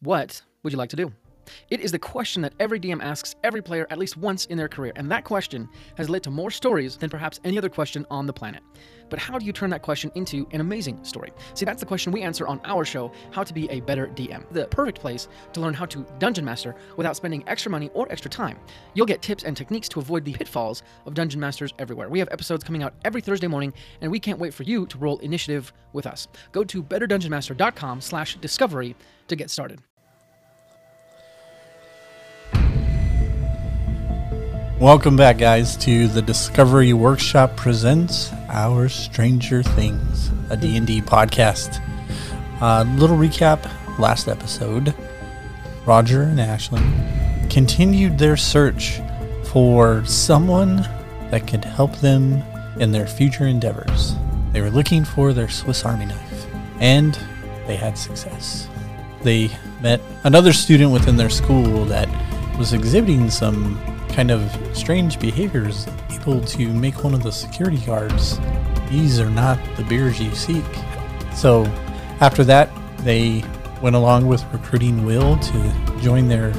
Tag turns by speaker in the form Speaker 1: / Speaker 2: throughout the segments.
Speaker 1: What would you like to do? It is the question that every DM asks every player at least once in their career, and that question has led to more stories than perhaps any other question on the planet. But how do you turn that question into an amazing story? See, that's the question we answer on our show, How to Be a Better DM. The perfect place to learn how to dungeon master without spending extra money or extra time. You'll get tips and techniques to avoid the pitfalls of dungeon masters everywhere. We have episodes coming out every Thursday morning, and we can't wait for you to roll initiative with us. Go to betterdungeonmaster.com/discovery to get started.
Speaker 2: Welcome back, guys, to the Discovery Workshop presents Our Stranger Things, a D&D podcast. Uh, little recap, last episode, Roger and Ashley continued their search for someone that could help them in their future endeavors. They were looking for their Swiss Army knife, and they had success. They met another student within their school that was exhibiting some kind of strange behaviors, able to make one of the security guards. These are not the beers you seek. So, after that, they went along with recruiting Will to join their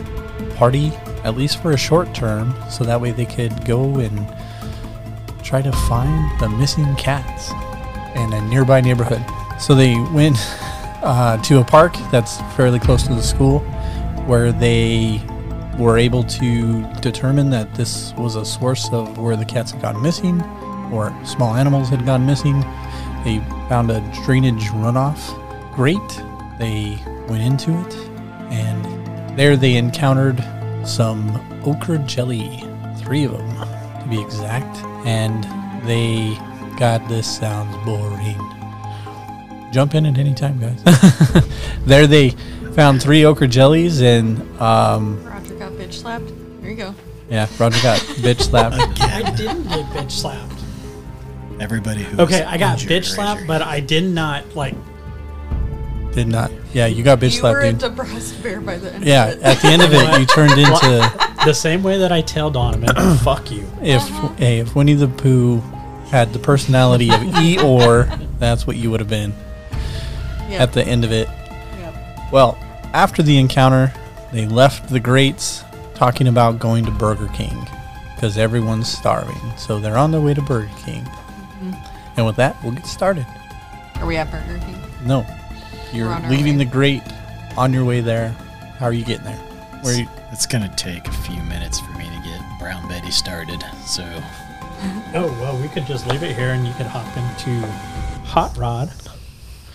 Speaker 2: party, at least for a short term, so that way they could go and try to find the missing cats in a nearby neighborhood. So, they went uh, to a park that's fairly close to the school where they were able to determine that this was a source of where the cats had gone missing or small animals had gone missing. They found a drainage runoff grate. They went into it, and there they encountered some okra jelly, three of them to be exact, and they God, this sounds boring. Jump in at any time, guys. there they found three okra jellies and um,
Speaker 3: Roger got bitch slapped. Here you go.
Speaker 2: Yeah, Roger got bitch slapped.
Speaker 4: I didn't get bitch slapped.
Speaker 5: Everybody who
Speaker 4: Okay,
Speaker 5: was
Speaker 4: I got
Speaker 5: injured
Speaker 4: bitch
Speaker 5: or
Speaker 4: slapped,
Speaker 5: injured.
Speaker 4: but I did not like.
Speaker 2: Did not. Yeah, you got bitch
Speaker 3: you were
Speaker 2: slapped,
Speaker 3: a
Speaker 2: dude.
Speaker 3: depressed bear by the end.
Speaker 2: yeah,
Speaker 3: Of it.
Speaker 2: at the end of it, you turned into
Speaker 4: The same way that I tell Donovan, fuck you.
Speaker 2: if hey, if Winnie the Pooh had the personality of Eeyore, that's what you would have been
Speaker 3: yeah.
Speaker 2: at the end of it.
Speaker 3: yeah.
Speaker 2: Well, after the encounter, they left the grates talking about going to Burger King because everyone's starving. So they're on their way to Burger King.
Speaker 3: Mm-hmm.
Speaker 2: And with that, we'll get started.
Speaker 3: Are we at Burger King?
Speaker 2: No, you're
Speaker 3: on our
Speaker 2: leaving
Speaker 3: way.
Speaker 2: the grate on your way there. How are you getting there? Where you,
Speaker 5: It's gonna take a few minutes for me to get Brown Betty started. So
Speaker 4: Oh, well, we could just leave it here and you could hop into Hot Rod,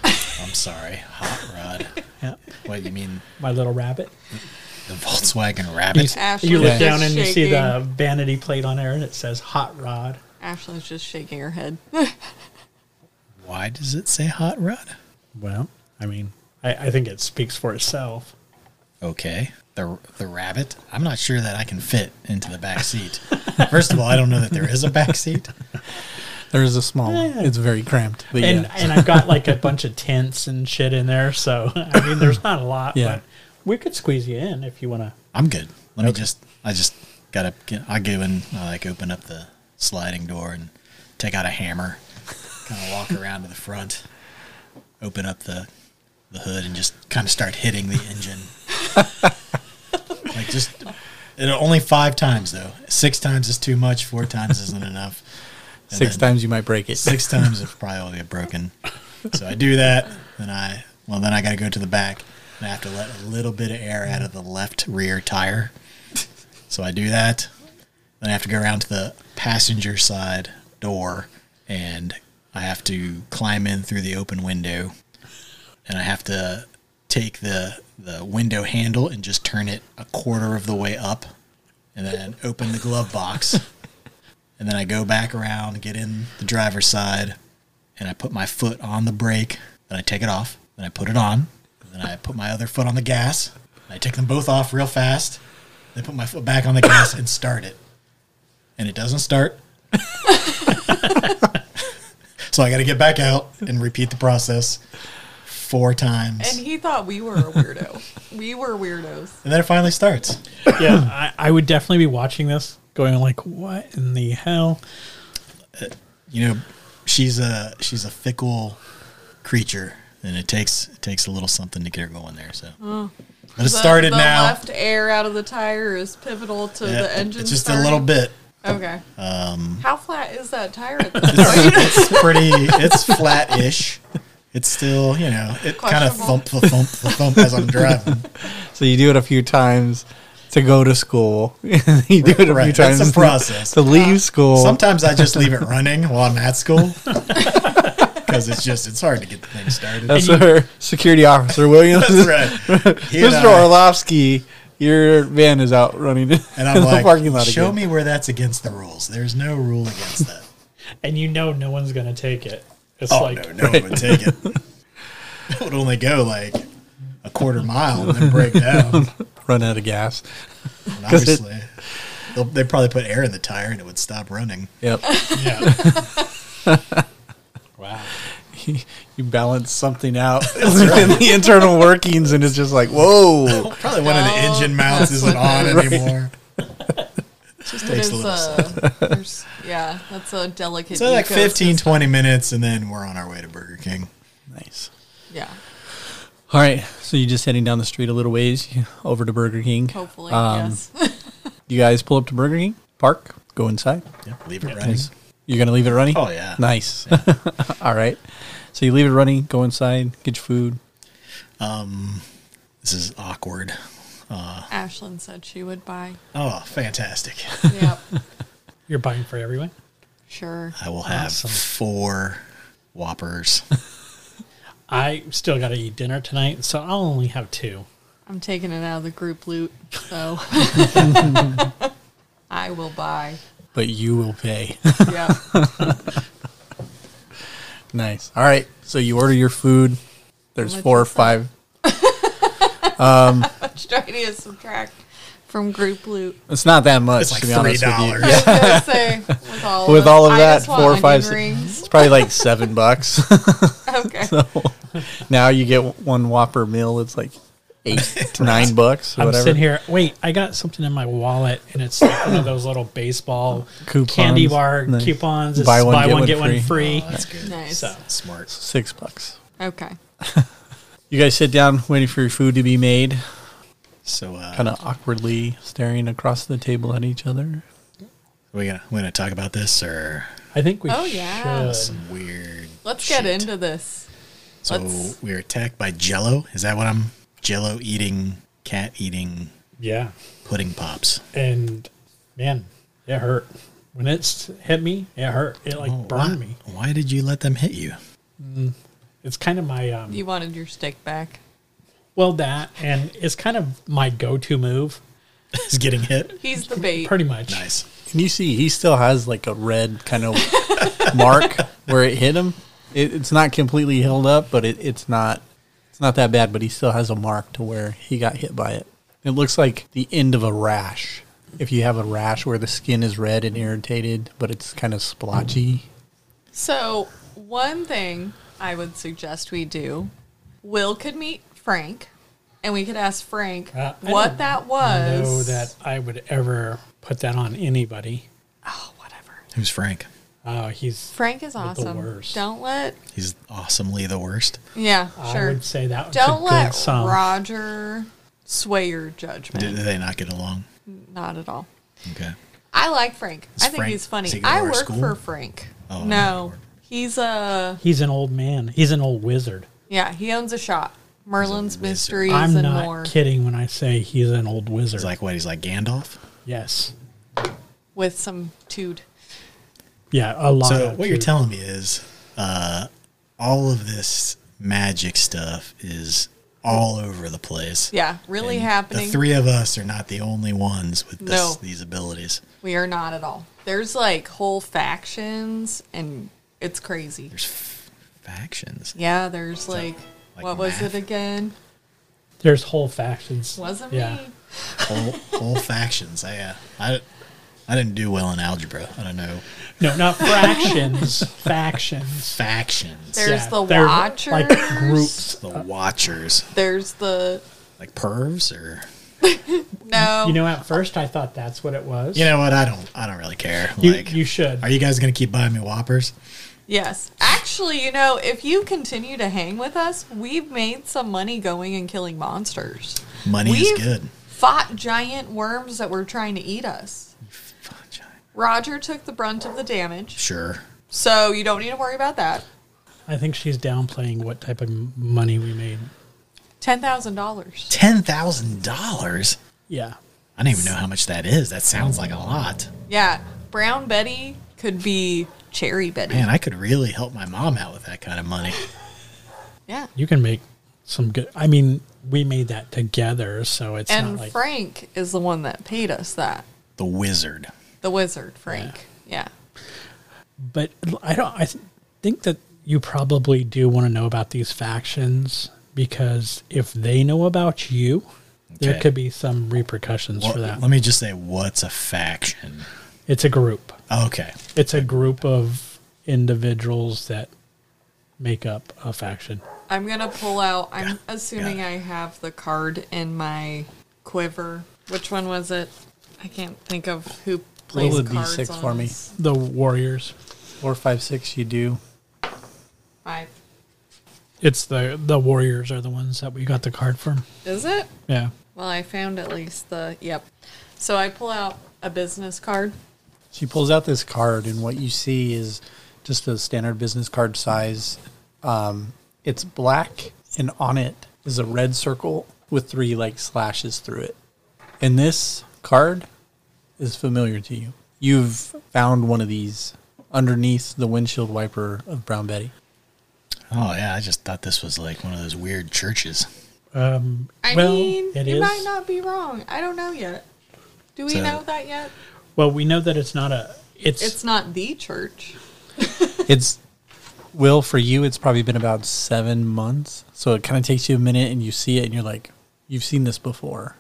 Speaker 5: I'm sorry, Hot Rod.
Speaker 4: yeah,
Speaker 5: what you mean,
Speaker 4: my little rabbit.
Speaker 5: the Volkswagen Rabbit?
Speaker 3: Ashley's
Speaker 4: You look
Speaker 3: just
Speaker 4: down and you see
Speaker 3: shaking.
Speaker 4: the vanity plate on there and it says Hot Rod.
Speaker 3: Ashley's just shaking her head.
Speaker 5: Why does it say Hot Rod?
Speaker 4: Well, I mean, I, I think it speaks for itself.
Speaker 5: Okay, the the rabbit. I'm not sure that I can fit into the back seat. First of all, I don't know that there is a back seat.
Speaker 2: There's a small one.
Speaker 4: Yeah.
Speaker 2: It's very cramped. But
Speaker 4: And,
Speaker 2: yeah.
Speaker 4: and I've got like a bunch of tents and shit in there, so I mean, there's not a lot,
Speaker 2: Yeah.
Speaker 4: but we could squeeze you in if you want to.
Speaker 5: I'm good. Let me just. I just gotta. Get, I go in. I like open up the sliding door and take out a hammer. kind of walk around to the front. Open up the the hood and just kind of start hitting the engine. like just. It only five times though. Six times is too much. Four times isn't enough. And
Speaker 2: Six
Speaker 5: then-
Speaker 2: times you might break it.
Speaker 5: six times it probably will get broken. So I do that, then I well then I gotta go to the back and I have to let a little bit of air out of the left rear tire. So I do that. Then I have to go around to the passenger side door and I have to climb in through the open window and I have to take the the window handle and just turn it a quarter of the way up and then open the glove box. And then I go back around, get in the driver's side, and I put my foot on the brake. Then I take it off. Then I put it on. and Then I put my other foot on the gas. and I take them both off real fast. Then put my foot back on the gas and start it. And it doesn't start. so I got to get back out and repeat the process four times.
Speaker 3: and he thought we were a weirdo. we were weirdos.
Speaker 5: and then it finally starts.
Speaker 4: yeah, I, I would definitely be watching this, going like, "What in the hell?"
Speaker 5: you know she's a she's a fickle creature and it takes it takes a little something to get her going there. So, but it
Speaker 3: Oh. The-
Speaker 5: started
Speaker 3: the
Speaker 5: now.
Speaker 3: left air out of the tire is pivotal to
Speaker 5: Yeah,
Speaker 3: the engine.
Speaker 5: it's just a
Speaker 3: starting.
Speaker 5: little bit.
Speaker 3: Okay.
Speaker 5: Um,
Speaker 3: How flat is that tire at this point?
Speaker 5: it's pretty. It's flat-ish. It's still, you know, it kind of
Speaker 3: Questionable.
Speaker 5: thump, the thump, the thump as I'm driving.
Speaker 2: So you do it a few times to go to school. you do it a
Speaker 5: Right,
Speaker 2: few
Speaker 5: it's a
Speaker 2: times to-
Speaker 5: process.
Speaker 2: to leave school.
Speaker 5: Sometimes I just leave it running while I'm at school because it's just it's hard to get the thing started.
Speaker 2: That's our security officer Williams.
Speaker 5: That's right. He and
Speaker 2: Mr.
Speaker 5: I-
Speaker 2: Orlovsky, your van is out running
Speaker 5: and I'm
Speaker 2: in
Speaker 5: like,
Speaker 2: the parking lot
Speaker 5: show
Speaker 2: again.
Speaker 5: me where that's against the rules. There's no rule against that.
Speaker 4: and you know no one's gonna take it. It's
Speaker 5: oh
Speaker 4: like
Speaker 5: no, no one would take it. it would only go like a quarter mile and then break down.
Speaker 2: Run out of gas.
Speaker 5: And
Speaker 2: 'Cause it-
Speaker 5: obviously, they'll- they probably put air in the tire and it would stop running.
Speaker 2: Yep.
Speaker 4: yeah. wow.
Speaker 2: you balance something out in the internal workings, and it's just like, whoa.
Speaker 5: Probably one of the
Speaker 3: Oh,
Speaker 5: engine mounts
Speaker 3: that's
Speaker 5: isn't
Speaker 3: what
Speaker 5: on
Speaker 3: it
Speaker 5: anymore. It just
Speaker 3: There's
Speaker 5: takes a little. something.
Speaker 3: a, uh, there's, yeah, that's a delicate.
Speaker 5: So like
Speaker 3: ecosystem.
Speaker 5: 15, 20 minutes, and then we're on our way to Burger King.
Speaker 2: Nice.
Speaker 3: Yeah,
Speaker 2: All right. So you're just heading down the street a little ways over to Burger King.
Speaker 3: hopefully,
Speaker 2: Um,
Speaker 3: yes.
Speaker 2: You guys pull up to Burger King, park, go inside.
Speaker 5: Yeah, leave it running.
Speaker 2: You're gonna leave it running.
Speaker 5: Oh, yeah.
Speaker 2: Nice. All right. So you leave it running, go inside, get your food.
Speaker 5: This is awkward.
Speaker 3: Ashlyn said she would buy.
Speaker 5: Oh, fantastic.
Speaker 3: Yep,
Speaker 4: You're buying for everyone?
Speaker 3: sure.
Speaker 5: I will have
Speaker 4: Awesome.
Speaker 5: four Whoppers.
Speaker 4: I still gotta eat dinner tonight, so I'll only have two.
Speaker 3: I'm taking it out of the group loot, so I will buy.
Speaker 2: But you will pay.
Speaker 3: Yep.
Speaker 2: nice. All right. So you order your food. There's
Speaker 3: much
Speaker 2: four or
Speaker 3: is that?
Speaker 2: five.
Speaker 3: Try to subtract from group loot.
Speaker 2: It's not that much
Speaker 5: It's like
Speaker 2: to be honest with
Speaker 5: $3.
Speaker 2: you.
Speaker 3: I was gonna say with all
Speaker 2: With
Speaker 3: of, it,
Speaker 2: all of
Speaker 3: I
Speaker 2: that,
Speaker 3: just want
Speaker 2: four or
Speaker 3: onion
Speaker 2: five, six-
Speaker 3: rings.
Speaker 2: It's probably like seven bucks.
Speaker 3: Okay,
Speaker 2: now you get one Whopper meal. It's like eight to nine bucks or
Speaker 4: I'm
Speaker 2: whatever.
Speaker 4: sitting here. Wait, I got something in my wallet, and it's like one of those little baseball
Speaker 2: Coupons.
Speaker 4: candy bar
Speaker 2: Nice.
Speaker 4: coupons. It's
Speaker 2: Buy one, get one free.
Speaker 4: free.
Speaker 5: Oh, That's good.
Speaker 3: nice.
Speaker 4: So
Speaker 5: Smart.
Speaker 2: Six bucks.
Speaker 3: Okay,
Speaker 2: You guys sit down, waiting for your food to be made.
Speaker 5: So uh,
Speaker 2: Kind of awkwardly staring across the table at each other.
Speaker 5: we gonna we gonna talk about this or
Speaker 4: I think we
Speaker 3: Oh, yeah.
Speaker 4: should.
Speaker 5: some weird.
Speaker 3: let's
Speaker 5: shit.
Speaker 3: get into this.
Speaker 5: So
Speaker 3: let's-
Speaker 5: we were attacked by Jello. Is that what I'm? Jello eating, cat eating,
Speaker 4: Yeah,
Speaker 5: pudding pops.
Speaker 4: and man, it hurt when it hit me. It hurt. It like
Speaker 5: Oh,
Speaker 4: burned
Speaker 5: why,
Speaker 4: me.
Speaker 5: Why did you let them hit you?
Speaker 4: It's kind of my um,
Speaker 3: You wanted your steak back.
Speaker 4: well that, and it's kind of my go-to move,
Speaker 5: Is getting hit.
Speaker 3: He's the bait.
Speaker 4: pretty much.
Speaker 5: Nice.
Speaker 2: And you see, he still has like a red kind of mark where it hit him. It, it's not completely healed up, but it, it's not it's not that bad. But he still has a mark to where he got hit by it. It looks like the end of a rash. If you have a rash where the skin is red and irritated, but it's kind of splotchy.
Speaker 3: So, one thing I would suggest we do Will could meet Frank, and we could ask Frank
Speaker 4: Uh, I
Speaker 3: what
Speaker 4: don't
Speaker 3: that
Speaker 4: I
Speaker 3: was.
Speaker 4: know that I would ever put that on anybody.
Speaker 3: Oh, whatever.
Speaker 5: Who's Frank?
Speaker 4: Oh, he's.
Speaker 3: Frank is
Speaker 4: You're the
Speaker 3: awesome.
Speaker 4: worst.
Speaker 3: Don't let.
Speaker 5: He's awesomely the worst.
Speaker 3: Yeah,
Speaker 4: I
Speaker 3: sure.
Speaker 4: would say that. was a
Speaker 3: Don't
Speaker 4: good
Speaker 3: let
Speaker 4: sum.
Speaker 3: Roger sway your judgment.
Speaker 5: Did they not get along?
Speaker 3: Not at all.
Speaker 5: Okay.
Speaker 3: I like Frank.
Speaker 5: Is
Speaker 3: I think
Speaker 5: Frank-
Speaker 3: he's funny.
Speaker 5: does he go to
Speaker 3: I
Speaker 5: our
Speaker 3: work
Speaker 5: school?
Speaker 3: for Frank.
Speaker 5: Oh,
Speaker 3: no,
Speaker 5: Lord.
Speaker 3: he's a.
Speaker 4: He's an old man. He's an old wizard.
Speaker 3: Yeah, he owns a shop. Merlin's
Speaker 5: wizard.
Speaker 3: Mysteries
Speaker 4: I'm
Speaker 3: and
Speaker 4: not
Speaker 3: more.
Speaker 4: kidding when I say he's an old wizard.
Speaker 5: He's like what? He's like Gandalf.
Speaker 4: yes.
Speaker 3: With some tood.
Speaker 4: Yeah, a lot.
Speaker 5: So
Speaker 4: of
Speaker 5: what you're
Speaker 4: dude.
Speaker 5: telling me is, uh, all of this magic stuff is all over the place.
Speaker 3: Yeah, really
Speaker 5: And
Speaker 3: happening.
Speaker 5: The three of us are not the only ones with this,
Speaker 3: No.
Speaker 5: these abilities.
Speaker 3: We are not at all. There's like whole factions, and it's crazy.
Speaker 5: There's f- factions.
Speaker 3: Yeah, there's
Speaker 5: that
Speaker 3: like,
Speaker 5: like
Speaker 3: what was
Speaker 5: math?
Speaker 3: it again?
Speaker 4: there's whole factions.
Speaker 3: Wasn't
Speaker 4: yeah.
Speaker 3: me.
Speaker 5: Whole, whole factions. I, uh, I, I didn't do well in algebra. I don't know.
Speaker 4: No, not fractions. factions.
Speaker 5: Factions.
Speaker 3: There's
Speaker 4: Yeah,
Speaker 3: the
Speaker 4: they're
Speaker 3: Watchers.
Speaker 4: Like groups.
Speaker 5: the Watchers.
Speaker 3: There's the
Speaker 5: Like pervs or.
Speaker 3: no.
Speaker 4: You know, at first I thought that's what it was.
Speaker 5: You know what? I don't. I don't really care.
Speaker 4: you,
Speaker 5: like,
Speaker 4: you should.
Speaker 5: are you guys gonna keep buying me whoppers?
Speaker 3: Yes. Actually, you know, if you continue to hang with us, we've made some money going and killing monsters.
Speaker 5: Money
Speaker 3: we've
Speaker 5: is good.
Speaker 3: Fought giant worms that were trying to eat us. Roger took the brunt of the damage,
Speaker 5: Sure.
Speaker 3: so you don't need to worry about that.
Speaker 4: I think she's downplaying what type of m- money we made.
Speaker 3: Ten thousand dollars.
Speaker 5: Ten thousand dollars.
Speaker 4: Yeah.
Speaker 5: I don't even know how much that is. That sounds like a lot.
Speaker 3: Yeah, Brown Betty could be Cherry Betty.
Speaker 5: Man, I could really help my mom out with that kind of money.
Speaker 3: Yeah,
Speaker 4: You can make some good. I mean, we made that together, so it's
Speaker 3: and
Speaker 4: not like
Speaker 3: Frank is the one that paid us that.
Speaker 5: The wizard.
Speaker 3: The wizard, Frank. Yeah.
Speaker 4: but I don't. I th- think that you probably do want to know about these factions because if they know about you, there
Speaker 5: Okay.
Speaker 4: could be some repercussions
Speaker 5: Well,
Speaker 4: for that.
Speaker 5: Let me just say, what's a faction?
Speaker 4: it's a group.
Speaker 5: Okay.
Speaker 4: It's a group of individuals that make up a faction.
Speaker 3: I'm gonna pull out. I'm assuming
Speaker 5: got
Speaker 3: I have the card in my quiver. Which one was it? I can't think of who plays
Speaker 2: Roll a
Speaker 3: cards
Speaker 2: D6
Speaker 3: on
Speaker 2: for me.
Speaker 3: this.
Speaker 4: The warriors.
Speaker 2: Four, five, six. You do.
Speaker 3: Five.
Speaker 4: It's the the warriors are the ones that we got the card from.
Speaker 3: Is it?
Speaker 4: Yeah.
Speaker 3: Well, I found at least the. Yep. So I pull out a business card.
Speaker 2: She pulls out this card, and what you see is just a standard business card size. Um, it's black, and on it is a red circle with three like slashes through it. And this card is familiar to you. You've found one of these underneath the windshield wiper of Brown Betty.
Speaker 5: Oh yeah, I just thought this was like one of those weird churches.
Speaker 4: Um,
Speaker 3: I
Speaker 4: well,
Speaker 3: mean,
Speaker 4: it
Speaker 3: you
Speaker 4: is-
Speaker 3: might not be wrong. I don't know yet. Do we
Speaker 5: So-
Speaker 3: know that yet?
Speaker 4: Well, we know that it's not a. It's,
Speaker 3: It's not the church.
Speaker 2: It's Will for you. It's probably been about seven months, so it kind of takes you a minute, and you see it, and you're like, "You've seen this before,"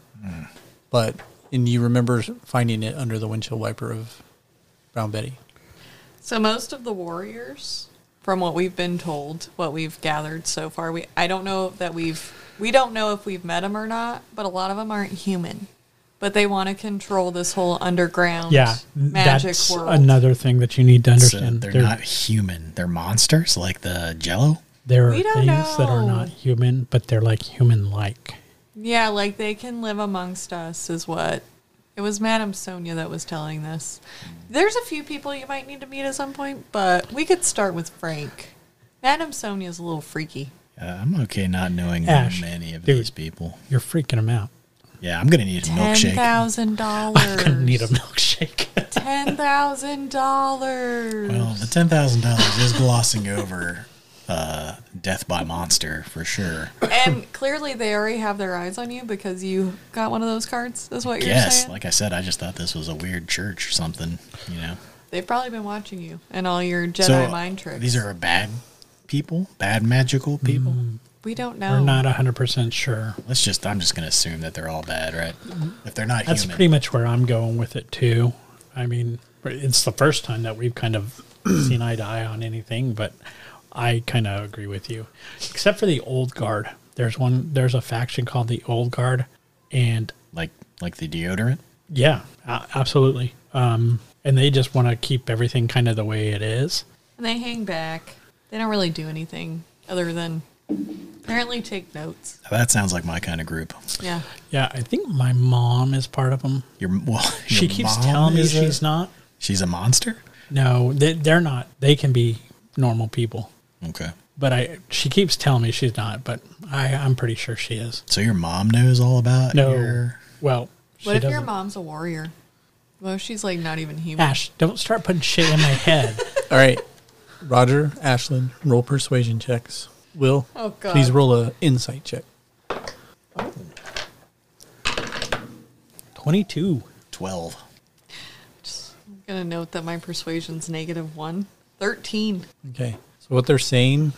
Speaker 2: but and you remember finding it under the windshield wiper of Brown Betty.
Speaker 3: So most of the warriors, from what we've been told, what we've gathered so far, we I don't know that we've we don't know if we've met them or not, but a lot of them aren't human. But they want to control this whole underground
Speaker 4: yeah.
Speaker 3: magic
Speaker 4: that's
Speaker 3: world.
Speaker 4: another thing that you need to
Speaker 5: So
Speaker 4: understand.
Speaker 5: they're, not human. They're monsters like the Jello.
Speaker 4: There are
Speaker 3: We
Speaker 4: things
Speaker 3: don't
Speaker 4: that are
Speaker 3: know.
Speaker 4: not human, but they're like human-like.
Speaker 3: Yeah, like they can live amongst us is what it was Madame Sonia that was telling this. There's a few people you might need to meet at some point, but we could start with Frank. Madame Sonia's a little freaky.
Speaker 5: Uh, I'm okay not knowing
Speaker 4: Ash,
Speaker 5: many of
Speaker 4: dude.
Speaker 5: these people.
Speaker 4: You're freaking them out.
Speaker 5: Yeah, I'm gonna need a
Speaker 3: Ten
Speaker 5: milkshake.
Speaker 3: thousand
Speaker 4: I need a
Speaker 3: dollars.
Speaker 4: milkshake.
Speaker 3: Ten thousand dollars.
Speaker 5: Well, the ten thousand dollars is glossing over uh, death by monster for sure.
Speaker 3: And clearly, they already have their eyes on you because you got one of those cards. Is what you're
Speaker 5: Yes,
Speaker 3: saying?
Speaker 5: like I said, I just thought this was a weird church or something. You know,
Speaker 3: They've probably been watching you and all your Jedi mind tricks.
Speaker 5: These are bad people, bad magical people.
Speaker 4: Mm.
Speaker 3: we don't
Speaker 4: We're
Speaker 3: know.
Speaker 4: not 100% sure.
Speaker 5: Let's just, I'm just gonna assume that they're all bad, right? If they're not
Speaker 4: That's
Speaker 5: human,
Speaker 4: pretty much where I'm going with it, too. I mean, it's the first time that we've kind of seen eye to eye on anything, but I kind of agree with you. Except for the Old Guard. There's one, there's a faction called the Old Guard, and
Speaker 5: like like the deodorant.
Speaker 4: yeah, a- absolutely. Um, and they just want to keep everything kind of the way it is.
Speaker 3: And they hang back. They don't really do anything other than apparently take notes.
Speaker 5: That sounds like my kind of group.
Speaker 3: Yeah.
Speaker 4: Yeah, I think my mom is part of them.
Speaker 5: Your well,
Speaker 4: She
Speaker 5: your
Speaker 4: keeps
Speaker 5: mom
Speaker 4: telling me
Speaker 5: is a-
Speaker 4: she's not.
Speaker 5: She's a monster.
Speaker 4: No, they, they're not. They can be normal people,
Speaker 5: Okay,
Speaker 4: but I she keeps telling me she's not. But I I'm pretty sure she is.
Speaker 5: so your mom knows all about
Speaker 4: No,
Speaker 5: your.
Speaker 4: well, she
Speaker 3: What if your
Speaker 4: doesn't.
Speaker 3: mom's a warrior? What if she's like not even human?
Speaker 4: Ash, don't start putting shit in my head.
Speaker 2: All right, Roger, Ashlyn, roll persuasion checks. Will,
Speaker 3: Oh, God.
Speaker 2: please roll a insight check.
Speaker 4: Twenty two.
Speaker 5: Twelve.
Speaker 3: I'm gonna note that my persuasion's negative one. Thirteen.
Speaker 2: Okay, so what they're saying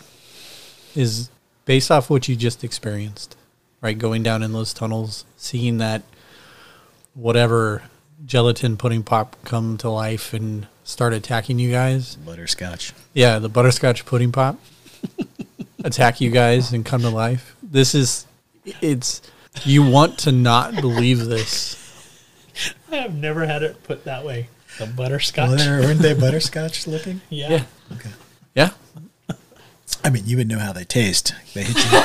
Speaker 2: is based off what you just experienced, right? Going down in those tunnels, seeing that whatever gelatin pudding pop come to life and start attacking you guys.
Speaker 5: Butterscotch.
Speaker 2: Yeah, the butterscotch pudding pop attack you guys and come to life. This is it's you want to not believe this.
Speaker 4: I have never had it put that way. The butterscotch.
Speaker 5: Well, they're- aren't they butterscotch looking?
Speaker 4: yeah.
Speaker 2: Yeah.
Speaker 5: Okay.
Speaker 2: Yeah.
Speaker 5: I mean, you would know how they taste. They hit you. they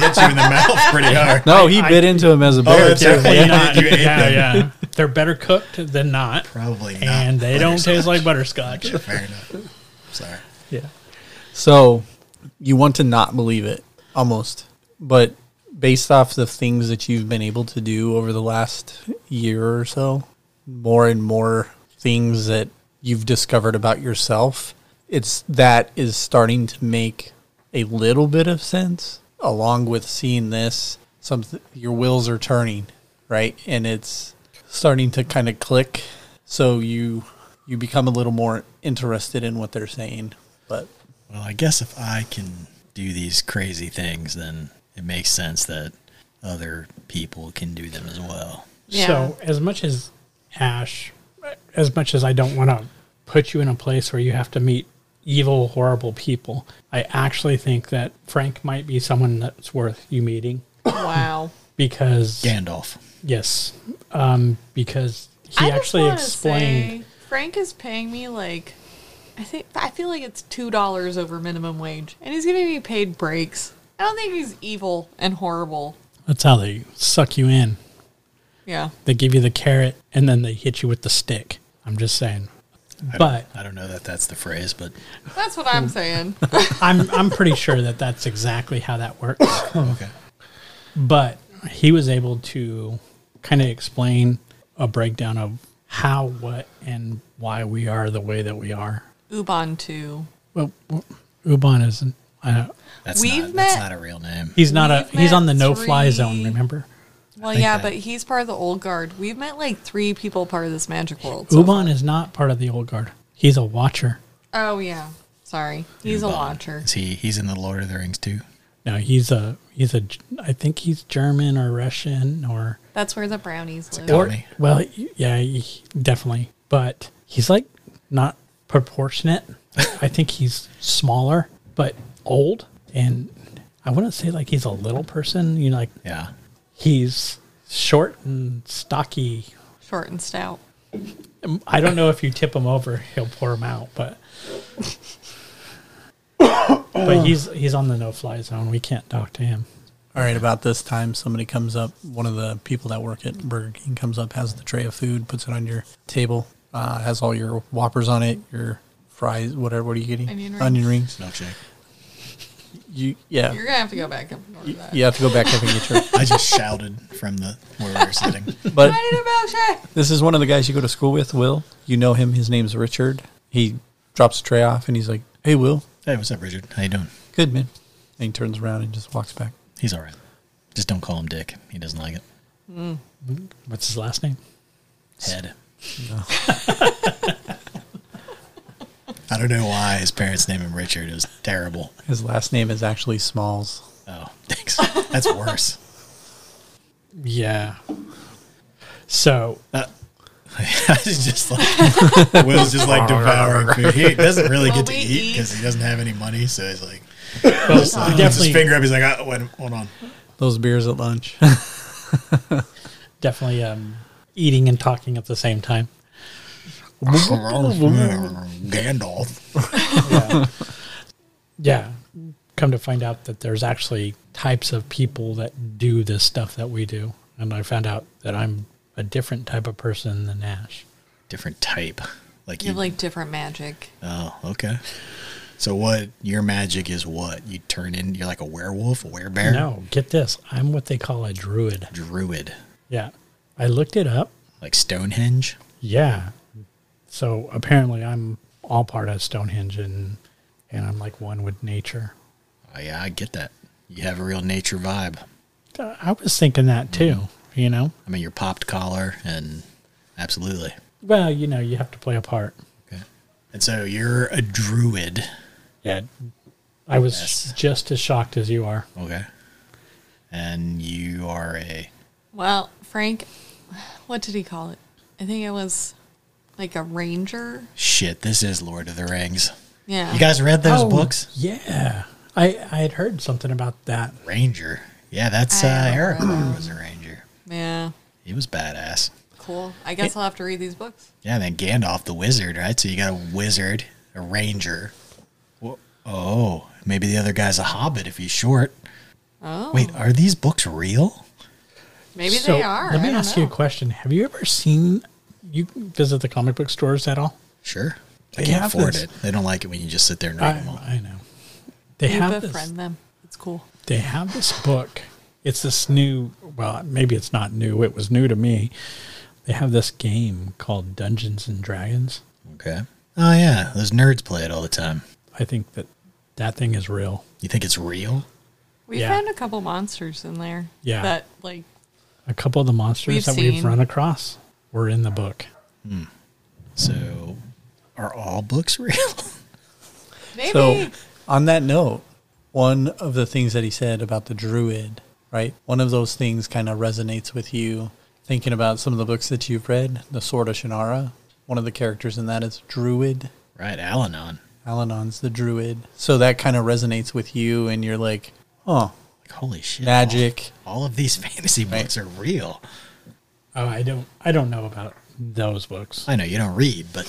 Speaker 5: hit you in the mouth pretty hard.
Speaker 2: No, he bit into him as a bear.
Speaker 5: that's
Speaker 2: too.
Speaker 5: definitely
Speaker 2: Yeah.
Speaker 4: not.
Speaker 5: You ate
Speaker 4: yeah,
Speaker 5: them.
Speaker 4: yeah. They're better cooked than not,
Speaker 5: Probably not.
Speaker 4: and they don't taste like butterscotch.
Speaker 5: Fair enough. Sorry.
Speaker 4: yeah,
Speaker 2: So you want to not believe it almost, but based off the things that you've been able to do over the last year or so, more and more things that you've discovered about yourself, it's that is starting to make a little bit of sense along with seeing this something your wheels are turning, right? And it's starting to kind of click. So you you become a little more interested in what they're saying, but
Speaker 5: Well, I guess if I can do these crazy things, then it makes sense that other people can do them as well.
Speaker 3: Yeah.
Speaker 4: So as much as Ash, as much as I don't want to put you in a place where you have to meet evil, horrible people, I actually think that Frank might be someone that's worth you meeting
Speaker 3: wow.
Speaker 4: because
Speaker 5: Gandalf.
Speaker 4: yes, um, because he
Speaker 3: just
Speaker 4: actually
Speaker 3: wanna
Speaker 4: explained.
Speaker 3: say, Frank is paying me like I think I feel like it's two dollars over minimum wage, and he's giving me paid breaks. I don't think he's evil and horrible.
Speaker 4: That's how they suck you in.
Speaker 3: Yeah.
Speaker 4: They give you the carrot and then they hit you with the stick. I'm just saying.
Speaker 5: I
Speaker 4: But
Speaker 5: don't, I don't know that that's the phrase, but
Speaker 3: That's what
Speaker 4: Hmm.
Speaker 3: I'm saying.
Speaker 4: I'm I'm pretty sure that that's exactly how that works.
Speaker 5: okay.
Speaker 4: But he was able to kind of explain a breakdown of how, what, and why we are the way that we are.
Speaker 3: Ubuntu.
Speaker 4: Well, well, Ubon isn't. I don't,
Speaker 5: That's
Speaker 3: We've
Speaker 5: not that's
Speaker 3: met-
Speaker 5: not a real name.
Speaker 4: he's not a.
Speaker 3: We've
Speaker 4: He's on the
Speaker 3: met
Speaker 4: no fly
Speaker 3: three-
Speaker 4: zone. Remember,
Speaker 3: Well,
Speaker 5: think
Speaker 3: yeah,
Speaker 5: that-
Speaker 3: but he's part of the old guard. We've met like three people part of this magic world. so
Speaker 4: Ubon is not part of the old guard. He's a watcher.
Speaker 3: Oh yeah. Sorry. He's a
Speaker 5: Ubon.
Speaker 3: watcher.
Speaker 5: Is he he's in the Lord of the Rings too?
Speaker 4: No, he's a. He's a. I think he's German or Russian or.
Speaker 3: That's where the brownies live.
Speaker 5: Or-
Speaker 4: Or,
Speaker 5: Tommy.
Speaker 4: well, he- yeah, he- definitely. But he's like not proportionate. I think he's smaller, but old. And I wouldn't say like he's a little person. You know, like
Speaker 5: Yeah.
Speaker 4: he's short and stocky.
Speaker 3: Short and stout.
Speaker 4: Um, I don't know if you tip him over, he'll pour him out. But but he's he's on the no fly zone. We can't talk to him.
Speaker 2: All right, about this time, somebody comes up. One of the people that work at Burger King comes up, has the tray of food, puts it on your table, uh, has all your whoppers on it, your fries, whatever. What are you getting?
Speaker 3: Onion rings.
Speaker 2: Onion rings.
Speaker 5: Milkshake.
Speaker 2: You, yeah,
Speaker 3: You're gonna have to go back and order that.
Speaker 2: you have to go back up and get your.
Speaker 5: I just shouted from the where we were sitting.
Speaker 2: But
Speaker 3: I need a milkshake.
Speaker 2: this is one of the guys you go to school with, Will. You know him. His name's Richard. He drops the tray off, and he's like, "Hey, Will,
Speaker 5: Hey, what's up, Richard? How you doing?
Speaker 2: good man." And he turns around and just walks back.
Speaker 5: He's all right. Just don't call him Dick. He doesn't like it.
Speaker 4: What's his last name?
Speaker 5: Head. I don't know why his parents named him Richard. It was terrible.
Speaker 2: His last name is actually Smalls.
Speaker 5: Oh, thanks. That's worse.
Speaker 4: Yeah. So
Speaker 5: Uh, I was just like Will's just like devouring food. He doesn't really
Speaker 3: Well,
Speaker 5: get
Speaker 3: we
Speaker 5: to eat
Speaker 3: eat.
Speaker 5: because he doesn't have any money. So he's like,
Speaker 4: well, we
Speaker 5: puts his
Speaker 4: definitely
Speaker 5: finger up. He's like, oh, wait, hold on.
Speaker 2: Those beers at lunch.
Speaker 4: definitely um, eating and talking at the same time.
Speaker 5: Gandalf.
Speaker 4: Yeah. Come to find out that there's actually types of people that do this stuff that we do. And I found out that I'm a different type of person than Ash.
Speaker 5: Different type. Like
Speaker 3: You
Speaker 5: you.
Speaker 3: have like different magic.
Speaker 5: oh, okay. So what? Your magic is what? You turn in. You're like a werewolf, a werebear,
Speaker 4: No, get this. I'm what they call a druid.
Speaker 5: druid,
Speaker 4: Yeah. I looked it up.
Speaker 5: like Stonehenge.
Speaker 4: Yeah. So apparently I'm all part of Stonehenge and and I'm like one with nature.
Speaker 5: Oh, yeah, I get that. You have a real nature vibe.
Speaker 4: Uh, I was thinking that too, you know?
Speaker 5: I mean, you're popped collar and absolutely.
Speaker 4: Well, you know, you have to play a part.
Speaker 5: Okay. And so you're a druid.
Speaker 4: Yeah. I was
Speaker 5: Yes.
Speaker 4: just as shocked as you are.
Speaker 5: Okay. And you are a
Speaker 3: Well, Frank, what did he call it? I think it was like a ranger.
Speaker 5: shit. This is Lord of the Rings.
Speaker 3: Yeah.
Speaker 5: You guys read those
Speaker 3: Oh.
Speaker 4: Oh.
Speaker 5: books?
Speaker 4: Yeah. I, I had heard something about that.
Speaker 5: Ranger. Yeah, that's uh,
Speaker 3: I don't
Speaker 5: Aragorn was a ranger.
Speaker 3: yeah.
Speaker 5: He was badass.
Speaker 3: Cool. I guess I'll have to read these books.
Speaker 5: Yeah, and then Gandalf the wizard, right? So you got a wizard, a ranger, Oh, maybe the other guy's a hobbit if he's short. Wait, are these books real?
Speaker 3: Maybe
Speaker 4: So,
Speaker 3: they are.
Speaker 4: Let
Speaker 3: I
Speaker 4: me
Speaker 3: don't
Speaker 4: ask
Speaker 3: know.
Speaker 4: you a question. Have you ever seen you visit the comic book stores at all?
Speaker 5: Sure. I
Speaker 4: They
Speaker 5: can't
Speaker 4: have
Speaker 5: afford
Speaker 4: this.
Speaker 5: it. They don't like it when you just sit there and read
Speaker 4: I,
Speaker 5: them all.
Speaker 4: I know. They
Speaker 3: You
Speaker 4: have this.
Speaker 3: befriend them. It's cool.
Speaker 4: They have this book. It's this new. Well, maybe it's not new. It was new to me. They have this game called Dungeons and Dragons.
Speaker 5: Okay. Oh yeah, those nerds play it all the time.
Speaker 4: I think that that thing is real.
Speaker 5: You think it's real?
Speaker 3: We
Speaker 4: Yeah.
Speaker 3: found a couple monsters in there.
Speaker 4: Yeah.
Speaker 3: That like
Speaker 4: A couple of the monsters
Speaker 3: We've
Speaker 4: that
Speaker 3: seen.
Speaker 4: we've run across were in the book.
Speaker 5: So, are all books real?
Speaker 3: maybe
Speaker 2: So, on that note, one of the things that he said about the druid, right? One of those things kind of resonates with you thinking about some of the books that you've read, The Sword of Shannara. One of the characters in that is druid.
Speaker 5: right, Alanon.
Speaker 2: Alanon's the druid. So that kind of resonates with you, and you're like, oh,
Speaker 5: Like holy shit!
Speaker 2: Magic.
Speaker 5: All, all of these fantasy books are real.
Speaker 4: Oh, I don't. I don't know about those books.
Speaker 5: I know you don't read, but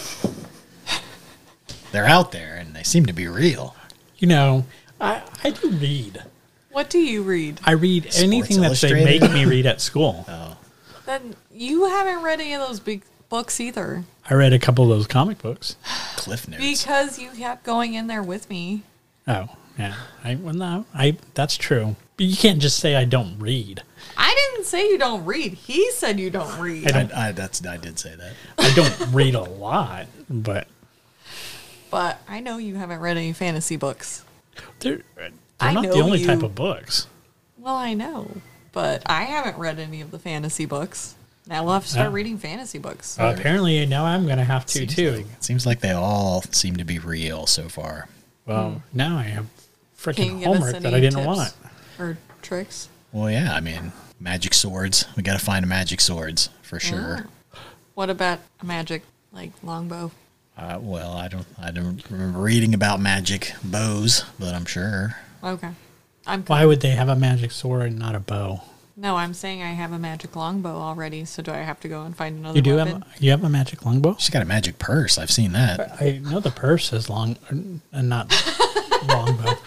Speaker 5: they're out there and they seem to be real.
Speaker 4: You know, I I do read.
Speaker 3: what do you read?
Speaker 4: I read
Speaker 5: Sports
Speaker 4: anything that they
Speaker 5: Illustrated.
Speaker 4: make me read at school.
Speaker 5: Oh,
Speaker 3: Then you haven't read any of those big books either.
Speaker 4: I read a couple of those comic books.
Speaker 5: Cliff Notes.
Speaker 3: Because you kept going in there with me.
Speaker 4: Oh, yeah. I well, no, I that's true. But you can't just say I don't read.
Speaker 3: I didn't say you don't read. He said you don't read.
Speaker 4: I don't.
Speaker 5: I, I, that's I did say that.
Speaker 4: I don't read a lot, but
Speaker 3: But I know you haven't read any fantasy books.
Speaker 4: they're, they're
Speaker 3: I
Speaker 4: not the
Speaker 3: know
Speaker 4: only
Speaker 3: you.
Speaker 4: type of books.
Speaker 3: Well, I know. But I haven't read any of the fantasy books. Now we'll have to start
Speaker 4: Yeah.
Speaker 3: reading fantasy books.
Speaker 4: Uh, apparently, now I'm going to have to
Speaker 5: Seems
Speaker 4: too.
Speaker 5: like, seems like they all seem to be real so far.
Speaker 4: Well, now I have
Speaker 3: Can
Speaker 4: freaking
Speaker 3: you Hmm. give us
Speaker 4: homework
Speaker 3: any
Speaker 4: that I didn't
Speaker 3: tips
Speaker 4: want.
Speaker 3: Or tricks?
Speaker 5: Well, yeah, I mean, magic swords. We got to find magic swords for
Speaker 3: Ah.
Speaker 5: sure.
Speaker 3: What about a magic like longbow?
Speaker 5: Uh, well, I don't, I don't remember reading about magic bows, but I'm sure.
Speaker 3: Okay. I'm
Speaker 4: Why would they have a magic sword and not a bow?
Speaker 3: No, I'm saying I have a magic longbow already, so do I have to go and find another
Speaker 4: You do
Speaker 3: weapon?
Speaker 4: have you have a magic longbow?
Speaker 5: She's got a magic purse. I've seen that.
Speaker 4: I know the purse is long and not longbow.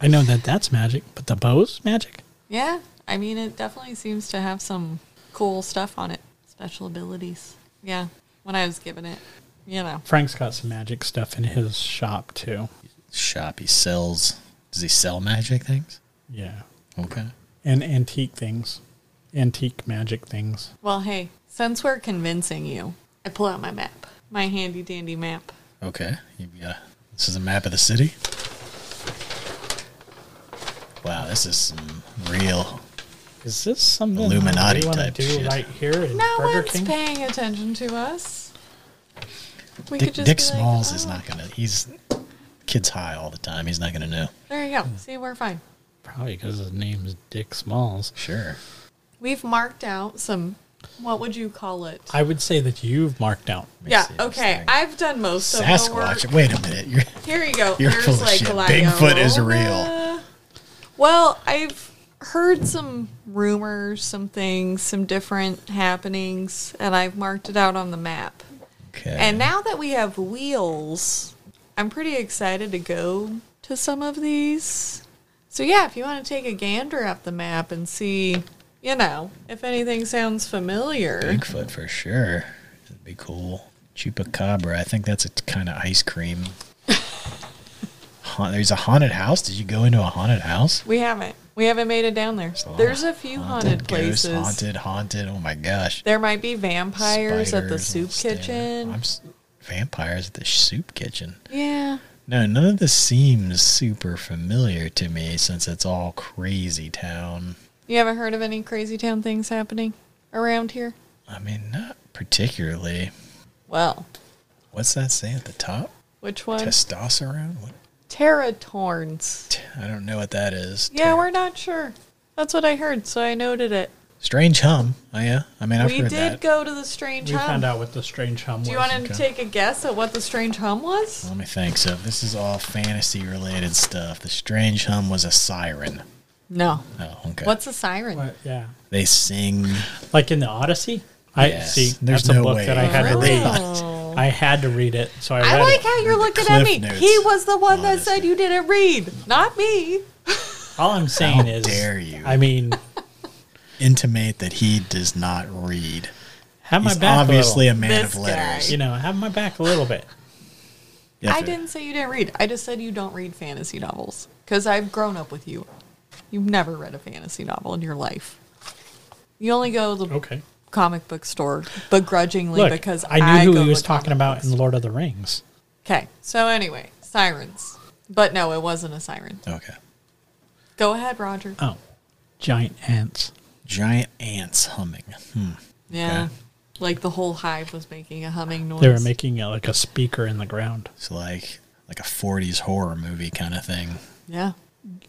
Speaker 4: I know that that's magic, but the bow's magic.
Speaker 3: Yeah. I mean it definitely seems to have some cool stuff on it. Special abilities. Yeah. When I was given it. You know.
Speaker 4: Frank's got some magic stuff in his shop too.
Speaker 5: Shop. He sells. Does he sell magic things?
Speaker 4: Yeah.
Speaker 5: Okay.
Speaker 4: And antique things. Antique magic things.
Speaker 3: Well hey, since we're convincing you, I pull out my map. My handy dandy map.
Speaker 5: Okay. You got. This is a map of the city. Wow, this is some real.
Speaker 4: Is this something
Speaker 5: Illuminati
Speaker 4: Illuminati want to
Speaker 5: type
Speaker 4: do
Speaker 5: shit.
Speaker 4: right here in
Speaker 3: No
Speaker 4: Burger
Speaker 3: one's
Speaker 4: King?
Speaker 3: paying attention to us. We
Speaker 5: Dick, Dick
Speaker 3: be like,
Speaker 5: Smalls is
Speaker 3: "Oh,
Speaker 5: not gonna. He's kids high all the time. He's not gonna know.
Speaker 3: There you go.
Speaker 5: Hmm.
Speaker 3: See, we're fine.
Speaker 4: Probably because his name's Dick Smalls.
Speaker 5: Sure.
Speaker 3: We've marked out some. What would you call it?
Speaker 4: I would say that you've marked out.
Speaker 5: Let me
Speaker 3: yeah.
Speaker 5: see this
Speaker 3: Okay.
Speaker 5: thing.
Speaker 3: I've done most of the work.
Speaker 5: Sasquatch. Wait a minute. You're,
Speaker 3: Here you go.
Speaker 5: You're
Speaker 3: There's
Speaker 5: full of
Speaker 3: like
Speaker 5: shit.
Speaker 3: Gladiolona.
Speaker 5: Bigfoot is real.
Speaker 3: Well, I've heard some rumors, some things, some different happenings, and I've marked it out on the map.
Speaker 5: okay.
Speaker 3: And now that we have wheels, I'm pretty excited to go to some of these. So yeah, if you want to take a gander up the map and see, you know, if anything sounds familiar.
Speaker 5: Bigfoot for sure. That'd be cool. Chupacabra. I think that's a kind of ice cream. Ha- There's a haunted house. Did you go into a haunted house?
Speaker 3: We haven't. We haven't made it down there.
Speaker 5: lot of
Speaker 3: There's a few haunted,
Speaker 5: ghosts,
Speaker 3: places.
Speaker 5: haunted, haunted. Oh my gosh.
Speaker 3: There might be vampires at the
Speaker 5: Spiders
Speaker 3: soup
Speaker 5: and stuff.
Speaker 3: kitchen.
Speaker 5: I'm s- vampires at the soup kitchen.
Speaker 3: yeah.
Speaker 5: No, none of this seems super familiar to me since it's all crazy town.
Speaker 3: You haven't heard of any crazy town things happening around here?
Speaker 5: I mean, not particularly.
Speaker 3: Well,
Speaker 5: What's that say at the top?
Speaker 3: which one?
Speaker 5: Testosterone? What?
Speaker 3: Terratorns.
Speaker 5: t- I don't know what that is.
Speaker 3: Yeah, we're not sure. That's what I heard, so I noted it.
Speaker 5: Strange hum. Oh yeah. I mean, I've
Speaker 3: we
Speaker 5: heard
Speaker 3: did
Speaker 5: that.
Speaker 3: go to the strange
Speaker 4: We
Speaker 3: hum.
Speaker 4: found out what the strange hum
Speaker 3: Do you
Speaker 4: was.
Speaker 3: want to
Speaker 5: okay.
Speaker 3: take a guess at what the strange hum was?
Speaker 5: Let me think. So this is all fantasy related stuff. The strange hum was a siren.
Speaker 3: No.
Speaker 5: Oh, okay.
Speaker 3: What's a siren?
Speaker 4: What- yeah.
Speaker 5: they sing?
Speaker 4: Like in the Odyssey? I
Speaker 5: Yes.
Speaker 4: see.
Speaker 5: There's
Speaker 4: that's
Speaker 5: no
Speaker 4: a book
Speaker 5: way.
Speaker 4: that I had to
Speaker 5: Really?
Speaker 4: read.
Speaker 3: Oh.
Speaker 4: I had to read it, so I read
Speaker 3: I like
Speaker 4: it.
Speaker 3: how you're
Speaker 5: The
Speaker 3: looking at me.
Speaker 5: Cliff Notes.
Speaker 3: He was the one that said
Speaker 5: Honestly.
Speaker 3: you didn't read, not me.
Speaker 4: All I'm saying is,
Speaker 5: dare you.
Speaker 4: I mean,
Speaker 5: Intimate that he does not read.
Speaker 4: have my
Speaker 5: He's
Speaker 4: back.
Speaker 5: obviously
Speaker 4: a
Speaker 5: a man
Speaker 3: This
Speaker 5: of letters.
Speaker 4: little. you know, have my back a little bit.
Speaker 5: If
Speaker 3: I
Speaker 5: it-
Speaker 3: didn't say you didn't read. I just said you don't read fantasy novels because I've grown up with you. You've never read a fantasy novel in your life. You only go to the
Speaker 4: Okay.
Speaker 3: comic book store begrudgingly
Speaker 4: Look,
Speaker 3: because
Speaker 4: I knew who
Speaker 3: go
Speaker 4: he
Speaker 3: to
Speaker 4: was
Speaker 3: the
Speaker 4: talking
Speaker 3: comic
Speaker 4: about
Speaker 3: book
Speaker 4: in Lord of the Rings.
Speaker 3: Okay. So anyway, sirens. But no, it wasn't a siren.
Speaker 5: Okay.
Speaker 3: Go ahead, Roger.
Speaker 4: Oh, giant ants.
Speaker 5: Giant ants humming. Hmm.
Speaker 3: yeah.
Speaker 5: okay.
Speaker 3: Like the whole hive was making a humming noise.
Speaker 4: They were making uh, like a speaker in the ground.
Speaker 5: It's like like a 40s horror movie kind of thing.
Speaker 3: Yeah.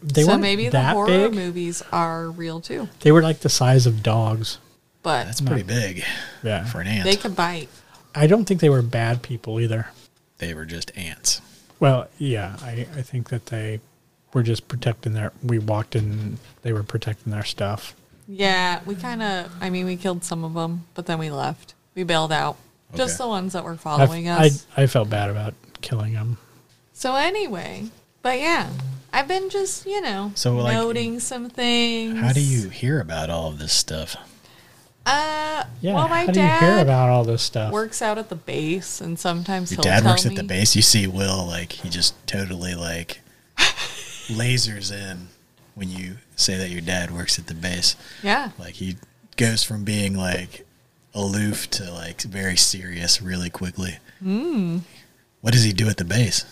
Speaker 4: They
Speaker 3: so
Speaker 4: weren't
Speaker 3: maybe the
Speaker 4: that
Speaker 3: horror
Speaker 4: big.
Speaker 3: movies are real too,
Speaker 4: They were like the size of dogs.
Speaker 3: but
Speaker 4: Hmm.
Speaker 5: That's pretty big
Speaker 4: Yeah.
Speaker 5: for an ant.
Speaker 3: they could bite.
Speaker 4: I don't think they were bad people either.
Speaker 5: they were just ants.
Speaker 4: Well, yeah, I, I think that they were just protecting their. We walked in, they were protecting their stuff.
Speaker 3: Yeah, we kind of. I mean, we killed some of them, but then we left. We bailed out. Just
Speaker 5: Okay.
Speaker 3: the ones that were
Speaker 4: I,
Speaker 3: following
Speaker 4: I,
Speaker 3: us.
Speaker 4: I felt bad about killing them.
Speaker 3: so anyway, but yeah, I've been just you know
Speaker 5: So, like,
Speaker 3: noting some things.
Speaker 5: How do you hear about all of this stuff?
Speaker 3: Uh,
Speaker 4: Yeah,
Speaker 3: well, my
Speaker 4: how do you
Speaker 3: dad
Speaker 4: hear about all this stuff?
Speaker 3: works out at the base, and sometimes
Speaker 5: Your
Speaker 3: he'll
Speaker 5: dad
Speaker 3: tell
Speaker 5: works
Speaker 3: me.
Speaker 5: at the base. You see Will like he just totally like lasers in when you say that your dad works at the base.
Speaker 3: Yeah,
Speaker 5: Like he goes from being like aloof to like very serious really quickly. Mm.
Speaker 3: Hmm.
Speaker 5: What does he do at the base?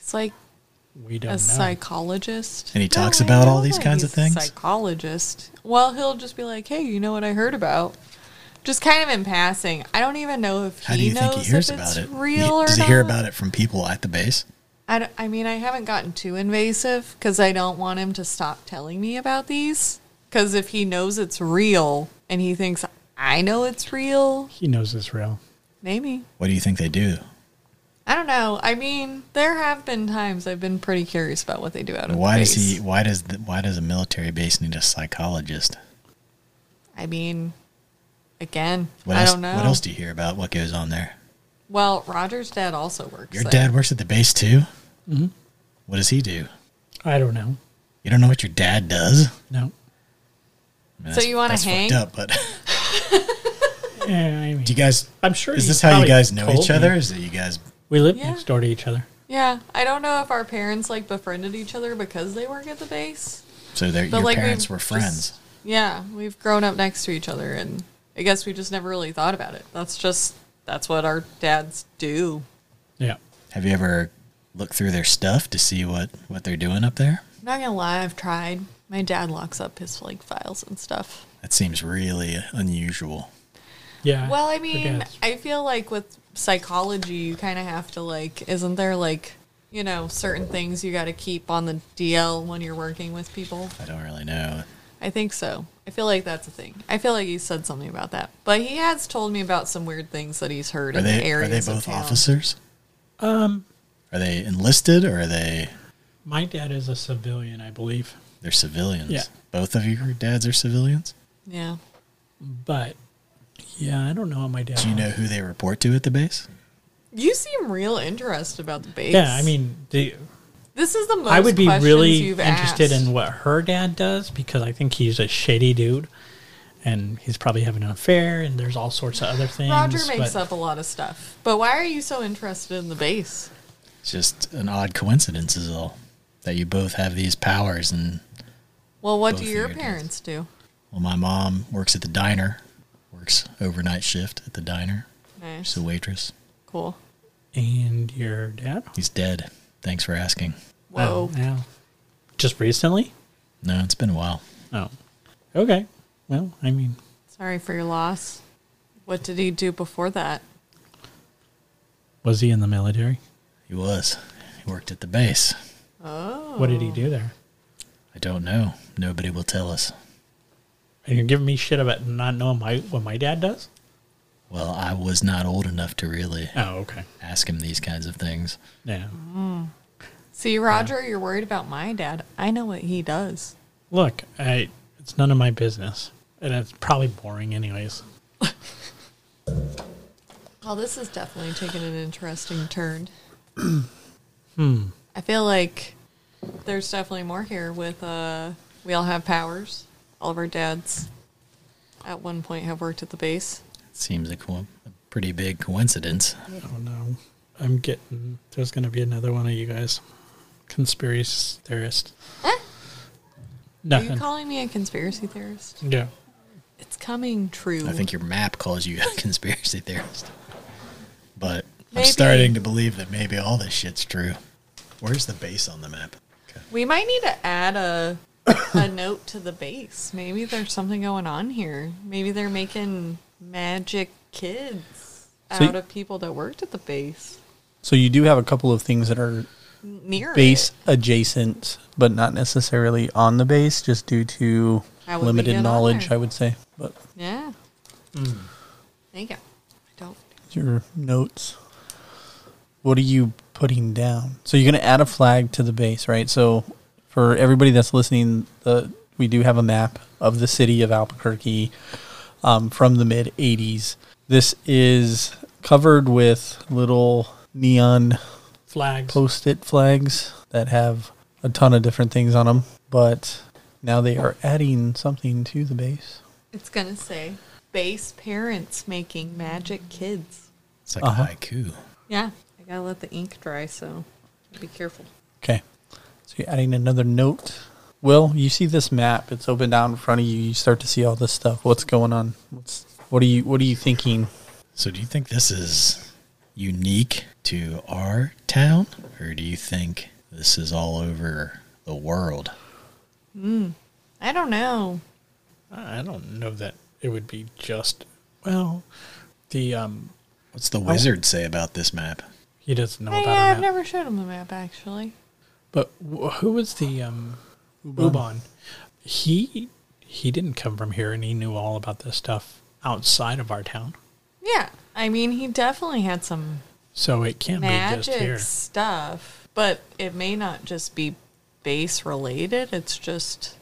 Speaker 3: it's like
Speaker 4: we don't
Speaker 3: a
Speaker 4: know.
Speaker 3: psychologist.
Speaker 5: And he talks
Speaker 3: I
Speaker 5: about all
Speaker 3: know
Speaker 5: these
Speaker 3: that
Speaker 5: kinds
Speaker 3: he's
Speaker 5: of things?
Speaker 3: A psychologist. Well, he'll just be like, "Hey, you know what I heard about?" Just kind of in passing. I don't even know if
Speaker 5: How
Speaker 3: he
Speaker 5: do you
Speaker 3: knows
Speaker 5: think he hears
Speaker 3: if it's
Speaker 5: about it?
Speaker 3: real
Speaker 5: He-
Speaker 3: or
Speaker 5: does he hear
Speaker 3: not.
Speaker 5: about it from people at the base?
Speaker 3: I, don't- I mean, I haven't gotten too invasive because I don't want him to stop telling me about these. Because if he knows it's real and he thinks I know it's real,
Speaker 4: he knows it's real.
Speaker 3: maybe.
Speaker 5: What do you think they do?
Speaker 3: I don't know. I mean, there have been times I've been pretty curious about what they do out of
Speaker 5: Why
Speaker 3: space.
Speaker 5: does he? Why does the, why does a military base need a psychologist?
Speaker 3: I mean, again,
Speaker 5: What
Speaker 3: I
Speaker 5: else,
Speaker 3: don't know.
Speaker 5: What else do you hear about? What goes on there?
Speaker 3: Well, Roger's dad also works.
Speaker 5: Your
Speaker 3: there.
Speaker 5: dad works at the base too. Mm-hmm. What does he do?
Speaker 4: I don't know.
Speaker 5: You don't know what your dad does.
Speaker 4: No.
Speaker 5: I mean,
Speaker 3: So
Speaker 5: that's-
Speaker 3: you wanna
Speaker 5: that's fucked
Speaker 3: hang?
Speaker 5: Up, but
Speaker 4: Yeah, I mean,
Speaker 5: do you guys?
Speaker 4: I'm sure.
Speaker 5: Is
Speaker 4: he
Speaker 5: this how you
Speaker 4: probably
Speaker 5: guys know
Speaker 4: told
Speaker 5: each other?
Speaker 4: me.
Speaker 5: Is that you guys?
Speaker 4: We live
Speaker 3: Yeah.
Speaker 4: next door to each other.
Speaker 3: Yeah, I don't know if our parents like befriended each other because they work at the base.
Speaker 5: So their
Speaker 3: But
Speaker 5: your
Speaker 3: like
Speaker 5: parents
Speaker 3: we've
Speaker 5: were
Speaker 3: just-
Speaker 5: friends.
Speaker 3: Yeah, we've grown up next to each other, and I guess we just never really thought about it. That's just that's what our dads do.
Speaker 4: Yeah.
Speaker 5: Have you ever looked through their stuff to see what what they're doing up there?
Speaker 3: I'm not gonna lie, I've tried. My dad locks up his like files and stuff.
Speaker 5: That seems really unusual.
Speaker 4: Yeah.
Speaker 3: Well, I
Speaker 4: Your
Speaker 3: mean,
Speaker 4: dad's-
Speaker 3: I feel like with psychology, you kind of have to like, isn't there like, you know, certain things you got to keep on the DL when you're working with people?
Speaker 5: I don't really know.
Speaker 3: I think so. I feel like that's a thing. I feel like he said something about that, but he has told me about some weird things that he's heard
Speaker 5: Are
Speaker 3: in the
Speaker 5: they are they
Speaker 3: areas of
Speaker 5: both
Speaker 3: town.
Speaker 5: officers? Um, are they enlisted or are they
Speaker 4: my dad is a civilian, I believe,
Speaker 5: they're civilians?
Speaker 4: Yeah.
Speaker 5: Both of your dads are civilians.
Speaker 3: Yeah,
Speaker 4: but yeah, I don't know what my dad.
Speaker 5: Do you know who they report to at the base?
Speaker 3: you seem real interested about the base.
Speaker 4: Yeah, I mean, the,
Speaker 3: this is the most.
Speaker 4: I would be
Speaker 3: questions
Speaker 4: really
Speaker 3: you've
Speaker 4: interested
Speaker 3: asked.
Speaker 4: in what her dad does because I think he's a shady dude, and he's probably having an affair, and there's all sorts of other things.
Speaker 3: Roger makes
Speaker 4: but
Speaker 3: up a lot of stuff, but why are you so interested in the base?
Speaker 5: It's just an odd coincidence is all that you both have these powers and
Speaker 3: Well, what
Speaker 5: Both
Speaker 3: do
Speaker 5: of
Speaker 3: your
Speaker 5: your dads.
Speaker 3: parents do?
Speaker 5: well my mom works at the diner, works overnight shift at the diner.
Speaker 3: Nice.
Speaker 5: She's a waitress.
Speaker 3: Cool.
Speaker 4: And your dad?
Speaker 5: He's dead. Thanks for asking.
Speaker 3: Whoa.
Speaker 4: Oh, yeah. Just recently?
Speaker 5: No, it's been a while.
Speaker 4: Oh. Okay. Well, I mean,
Speaker 3: Sorry for your loss. What did he do before that?
Speaker 4: was he in the military?
Speaker 5: He was. He worked at the base.
Speaker 3: Oh.
Speaker 4: What did he do there?
Speaker 5: I don't know. Nobody will tell us.
Speaker 4: And you're giving me shit about not knowing my what my dad does?
Speaker 5: Well, I was not old enough to really
Speaker 4: Oh, okay.
Speaker 5: ask him these kinds of things.
Speaker 4: Yeah.
Speaker 3: See, Roger, you're worried about my dad. I know what he does.
Speaker 4: Look, I it's none of my business, and it's probably boring anyways.
Speaker 3: Well, this is definitely taking an interesting turn.
Speaker 5: Hmm.
Speaker 3: I feel like there's definitely more here with uh we all have powers. All of our dads at one point have worked at the base.
Speaker 5: Seems like one- a pretty big coincidence.
Speaker 4: I don't know. I'm getting there's going to be another one of you guys, conspiracy theorist.
Speaker 3: Are you
Speaker 4: Nothing.
Speaker 3: calling me a conspiracy theorist?
Speaker 4: yeah.
Speaker 3: It's coming true.
Speaker 5: I think your map calls you a conspiracy theorist. But I'm
Speaker 3: Maybe.
Speaker 5: starting to believe that maybe all this shit's true. Where's the base on the map? Okay.
Speaker 3: we might need to add a a note to the base. Maybe there's something going on here. Maybe they're making magic kids
Speaker 2: So
Speaker 3: out
Speaker 2: you-
Speaker 3: of people that worked at the base.
Speaker 2: So you do have a couple of things that are
Speaker 3: Near
Speaker 2: base
Speaker 3: it.
Speaker 2: adjacent, but not necessarily on the base, just due to
Speaker 3: How would we get
Speaker 2: limited
Speaker 3: on
Speaker 2: knowledge, I
Speaker 3: there?
Speaker 2: would say. But
Speaker 3: Yeah. There you go. I don't.
Speaker 2: your notes. What are you putting down? So you're going to add a flag to the base, right? So for everybody that's listening, the we do have a map of the city of Albuquerque um, from the mid 80s. This is covered with little neon
Speaker 4: Flags.
Speaker 2: post-it flags that have a ton of different things on them, but now they are adding something to the base.
Speaker 3: It's gonna say base parents making magic kids.
Speaker 5: It's like
Speaker 2: Uh-huh.
Speaker 5: a haiku.
Speaker 3: Yeah, I gotta let the ink dry, so be careful.
Speaker 2: Okay. So you're adding another note. Will, you see this map. It's opened out in front of you. You start to see all this stuff. What's going on? What's what are you what are you thinking?
Speaker 5: So do you think this is unique to our town? Or do you think this is all over the world?
Speaker 3: I don't know.
Speaker 4: I don't know that it would be just well, the um
Speaker 5: What's the wizard say about this map?
Speaker 4: he doesn't know
Speaker 3: Hey,
Speaker 4: about our
Speaker 3: uh, I've
Speaker 4: map.
Speaker 3: never showed him the map actually.
Speaker 4: But wh- who was the um Ubon. He he didn't come from here and he knew all about this stuff outside of our town.
Speaker 3: Yeah, I mean he definitely had some
Speaker 4: So it can't be just
Speaker 3: magic
Speaker 4: here.
Speaker 3: stuff, but it may not just be base related. It's just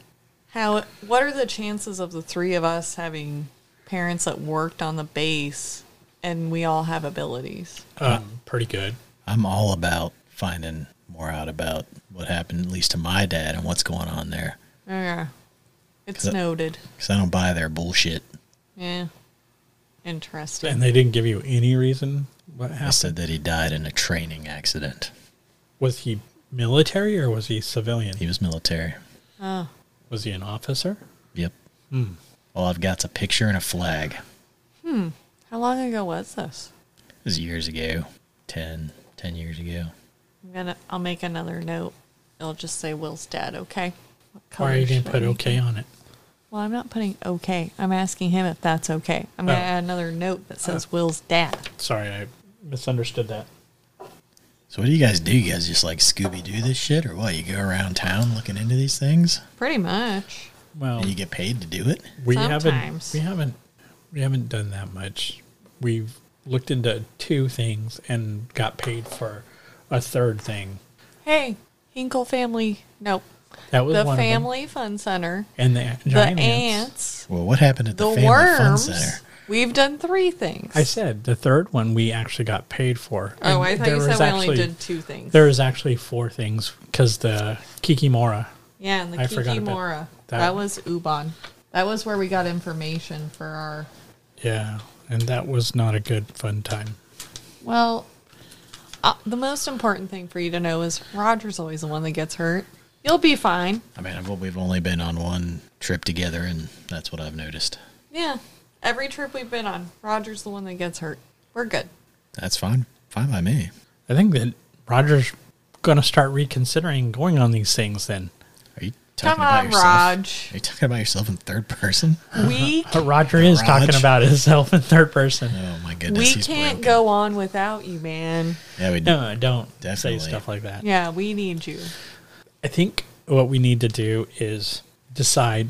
Speaker 3: how. What are the chances of the three of us having parents that worked on the base and we all have abilities?
Speaker 4: Uh, pretty good.
Speaker 5: I'm all about finding more out about what happened, at least to my dad, and what's going on there.
Speaker 3: Yeah, it's
Speaker 5: Cut.
Speaker 3: noted.
Speaker 5: Because I don't buy their bullshit.
Speaker 3: Yeah,
Speaker 4: And
Speaker 3: interesting.
Speaker 4: they didn't give you any reason what
Speaker 5: I
Speaker 4: happened.
Speaker 5: said that he died in a training accident.
Speaker 4: Was he military or was he civilian?
Speaker 5: He was military.
Speaker 3: Oh,
Speaker 4: Was he an officer?
Speaker 5: Yep. All I've got's a picture and a flag. It
Speaker 3: how long ago was this?
Speaker 5: was years ago. 10, 10 years ago.
Speaker 3: I'm gonna. I'll make another note. It'll just say Will's dad. Okay. What
Speaker 4: Or you
Speaker 3: color
Speaker 4: didn't
Speaker 3: should I
Speaker 4: put
Speaker 3: make
Speaker 4: okay on it?
Speaker 3: Well, I'm not putting okay. I'm asking him if that's okay. I'm going
Speaker 4: Oh.
Speaker 3: to add another note that says Will's dad.
Speaker 4: Sorry, I misunderstood that.
Speaker 5: So what do you guys do? You guys just like Scooby Doo this shit, or what? You go around town looking into these things,
Speaker 3: Pretty much.
Speaker 4: Well,
Speaker 5: and you get paid to do it.
Speaker 4: we haven't
Speaker 3: Sometimes.
Speaker 4: we haven't we haven't done that much. We've looked into two things and got paid for a third thing.
Speaker 3: Hey, Hinkle family. Nope.
Speaker 4: That was
Speaker 3: The
Speaker 4: one
Speaker 3: Family Fun Center.
Speaker 4: of them. and the
Speaker 3: The
Speaker 4: giant
Speaker 3: ants.
Speaker 4: ants.
Speaker 5: Well, what happened at the,
Speaker 3: The
Speaker 5: family fun
Speaker 3: worms.
Speaker 5: center?
Speaker 3: We've done three things.
Speaker 4: I said the third one we actually got paid for.
Speaker 3: Oh,
Speaker 4: And
Speaker 3: I thought
Speaker 4: there
Speaker 3: you
Speaker 4: was
Speaker 3: said we only
Speaker 4: actually-
Speaker 3: did two things.
Speaker 4: There was actually four things because the Kikimora.
Speaker 3: yeah, and the
Speaker 4: I forgot about
Speaker 3: Kikimora.
Speaker 4: that.
Speaker 3: That. was Ubon. That was where we got information for our.
Speaker 4: Yeah, and that was not a good fun time.
Speaker 3: Well, uh, the most important thing for you to know is Roger's always the one that gets hurt. You'll be fine.
Speaker 5: I mean, I've- we've only been on one trip together, and that's what I've noticed.
Speaker 3: Yeah. Every trip we've been on, Roger's the one that gets hurt. We're good.
Speaker 5: That's fine, fine by me.
Speaker 4: I think that Roger's going to start reconsidering going on these things then.
Speaker 5: Are you talking
Speaker 3: Come
Speaker 5: about
Speaker 3: on,
Speaker 5: yourself?
Speaker 3: Raj.
Speaker 5: Are you talking about yourself in third person?
Speaker 3: We
Speaker 4: But Roger is
Speaker 5: Raj.
Speaker 4: talking about himself in third person.
Speaker 5: Oh my goodness,
Speaker 3: we
Speaker 5: he's
Speaker 3: can't
Speaker 5: broken.
Speaker 3: go on without you, man.
Speaker 5: Yeah, we
Speaker 4: No, don't
Speaker 5: Definitely.
Speaker 4: say stuff like that.
Speaker 3: Yeah, we need you.
Speaker 4: I think what we need to do is decide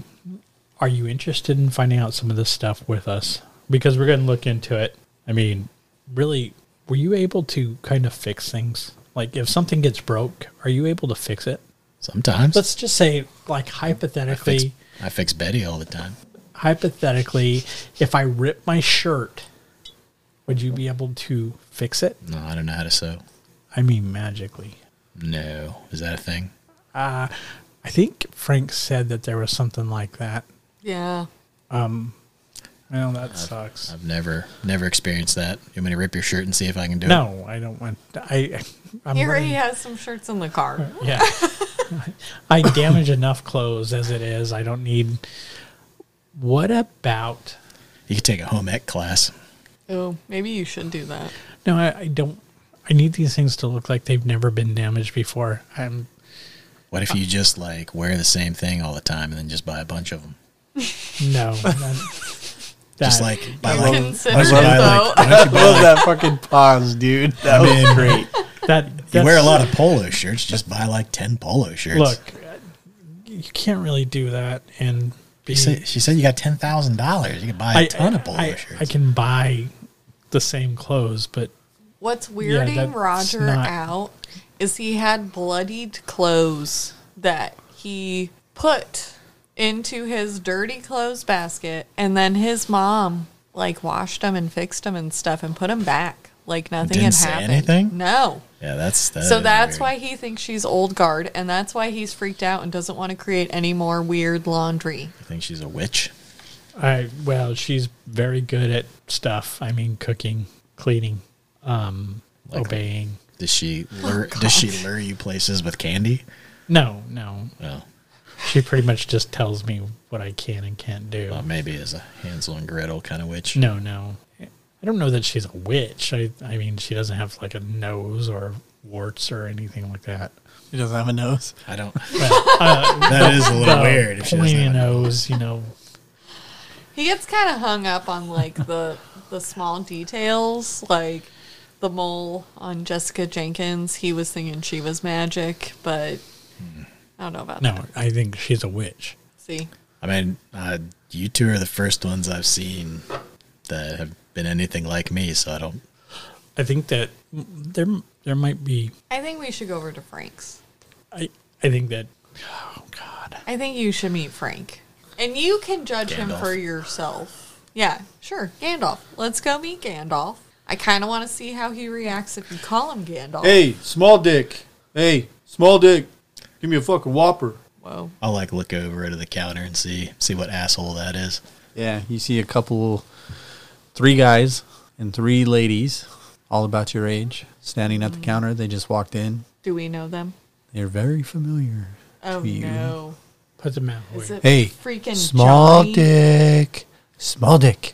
Speaker 4: are you interested in finding out some of this stuff with us? Because we're going to look into it. I mean, really, were you able to kind of fix things? Like, if something gets broke, are you able to fix it?
Speaker 5: Sometimes
Speaker 4: Let's just say, like,
Speaker 5: I fix,
Speaker 4: hypothetically,
Speaker 5: I fix Betty all the time.
Speaker 4: hypothetically, if I rip my shirt Would you be able to fix it?
Speaker 5: No, I don't know how to sew.
Speaker 4: I mean, magically.
Speaker 5: No, is that a thing?
Speaker 4: Uh, I think Frank said that there was something like that.
Speaker 3: Yeah.
Speaker 4: Well, that sucks.
Speaker 5: I've never, never experienced that. You want me to rip your shirt and see if I can do it?
Speaker 4: no, I don't want. I, I'm
Speaker 3: Here
Speaker 4: running-
Speaker 3: he has some shirts in the car.
Speaker 4: Yeah. I damage enough clothes as it is. I don't need. What about.
Speaker 5: You could take a home ec class.
Speaker 3: Oh, maybe you should do that.
Speaker 4: No, I, I don't. I need these things to look like they've never been damaged before. I'm.
Speaker 5: What if you just like wear the same thing all the time and then just buy a bunch of them?
Speaker 4: No. that-
Speaker 5: Just
Speaker 4: that-
Speaker 5: like buy
Speaker 3: You
Speaker 5: like,
Speaker 3: Consider it
Speaker 5: buy like
Speaker 3: though.
Speaker 5: why don't you buy,
Speaker 2: Love that fucking pause, dude. That was great.
Speaker 4: that.
Speaker 5: you wear a
Speaker 4: that's-
Speaker 5: lot of polo shirts. Just buy like ten polo shirts.
Speaker 4: Look, you can't really do that and be.
Speaker 5: she said, she said you got ten thousand dollars. You could buy a ton of polo
Speaker 4: I,
Speaker 5: shirts.
Speaker 4: I can buy the same clothes, but
Speaker 3: What's weirding
Speaker 4: that's
Speaker 3: Roger
Speaker 4: not-
Speaker 3: out is he had bloodied clothes that he put into his dirty clothes basket, and then his mom like washed them and fixed them and stuff and put them back like nothing
Speaker 5: Didn't
Speaker 3: had
Speaker 5: say
Speaker 3: happened.
Speaker 5: anything?
Speaker 3: No.
Speaker 5: yeah, that's that
Speaker 3: So
Speaker 5: is
Speaker 3: that's
Speaker 5: weird.
Speaker 3: why he thinks she's old guard, and that's why he's freaked out and doesn't want to create any more weird laundry.
Speaker 5: I think she's a witch.
Speaker 4: I well, she's very good at stuff. I mean, cooking, cleaning, um,
Speaker 5: Like-
Speaker 4: obeying.
Speaker 5: Does she
Speaker 3: Oh,
Speaker 5: lure? does she lure you places with candy?
Speaker 4: No, no.
Speaker 5: Well,
Speaker 4: She pretty much just tells me what I can and can't do.
Speaker 5: well maybe as a Hansel and Gretel kind of witch.
Speaker 4: No, no. I don't know that she's a witch. I, I mean, she doesn't have like a nose or warts or anything like that.
Speaker 2: He doesn't have a nose.
Speaker 5: I don't.
Speaker 4: But, uh,
Speaker 5: That is a little weird. If she doesn't
Speaker 4: pointy
Speaker 5: have a-
Speaker 4: nose, you know.
Speaker 3: He gets kind of hung up on like the the small details, like the mole on Jessica Jenkins. He was thinking she was magic, but I don't know about that.
Speaker 4: No, I think she's a witch.
Speaker 3: See,
Speaker 5: I mean, uh, you two are the first ones I've seen that have been anything like me. So I don't.
Speaker 4: I think that there there might be.
Speaker 3: I think we should go over to Frank's.
Speaker 4: I I think that. Oh God.
Speaker 3: I think you should meet Frank, and you can judge him
Speaker 5: Gandalf.
Speaker 3: for yourself. Yeah, sure, Gandalf. Let's go meet Gandalf. I kind of want to see how he reacts if you call him Gandalf.
Speaker 6: Hey, small dick. Hey, small dick. Give me a fucking whopper.
Speaker 3: Whoa.
Speaker 5: I'll like look over to the counter and see see what asshole that is.
Speaker 2: Yeah, you see a couple, three guys and three ladies, all about your age, standing
Speaker 3: Mm.
Speaker 2: at the counter. They just walked in.
Speaker 3: Do we know them?
Speaker 2: They're very familiar.
Speaker 3: Oh
Speaker 2: to you.
Speaker 3: no.
Speaker 4: Put them out.
Speaker 3: Is
Speaker 4: Wait.
Speaker 3: it
Speaker 2: Hey,
Speaker 3: freaking
Speaker 2: small
Speaker 3: Johnny?
Speaker 2: dick, small dick.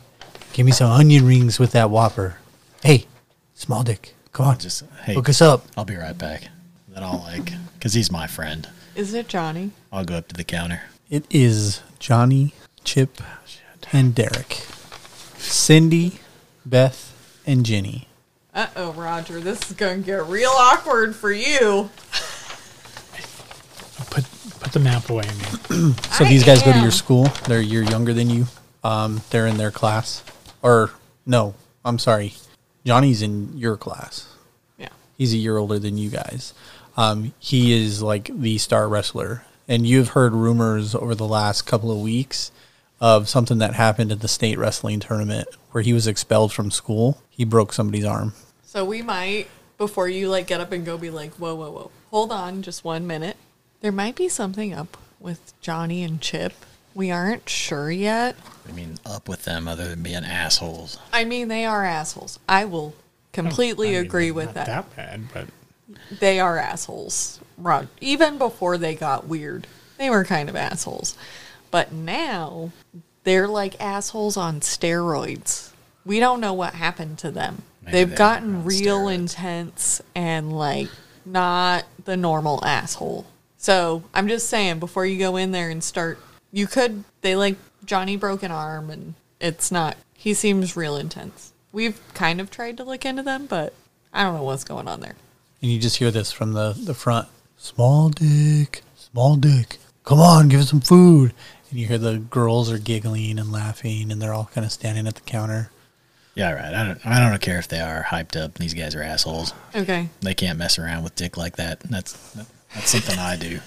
Speaker 2: Give me some onion rings with that whopper. Hey, small dick, come on,
Speaker 5: Just
Speaker 2: just
Speaker 5: hey,
Speaker 2: hook us up.
Speaker 5: I'll be right back. Then I'll like because he's my friend.
Speaker 3: Is it Johnny?
Speaker 5: I'll go up to the counter.
Speaker 2: It is Johnny, Chip,
Speaker 5: Oh,
Speaker 2: and Derek, Cindy, Beth, and Jenny.
Speaker 3: Uh oh, Roger, this is going to get real awkward for you.
Speaker 4: Put put the map away, man.
Speaker 2: So
Speaker 3: I
Speaker 2: these guys go to
Speaker 3: am.
Speaker 2: your school. They're a year younger than you. Um, they're in their class, or no, I'm sorry, Johnny's in your class.
Speaker 3: Yeah.
Speaker 2: He's a year older than you guys. Um, he is like the star wrestler, and you've heard rumors over the last couple of weeks of something that happened at the state wrestling tournament where he was expelled from school. He broke somebody's arm.
Speaker 3: So we might, before you like get up and go, be like, whoa, whoa, whoa. Hold on just one minute. There might be something up with Johnny and Chip. We aren't sure yet.
Speaker 5: I mean, up with them other than being assholes.
Speaker 3: I mean, they are assholes. I will completely
Speaker 4: Oh, I mean,
Speaker 3: agree
Speaker 4: not
Speaker 3: with that.
Speaker 4: That bad, but
Speaker 3: They are assholes. Rod, even before they got weird, they were kind of assholes. But now they're like assholes on steroids. We don't know what happened to them.
Speaker 5: Maybe they
Speaker 3: They've
Speaker 5: were
Speaker 3: gotten
Speaker 5: on
Speaker 3: real
Speaker 5: steroids.
Speaker 3: intense and like not the normal asshole. So I'm just saying, before you go in there and start, you could, they like Johnny broke an arm and it's not, he seems real intense. We've kind of tried to look into them, but I don't know what's going on there.
Speaker 2: And you just hear this from the, the front Small dick, small dick, come on, give us some food. And you hear the girls are giggling and laughing, and they're all kind of standing at the counter.
Speaker 5: Yeah, all right. I don't. I don't care if they are hyped up. These guys are assholes.
Speaker 3: Okay.
Speaker 5: They can't mess around with dick like that. That's that's something I do.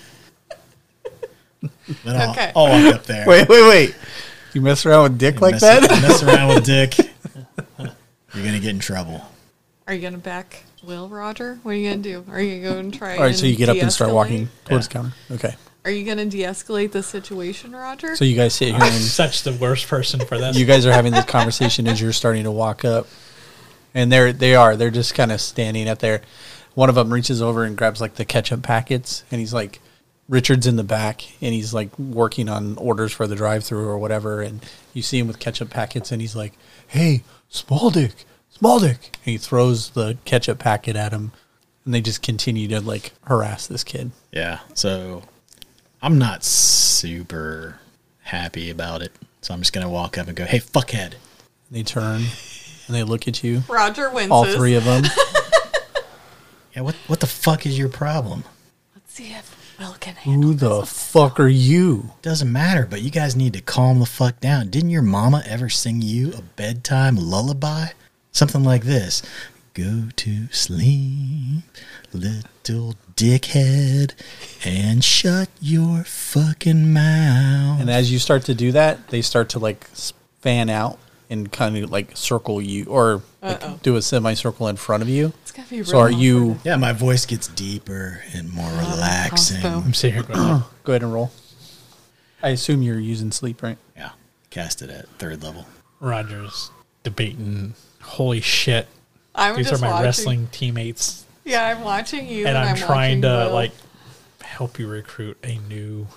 Speaker 5: Then I'll,
Speaker 3: Okay.
Speaker 5: I'll walk up there.
Speaker 2: wait, wait. You mess around with dick like
Speaker 5: mess,
Speaker 2: that?
Speaker 5: mess around with dick. You're gonna get in trouble.
Speaker 3: Are you gonna back Will Roger? What are you gonna do? Are you gonna go and try?
Speaker 2: All right, so you get up and start
Speaker 3: de-escalate?
Speaker 2: walking towards the
Speaker 5: Yeah.
Speaker 2: counter. Okay.
Speaker 3: Are you gonna de-escalate the situation, Roger?
Speaker 2: So you guys sit here and
Speaker 4: Such the worst person for this.
Speaker 2: you guys are having this conversation as you're starting to walk up, and they're they are they're just kind of standing out there. One of them reaches over and grabs like the ketchup packets, and he's like, Richard's in the back, and he's like working on orders for the drive-through or whatever. And you see him with ketchup packets, and he's like, Hey, small dick, small dick, and he throws the ketchup packet at him, and they just continue to like harass this kid.
Speaker 5: Yeah. So I'm not super happy about it. So I'm just gonna walk up and go, "Hey, fuckhead!"
Speaker 2: They turn and they look at you,
Speaker 3: Roger winces.
Speaker 2: all three of them.
Speaker 5: Yeah. What What the fuck is your problem?
Speaker 3: Let's see if Will can handle
Speaker 2: Who the fuck are you?
Speaker 5: Doesn't matter. But you guys need to calm the fuck down. Didn't your mama ever sing you a bedtime lullaby? Something like this. Go to sleep, little dickhead, and shut your fucking mouth.
Speaker 2: And as you start to do that, they start to like s- fan out and kind of like circle you or like do a semicircle in front of you.
Speaker 3: It's gonna be
Speaker 2: So are
Speaker 3: real
Speaker 2: you?
Speaker 5: yeah, my voice gets deeper and more
Speaker 3: crossbow.
Speaker 5: relaxing.
Speaker 4: I'm sitting here going,
Speaker 2: Go ahead and roll. I assume you're using sleep, right?
Speaker 5: Yeah, cast it at third level.
Speaker 4: Rogers debating. Holy shit!
Speaker 3: I'm
Speaker 4: These are
Speaker 3: just
Speaker 4: my
Speaker 3: watching.
Speaker 4: wrestling teammates,
Speaker 3: Yeah, I'm watching you,
Speaker 4: and I'm, trying
Speaker 3: watching
Speaker 4: to
Speaker 3: Will.
Speaker 4: like help you recruit a new.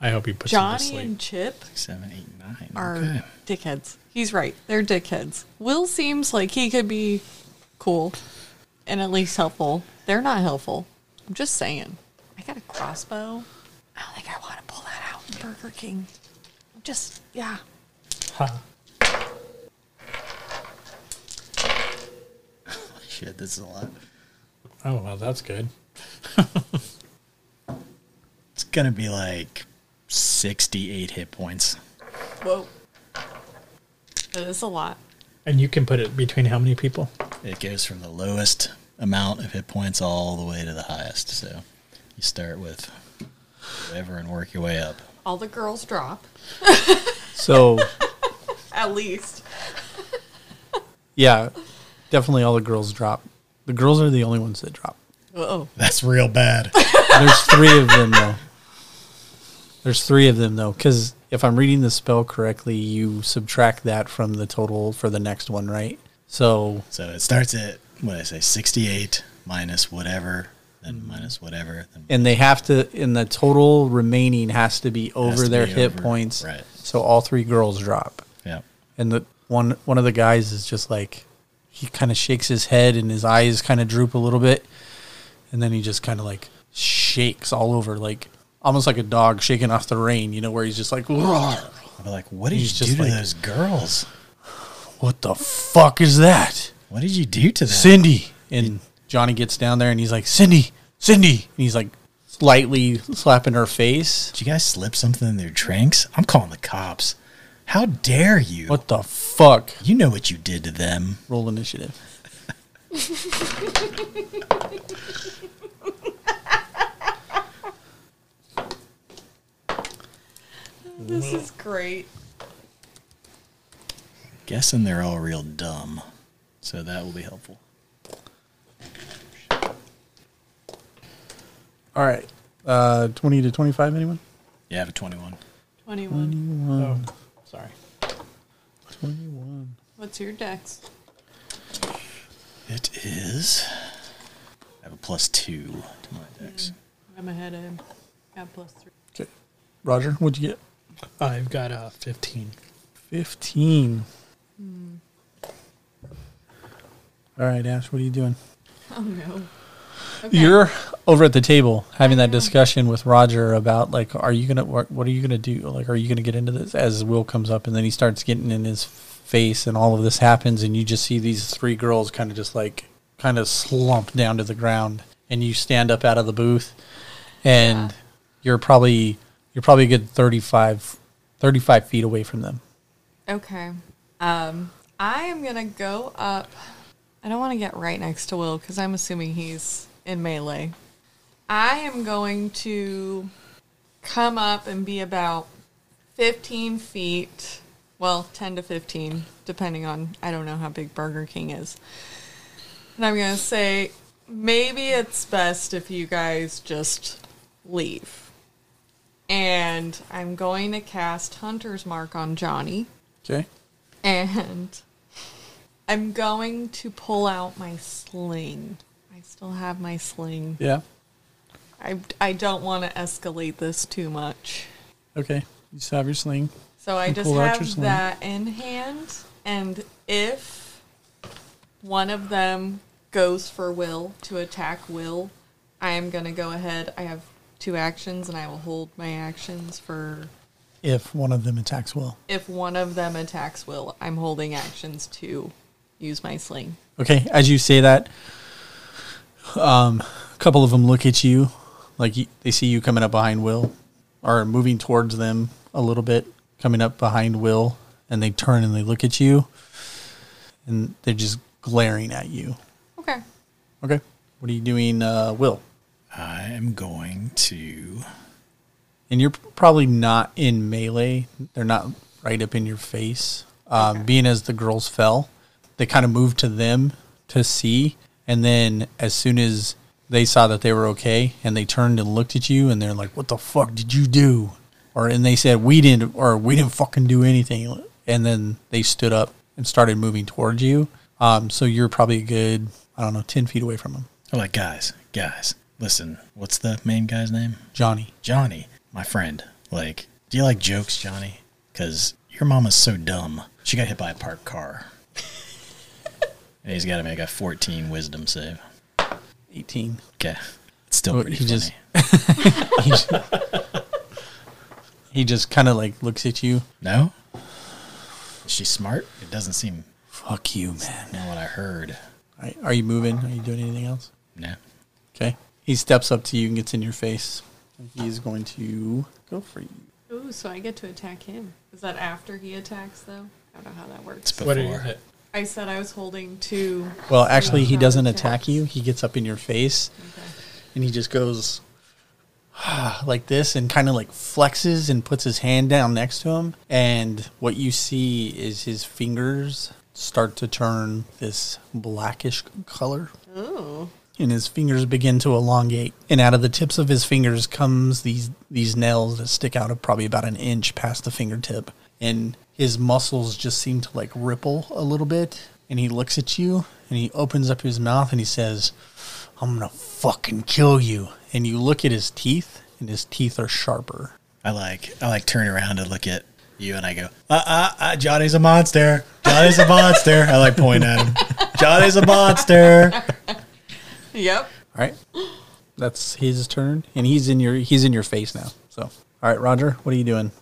Speaker 4: I hope you put him to
Speaker 3: Johnny and
Speaker 4: sleep.
Speaker 3: Chip
Speaker 5: Seven, eight, nine.
Speaker 3: are
Speaker 5: Okay.
Speaker 3: dickheads. He's right; they're dickheads. Will seems like he could be cool and at least helpful. They're not helpful. I'm just saying. I got a crossbow. I don't think I want to pull that out. in Burger King. I'm just yeah.
Speaker 4: Ha.
Speaker 5: Shit, this is a lot.
Speaker 4: Oh well, that's good.
Speaker 5: It's gonna be like sixty-eight hit points.
Speaker 3: Whoa, that is a lot.
Speaker 4: And you can put it between how many people?
Speaker 5: It goes from the lowest amount of hit points all the way to the highest. So you start with whatever and work your way up.
Speaker 3: All the girls drop
Speaker 2: So
Speaker 3: at least.
Speaker 2: yeah, definitely all the girls drop. The girls are the only ones that drop.
Speaker 3: Oh,
Speaker 5: That's real bad.
Speaker 2: There's three of them though. There's three of them though, because if I'm reading the spell correctly, you subtract that from the total for the next one, right? So
Speaker 5: so it starts at what did I say, sixty-eight minus whatever, then minus whatever, then
Speaker 2: and they have to and the total remaining has to be over
Speaker 5: to
Speaker 2: their
Speaker 5: be
Speaker 2: hit
Speaker 5: over,
Speaker 2: points
Speaker 5: right.
Speaker 2: so all three girls drop
Speaker 5: yeah.
Speaker 2: and the one one of the guys is just like he kind of shakes his head and his eyes kind of droop a little bit and then he just kind of like shakes all over like almost like a dog shaking off the rein you know where he's just like "Rawr,
Speaker 5: I'll be like, what did
Speaker 2: He's
Speaker 5: you
Speaker 2: just
Speaker 5: do
Speaker 2: like-
Speaker 5: to those girls?
Speaker 2: what the fuck is that
Speaker 5: What did you do to them?
Speaker 2: cindy and johnny gets down there and he's like cindy cindy and he's like slightly slapping her face
Speaker 5: Did you guys slip something in their drinks? I'm calling the cops. How dare you?
Speaker 2: what the fuck
Speaker 5: You know what you did to them.
Speaker 2: roll initiative
Speaker 3: this is great.
Speaker 5: Guessing they're all real dumb. So that will be helpful.
Speaker 2: All right. Uh, 20 to 25, anyone?
Speaker 5: You have a 21.
Speaker 3: Twenty-one.
Speaker 4: Oh, sorry.
Speaker 2: 21.
Speaker 3: What's your dex?
Speaker 5: It is. I have a plus two to my dex.
Speaker 3: I'm ahead of him. Got plus three.
Speaker 2: Okay. Roger, what'd you get?
Speaker 4: I've got a 15.
Speaker 2: 15. All right, Ash, what are you doing?
Speaker 3: Oh no.
Speaker 2: You're over at the table having that discussion with Roger about like, are you gonna what, what are you gonna do? Like, are you gonna get into this? As Will comes up and then he starts getting in his face, and all of this happens, and you just see these three girls kind of just like kind of slump down to the ground, and you stand up out of the booth, and you're probably you're probably a good 35, 35 feet away from them.
Speaker 3: Okay. Um, I am gonna go up. I don't want to get right next to Will because I'm assuming he's in melee. I am going to come up and be about 15 feet Well, 10 to 15, depending on, I don't know how big Burger King is. And I'm going to say maybe it's best if you guys just leave. And I'm going to cast Hunter's Mark on Johnny.
Speaker 2: Okay.
Speaker 3: And I'm going to pull out my sling. I still have my sling.
Speaker 2: Yeah.
Speaker 3: I, I don't want to escalate this too much.
Speaker 2: Okay. You still have your sling.
Speaker 3: So I
Speaker 2: And
Speaker 3: just
Speaker 2: pull out your
Speaker 3: have
Speaker 2: sling.
Speaker 3: that in hand, and if one of them goes for Will to attack Will, I am going to go ahead. I have two actions, and I will hold my actions for
Speaker 2: If one of them attacks Will.
Speaker 3: if one of them attacks Will. I'm holding actions to use my sling.
Speaker 2: Okay. As you say that, um, a couple of them look at you, like y- they see you coming up behind Will, or moving towards them a little bit, coming up behind Will, and they turn and they look at you, and they're just glaring at you.
Speaker 3: Okay.
Speaker 2: Okay. What are you doing, uh, Will?
Speaker 5: I am going to.
Speaker 2: and you're probably not in melee. They're not right up in your face. Um, Being as the girls fell, they kind of moved to them to see, and then as soon as they saw that they were okay, and they turned and looked at you, and they're like, "What the fuck did you do?" Or and they said, "We didn't," or "We didn't fucking do anything." And then they stood up and started moving towards you. Um, so you're probably a good, I don't know, ten feet away from them,
Speaker 5: I'm oh, like, guys, guys, listen. What's the main guy's name?
Speaker 2: Johnny.
Speaker 5: Johnny, my friend. Like, do you like jokes, Johnny? Because your mama's so dumb. She got hit by a parked car. and he's got to make a 14 wisdom save.
Speaker 2: Eighteen.
Speaker 5: Okay. It's still
Speaker 2: Well,
Speaker 5: pretty
Speaker 2: he
Speaker 5: funny.
Speaker 2: just- He just, he just kind of like looks at you.
Speaker 5: No? Is she smart? It doesn't seem.
Speaker 2: Fuck you, man.
Speaker 5: Not what I heard.
Speaker 2: All right, are you moving? Are you doing anything else?
Speaker 5: No.
Speaker 2: Okay. He steps up to you and gets in your face. He's going to go for you.
Speaker 3: Ooh, so I get to attack him. Is that after he attacks, though? I don't know how that works.
Speaker 5: It's
Speaker 4: What
Speaker 5: before.
Speaker 4: is it?
Speaker 3: I said I was holding two.
Speaker 2: Well, actually, he
Speaker 3: Oh,
Speaker 2: doesn't
Speaker 3: okay.
Speaker 2: attack you. He gets up in your face and he just goes like this and kind of like flexes and puts his hand down next to him. And what you see is his fingers start to turn this blackish color.
Speaker 3: Ooh.
Speaker 2: and his fingers begin to elongate and out of the tips of his fingers comes these these nails that stick out of probably about an inch past the fingertip and his muscles just seem to like ripple a little bit and he looks at you and he opens up his mouth and he says i'm gonna fucking kill you and you look at his teeth and his teeth are sharper
Speaker 5: I like I like turn around to look at you and I go, uh uh, uh Johnny's a monster. Johnny's a monster. I like point at him. Johnny's a monster.
Speaker 3: Yep.
Speaker 2: all right that's his turn and he's in your he's in your face now so all right roger what are you doing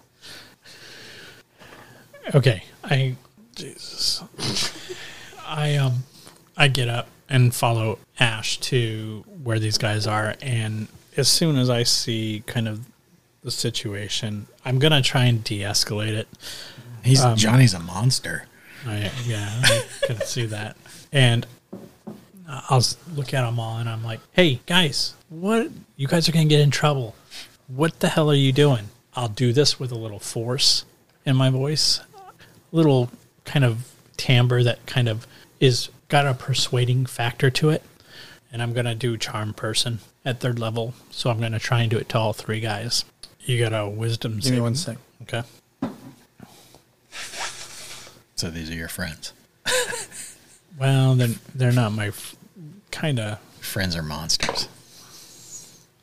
Speaker 4: Okay, I Jesus, I um, I get up and follow Ash to where these guys are, and as soon as I see kind of the situation, I'm gonna try and de-escalate it.
Speaker 5: He's Johnny's a monster.
Speaker 4: I, yeah, I can see that, and I'll s- look at them all, and I'm like, "Hey guys, what? You guys are gonna get in trouble. What the hell are you doing?" I'll do this with a little force in my voice, little kind of timbre that kind of is got a persuading factor to it. And I'm gonna do charm person at third level, so I'm gonna try and do it to all three guys. You got a wisdom.
Speaker 2: give me
Speaker 4: saving-
Speaker 2: one sec
Speaker 4: Okay.
Speaker 5: So these are your friends.
Speaker 4: Well, they're they're not my kind of
Speaker 5: Friends are monsters.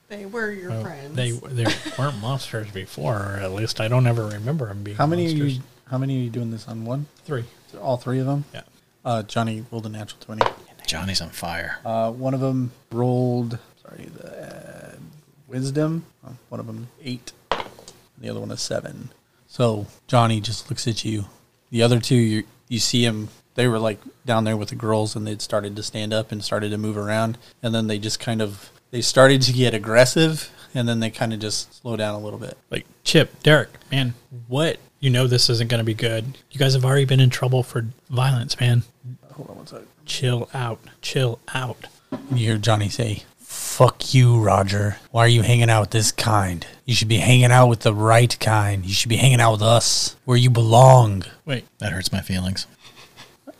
Speaker 3: They were your
Speaker 4: Well,
Speaker 3: friends.
Speaker 4: Oh, They they weren't monsters before, or at least I don't ever remember them being.
Speaker 2: how many are
Speaker 4: monsters.
Speaker 2: you how many are you doing this on one
Speaker 4: Three.
Speaker 2: All three of them?
Speaker 4: Yeah.
Speaker 2: Uh, Johnny rolled a natural 20.
Speaker 5: Johnny's on fire.
Speaker 2: Uh, one of them rolled, sorry, the uh, wisdom. Uh, One of them, eight. The other one is seven. So Johnny just looks at you. The other two, you, you see him. They were like down there with the girls and they'd started to stand up and started to move around. And then they just kind of, they started to get aggressive and then they kind of just slow down a little bit.
Speaker 4: Like Chip, Derek, man, what? You know this isn't going to be good. You guys have already been in trouble for violence, man.
Speaker 2: Hold on one sec.
Speaker 4: Chill out. Chill out.
Speaker 2: And you hear Johnny say, Fuck you, Roger. Why are you hanging out with this kind? You should be hanging out with the right kind. You should be hanging out with us, where you belong.
Speaker 4: Wait,
Speaker 5: That hurts my feelings.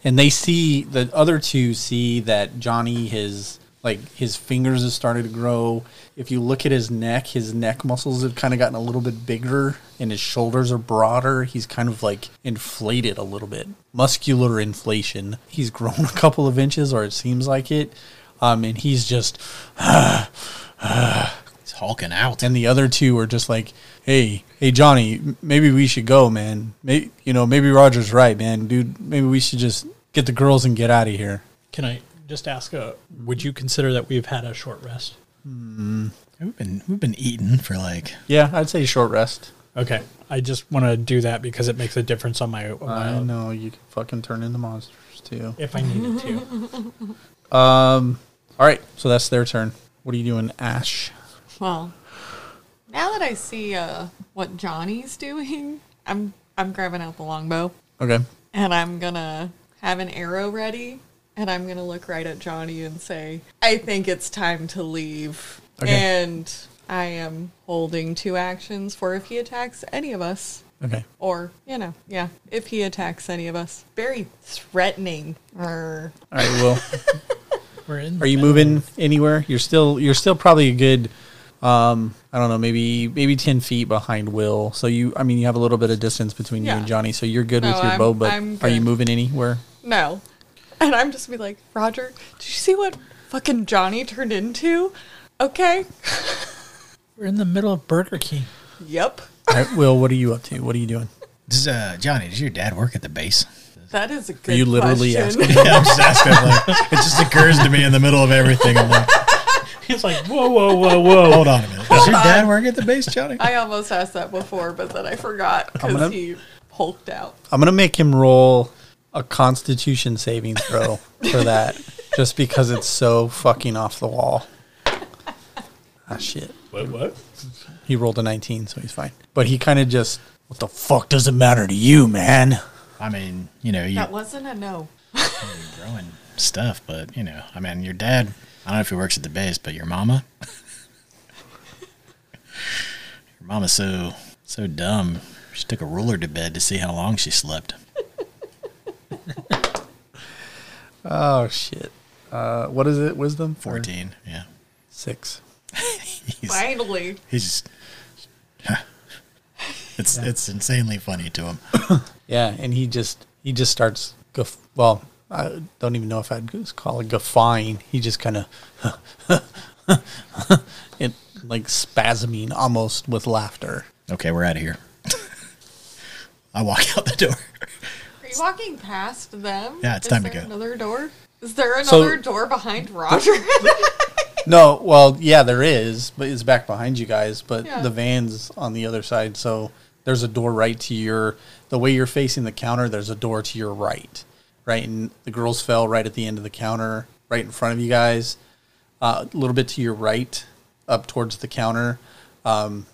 Speaker 2: and they see the other two see that Johnny his like his fingers have started to grow. If you look at his neck, his neck muscles have kind of gotten a little bit bigger and his shoulders are broader. He's kind of like inflated a little bit. Muscular inflation. He's grown a couple of inches or it seems like it. Um and he's just
Speaker 5: He's hulking out.
Speaker 2: and the other two are just like, "Hey, hey, Johnny, m- maybe we should go, man. Maybe you know, maybe Roger's right, man, dude. Maybe we should just get the girls and get out of here."
Speaker 4: can I just ask? Uh, would you consider that we've had a short rest?
Speaker 5: We've been we've been eating for like
Speaker 2: Yeah, I'd say short rest.
Speaker 4: Okay, I just want to do that because it makes a difference on my. on my
Speaker 2: I know you can fucking turn into monsters too.
Speaker 4: If I needed to,
Speaker 2: All right, so that's their turn. What are you doing, Ash?
Speaker 3: Well, now that I see uh, what Johnny's doing, I'm I'm grabbing out the longbow
Speaker 2: Okay.
Speaker 3: and I'm gonna have an arrow ready and I'm gonna look right at Johnny and say, "I think it's time to leave."
Speaker 2: Okay.
Speaker 3: And I am holding two actions for if he attacks any of us.
Speaker 2: Okay.
Speaker 3: Or, you know, yeah, if he attacks any of us. Very threatening. Arr.
Speaker 2: All right. Well,
Speaker 4: we're in.
Speaker 2: are you moving anywhere? You're still you're still probably a good um I don't know, maybe maybe 10 feet behind Will. So you I mean, you have a little bit of distance between you
Speaker 3: Yeah.
Speaker 2: and Johnny, so you're good
Speaker 3: No,
Speaker 2: with your
Speaker 3: I'm-
Speaker 2: bow, but
Speaker 3: I'm
Speaker 2: are you
Speaker 3: good.
Speaker 2: moving anywhere?
Speaker 3: No. And I'm just gonna be like, Roger, did you see what fucking Johnny turned into? Okay.
Speaker 4: We're in the middle of Burger King.
Speaker 3: Yep.
Speaker 2: All right, Will, what are you up to? What are you doing?
Speaker 5: Does uh, Johnny, does your dad work at the base?
Speaker 3: That is a good
Speaker 2: you literally
Speaker 3: question.
Speaker 5: Yeah, I'm just asking. Like, it just occurs to me in the middle of everything. I'm like,
Speaker 4: It's like whoa, whoa, whoa, whoa.
Speaker 5: hold on a minute. Does your dad work at the base, Johnny?
Speaker 3: I almost asked that before, but then I forgot because
Speaker 2: gonna-
Speaker 3: he hulked out.
Speaker 2: I'm gonna make him roll a Constitution saving throw for that, just because it's so fucking off the wall. Ah, shit.
Speaker 4: What? What?
Speaker 2: He rolled a 19, so he's fine. But he kind of just, what the fuck does it matter to you, man?
Speaker 5: I mean, you know, you
Speaker 3: That wasn't a no.
Speaker 5: growing stuff, but you know, I mean, your dad. I don't know if he works at the base, but your mama. your mama's so so dumb. She took a ruler to bed to see how long she slept.
Speaker 2: Oh shit. Uh, what is it? Wisdom Or
Speaker 5: Fourteen. Yeah.
Speaker 2: six.
Speaker 5: He's
Speaker 3: Finally.
Speaker 5: he's just. It's it's insanely funny to him.
Speaker 2: Yeah, and he just he just starts guff. Well, I don't even know if I'd just call it guffawing. He just kind of it like spasming almost with laughter.
Speaker 5: Okay, we're out of here. I walk out the door.
Speaker 3: Are you walking past them?
Speaker 5: Yeah, it's
Speaker 3: Is
Speaker 5: time to
Speaker 3: there
Speaker 5: go.
Speaker 3: Another door? Is there
Speaker 2: So-
Speaker 3: another door behind Roger?
Speaker 2: No, well, yeah, there is, but it's back behind you guys. But
Speaker 3: Yeah.
Speaker 2: the van's on the other side, so there's a door right to your the way you're facing the counter. There's a door to your right, right, and the girls fell right at the end of the counter, right in front of you guys. Uh, a little bit to your right, up towards the counter. Um,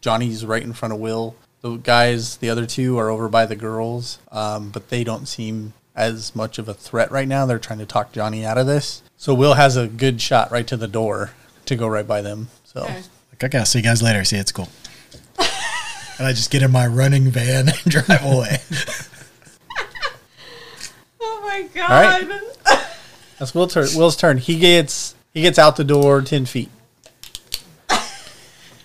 Speaker 2: Johnny's right in front of Will. The guys, the other two, are over by the girls, um, but they don't seem as much of a threat right now. They're trying to talk Johnny out of this. So Will has a good shot right to the door to go right by them. So
Speaker 3: Okay.
Speaker 5: Like, okay, I'll see you guys later. See, you, it's cool. and I just get in my running van and drive away.
Speaker 3: oh my
Speaker 2: right.
Speaker 3: god.
Speaker 2: that's Will tur- Will's turn. He gets he gets out the door ten feet.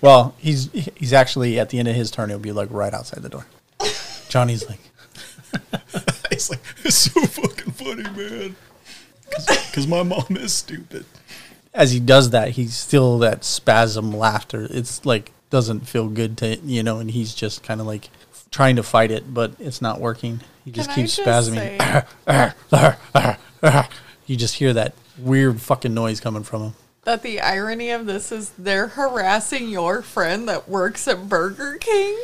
Speaker 2: Well, he's he's actually at the end of his turn. It'll be like right outside the door. Johnny's like,
Speaker 5: It's like, it's so fucking funny, man. Because my mom is stupid.
Speaker 2: as he does that, he's still that spasm laughter. It's like doesn't feel good to you know, and he's just kind of like trying to fight it, but it's not working. He just
Speaker 3: Can I
Speaker 2: keeps
Speaker 3: just
Speaker 2: spasming.
Speaker 3: say
Speaker 2: You just hear that weird fucking noise coming from him.
Speaker 3: that the irony of this is they're harassing your friend that works at Burger King?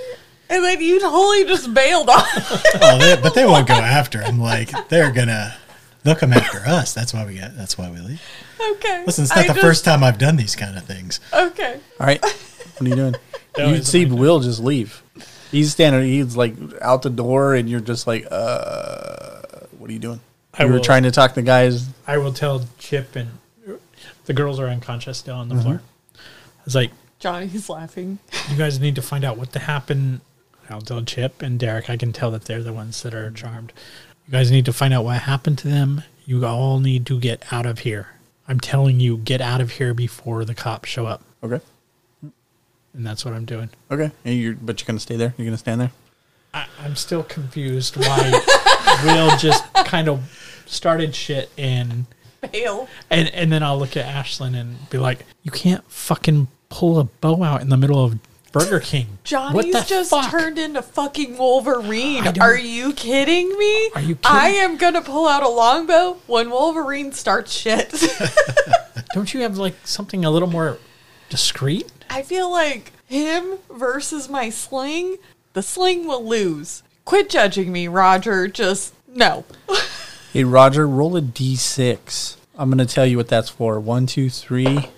Speaker 3: And then you totally just bailed on.
Speaker 5: Oh, they, but they won't go after him. Like, they're gonna, they'll come after us. That's why we got, that's why we leave.
Speaker 3: okay.
Speaker 5: Listen, it's not
Speaker 3: I
Speaker 5: the
Speaker 3: just-
Speaker 5: first time I've done these kind of things.
Speaker 3: Okay.
Speaker 2: All right, what are you doing?
Speaker 4: No,
Speaker 2: you
Speaker 4: it's
Speaker 2: see
Speaker 4: my turn.
Speaker 2: Will just leave. He's standing. He's like out the door, and you're just like, uh, what are you doing?
Speaker 4: I
Speaker 2: You were
Speaker 4: will-
Speaker 2: trying to talk the guys.
Speaker 4: I will tell Chip and The girls are unconscious still
Speaker 2: Mm-hmm.
Speaker 4: on the floor. I was like,
Speaker 3: Johnny's laughing.
Speaker 4: you guys need to find out what the happen. I'll tell Chip and Derek. I can tell that they're the ones that are charmed. You guys need to find out what happened to them. You all need to get out of here. I'm telling you, get out of here before the cops show up.
Speaker 2: Okay.
Speaker 4: And that's what I'm doing.
Speaker 2: Okay. And you're, but you're going to stay there? You're going to stand there?
Speaker 4: I, I'm still confused why Will just kind of started shit and
Speaker 3: Pale.
Speaker 4: and and then I'll look at Ashlyn and be like, "You can't fucking pull a bow out in the middle of Burger King." What the
Speaker 3: Johnny's just
Speaker 4: fuck?
Speaker 3: turned into fucking Wolverine.
Speaker 4: I don't-
Speaker 3: Are you kidding me?
Speaker 4: Are you kidding-
Speaker 3: I am gonna pull out a longbow when Wolverine starts shit.
Speaker 4: Don't you have like something a little more discreet?
Speaker 3: I feel like him versus my sling, the sling will lose. Quit judging me, Roger. Just no.
Speaker 2: Hey, Roger, roll a d6. I'm going to tell you what that's for. One, two, three.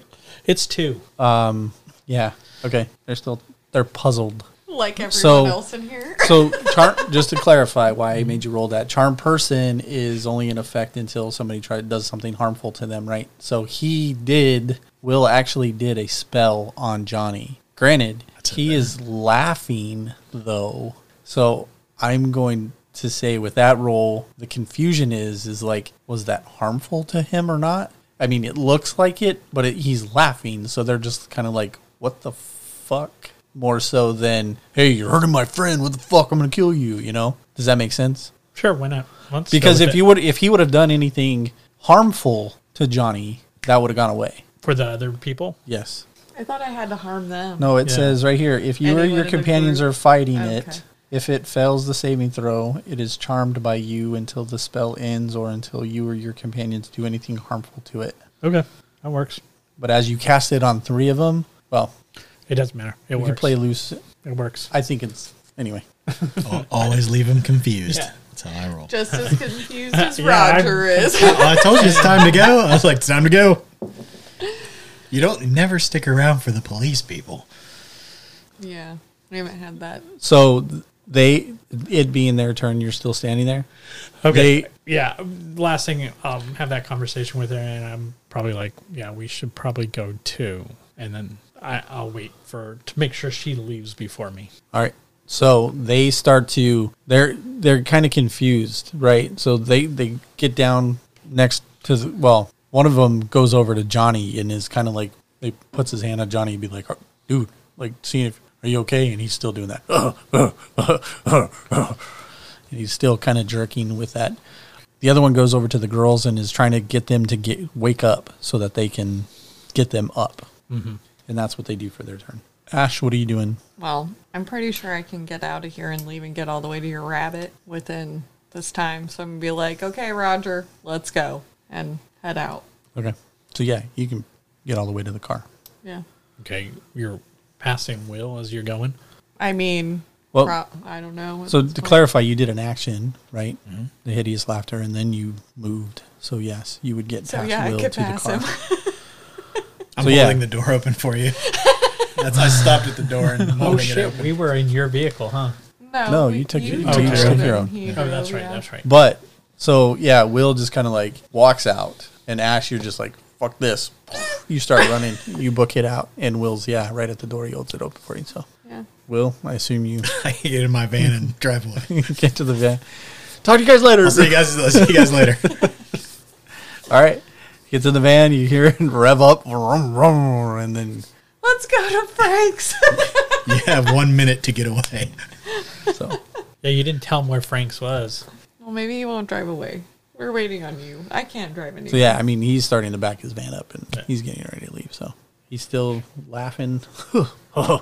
Speaker 4: It's two.
Speaker 2: Yeah. Okay. They're still, they're puzzled.
Speaker 3: Like everyone
Speaker 2: So-
Speaker 3: else in here.
Speaker 2: So, char- just to clarify why I made you roll that, charm person is only in effect until somebody try- does something harmful to them, right? So, he did, Will actually did a spell on Johnny. Granted, he is laughing, though. So, I'm going to say with that roll, the confusion is, is like, was that harmful to him or not? I mean, it looks like it, but it, he's laughing. So, they're just kind of like, what the fuck? more so than hey you're hurting my friend what the fuck i'm gonna kill you you know does that make sense
Speaker 4: Sure, why not? Let's go
Speaker 2: because
Speaker 4: with
Speaker 2: if
Speaker 4: it.
Speaker 2: you would if he would have done anything harmful to johnny that would have gone away
Speaker 4: for the other people,
Speaker 2: yes
Speaker 3: I thought I had to harm them.
Speaker 2: no it
Speaker 4: Yeah.
Speaker 2: says right here if you
Speaker 3: Anyone
Speaker 2: or
Speaker 3: in
Speaker 2: your
Speaker 3: the
Speaker 2: companions
Speaker 3: group?
Speaker 2: are fighting
Speaker 3: Okay.
Speaker 2: it if it fails the saving throw it is charmed by you until the spell ends or until you or your companions do anything harmful to it
Speaker 4: okay, that works.
Speaker 2: but as you cast it on three of them well
Speaker 4: It doesn't matter. It
Speaker 2: you
Speaker 4: works.
Speaker 2: can play loose
Speaker 4: It works.
Speaker 2: i think it's anyway
Speaker 5: Al- Always leave them confused.
Speaker 4: Yeah.
Speaker 5: That's how I roll.
Speaker 3: Just as confused as
Speaker 4: Yeah, I'm-
Speaker 3: Roger is.
Speaker 5: I told you it's time to go. I was like, it's time to go. You don't never stick around for the police people.
Speaker 3: yeah. We haven't had that.
Speaker 2: So th- they, it being their turn, you're still standing there.
Speaker 4: Okay.
Speaker 2: They-
Speaker 4: yeah. Last thing, um, have that conversation with her, and I'm probably like, yeah, we should probably go too. And then I, I'll wait for to make sure she leaves before me.
Speaker 2: All right. So they start to they're they're kind of confused, right? So they they get down next to the, well, one of them goes over to Johnny and is kind of like they puts his hand on Johnny and be like, "Oh, "Dude, like seeing if are you okay?" And he's still doing that. and he's still kind of jerking with that. The other one goes over to the girls and is trying to get them to get wake up so that they can get them up. And that's what they do for their turn. Ash, what are you doing?
Speaker 3: Well, I'm pretty sure I can get out of here and leave and get all the way to your rabbit within this time. So I'm gonna be like, okay, Roger, let's go and head out.
Speaker 2: Okay. So yeah, you can get all the way to the car.
Speaker 3: Yeah.
Speaker 4: Okay, you're passing Will as you're going.
Speaker 3: I mean,
Speaker 2: Well-
Speaker 3: pro- I don't know. at
Speaker 2: So
Speaker 3: this
Speaker 2: to
Speaker 3: point.
Speaker 2: clarify, you did an action, right?
Speaker 5: Mm-hmm.
Speaker 2: The hideous laughter, and then you moved. So yes, you would get
Speaker 3: So
Speaker 2: past
Speaker 3: yeah, I
Speaker 2: Will
Speaker 3: could
Speaker 2: to
Speaker 3: pass
Speaker 2: the car.
Speaker 3: him.
Speaker 5: I'm
Speaker 2: So, yeah.
Speaker 5: holding the door open for you. That's I stopped at the door and holding
Speaker 4: Oh
Speaker 5: it
Speaker 4: shit,
Speaker 5: open.
Speaker 4: we were in your vehicle, huh?
Speaker 3: no,
Speaker 2: No,
Speaker 3: we-
Speaker 2: you took- you
Speaker 4: took
Speaker 3: drove
Speaker 4: your
Speaker 3: and
Speaker 2: hero.
Speaker 3: he
Speaker 4: Oh, that's
Speaker 3: drove,
Speaker 4: right.
Speaker 3: yeah.
Speaker 4: That's right.
Speaker 2: But so yeah, Will just kind of like walks out, and Ash, you're just like fuck this. You start running. you book it out, and Will's yeah right at the door. He holds it open for you. So
Speaker 3: Yeah.
Speaker 2: Will, I assume you
Speaker 5: I get in my van and drive away.
Speaker 2: get to the van. Talk to you guys later.
Speaker 5: I'll see you guys. I'll see you guys later.
Speaker 2: All right. Gets in the van, you hear it rev up, vroom, vroom, and then
Speaker 3: Let's go to Frank's.
Speaker 5: You have one minute to get away.
Speaker 2: so.
Speaker 4: Yeah, you didn't tell him where Frank's was.
Speaker 3: well, maybe he won't drive away. We're waiting on you. I can't drive anymore.
Speaker 2: So yeah, I mean, he's starting to back his van up, and he's getting ready to leave. So he's still laughing,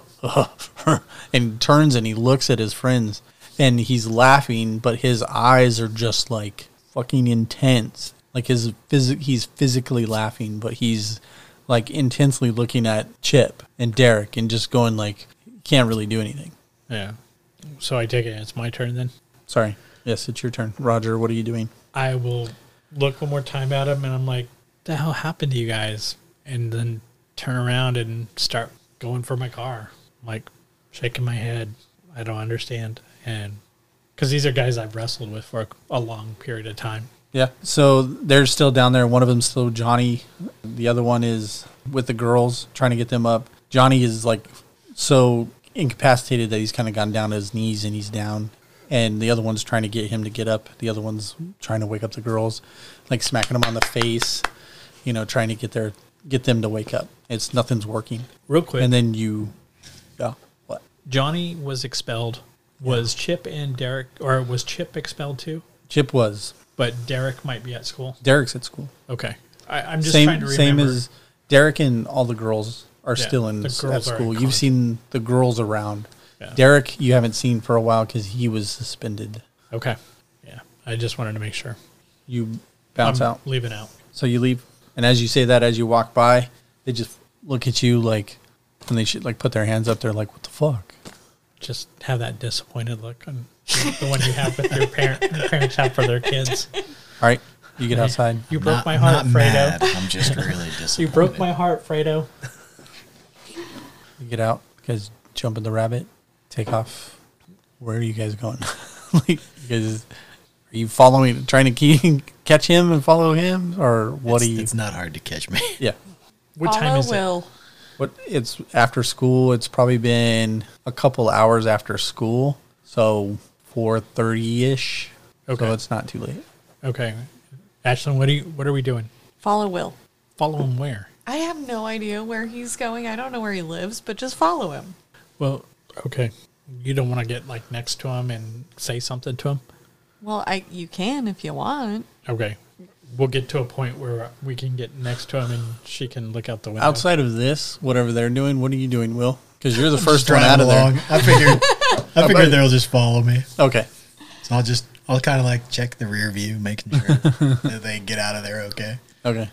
Speaker 2: and turns and he looks at his friends, and he's laughing, but his eyes are just like fucking intense. Like his phys- he's physically laughing, but he's like intensely looking at Chip and Derek, and just going like, can't really do anything.
Speaker 4: Yeah. So I take it it's my turn then.
Speaker 2: Sorry. Yes, it's your turn, Roger. What are you doing?
Speaker 4: I will look one more time at him and I'm like, the hell happened to you guys? And then turn around and start going for my car. I'm like shaking my head. I don't understand. And because these are guys I've wrestled with for a, a long period of time.
Speaker 2: Yeah. So they're still down there. One of them's still Johnny. The other one is with the girls, trying to get them up. Johnny is like so incapacitated that he's kind of gone down to his knees and he's down. And the other one's trying to get him to get up. The other one's trying to wake up the girls, like smacking them on the face, you know, trying to get their get them to wake up. It's nothing's working.
Speaker 4: Real quick.
Speaker 2: And then you, oh, what?
Speaker 4: Johnny was expelled. Was Chip and Derek, or was Chip expelled too?
Speaker 2: Chip was
Speaker 4: But Derek might be at school.
Speaker 2: Derek's at school.
Speaker 4: Okay, I, I'm just
Speaker 2: same
Speaker 4: trying to remember.
Speaker 2: same as Derek and all the girls are
Speaker 4: Yeah,
Speaker 2: still in
Speaker 4: the
Speaker 2: s- at
Speaker 4: girls are in
Speaker 2: school.
Speaker 4: con-
Speaker 2: You've seen the girls around.
Speaker 4: Yeah.
Speaker 2: Derek, you haven't seen for a while because he was suspended.
Speaker 4: okay, yeah, I just wanted to make sure.
Speaker 2: You bounce
Speaker 4: I'm
Speaker 2: out,
Speaker 4: Leaving out.
Speaker 2: so you leave. And as you say that, as you walk by, they just look at you like, and they should like put their hands up. They're like, "What the fuck?"
Speaker 4: Just have that disappointed look, on the one you have with your parent parents have for their kids.
Speaker 2: All right, you get outside.
Speaker 4: You broke
Speaker 5: Not-
Speaker 4: my heart,
Speaker 5: not
Speaker 4: Fredo.
Speaker 5: mad. I'm just really disappointed.
Speaker 4: You broke my heart, Fredo.
Speaker 2: You get out. You guys jump in the rabbit, take off. Where are you guys going? like, you guys, are you following, trying to keep, catch him and follow him, or what
Speaker 5: it's,
Speaker 2: do you?
Speaker 5: It's not hard to catch me.
Speaker 2: yeah.
Speaker 4: What time
Speaker 3: Follow
Speaker 4: is it?
Speaker 3: Will.
Speaker 2: What it's after school. It's probably been a couple hours after school, so four thirty ish.
Speaker 4: Okay.
Speaker 2: So it's not too late.
Speaker 4: Okay, Ashlyn, what are you? What are we doing?
Speaker 3: Follow Will.
Speaker 4: Follow him where?
Speaker 3: I have no idea where he's going. I don't know where he lives, but just follow him.
Speaker 4: Well, okay. You don't want to get like next to him and say something to him.
Speaker 3: Well, I you can if you want.
Speaker 4: Okay. We'll get to a point where we can get next to him and she can look out the window.
Speaker 2: Outside of this, whatever they're doing, what are you doing, Will? Because you're the
Speaker 5: Just
Speaker 2: first one out of
Speaker 5: driving along. I figured, I figured they'll just follow me.
Speaker 2: there. Okay.
Speaker 5: So I'll just, I'll kind of like check the rear view, making sure that they get out of there okay.
Speaker 2: Okay.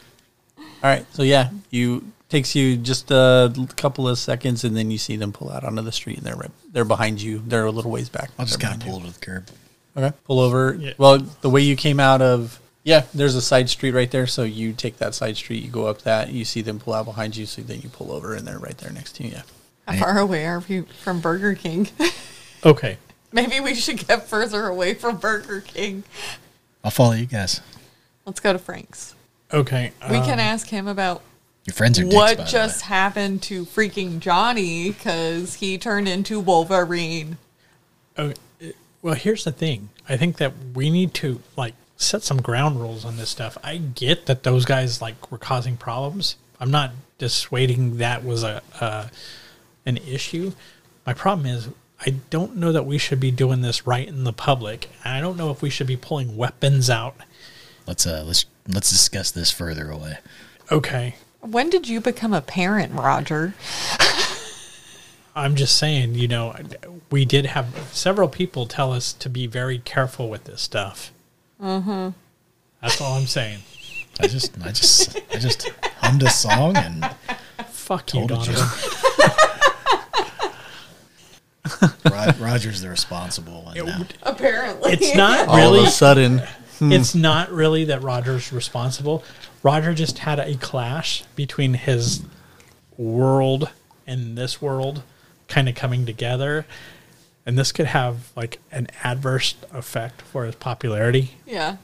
Speaker 2: All right. So yeah, you takes you just a couple of seconds, and then you see them pull out onto the street, and they're right, they're behind you. They're a little ways back.
Speaker 5: I'll just
Speaker 2: They're
Speaker 5: kind of
Speaker 2: behind
Speaker 5: pull to the curb.
Speaker 2: you. Okay. Pull over.
Speaker 4: Yeah.
Speaker 2: Well, the way you came out of yeah, there's a side street right there. So you take that side street, you go up that, you see them pull out behind you. So then you pull over, and they're right there next to you. Yeah.
Speaker 3: How far away are we from Burger King?
Speaker 4: Okay.
Speaker 3: Maybe we should get further away from Burger King.
Speaker 5: I'll follow you guys.
Speaker 3: Let's go to Frank's.
Speaker 4: Okay.
Speaker 3: We
Speaker 4: um,
Speaker 3: can ask him about
Speaker 5: Your friends are dicks, by the
Speaker 3: what
Speaker 5: way.
Speaker 3: just happened to freaking Johnny because he turned into Wolverine.
Speaker 4: okay. Well, here's the thing. I think that we need to like set some ground rules on this stuff. I get that those guys like were causing problems. I'm not dissuading that was a uh, an issue. My problem is I don't know that we should be doing this right in the public. And I don't know if we should be pulling weapons out.
Speaker 5: Let's uh, let's let's discuss this further away.
Speaker 4: Okay.
Speaker 3: When did you become a parent, Roger?
Speaker 4: I'm just saying, you know, we did have several people tell us to be very careful with this stuff. Mm-hmm. That's all I'm saying.
Speaker 5: I just, I just, I just hummed a song and
Speaker 4: Fuck you,
Speaker 5: told it
Speaker 4: Donovan.
Speaker 5: you. Rod, Roger's the responsible one now.
Speaker 3: Apparently.
Speaker 4: It's not
Speaker 2: All of Hmm.
Speaker 4: really.
Speaker 2: a sudden,
Speaker 4: It's not really that Roger's responsible. Roger just had a clash between his world and this world kind of coming together. And this could have like an adverse effect for his popularity.
Speaker 3: Yeah.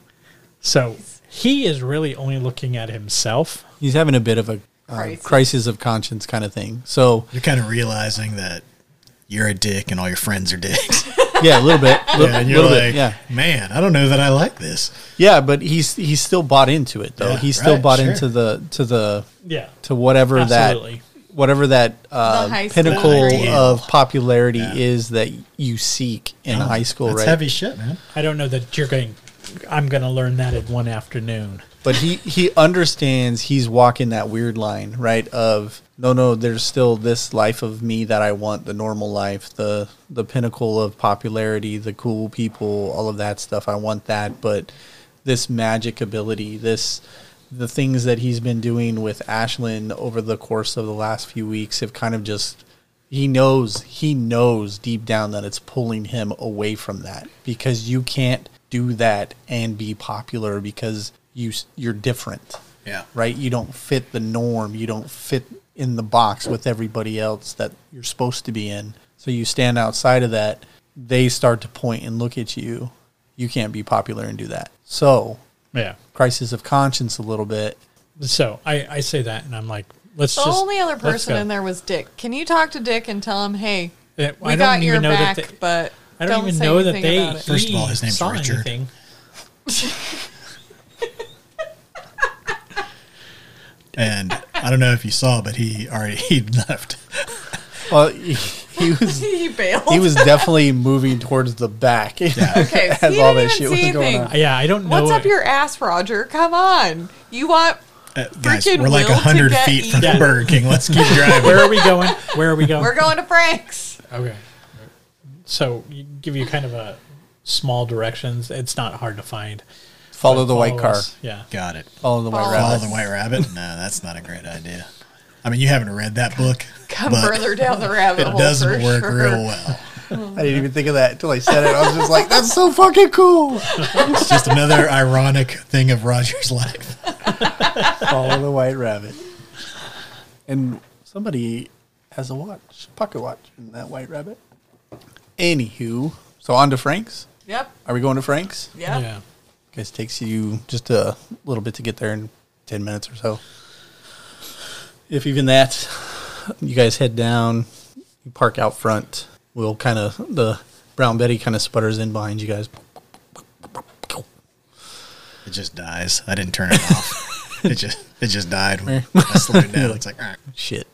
Speaker 4: So he is really only looking at himself.
Speaker 2: he's having a bit of a uh,
Speaker 3: Crisis.
Speaker 2: crisis of conscience kind of thing. So
Speaker 5: You're kind of realizing that you're a dick and all your friends are dicks.
Speaker 2: yeah, a little bit, little,
Speaker 5: Yeah, and you're
Speaker 2: little bit,
Speaker 5: like,
Speaker 2: yeah.
Speaker 5: man, I don't know that I like this.
Speaker 2: Yeah, but he's he's still bought into it though.
Speaker 5: Yeah,
Speaker 2: he's still
Speaker 5: right,
Speaker 2: bought
Speaker 5: sure.
Speaker 2: into the to the
Speaker 4: Yeah.
Speaker 2: to whatever
Speaker 4: Absolutely.
Speaker 2: that whatever that
Speaker 3: The
Speaker 2: uh,
Speaker 3: high school
Speaker 2: pinnacle
Speaker 5: dream.
Speaker 2: of popularity
Speaker 5: Yeah.
Speaker 2: is that you seek in high school,
Speaker 5: That's
Speaker 2: right?
Speaker 5: heavy shit, man.
Speaker 4: I don't know that you're going. I'm going to learn that in one afternoon.
Speaker 2: But he he understands he's walking that weird line, right? Of no, no, there's still this life of me that I want, the normal life, the the pinnacle of popularity, the cool people, all of that stuff. I want that, but this magic ability, this the things that he's been doing with Ashlyn over the course of the last few weeks have kind of just he knows he knows deep down that it's pulling him away from that because you can't do that and be popular because you s- you're different
Speaker 5: Yeah.
Speaker 2: right you don't fit the norm you don't fit in the box with everybody else that you're supposed to be in so you stand outside of that they start to point and look at you you can't be popular and do that so
Speaker 4: Yeah.
Speaker 2: crisis of conscience a little bit.
Speaker 4: So I, I say that, and I'm like, let's
Speaker 3: The
Speaker 4: just.
Speaker 3: only other
Speaker 4: let's
Speaker 3: person
Speaker 4: go.
Speaker 3: in there was Dick. Can you talk to Dick and tell him, hey,
Speaker 4: Yeah,
Speaker 3: we got your back,
Speaker 4: that. They,
Speaker 3: but
Speaker 4: I don't, even
Speaker 3: say
Speaker 4: know that
Speaker 3: anything
Speaker 4: they.
Speaker 3: about it."
Speaker 5: First of all,
Speaker 4: he
Speaker 5: his name's
Speaker 4: saw
Speaker 5: Richard.
Speaker 4: anything.
Speaker 5: And I don't know if you saw, but he already he left.
Speaker 2: Well, he, he was
Speaker 3: he bailed.
Speaker 2: he was definitely moving towards the back.
Speaker 3: okay,
Speaker 2: as
Speaker 3: he
Speaker 2: all
Speaker 3: didn't
Speaker 2: that
Speaker 3: even
Speaker 2: shit was
Speaker 3: see
Speaker 2: going
Speaker 3: anything.
Speaker 2: on.
Speaker 4: Uh, Yeah, I don't know.
Speaker 3: What's up your ass, Roger? Come on. You want
Speaker 5: Uh, guys,
Speaker 3: Freaking
Speaker 5: we're like
Speaker 3: Will to
Speaker 5: hundred
Speaker 3: get
Speaker 5: feet from
Speaker 4: eaten.
Speaker 5: Burger King. Let's keep driving.
Speaker 4: Where are we going? Where are we going?
Speaker 3: we're going to Frank's.
Speaker 4: Okay. So you give you kind of a small directions. It's not hard to find.
Speaker 2: Follow the
Speaker 4: Follow
Speaker 2: white car.
Speaker 4: us. Yeah.
Speaker 5: got it.
Speaker 2: Follow the white
Speaker 3: Follow
Speaker 5: Follow
Speaker 2: rabbit.
Speaker 5: the White Rabbit? No, that's not a great idea. I mean, you haven't read that book.
Speaker 3: Come
Speaker 5: but
Speaker 3: further down the rabbit
Speaker 5: It
Speaker 3: hole.
Speaker 5: doesn't
Speaker 3: for
Speaker 5: work
Speaker 3: sure.
Speaker 5: real well.
Speaker 2: I didn't even think of that until I said it. I was just like, "That's so fucking cool."
Speaker 5: It's just another ironic thing of Roger's life.
Speaker 2: Follow the white rabbit. And somebody has a watch, pocket watch, in that white rabbit. Anywho, so on to Frank's.
Speaker 3: Yep.
Speaker 2: Are we going to Frank's?
Speaker 3: Yep.
Speaker 4: Yeah.
Speaker 2: Guess takes you just a little bit to get there in ten minutes or so. If even that, you guys head down, you park out front. We'll kind of the Brown Betty kind of sputters in behind you guys.
Speaker 5: It just dies. I didn't turn it off. It just it just died when I slowed down. It's like, all right.
Speaker 2: Shit,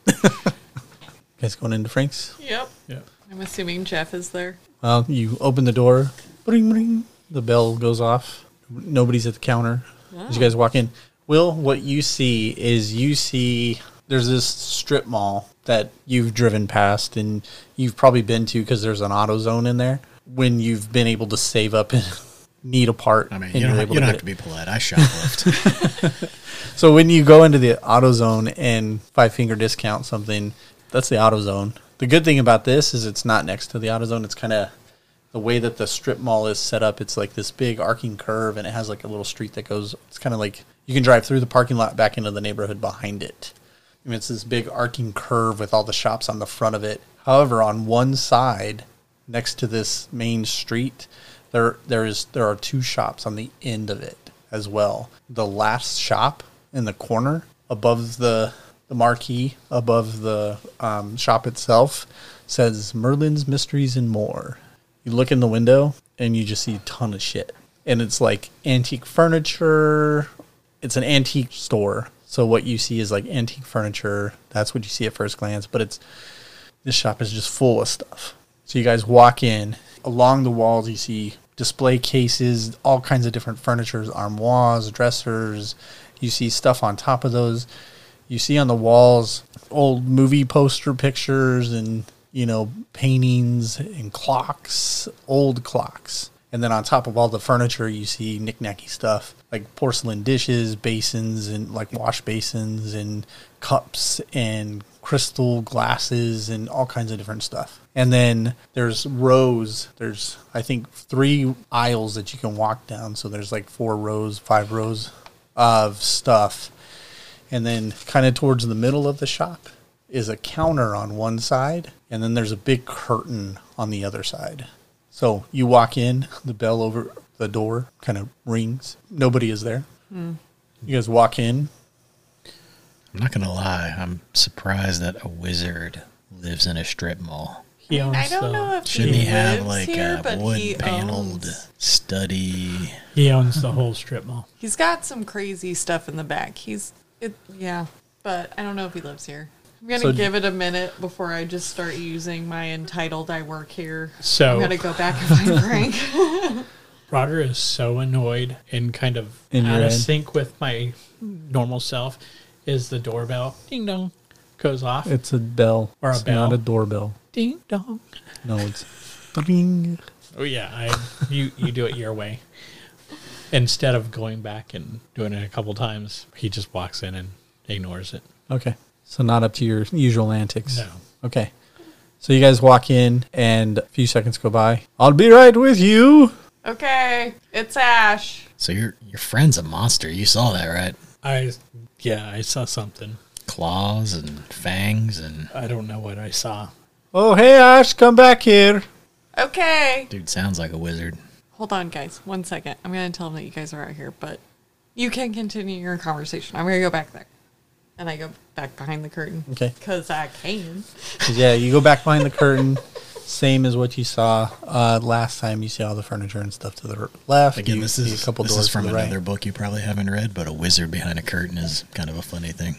Speaker 2: guys going into Frank's.
Speaker 3: Yep.
Speaker 4: Yeah.
Speaker 3: I'm assuming Jeff is there.
Speaker 2: Well, you open the door. Ring, ring. The bell goes off. Nobody's at the counter. As you guys walk in, Will, what you see is you see there's this strip mall that you've driven past and you've probably been to because there's an auto zone in there. When you've been able to save up and need a part,
Speaker 5: I mean,
Speaker 2: and
Speaker 5: you
Speaker 2: you're
Speaker 5: don't, have,
Speaker 2: able
Speaker 5: you
Speaker 2: to
Speaker 5: don't
Speaker 2: get
Speaker 5: have to be polite. I shoplift.
Speaker 2: it. So when you go into the auto zone and five finger discount something, that's the auto zone. The good thing about this is it's not next to the auto zone. It's kind of the way that the strip mall is set up, it's like this big arcing curve and it has like a little street that goes, it's kind of like you can drive through the parking lot back into the neighborhood behind it. I mean, it's this big arcing curve with all the shops on the front of it. However, on one side next to this main street, there there is there are two shops on the end of it as well. The last shop in the corner above the the marquee above the um, shop itself says Merlin's Mysteries and More. You look in the window and you just see a ton of shit. And it's like antique furniture. It's an antique store. So what you see is like antique furniture. That's what you see at first glance, but it's this shop is just full of stuff. So you guys walk in, along the walls you see display cases, all kinds of different furnitures, armoires, dressers. You see stuff on top of those. You see on the walls old movie poster pictures and, you know, paintings and clocks, old clocks. And then on top of all the furniture, you see knickknacky stuff like porcelain dishes, basins, and like wash basins and cups and crystal glasses and all kinds of different stuff. And then there's rows. There's I think three aisles that you can walk down. So there's like four rows, five rows of stuff. And then kind of towards the middle of the shop is a counter on one side, and then there's a big curtain on the other side. So you walk in, the bell over the door kind of rings. Nobody is there. You guys walk in.
Speaker 5: I'm not gonna lie. I'm surprised that a wizard lives in a strip mall.
Speaker 4: He owns
Speaker 3: I don't
Speaker 4: the,
Speaker 3: know if
Speaker 5: Shouldn't
Speaker 3: he,
Speaker 5: he have
Speaker 3: lives
Speaker 5: like
Speaker 3: here,
Speaker 5: a
Speaker 3: but he
Speaker 5: wood paneled
Speaker 3: owns-
Speaker 5: study?
Speaker 4: He owns the whole strip mall.
Speaker 3: He's got some crazy stuff in the back. He's it, yeah, but I don't know if he lives here. I'm gonna
Speaker 2: So-
Speaker 3: give it a minute before I just start using my entitled "I work here."
Speaker 4: So-
Speaker 3: I'm gonna go back and find Frank.
Speaker 4: Roger is so annoyed and kind of
Speaker 2: In your
Speaker 4: out of
Speaker 2: head.
Speaker 4: sync with my normal self. Is the doorbell ding dong goes off?
Speaker 2: It's a bell.
Speaker 4: Or a
Speaker 2: it's not
Speaker 4: bell.
Speaker 2: a doorbell.
Speaker 4: ding dong.
Speaker 2: No, it's ding.
Speaker 4: Oh yeah, I you you do it your way. Instead of going back and doing it a couple times, he just walks in and ignores it.
Speaker 2: Okay. So not up to your usual antics.
Speaker 4: No.
Speaker 2: Okay. So you guys walk in and a few seconds go by. I'll be right with you.
Speaker 3: okay, it's Ash.
Speaker 5: So your your friend's a monster. You saw that, right?
Speaker 4: I yeah, I saw something.
Speaker 5: Claws and fangs and
Speaker 4: I don't know what I saw.
Speaker 2: Oh hey Ash, come back here.
Speaker 3: Okay,
Speaker 5: dude sounds like a wizard.
Speaker 3: hold on, guys, one second. I'm gonna tell him that you guys are out here, but You can continue your conversation. I'm going to go back there. And I go back behind the curtain.
Speaker 2: Okay.
Speaker 3: Because I can.
Speaker 2: Yeah, you go back behind the curtain. Same as what you saw uh, last time. You see all the furniture and stuff to the r- left.
Speaker 5: Again,
Speaker 2: You
Speaker 5: this
Speaker 2: see
Speaker 5: is
Speaker 2: a couple
Speaker 5: this
Speaker 2: doors
Speaker 5: is from
Speaker 2: to the right.
Speaker 5: another book you probably haven't read, but a wizard behind a curtain is kind of a funny thing.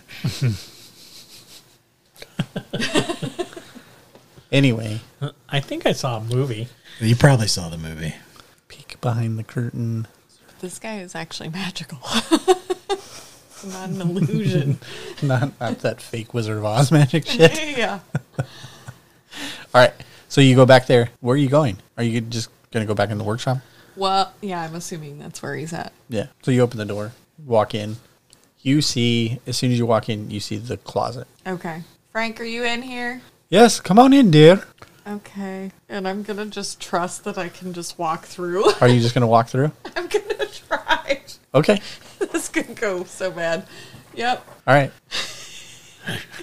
Speaker 2: Anyway,
Speaker 4: I think I saw a movie.
Speaker 5: You probably saw the movie.
Speaker 2: peek behind the curtain.
Speaker 3: This guy is actually magical. it's not an illusion.
Speaker 2: Not, not that fake Wizard of Oz magic shit.
Speaker 3: yeah.
Speaker 2: All right, so you go back there. Where are you going? Are you just gonna go back in the workshop?
Speaker 3: Well, yeah, I'm assuming that's where he's at.
Speaker 2: Yeah. So you open the door, walk in. You see, as soon as you walk in, you see the closet.
Speaker 3: Okay. Frank, are you in here?
Speaker 2: Yes, come on in, dear.
Speaker 3: Okay. And I'm going to just trust that I can just walk through.
Speaker 2: Are you just gonna walk through?
Speaker 3: I'm going to try.
Speaker 2: Okay.
Speaker 3: This could go so bad. Yep.
Speaker 2: All right.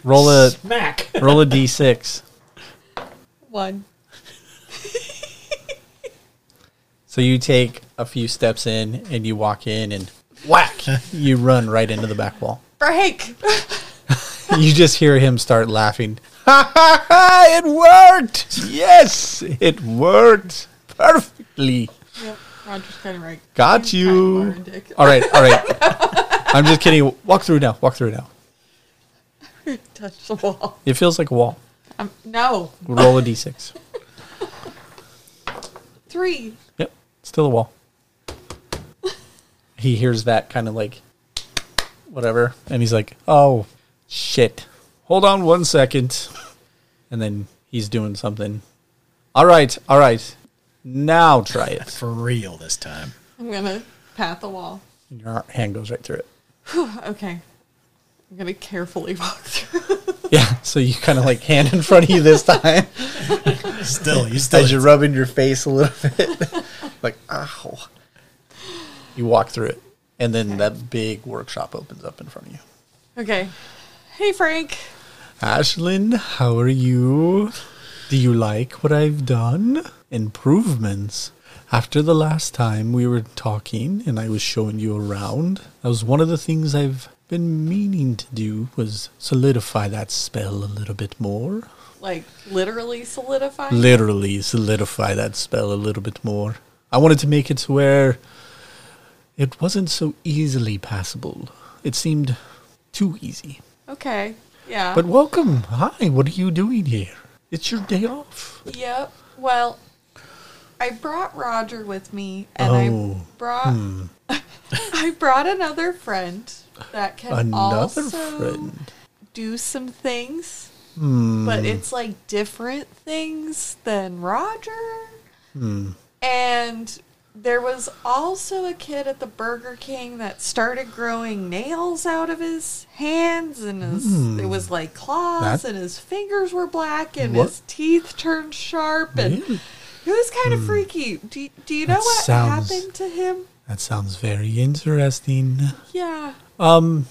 Speaker 2: Roll a
Speaker 4: Smack.
Speaker 2: roll a d6.
Speaker 3: One.
Speaker 2: So you take a few steps in and you walk in and whack, you run right into the back wall.
Speaker 3: Frank!
Speaker 2: You just hear him start laughing. Ha ha ha! It worked. Yes, it worked perfectly.
Speaker 3: Yep, Roger's kind of right.
Speaker 2: Got
Speaker 3: He's kind of
Speaker 2: you.
Speaker 3: hard, Dick.
Speaker 2: All right, all right. I'm just kidding. Walk through now. Walk through now.
Speaker 3: Touch the wall.
Speaker 2: It feels like a wall.
Speaker 3: Um, no,
Speaker 2: Roll a d6.
Speaker 3: three.
Speaker 2: Yep, still a wall. He hears that kind of like whatever, and he's like, "Oh shit! Hold on one second. And then he's doing something. All right, all right. Now try it.
Speaker 5: For real this time.
Speaker 3: I'm gonna pat the wall.
Speaker 2: And your hand goes right through it.
Speaker 3: Okay, I'm gonna carefully walk through.
Speaker 2: Yeah. So you kind of like hand in front of you this time
Speaker 5: Still, you still
Speaker 2: as you're rubbing your face a little bit, like ow. You walk through it, and then that big workshop opens up in front of you.
Speaker 3: Okay, hey Frank.
Speaker 2: Ashlyn, how are you? Do you like what I've done? Improvements. After the last time we were talking and I was showing you around, that was one of the things I've been meaning to do was solidify that spell a little bit more.
Speaker 3: Like literally solidifying.
Speaker 2: Literally solidify that spell a little bit more. I wanted to make it to where it wasn't so easily passable. It seemed too easy.
Speaker 3: okay, yeah.
Speaker 2: But welcome. Hi, what are you doing here? It's your day off.
Speaker 3: yep. Well, I brought Roger with me, and
Speaker 2: Oh,
Speaker 3: I brought I brought another friend that can
Speaker 2: Another
Speaker 3: also
Speaker 2: friend. Hmm.
Speaker 3: do some things, but it's like different things than Roger.
Speaker 2: Hmm.
Speaker 3: And there was also a kid at the Burger King that started growing nails out of his hands and his it was like claws
Speaker 2: Hmm. That-
Speaker 3: and his fingers were black and
Speaker 2: What?
Speaker 3: his teeth turned sharp and
Speaker 2: Really?
Speaker 3: it was kind of
Speaker 5: Hmm.
Speaker 3: freaky. Do, do you know
Speaker 2: That
Speaker 3: what
Speaker 2: sounds-
Speaker 3: happened to him?
Speaker 2: That sounds very interesting.
Speaker 3: Yeah.
Speaker 2: Uh,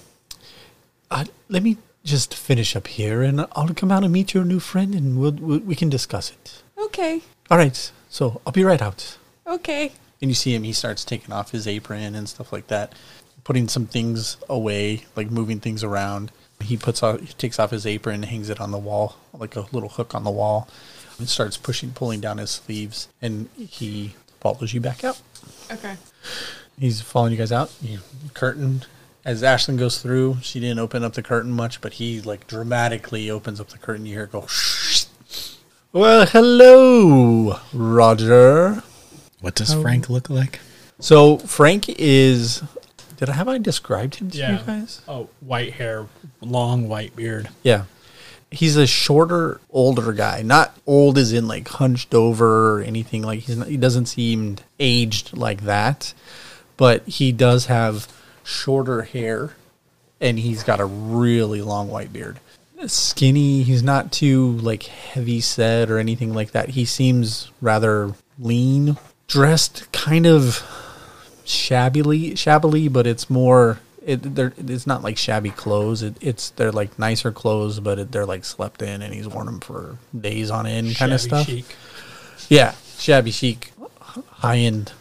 Speaker 2: let me just finish up here and I'll come out and meet your new friend and we'll, we we can discuss it.
Speaker 3: Okay.
Speaker 2: All right, so I'll be right out.
Speaker 3: Okay.
Speaker 2: And you see him, he starts taking off his apron and stuff like that, putting some things away, like moving things around. He puts off, he takes off his apron, hangs it on the wall, like a little hook on the wall, and starts pushing, pulling down his sleeves, and he follows you back out.
Speaker 3: Okay.
Speaker 2: He's following you guys out. You curtain. As Ashlyn goes through, she didn't open up the curtain much, but he like dramatically opens up the curtain. You hear it go. Well, hello, Roger.
Speaker 5: What does Frank look like?
Speaker 2: So Frank is. Did I have I described him to you guys?
Speaker 4: Oh, white hair, long white beard.
Speaker 2: Yeah. He's a shorter, older guy. Not old as in like hunched over or anything. Like he's not, he doesn't seem aged like that, but he does have shorter hair, and he's got a really long white beard. Skinny. He's not too like heavy set or anything like that. He seems rather lean, dressed kind of shabbily, shabbily, but it's more. It, they're, it's not like shabby clothes. It, it's they're like nicer clothes, but it, they're like slept in, and he's worn them for days on end, kind of
Speaker 4: shabby
Speaker 2: stuff.
Speaker 4: chic.
Speaker 2: Yeah, shabby chic, high end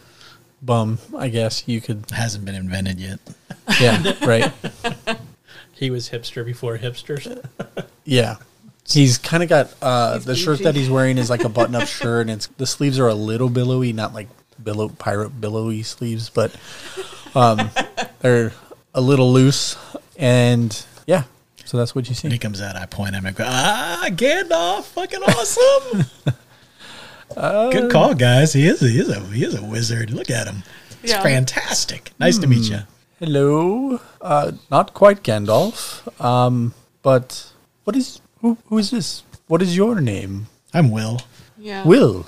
Speaker 2: bum, I guess you could.
Speaker 5: Hasn't been invented yet.
Speaker 2: Yeah, right.
Speaker 4: He was hipster before hipsters.
Speaker 2: Yeah. He's kind of got uh,
Speaker 3: He's
Speaker 2: the shirt
Speaker 3: bougie.
Speaker 2: that he's wearing is like a button up shirt, and it's, the sleeves are a little billowy, not like billow pirate billowy sleeves, but um, they're a little loose. And yeah, so that's what you
Speaker 5: When he
Speaker 2: see.
Speaker 5: comes out, I point at him and go, "Ah, Gandalf, fucking awesome!" Good call, guys. He is. He is a. He is a wizard. Look at him. It's
Speaker 3: Yeah.
Speaker 5: fantastic. Nice to meet you.
Speaker 2: Hello, uh, not quite Gandalf, um, but what is who? Who is this? What is your name?
Speaker 5: I'm Will.
Speaker 3: Yeah.
Speaker 2: Will.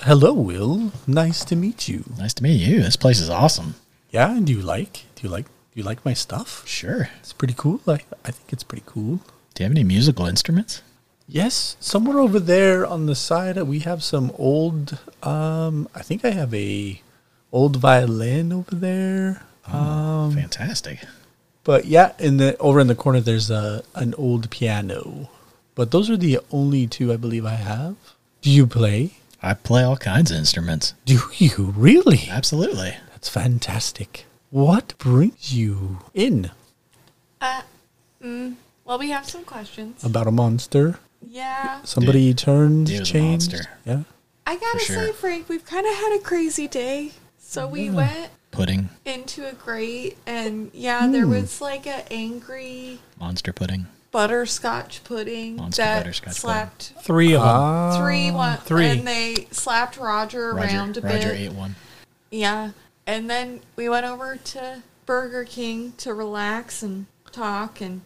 Speaker 2: Hello, Will. Nice to meet you.
Speaker 5: Nice to meet you. This place is awesome.
Speaker 2: Yeah, and do you like? Do you like? Do you like my stuff?
Speaker 5: Sure.
Speaker 2: It's pretty cool. I, I think it's pretty cool.
Speaker 5: Do you have any musical instruments?
Speaker 2: Yes, somewhere over there on the side, uh, we have some old. Um, I think I have a old violin over there. Um,
Speaker 5: Fantastic.
Speaker 2: but yeah, in the over in the corner, there's a an old piano. But those are the only two I believe I have. Do you play?
Speaker 5: I play all kinds of instruments.
Speaker 2: Do you really?
Speaker 5: Absolutely.
Speaker 2: That's fantastic. What brings you in
Speaker 3: Uh, mm, Well, we have some questions.
Speaker 5: Um,
Speaker 2: about a monster?
Speaker 3: Yeah.
Speaker 2: Somebody turned
Speaker 5: he was a
Speaker 2: changed.
Speaker 5: monster.
Speaker 2: Yeah.
Speaker 3: I gotta
Speaker 5: For sure.
Speaker 3: say, Frank, we've kind of had a crazy day. So we went
Speaker 5: Pudding.
Speaker 3: into a grate, and yeah, there
Speaker 5: Hmm.
Speaker 3: was like a angry
Speaker 5: Monster pudding.
Speaker 3: butterscotch pudding
Speaker 5: Monster
Speaker 3: that
Speaker 5: butterscotch Um,
Speaker 3: slapped
Speaker 4: Three of them.
Speaker 2: Ah.
Speaker 3: three one
Speaker 4: three.
Speaker 3: and they slapped Roger, around
Speaker 5: Roger.
Speaker 3: a
Speaker 5: Roger
Speaker 3: bit.
Speaker 5: ate one.
Speaker 3: Yeah, and then we went over to Burger King to relax and talk and.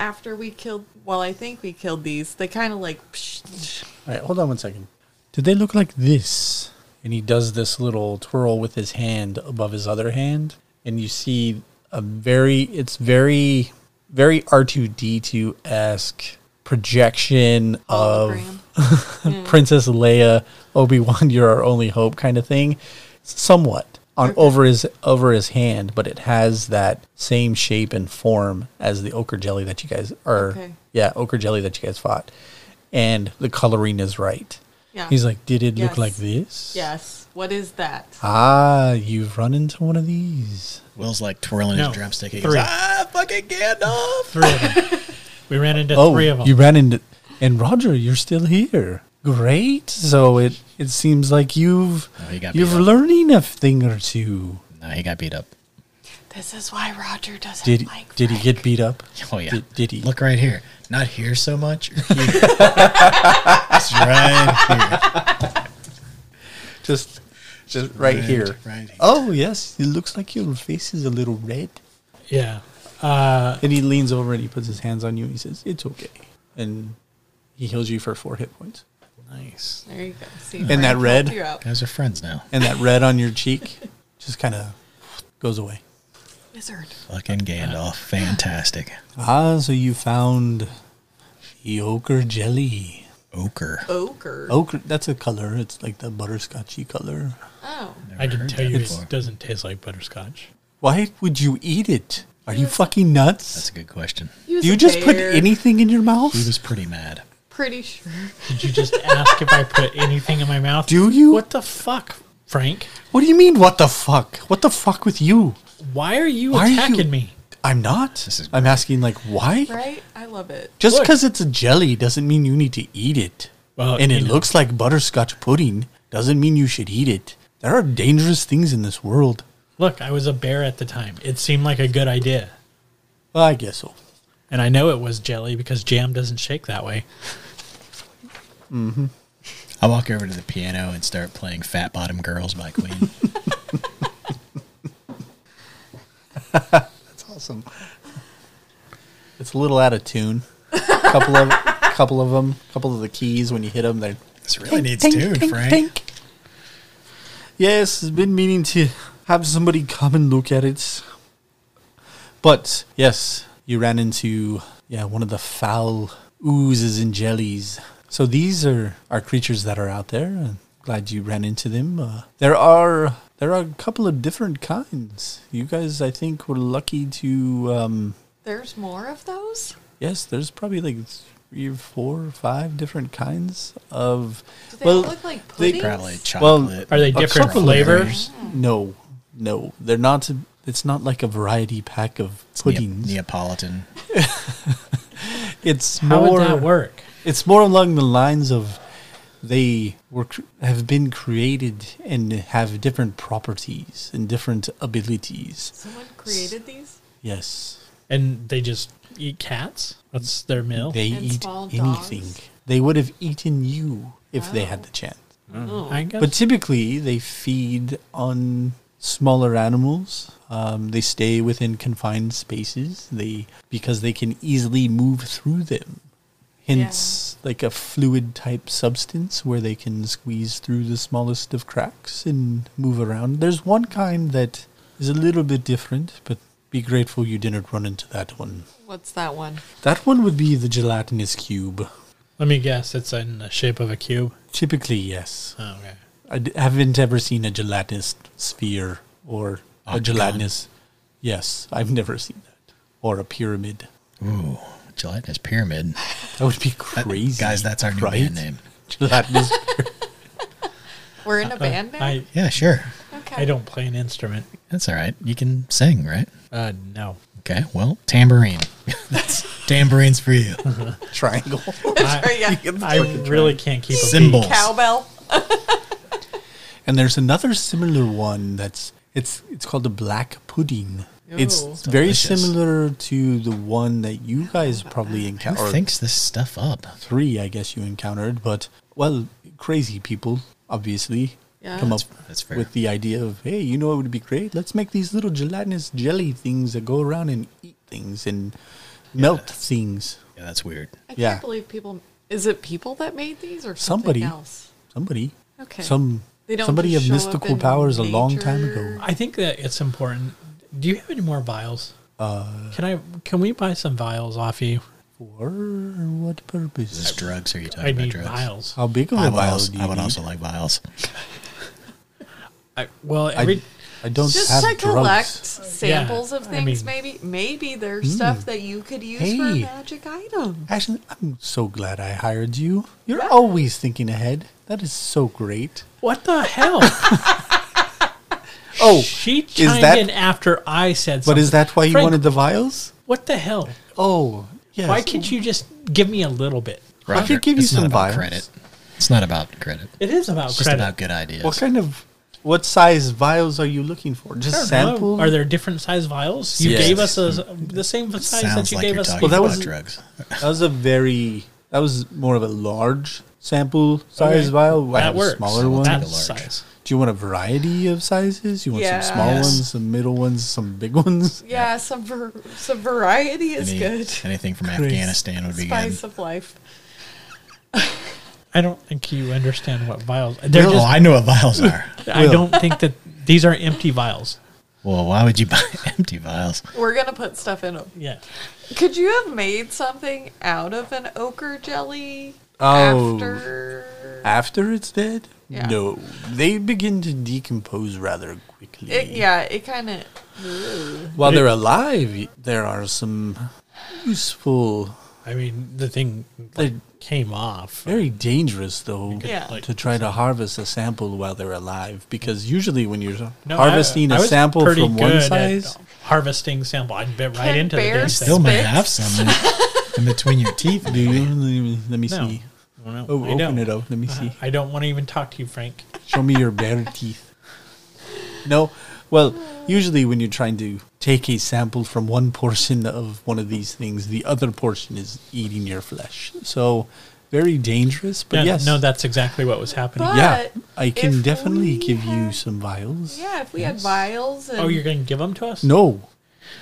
Speaker 3: After we killed, well, I think we killed these. They kind of like, psh, psh.
Speaker 2: All right, hold on one second. Did they look like this? And he does this little twirl with his hand above his other hand, and you see a very, it's very, very R two D two esque projection
Speaker 3: hologram.
Speaker 2: of
Speaker 3: Mm.
Speaker 2: Princess Leia, Obi Wan, you're our only hope kind of thing, somewhat on over his over his hand, but it has that same shape and form as the ochre jelly that you guys are.
Speaker 3: Okay.
Speaker 2: Yeah, ochre jelly that you guys fought, and the coloring is right.
Speaker 3: Yeah.
Speaker 2: He's like, did it look
Speaker 3: Yes.
Speaker 2: like this?
Speaker 3: Yes. What is that?
Speaker 2: Ah, you've run into one of these.
Speaker 5: Will's like twirling
Speaker 4: No.
Speaker 5: his drumstick. He
Speaker 4: Three.
Speaker 5: goes, ah, fucking Gandalf.
Speaker 4: Three of them. We ran into
Speaker 2: Oh,
Speaker 4: three of them.
Speaker 2: you ran into, and Roger, you're still here. Great. So it it seems like you've
Speaker 5: Oh, he got
Speaker 2: you've
Speaker 5: beat up.
Speaker 2: learning a thing or two.
Speaker 5: No, he got beat up.
Speaker 3: This is why Roger doesn't
Speaker 2: Did
Speaker 3: like.
Speaker 2: did he get beat up?
Speaker 5: Oh yeah.
Speaker 2: Did, did he?
Speaker 5: Look right here. Not here so much. or Here. it's right here.
Speaker 2: just just right, here.
Speaker 5: Right here.
Speaker 2: Oh yes, it looks like your face is a little red.
Speaker 4: yeah. Uh,
Speaker 2: And he leans over and he puts his hands on you. and He says, "It's okay," and he heals you for four hit points.
Speaker 5: Nice.
Speaker 3: There you go. See,
Speaker 2: And that
Speaker 3: Frank
Speaker 2: red?
Speaker 3: helped you out.
Speaker 5: Guys are friends now.
Speaker 2: and that red on your cheek just kind of goes away.
Speaker 3: Wizard.
Speaker 5: Fucking Gandalf. Fantastic.
Speaker 2: Ah, so you found the ochre jelly.
Speaker 5: Ochre.
Speaker 3: Ogre.
Speaker 2: Ochre, that's a color. It's like the butterscotchy color.
Speaker 3: Oh.
Speaker 5: Never
Speaker 4: I can
Speaker 5: heard
Speaker 4: tell
Speaker 5: that
Speaker 4: you
Speaker 5: before.
Speaker 4: it doesn't taste like butterscotch.
Speaker 2: Why would you eat it? Are you fucking nuts?
Speaker 5: That's a good question.
Speaker 3: He was
Speaker 2: Do you
Speaker 3: a
Speaker 2: just put
Speaker 3: bear.
Speaker 2: anything in your mouth?
Speaker 5: He was pretty mad.
Speaker 3: Pretty sure.
Speaker 4: Did you just ask if I put anything in my mouth?
Speaker 2: Do you?
Speaker 4: What the fuck, Frank?
Speaker 2: What do you mean, what the fuck? What the fuck with you?
Speaker 4: Why are you
Speaker 2: Why are you-
Speaker 4: attacking me?
Speaker 2: I'm not.
Speaker 5: This is
Speaker 2: I'm asking, like, why?
Speaker 3: Right? I love it.
Speaker 2: Just
Speaker 4: Look.
Speaker 2: because it's a jelly doesn't mean you need to eat it.
Speaker 4: Well,
Speaker 2: and it
Speaker 4: you know-
Speaker 2: looks like butterscotch pudding doesn't mean you should eat it. There are dangerous things in this world.
Speaker 4: Look, I was a bear at the time. It seemed like a good idea.
Speaker 2: Well, I guess so.
Speaker 4: And I know it was jelly because jam doesn't shake that way.
Speaker 5: I walk over to the piano and start playing Fat Bottom Girls by Queen.
Speaker 2: That's awesome. It's a little out of tune. couple of, couple of them, couple of the keys when you hit them, they're
Speaker 5: this really needs tuned, Frank.
Speaker 2: Yes, I've been meaning to have somebody come and look at it. But yes, you ran into yeah one of the foul oozes and jellies. So these are are creatures that are out there. I'm glad you ran into them. Uh, there are there are a couple of different kinds. You guys, I think, were lucky to. Um,
Speaker 3: There's more of those?
Speaker 2: yes, there's probably like three, four, five different kinds of.
Speaker 3: Do they
Speaker 2: well,
Speaker 3: look like
Speaker 2: they-
Speaker 3: puddings?
Speaker 5: Probably
Speaker 2: Well,
Speaker 5: chocolate.
Speaker 4: Are they different
Speaker 2: Except for
Speaker 4: flavors?
Speaker 2: no, no, they're not. It's not like a variety pack of puddings.
Speaker 5: Ne- Neapolitan.
Speaker 2: It's
Speaker 4: How
Speaker 2: more.
Speaker 4: would that work?
Speaker 2: It's more along the lines of they were cr- have been created and have different properties and different abilities.
Speaker 3: Someone created these?
Speaker 2: Yes,
Speaker 4: And they just eat cats? That's their meal?
Speaker 2: they
Speaker 3: And
Speaker 2: eat
Speaker 3: small
Speaker 2: anything.
Speaker 3: dogs.
Speaker 2: They would have eaten you if they had
Speaker 3: Oh.
Speaker 2: the chance.
Speaker 4: I guess.
Speaker 2: But typically, they feed on smaller animals. Um, they stay within confined spaces. They because they can easily move through them. Hence, like a fluid type substance where they can squeeze through the smallest of cracks and move around. There's one kind that is a little bit different, but be grateful you didn't run into that one.
Speaker 3: What's that one?
Speaker 2: That one would be the gelatinous cube.
Speaker 4: Let me guess, it's in the shape of a cube.
Speaker 2: Typically, yes.
Speaker 4: Oh, okay.
Speaker 2: I d- haven't ever seen a gelatinous sphere or a
Speaker 5: Octagon.
Speaker 2: gelatinous. Yes, I've never seen that. Or a pyramid.
Speaker 5: Ooh, gelatinous pyramid.
Speaker 2: That would be
Speaker 5: That-
Speaker 2: crazy.
Speaker 5: guys, that's our new
Speaker 2: right?
Speaker 5: band name.
Speaker 2: Gelatinous.
Speaker 3: We're in a band now?
Speaker 4: Uh, I,
Speaker 5: Yeah, sure.
Speaker 3: okay.
Speaker 4: I don't play an instrument.
Speaker 5: That's all right. You can sing, right?
Speaker 4: Uh, no.
Speaker 5: Okay. Well, tambourine. that's tambourines for you.
Speaker 2: triangle.
Speaker 4: I,
Speaker 3: Yeah.
Speaker 4: I really can't keep a
Speaker 5: Symbol.
Speaker 4: beat.
Speaker 3: Cowbell.
Speaker 2: And there's another similar one that's it's it's called a black pudding. it's
Speaker 3: Ooh.
Speaker 2: very
Speaker 5: Delicious.
Speaker 2: similar to the one that you guys probably
Speaker 5: Who
Speaker 2: encountered.
Speaker 5: thinks this stuff up?
Speaker 2: three, I guess you encountered, but well, crazy people obviously
Speaker 3: Yeah.
Speaker 2: come up
Speaker 5: That's- that's fair.
Speaker 2: with the idea of, hey, you know what would be great? Let's make these little gelatinous jelly things that go around and eat things and melt things.
Speaker 5: Yeah, that's weird.
Speaker 3: I can't
Speaker 2: Yeah.
Speaker 3: believe people. Is it people that made these or
Speaker 2: Somebody.
Speaker 3: somebody else?
Speaker 2: Somebody,
Speaker 3: Okay.
Speaker 2: some
Speaker 3: They don't
Speaker 2: somebody
Speaker 3: just
Speaker 2: of
Speaker 3: show up
Speaker 2: mystical
Speaker 3: in
Speaker 2: powers a long time
Speaker 3: nature.
Speaker 2: ago.
Speaker 4: I think that it's important. Do you have any more vials?
Speaker 2: Uh,
Speaker 4: Can I? Can we buy some vials off you?
Speaker 2: for what
Speaker 5: Is this
Speaker 2: purpose?
Speaker 5: drugs? Or are you talking
Speaker 4: I
Speaker 5: about
Speaker 4: need
Speaker 5: drugs?
Speaker 4: vials.
Speaker 2: How big of
Speaker 5: I
Speaker 2: a
Speaker 5: would,
Speaker 2: vial
Speaker 5: also,
Speaker 2: do you
Speaker 5: I would
Speaker 2: need?
Speaker 5: also like vials.
Speaker 4: I, well,
Speaker 2: I-
Speaker 4: every
Speaker 2: I don't
Speaker 3: just
Speaker 2: have
Speaker 3: to collect
Speaker 2: drugs.
Speaker 3: samples of
Speaker 4: I
Speaker 3: things,
Speaker 4: mean-
Speaker 3: maybe. Maybe there's stuff that you could use for a
Speaker 2: Hmm. Hey.
Speaker 3: magic item.
Speaker 2: Ashley, I'm so glad I hired you. You're always thinking ahead. That is so great.
Speaker 4: what the hell?
Speaker 2: Oh,
Speaker 4: she chimed
Speaker 2: that-
Speaker 4: in after I said. something.
Speaker 2: but is that why you
Speaker 4: Frank,
Speaker 2: wanted the vials?
Speaker 4: What the hell?
Speaker 2: Oh, yes.
Speaker 4: Why can't you just give me a little bit?
Speaker 2: I could give you
Speaker 5: it's
Speaker 2: some
Speaker 5: not about
Speaker 2: vials.
Speaker 5: credit. It's not about credit.
Speaker 4: It is about
Speaker 5: It's just
Speaker 4: credit.
Speaker 5: about good ideas.
Speaker 2: What kind of what size vials are you looking for?
Speaker 4: I
Speaker 2: Just
Speaker 4: don't
Speaker 2: sample?
Speaker 4: know. Are there different size vials? You
Speaker 2: Yes.
Speaker 4: gave us a, the same size that
Speaker 5: Mm-hmm. Sounds
Speaker 4: you
Speaker 5: like
Speaker 4: gave
Speaker 5: you're
Speaker 4: us.
Speaker 5: talking
Speaker 2: Well, that
Speaker 5: about
Speaker 2: was-
Speaker 5: drugs.
Speaker 2: That was a very that was more of a large sample size
Speaker 4: Okay.
Speaker 2: vial. I
Speaker 4: That
Speaker 2: have a
Speaker 4: works.
Speaker 2: smaller one.
Speaker 4: That
Speaker 5: Take a large.
Speaker 4: size.
Speaker 2: Do you want a variety of sizes? You want some small
Speaker 3: Yes.
Speaker 2: ones, some middle ones, some big ones?
Speaker 3: Yeah, some ver- some variety is
Speaker 5: Any-
Speaker 3: good.
Speaker 5: Anything from
Speaker 2: Crazy.
Speaker 5: Afghanistan would be
Speaker 3: Spice
Speaker 5: good.
Speaker 3: of life.
Speaker 4: I don't think you understand what vials. They're
Speaker 5: Oh,
Speaker 4: just.
Speaker 5: I know what vials are.
Speaker 4: I don't think that these are empty vials.
Speaker 5: well, why would you buy empty vials?
Speaker 3: We're gonna put stuff in them.
Speaker 4: Yeah.
Speaker 3: Could you have made something out of an ochre jelly
Speaker 2: Oh.
Speaker 3: after?
Speaker 2: After it's dead?
Speaker 3: Yeah.
Speaker 2: No. They begin to decompose rather quickly.
Speaker 3: It, yeah, it kind of.
Speaker 2: While they're alive, there are some useful,
Speaker 4: I mean, the thing
Speaker 2: They-
Speaker 4: like, came off.
Speaker 2: very dangerous though,
Speaker 3: Yeah. like-
Speaker 2: to try to harvest a sample while they're alive. Because usually, when you're
Speaker 4: No,
Speaker 2: harvesting
Speaker 4: I-
Speaker 2: a
Speaker 4: I was
Speaker 2: sample
Speaker 4: pretty
Speaker 2: from
Speaker 4: good
Speaker 2: one
Speaker 4: at
Speaker 2: size,
Speaker 4: harvesting sample, I'd bit right
Speaker 3: Can
Speaker 4: into the damn
Speaker 3: bears
Speaker 4: thing.
Speaker 5: Still might
Speaker 3: Spit.
Speaker 5: have some in, in between your teeth.
Speaker 2: do you? Let me, let me
Speaker 4: No.
Speaker 2: see.
Speaker 4: I don't know.
Speaker 2: Oh,
Speaker 4: I
Speaker 2: open
Speaker 4: don't.
Speaker 2: it up. Let me see.
Speaker 4: I don't want to even talk to you, Frank.
Speaker 2: Show me your bare teeth. No. Well, usually when you're trying to take a sample from one portion of one of these things, the other portion is eating your flesh. So very dangerous, but
Speaker 4: Yeah,
Speaker 2: yes.
Speaker 4: no, that's exactly what was happening.
Speaker 3: But-
Speaker 2: yeah, I
Speaker 3: if
Speaker 2: can definitely
Speaker 3: we
Speaker 2: give you
Speaker 3: had-
Speaker 2: some vials.
Speaker 3: Yeah, if we had vials and
Speaker 4: oh, you're going to give them to us?
Speaker 2: No.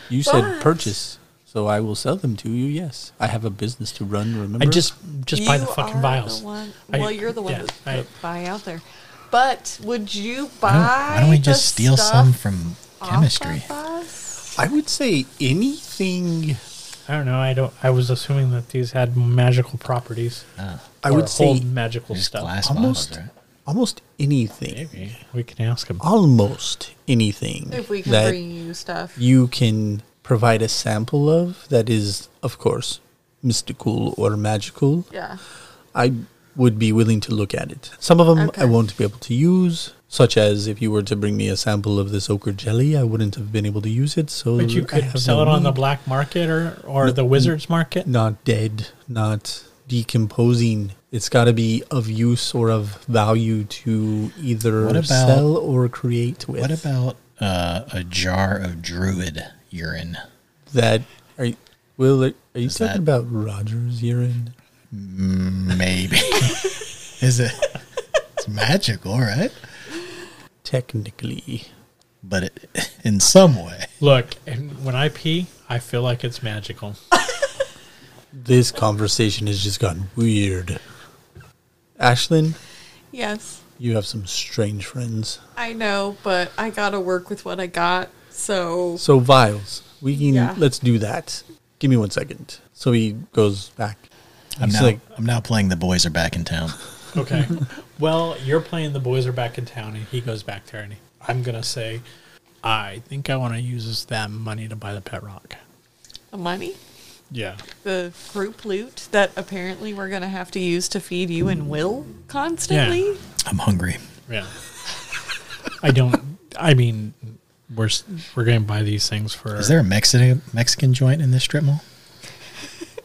Speaker 2: You said
Speaker 3: But-
Speaker 2: purchase. So I will sell them to you, yes. I have a business to run, remember?
Speaker 4: I just just buy the
Speaker 3: You
Speaker 4: fucking
Speaker 3: are
Speaker 4: vials.
Speaker 3: the one-
Speaker 4: I-
Speaker 3: well, you're the one
Speaker 4: yeah,
Speaker 3: that
Speaker 4: I-
Speaker 3: put buy out there. But would you buy?
Speaker 5: Why don't, why don't we
Speaker 3: the
Speaker 5: just steal
Speaker 3: stuff
Speaker 5: some from
Speaker 3: off
Speaker 5: chemistry?
Speaker 3: of us?
Speaker 2: I would say anything
Speaker 4: I don't know. I don't. I was assuming that these had magical properties.
Speaker 2: I
Speaker 4: or
Speaker 2: would
Speaker 4: hold
Speaker 2: say
Speaker 4: magical
Speaker 5: Just
Speaker 4: stuff.
Speaker 5: glass
Speaker 2: almost
Speaker 5: bottles, right?
Speaker 2: almost anything.
Speaker 4: Maybe we can ask him.
Speaker 2: almost anything
Speaker 3: If we can
Speaker 2: that
Speaker 3: bring you stuff,
Speaker 2: you can provide a sample of that is, of course, mystical or magical,
Speaker 3: Yeah.
Speaker 2: I would be willing to look at it. Some of them
Speaker 3: Okay.
Speaker 2: I won't be able to use, such as if you were to bring me a sample of this ochre jelly, I wouldn't have been able to use it. So
Speaker 4: But you
Speaker 2: I
Speaker 4: could
Speaker 2: have
Speaker 4: sell
Speaker 2: no
Speaker 4: it on the
Speaker 2: need.
Speaker 4: black market or, or the wizard's market.
Speaker 2: not dead, not decomposing. It's got to be of use or of value to either
Speaker 5: What about-
Speaker 2: sell or create with.
Speaker 5: What about uh, a jar of druid urine?
Speaker 2: that? Are you, Will, are you
Speaker 5: Is
Speaker 2: talking
Speaker 5: that-
Speaker 2: about Roger's urine?
Speaker 5: Mm, Maybe. Is it? It's magical, right?
Speaker 2: Technically,
Speaker 5: But it, in some way,
Speaker 4: Look, and when I pee, I feel like it's magical.
Speaker 2: this conversation has just gotten weird. Ashlyn,
Speaker 3: Yes.
Speaker 2: you have some strange friends.
Speaker 3: I know, but I gotta work with what I got. So
Speaker 2: So vials, we can
Speaker 3: Yeah.
Speaker 2: let's do that. Give me one second. So he goes back.
Speaker 5: I'm
Speaker 2: He's
Speaker 5: now
Speaker 2: like,
Speaker 5: I'm now playing the boys are back in town.
Speaker 4: Okay. well, you're playing the boys are back in town, and he goes back there, and he, I'm gonna say, I think I want to use that money to buy the pet rock.
Speaker 3: the money,
Speaker 4: Yeah.
Speaker 3: the group loot that apparently we're gonna have to use to feed you and Will constantly.
Speaker 5: I'm hungry.
Speaker 4: Yeah. I don't. I mean, we're s- we're gonna buy these things for.
Speaker 5: Is there a Mexican Mexican joint in this strip mall?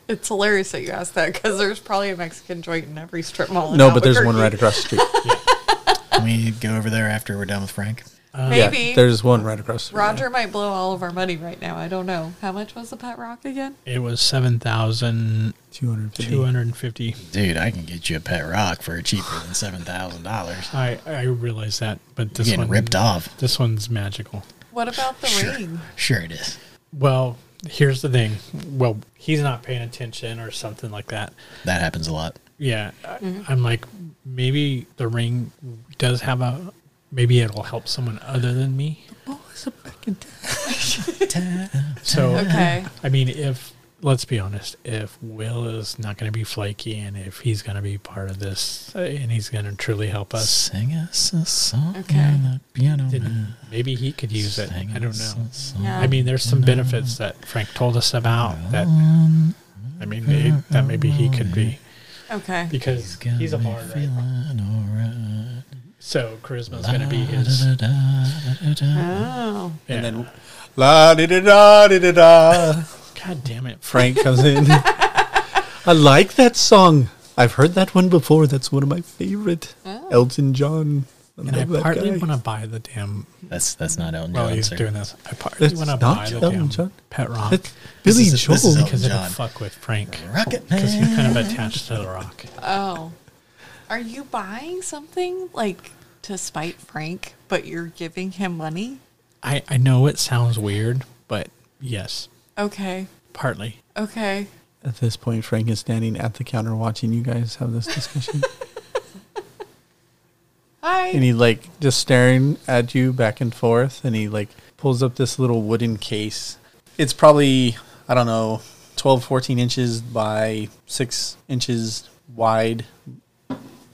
Speaker 3: It's hilarious that you asked that because there's probably a Mexican joint in every strip mall. in
Speaker 2: no, but there's one right
Speaker 3: Albuquerque.
Speaker 2: across the street.
Speaker 5: Can we go over there after we're done with Frank?
Speaker 3: Maybe
Speaker 2: Yeah, there's one right across. the
Speaker 3: Roger might blow all of our money right now. I don't know. How much was the pet rock again?
Speaker 4: It was seven thousand
Speaker 2: Two hundred
Speaker 4: two
Speaker 2: fifty.
Speaker 4: hundred and fifty.
Speaker 5: Dude, I can get you a pet rock for cheaper than seven thousand dollars.
Speaker 4: I I realize that, but this
Speaker 5: Getting
Speaker 4: one
Speaker 5: ripped off.
Speaker 4: This one's magical.
Speaker 3: What about the
Speaker 5: Sure,
Speaker 3: ring?
Speaker 5: sure it is.
Speaker 4: Well, here's the thing. Well, he's not paying attention or something like that.
Speaker 5: That happens a lot.
Speaker 4: Yeah, I- I'm like, maybe the ring does have a. Maybe it'll help someone other than me. So
Speaker 3: Okay.
Speaker 4: I mean, if let's be honest, if Will is not going to be flaky, and if he's going to be part of this, uh, and he's going to truly help us,
Speaker 5: Sing us a song
Speaker 3: Okay.
Speaker 5: on the piano.
Speaker 4: then maybe he could use it.
Speaker 5: Sing
Speaker 4: I don't
Speaker 5: us
Speaker 4: know.
Speaker 5: a song.
Speaker 3: Yeah.
Speaker 4: I mean, there's some benefits that Frank told us about that. I mean, they, that maybe he could be
Speaker 3: okay.
Speaker 4: because
Speaker 5: got
Speaker 4: he's a
Speaker 5: me
Speaker 4: bard, right?
Speaker 5: feeling alright.
Speaker 4: So charisma's going to be his.
Speaker 5: Da-da-da-da-da.
Speaker 3: Oh.
Speaker 4: Yeah.
Speaker 2: And then la di da da di da da.
Speaker 4: God damn it, Frank!
Speaker 2: Frank comes in. I like that song. I've heard that one before. That's one of my favorite.
Speaker 3: Oh.
Speaker 2: Elton John. I
Speaker 4: And I
Speaker 2: love that
Speaker 4: partly
Speaker 2: guy.
Speaker 4: want to buy the damn.
Speaker 5: That's that's not Elton
Speaker 4: Well,
Speaker 5: John.
Speaker 4: he's
Speaker 5: sir.
Speaker 4: doing this. I partly
Speaker 2: That's
Speaker 4: want to
Speaker 2: not
Speaker 4: buy the
Speaker 2: Elton
Speaker 4: damn
Speaker 2: John.
Speaker 4: pet rock.
Speaker 2: That's Billy
Speaker 5: is-
Speaker 2: Joel.
Speaker 5: this is Elton
Speaker 4: because it'll
Speaker 5: John.
Speaker 4: fuck with Frank
Speaker 5: Rocket
Speaker 4: because he's kind of
Speaker 5: Man.
Speaker 4: attached to the rock.
Speaker 3: Oh. Are you buying something like to spite Frank, but you're giving him money?
Speaker 4: I I know it sounds weird, but yes,
Speaker 3: Okay.
Speaker 4: partly.
Speaker 3: Okay.
Speaker 2: At this point, Frank is standing at the counter watching you guys have this discussion,
Speaker 3: Hi.
Speaker 2: and he like just staring at you back and forth, and he like pulls up this little wooden case. It's probably I don't know, 12, 14 inches by six inches wide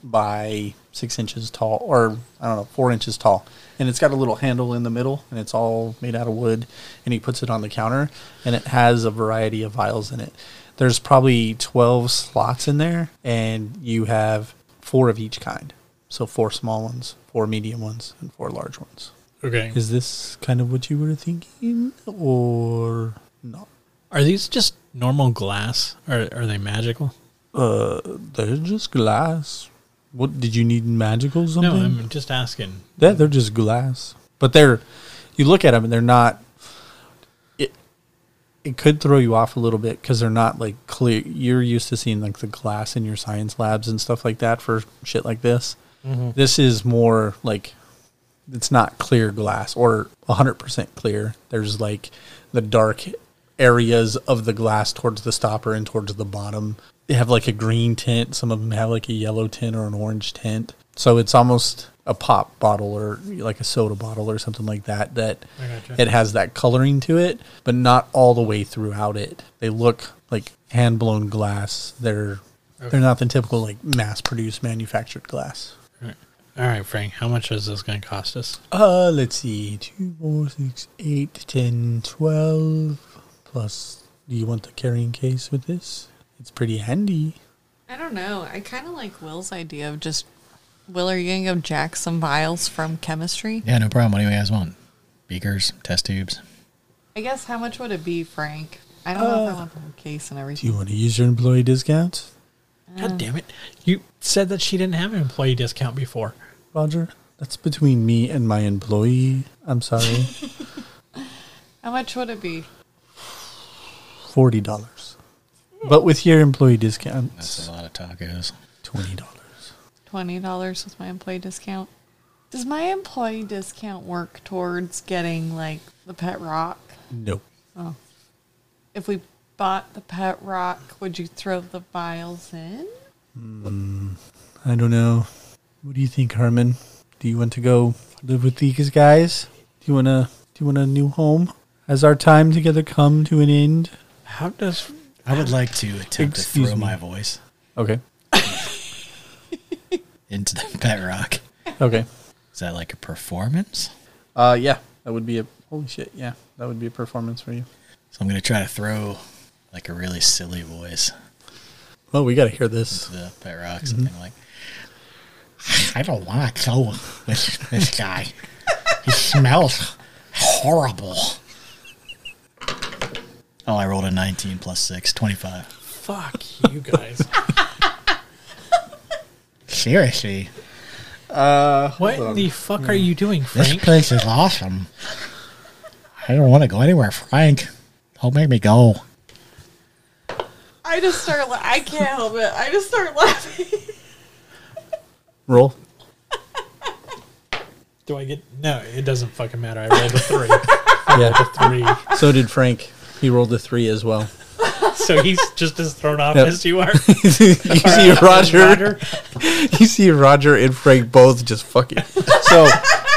Speaker 2: by six inches tall, or I don't know, four inches tall. And it's got a little handle in the middle, and it's all made out of wood. And he puts it on the counter, and it has a variety of vials in it. There's probably 12 slots in there, and you have four of each kind. So four small ones, four medium ones, and four large ones.
Speaker 4: Okay.
Speaker 2: Is this kind of what you were thinking, or not?
Speaker 4: Are these just normal glass, or are they magical?
Speaker 2: Uh, they're just glass. What did you need magical something?
Speaker 4: No, I'm just asking.
Speaker 2: Yeah, they're just glass, but they're you look at them and they're not. It it could throw you off a little bit because they're not like clear. You're used to seeing like the glass in your science labs and stuff like that for shit like this. This is more like it's not clear glass or 100% clear. There's like the dark areas of the glass towards the stopper and towards the bottom. They have like a green tint. Some of them have like a yellow tint or an orange tint. So it's almost a pop bottle or like a soda bottle or something like that. That
Speaker 4: I gotcha.
Speaker 2: it has that coloring to it, but not all the way throughout it. They look like hand blown glass. They're they're not the typical like mass produced manufactured glass.
Speaker 4: All right, Frank. How much is this going to cost us?
Speaker 2: Uh, let's see. 2, four, six, eight, 10, 12. Plus, do you want the carrying case with this? It's pretty handy.
Speaker 3: I don't know. I kind of like Will's idea of just, Will, are you going to go jack some vials from chemistry?
Speaker 5: Yeah, no problem. What do you guys want? Beakers, test tubes.
Speaker 3: I guess how much would it be, Frank? I don't know if I want the whole case and
Speaker 2: Do
Speaker 3: everything.
Speaker 2: you want to use your employee discounts,
Speaker 4: God damn it. You said that she didn't have an employee discount before.
Speaker 2: Roger? That's between me and my employee. I'm sorry.
Speaker 3: How much would it be?
Speaker 2: Forty dollars. But with your employee
Speaker 5: That's
Speaker 2: discounts,
Speaker 5: a lot of tacos.
Speaker 2: twenty dollars.
Speaker 3: Twenty dollars with my employee discount. Does my employee discount work towards getting like the pet rock?
Speaker 2: No.
Speaker 3: If we bought the pet rock, would you throw the vials in?
Speaker 2: I don't know. What do you think, Herman? Do you want to go live with these guys? Do you wanna do you want a new home? Has our time together come to an end?
Speaker 4: How does
Speaker 5: I would like to attempt
Speaker 2: Excuse
Speaker 5: to throw
Speaker 2: me.
Speaker 5: my voice
Speaker 2: Okay.
Speaker 5: into the pet rock.
Speaker 2: Okay.
Speaker 5: Is that like a performance?
Speaker 2: Uh yeah. That would be a holy shit, yeah. That would be a performance for you.
Speaker 5: So I'm gonna try to throw like a really silly voice
Speaker 2: Well, we gotta hear this.
Speaker 5: to the pet rock, something
Speaker 4: Mm-hmm.
Speaker 5: like, "I don't want to kill this this guy. he smells horrible." Oh, I rolled a 19 plus 6, 25.
Speaker 4: fuck you guys?
Speaker 5: Seriously,
Speaker 4: what the fuck are you doing,
Speaker 5: this
Speaker 4: Frank?
Speaker 5: place is awesome. I don't want to go anywhere, Frank. Don't make me go.
Speaker 3: I just start. La- I can't help it. I just start laughing.
Speaker 2: Roll.
Speaker 4: Do I get no, it doesn't fucking matter. I rolled a three.
Speaker 2: Yeah.
Speaker 4: three.
Speaker 2: so did Frank. He rolled a three as well.
Speaker 4: So he's just as thrown off
Speaker 2: Yep.
Speaker 4: as you are.
Speaker 2: you see Roger
Speaker 4: Roger.
Speaker 2: you see Roger and Frank both just fucking. So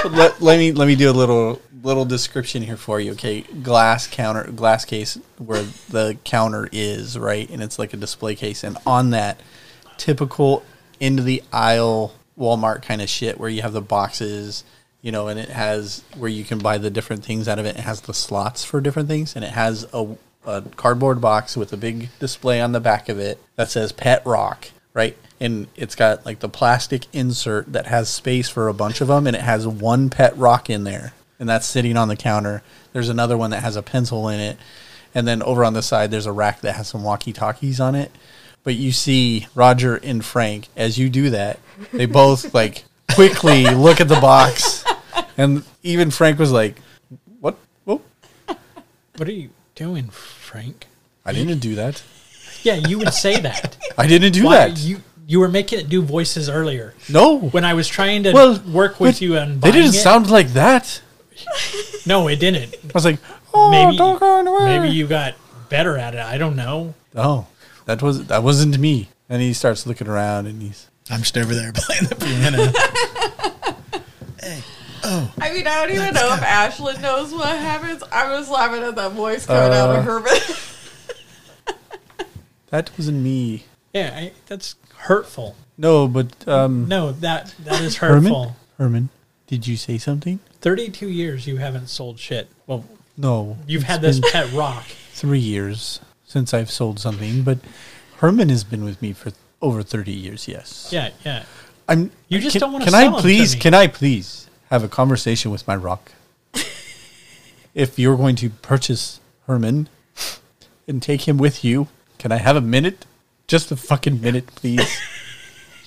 Speaker 2: let, let me let me do a little little description here for you. Okay, glass counter, glass case where the counter is right, and it's like a display case, and on that typical end of the aisle Walmart kind of shit where you have the boxes. You know, and it has where you can buy the different things out of it. It has the slots for different things, and it has a, a cardboard box with a big display on the back of it that says Pet Rock, right? and it's got like the plastic insert that has space for a bunch of them and it has one pet rock in there and that's sitting on the counter there's another one that has a pencil in it and then over on the side there's a rack that has some walkie talkies on it but you see roger and frank as you do that they both like quickly look at the box and even frank was like what Whoa.
Speaker 4: What are you doing, Frank?
Speaker 2: i didn't do that
Speaker 4: Yeah, you would say that.
Speaker 2: i didn't do
Speaker 4: Why
Speaker 2: that
Speaker 4: you you were making it do voices earlier.
Speaker 2: no
Speaker 4: When I was trying to
Speaker 2: Well,
Speaker 4: work with
Speaker 2: but
Speaker 4: you and
Speaker 2: they
Speaker 4: buying
Speaker 2: didn't
Speaker 4: it-
Speaker 2: sound like that
Speaker 4: No, it didn't.
Speaker 2: i was like oh
Speaker 4: maybe
Speaker 2: don't go anywhere.
Speaker 4: maybe you got better at it. I don't know.
Speaker 2: Oh, that was that wasn't me. And he starts looking around, and he's
Speaker 5: I'm just over there playing the piano.
Speaker 3: I mean, I don't even know if Ashlyn knows what happens. I'm just laughing at that voice coming out of her mouth.
Speaker 2: that wasn't me.
Speaker 4: Yeah, I, that's hurtful.
Speaker 2: No, but um,
Speaker 4: No, that that is
Speaker 2: Herman,
Speaker 4: hurtful.
Speaker 2: Herman, did you say something?
Speaker 4: Thirty-two years you haven't sold shit. Well,
Speaker 2: No,
Speaker 4: you've
Speaker 2: it's
Speaker 4: had this
Speaker 2: been
Speaker 4: pet rock.
Speaker 2: three years since I've sold something, but Herman has been with me for over thirty years. Yes,
Speaker 4: Yeah, yeah.
Speaker 2: I'm.
Speaker 4: You just
Speaker 2: can,
Speaker 4: don't wanna
Speaker 2: Can
Speaker 4: sell 'em
Speaker 2: I
Speaker 4: to
Speaker 2: please?
Speaker 4: me.
Speaker 2: Can I please have a conversation with my rock? if you're going to purchase Herman and take him with you, can I have a minute? Just a fucking minute, please.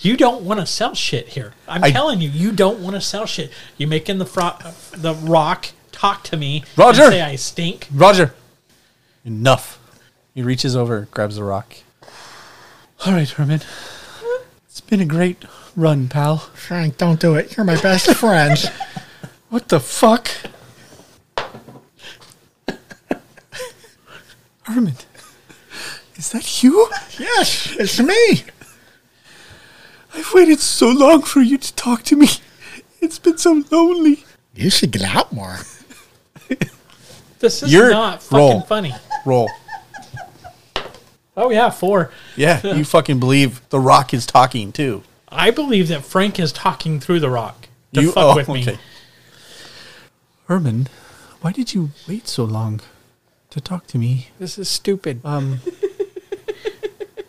Speaker 4: You don't want to sell shit here. I'm
Speaker 2: I-
Speaker 4: telling you, you don't want to sell shit. You're making the fro- the rock talk to me. and
Speaker 2: Roger!
Speaker 4: say I stink.
Speaker 2: Roger! Enough. He reaches over, grabs the rock. All right, Herman. It's been a great run, pal.
Speaker 5: Frank, don't do it. You're my best friend.
Speaker 2: What the fuck? Herman, is that you?
Speaker 5: yes, it's me.
Speaker 2: I've waited so long for you to talk to me. It's been so lonely.
Speaker 5: You should get out more.
Speaker 4: This is
Speaker 2: You're-
Speaker 4: not fucking
Speaker 2: roll.
Speaker 4: funny.
Speaker 2: Roll.
Speaker 4: Oh yeah, four.
Speaker 2: Yeah, you fucking believe The Rock is talking too.
Speaker 4: I believe that Frank is talking through the rock to
Speaker 2: you oh,
Speaker 4: fuck with me.
Speaker 2: Herman, why did you wait so long to talk to me?
Speaker 4: This is stupid.
Speaker 2: Um,
Speaker 4: Um,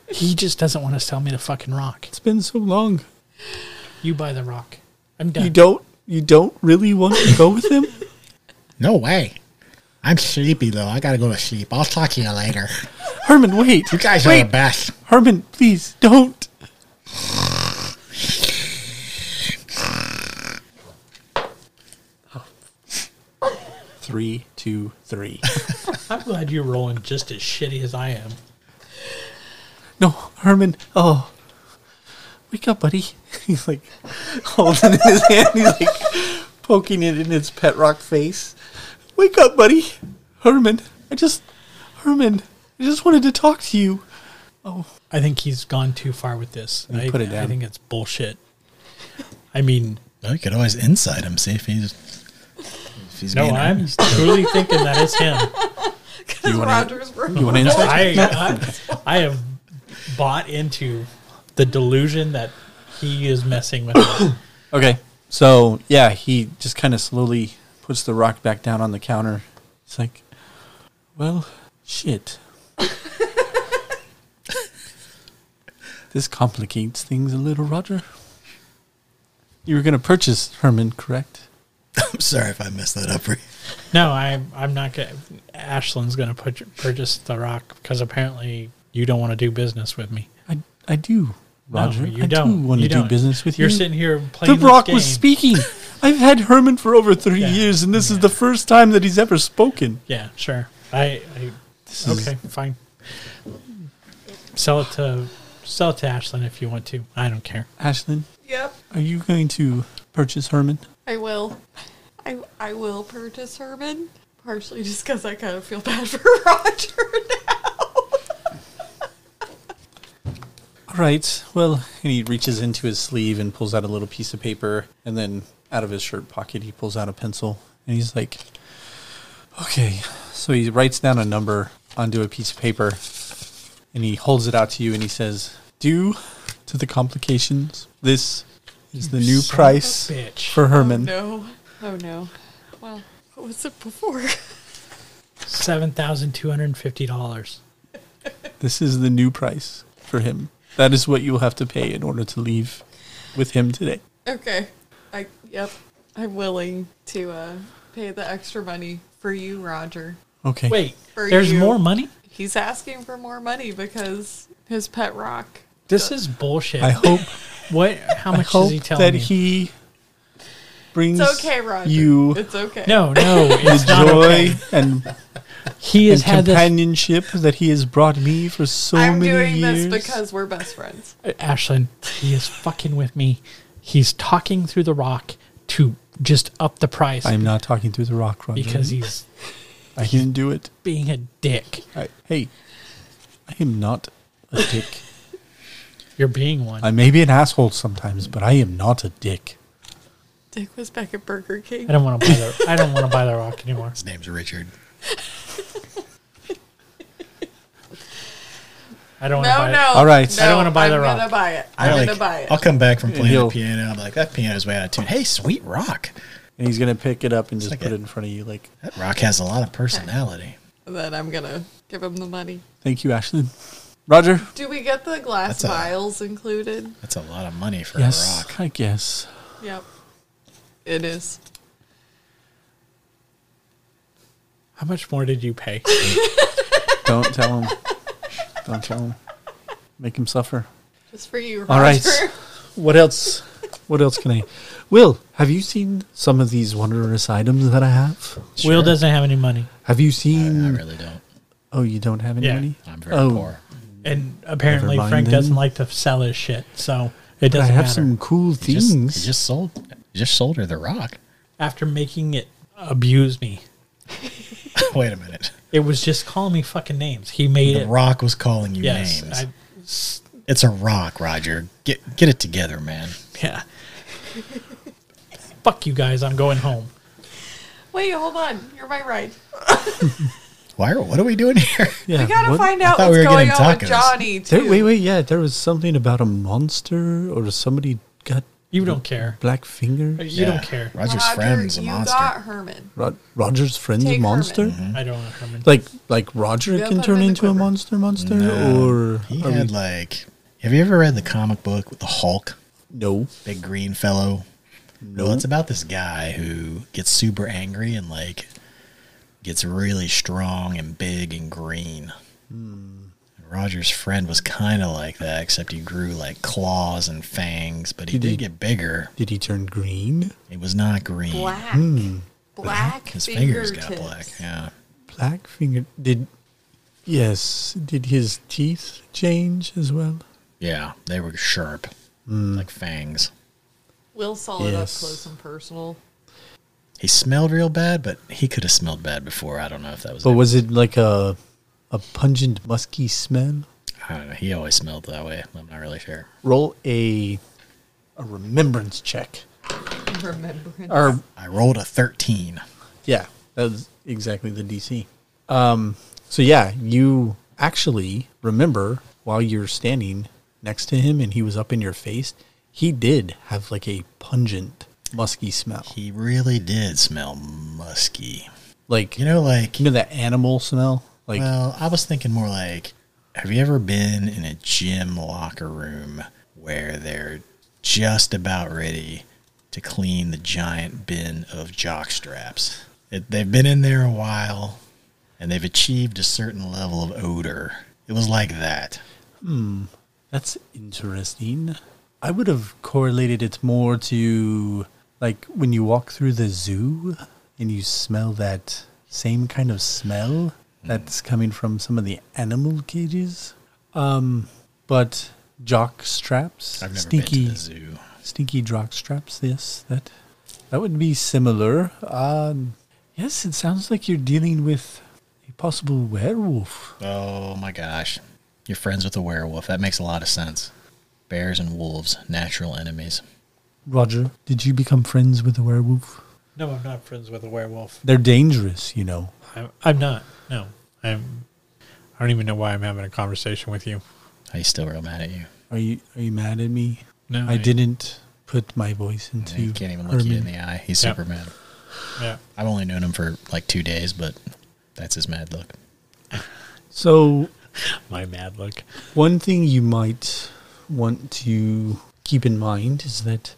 Speaker 4: He just doesn't want to sell me the fucking rock.
Speaker 2: It's been so long.
Speaker 4: You buy the rock. I'm
Speaker 2: You
Speaker 4: done.
Speaker 2: don't you don't really want to go with him?
Speaker 5: No way. I'm sleepy though. I gotta go to sleep. I'll talk to you later.
Speaker 2: Herman, wait.
Speaker 5: You guys are
Speaker 2: wait.
Speaker 5: the best.
Speaker 2: Herman, please don't. Three, two, three.
Speaker 4: I'm glad you're rolling just as shitty as I am.
Speaker 2: No, Herman. Oh, wake up, buddy. He's like holding it in his hand. He's like poking it in its pet rock face. Wake up, buddy. Herman, I just, Herman, I just wanted to talk to you.
Speaker 4: I think he's gone too far with this.
Speaker 2: You
Speaker 4: I,
Speaker 2: put it
Speaker 4: I
Speaker 2: down.
Speaker 4: think it's bullshit. I mean,
Speaker 5: Well, you could always inside him, see if he's if he's
Speaker 4: no,
Speaker 5: being
Speaker 4: I'm truly thinking that it's him.
Speaker 3: Because Roger's room.
Speaker 2: You want to inside?
Speaker 4: I, I, I have bought into the delusion that he is messing with me.
Speaker 2: Okay. So yeah, he just kind of slowly puts the rock back down on the counter. It's like, well, shit. this complicates things a little, Roger. You were gonna purchase Herman, correct?
Speaker 5: I'm sorry if I messed that up for you.
Speaker 4: No, I, I'm not going to. Ashland's going to purchase the rock because apparently you don't want to do business with me.
Speaker 2: I I do, Roger.
Speaker 4: no, you
Speaker 2: I
Speaker 4: don't
Speaker 2: do want
Speaker 4: You
Speaker 2: to do
Speaker 4: don't.
Speaker 2: business with
Speaker 4: You're
Speaker 2: you.
Speaker 4: sitting here playing
Speaker 2: the
Speaker 4: this
Speaker 2: rock was
Speaker 4: game.
Speaker 2: speaking. I've had Herman for over three
Speaker 4: Yeah.
Speaker 2: years, and this is the first time that he's ever spoken.
Speaker 4: Yeah, sure. I, I
Speaker 2: This is-
Speaker 4: okay, fine. Sell it to sell it to Ashland if you want to. I don't care.
Speaker 2: Ashlyn,
Speaker 3: Yep,
Speaker 2: are you going to purchase Herman?
Speaker 3: I will. I I will purchase Herman. Partially just because I kind of feel bad for Roger now.
Speaker 2: All right. Well, and he reaches into his sleeve and pulls out a little piece of paper, and then out of his shirt pocket he pulls out a pencil, and he's like, "Okay." So he writes down a number onto a piece of paper, and he holds it out to you, and he says, "Due to the complications, this is the new
Speaker 4: son of a
Speaker 2: price
Speaker 4: bitch.
Speaker 2: for Herman."
Speaker 3: No. Oh no. Well, what was it before?
Speaker 4: Seven thousand two hundred and fifty dollars.
Speaker 2: This is the new price for him. That is what you will have to pay in order to leave with him today.
Speaker 3: okay. I yep. I'm willing to uh, pay the extra money for you, Roger.
Speaker 2: Okay.
Speaker 4: Wait,
Speaker 3: For
Speaker 4: there's
Speaker 3: you.
Speaker 4: more money.
Speaker 3: He's asking for more money because his pet rock.
Speaker 4: This is bullshit.
Speaker 2: I hope.
Speaker 4: what? How
Speaker 2: I
Speaker 4: much
Speaker 2: hope
Speaker 4: is he telling
Speaker 2: that
Speaker 4: you?
Speaker 2: he brings
Speaker 3: It's okay, Roger.
Speaker 2: you
Speaker 3: It's okay.
Speaker 4: no, no,
Speaker 2: the
Speaker 4: it's not.
Speaker 2: joy and,
Speaker 4: He
Speaker 2: and
Speaker 4: has had this.
Speaker 2: companionship that he has brought me for so
Speaker 3: I'm
Speaker 2: many
Speaker 3: doing
Speaker 2: years.
Speaker 3: this because we're best friends.
Speaker 4: Ashland, he is fucking with me. He's talking through the rock to just up the price
Speaker 2: I'm not talking through the rock, Roger.
Speaker 4: because he's
Speaker 2: I didn't do it.
Speaker 4: being a dick.
Speaker 2: I, hey, I am not a dick.
Speaker 4: You're being one.
Speaker 2: I may be an asshole sometimes, but I am not a dick.
Speaker 3: Dick was back at Burger King.
Speaker 4: I don't want to buy the. I don't want to buy the rock anymore.
Speaker 5: His name's Richard.
Speaker 4: I don't want to
Speaker 3: No,
Speaker 4: buy
Speaker 3: no.
Speaker 4: it.
Speaker 2: All right.
Speaker 3: No,
Speaker 4: I don't wanna buy
Speaker 3: I'm
Speaker 4: the rock.
Speaker 3: gonna buy it.
Speaker 5: I
Speaker 3: I'm
Speaker 5: like,
Speaker 3: gonna buy it.
Speaker 5: I'll come back from playing
Speaker 2: he'll-
Speaker 5: the piano. I'm like, that piano's way out of tune. Hey, sweet rock.
Speaker 2: And he's gonna pick it up and just
Speaker 5: like
Speaker 2: put
Speaker 5: a-
Speaker 2: it in front of you, like,
Speaker 5: That rock has a lot of personality.
Speaker 3: Then I'm gonna give him the money.
Speaker 2: "Thank you, Ashlyn." Roger.
Speaker 3: Do we get the glass
Speaker 5: That's a-
Speaker 3: vials included?
Speaker 5: That's a lot of money for a
Speaker 2: Yes,
Speaker 5: rock.
Speaker 2: I guess.
Speaker 3: Yep. It is.
Speaker 4: How much more did you pay?
Speaker 2: Don't tell him. Don't tell him. Make him suffer.
Speaker 3: Just for you, Roger.
Speaker 2: All right. What else? What else can I? Will, have you seen some of these wondrous items that I have?
Speaker 4: Will doesn't have any money,
Speaker 2: Have you
Speaker 5: I,
Speaker 2: seen?
Speaker 5: I Uh, really don't.
Speaker 2: Oh, you don't have any
Speaker 4: Yeah,
Speaker 2: money.
Speaker 5: I'm very
Speaker 2: oh,
Speaker 5: poor.
Speaker 4: and apparently
Speaker 2: Never mind
Speaker 4: Frank
Speaker 2: then.
Speaker 4: doesn't like to sell his shit, so it
Speaker 2: But I
Speaker 4: doesn't
Speaker 2: have
Speaker 4: matter.
Speaker 2: some cool
Speaker 5: He
Speaker 2: things.
Speaker 5: just, he just sold. he Just sold her the rock.
Speaker 4: After making it abuse me,
Speaker 5: Wait a minute.
Speaker 4: it was just calling me fucking names. He made
Speaker 5: The
Speaker 4: it.
Speaker 5: rock was calling you
Speaker 4: Yes,
Speaker 5: names.
Speaker 4: I,
Speaker 5: It's a rock, Roger. Get get it together, man.
Speaker 4: yeah. Fuck you guys. I'm going home.
Speaker 3: Wait, hold on. You're my ride.
Speaker 5: Why are what are we doing here?
Speaker 2: yeah,
Speaker 3: we gotta
Speaker 2: what-
Speaker 3: find
Speaker 5: I
Speaker 3: out
Speaker 5: thought
Speaker 3: what's
Speaker 5: we were
Speaker 3: going
Speaker 5: getting
Speaker 3: on with
Speaker 5: tacos.
Speaker 3: Johnny too.
Speaker 2: There, wait, wait. Yeah, there was something about a monster or somebody got
Speaker 4: You don't care.
Speaker 2: Black Finger?
Speaker 4: You don't care.
Speaker 5: Roger's friend's a
Speaker 3: you
Speaker 5: monster.
Speaker 3: got Herman.
Speaker 2: Ro- Roger's friend's
Speaker 3: Take
Speaker 2: a monster?
Speaker 5: Mm-hmm.
Speaker 3: Herman.
Speaker 4: I don't want Herman.
Speaker 2: Like like Roger
Speaker 3: Yeah,
Speaker 2: can
Speaker 3: put
Speaker 2: turn
Speaker 3: him in the
Speaker 2: into a
Speaker 3: quiver.
Speaker 2: monster monster
Speaker 5: No.
Speaker 2: or
Speaker 5: he
Speaker 2: are
Speaker 5: had
Speaker 2: we-
Speaker 5: like. Have you ever read the comic book with the Hulk,
Speaker 2: no
Speaker 5: big green fellow?
Speaker 2: no
Speaker 5: Well, it's about this guy who gets super angry and like gets really strong and big and green. Hmm. Roger's friend was kind of like that, except he grew like claws and fangs, but he
Speaker 2: Did
Speaker 5: did,
Speaker 2: he-
Speaker 5: get bigger.
Speaker 2: did he turn green
Speaker 5: It was not green.
Speaker 3: Black. Black.
Speaker 5: His fingers got black. Yeah.
Speaker 2: black finger did yes did his teeth change as well
Speaker 5: Yeah. They were sharp, like fangs.
Speaker 3: We'll saw it up
Speaker 2: Yes.
Speaker 3: close and personal.
Speaker 5: He smelled real bad, but he could have smelled bad before. I don't know if that was.
Speaker 2: but was it like a a pungent musky smell
Speaker 5: I don't know. Uh, He always smelled that way. I'm not really sure.
Speaker 2: roll a a remembrance check
Speaker 3: Remembrance.
Speaker 2: or
Speaker 5: I rolled a 13.
Speaker 2: yeah that was exactly the dc um so yeah you actually remember while you're standing next to him and he was up in your face he did have like a pungent musky smell
Speaker 5: He really did smell musky.
Speaker 2: like
Speaker 5: You know, like,
Speaker 2: you know that animal smell like
Speaker 5: well, I was thinking more like, have you ever been in a gym locker room where they're just about ready to clean the giant bin of jock straps? It, they've been in there a while and they've achieved a certain level of odor. It was like that.
Speaker 2: That's interesting. I would have correlated it more to like when you walk through the zoo and you smell that same kind of smell
Speaker 5: Hmm.
Speaker 2: that's coming from some of the animal cages. Um, but jock straps,
Speaker 5: I've never
Speaker 2: stinky,
Speaker 5: been to the zoo.
Speaker 2: stinky jock straps. Yes, that that would be similar. Um, yes, it sounds like you're dealing with a possible werewolf.
Speaker 5: Oh my gosh. You're friends with a werewolf. That makes a lot of sense. Bears and wolves, natural enemies.
Speaker 2: Roger, did you become friends with a werewolf?
Speaker 4: no, I'm not friends with a werewolf.
Speaker 2: They're dangerous, you know.
Speaker 4: I'm, I'm not. No, I'm. I don't even know why I'm having a conversation with you.
Speaker 5: Are you still real mad at you?
Speaker 2: Are you are you mad at me?
Speaker 4: No,
Speaker 2: I, didn't put my voice into.
Speaker 5: He can't even look you in
Speaker 2: Herman.
Speaker 5: the eye. He's
Speaker 4: Yep.
Speaker 5: super mad.
Speaker 4: Yeah.
Speaker 5: I've only known him for like two days, but that's his mad look.
Speaker 2: So
Speaker 4: My mad look.
Speaker 2: one thing you might want to keep in mind is that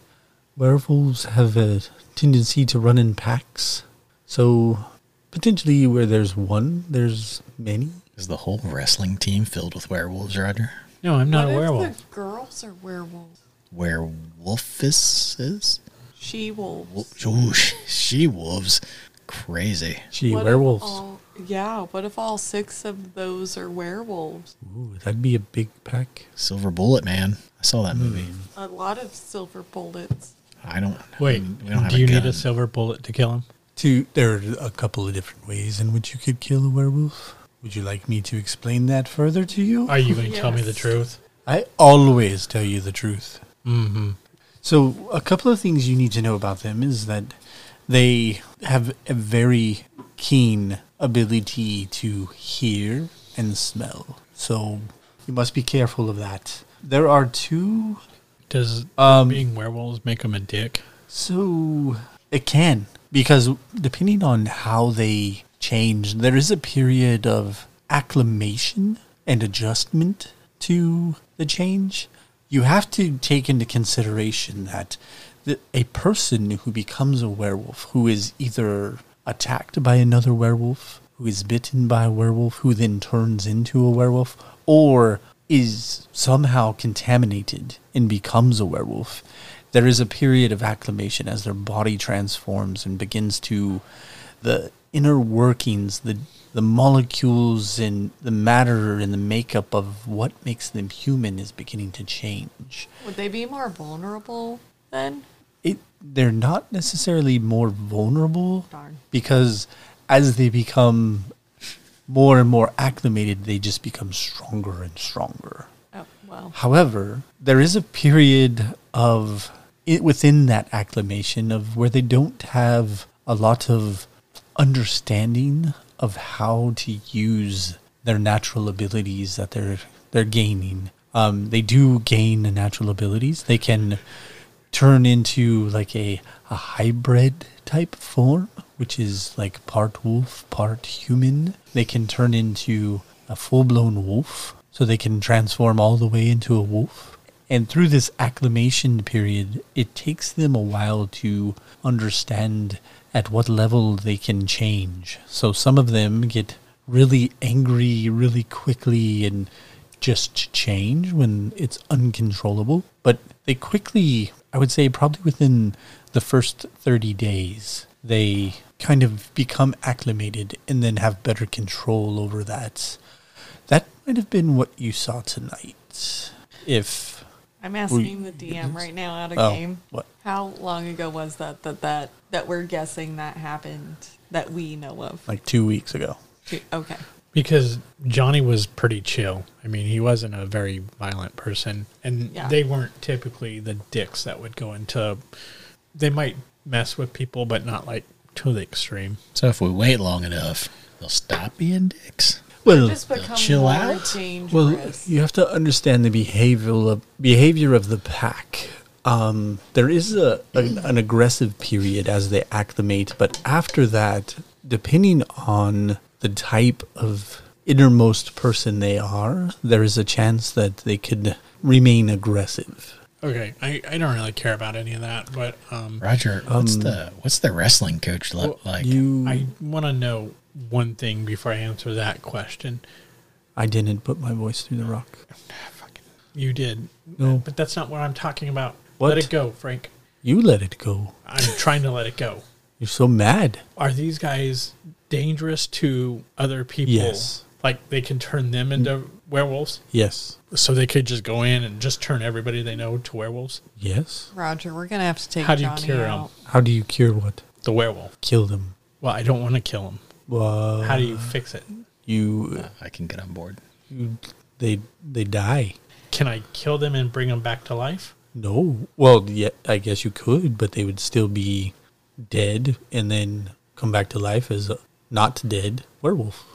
Speaker 2: werewolves have a tendency to run in packs. So potentially, where there's one, there's many.
Speaker 5: Is the whole wrestling team filled with werewolves, Roger?
Speaker 4: No, I'm not
Speaker 3: What
Speaker 4: a
Speaker 3: if
Speaker 4: werewolf.
Speaker 3: The girls are werewolves.
Speaker 5: Werewolfises?
Speaker 3: She wolves.
Speaker 5: Ooh, she wolves. Crazy.
Speaker 2: Gee,
Speaker 3: What if
Speaker 2: werewolves.
Speaker 3: all- yeah. What if all six of those are werewolves?
Speaker 2: Ooh, that'd be a big pack.
Speaker 5: Silver Bullet, man. I saw that movie.
Speaker 4: Hmm.
Speaker 3: A lot of silver bullets.
Speaker 5: I don't.
Speaker 4: Wait,
Speaker 5: we don't have
Speaker 4: do you need
Speaker 5: gun.
Speaker 4: a silver bullet to kill him?
Speaker 2: To there are a couple of different ways in which you could kill a werewolf. Would you like me to explain that further to you?
Speaker 4: Are you going to tell me the
Speaker 3: Yes.
Speaker 4: truth?
Speaker 2: I always tell you the truth. Mm-hmm. So, a couple of things you need to know about them is that they have a very keen ability to hear and smell. So, you must be careful of that. There are two. um,
Speaker 4: Does being werewolves make him a dick?
Speaker 2: So, it can, because depending on how they change, there is a period of acclimation and adjustment to the change. you have to take into consideration that the, a person who becomes a werewolf, who is either attacked by another werewolf, who is bitten by a werewolf, who then turns into a werewolf, or is somehow contaminated and becomes a werewolf, there is a period of acclimation as their body transforms and begins to the inner workings, the the molecules and the matter and the makeup of what makes them human is beginning to change.
Speaker 3: Would they be more vulnerable then?
Speaker 2: It they're not necessarily more vulnerable
Speaker 3: Darn.
Speaker 2: because as they become more and more acclimated, they just become stronger and stronger.
Speaker 3: Oh well.
Speaker 2: However, there is a period of it within that acclimation of where they don't have a lot of understanding of how to use their natural abilities that they're they're gaining. Um, they do gain the natural abilities. They can turn into like a, a hybrid type form, which is like part wolf, part human. They can turn into a full blown wolf, so they can transform all the way into a wolf. And through this acclimation period, it takes them a while to understand at what level they can change. So some of them get really angry really quickly and just change when it's uncontrollable. But they quickly, I would say, probably within the first 30 days, they kind of become acclimated and then have better control over that. That might have been what you saw tonight. If.
Speaker 3: I'm asking the DM right now out of
Speaker 2: Oh,
Speaker 3: game.
Speaker 2: what?
Speaker 3: How long ago was that that that that we're guessing that happened that we know of?
Speaker 2: Like two weeks ago.
Speaker 3: Okay.
Speaker 4: because Johnny was pretty chill. I mean, he wasn't a very violent person, and
Speaker 3: Yeah.
Speaker 4: they weren't typically the dicks that would go into. They might mess with people, but not like to the extreme.
Speaker 5: So if we wait long enough, they'll stop being dicks.
Speaker 2: Well,
Speaker 3: Just become
Speaker 5: chill
Speaker 3: more
Speaker 5: out?
Speaker 3: dangerous.
Speaker 2: Well, you have to understand the behavioral of, behavior of the pack. Um, there is a, an, an aggressive period as they acclimate, but after that, depending on the type of innermost person they are, there is a chance that they could remain aggressive.
Speaker 4: Okay, I, I don't really care about any of that, but um,
Speaker 5: Roger, what's the what's the wrestling coach look like?
Speaker 2: you,
Speaker 4: I
Speaker 2: I,
Speaker 4: want to know one thing before I answer that question.
Speaker 2: didn't put my voice through the rock.
Speaker 4: You did,
Speaker 2: No.
Speaker 4: but that's not what I'm talking about.
Speaker 2: What?
Speaker 4: Let it go, Frank.
Speaker 2: You let it go.
Speaker 4: I'm trying to let it go.
Speaker 2: You're so mad.
Speaker 4: are these guys dangerous to other people?
Speaker 2: Yes.
Speaker 4: Like they can turn them into werewolves?
Speaker 2: Yes.
Speaker 4: So they could just go in and just turn everybody they know to werewolves?
Speaker 2: Yes.
Speaker 3: Roger, we're gonna have to take
Speaker 4: How do you
Speaker 3: Johnny
Speaker 4: cure 'em?
Speaker 3: out.
Speaker 2: How do you cure what?
Speaker 4: The werewolf.
Speaker 2: Kill them.
Speaker 4: Well, I don't want to kill him.
Speaker 2: Well,
Speaker 4: How do you fix it?
Speaker 2: you
Speaker 5: I can get on board.
Speaker 2: they they die.
Speaker 4: Can I kill them and bring them back to life?
Speaker 2: No. Well, yeah, I guess you could, but they would still be dead and then come back to life as a not dead werewolf.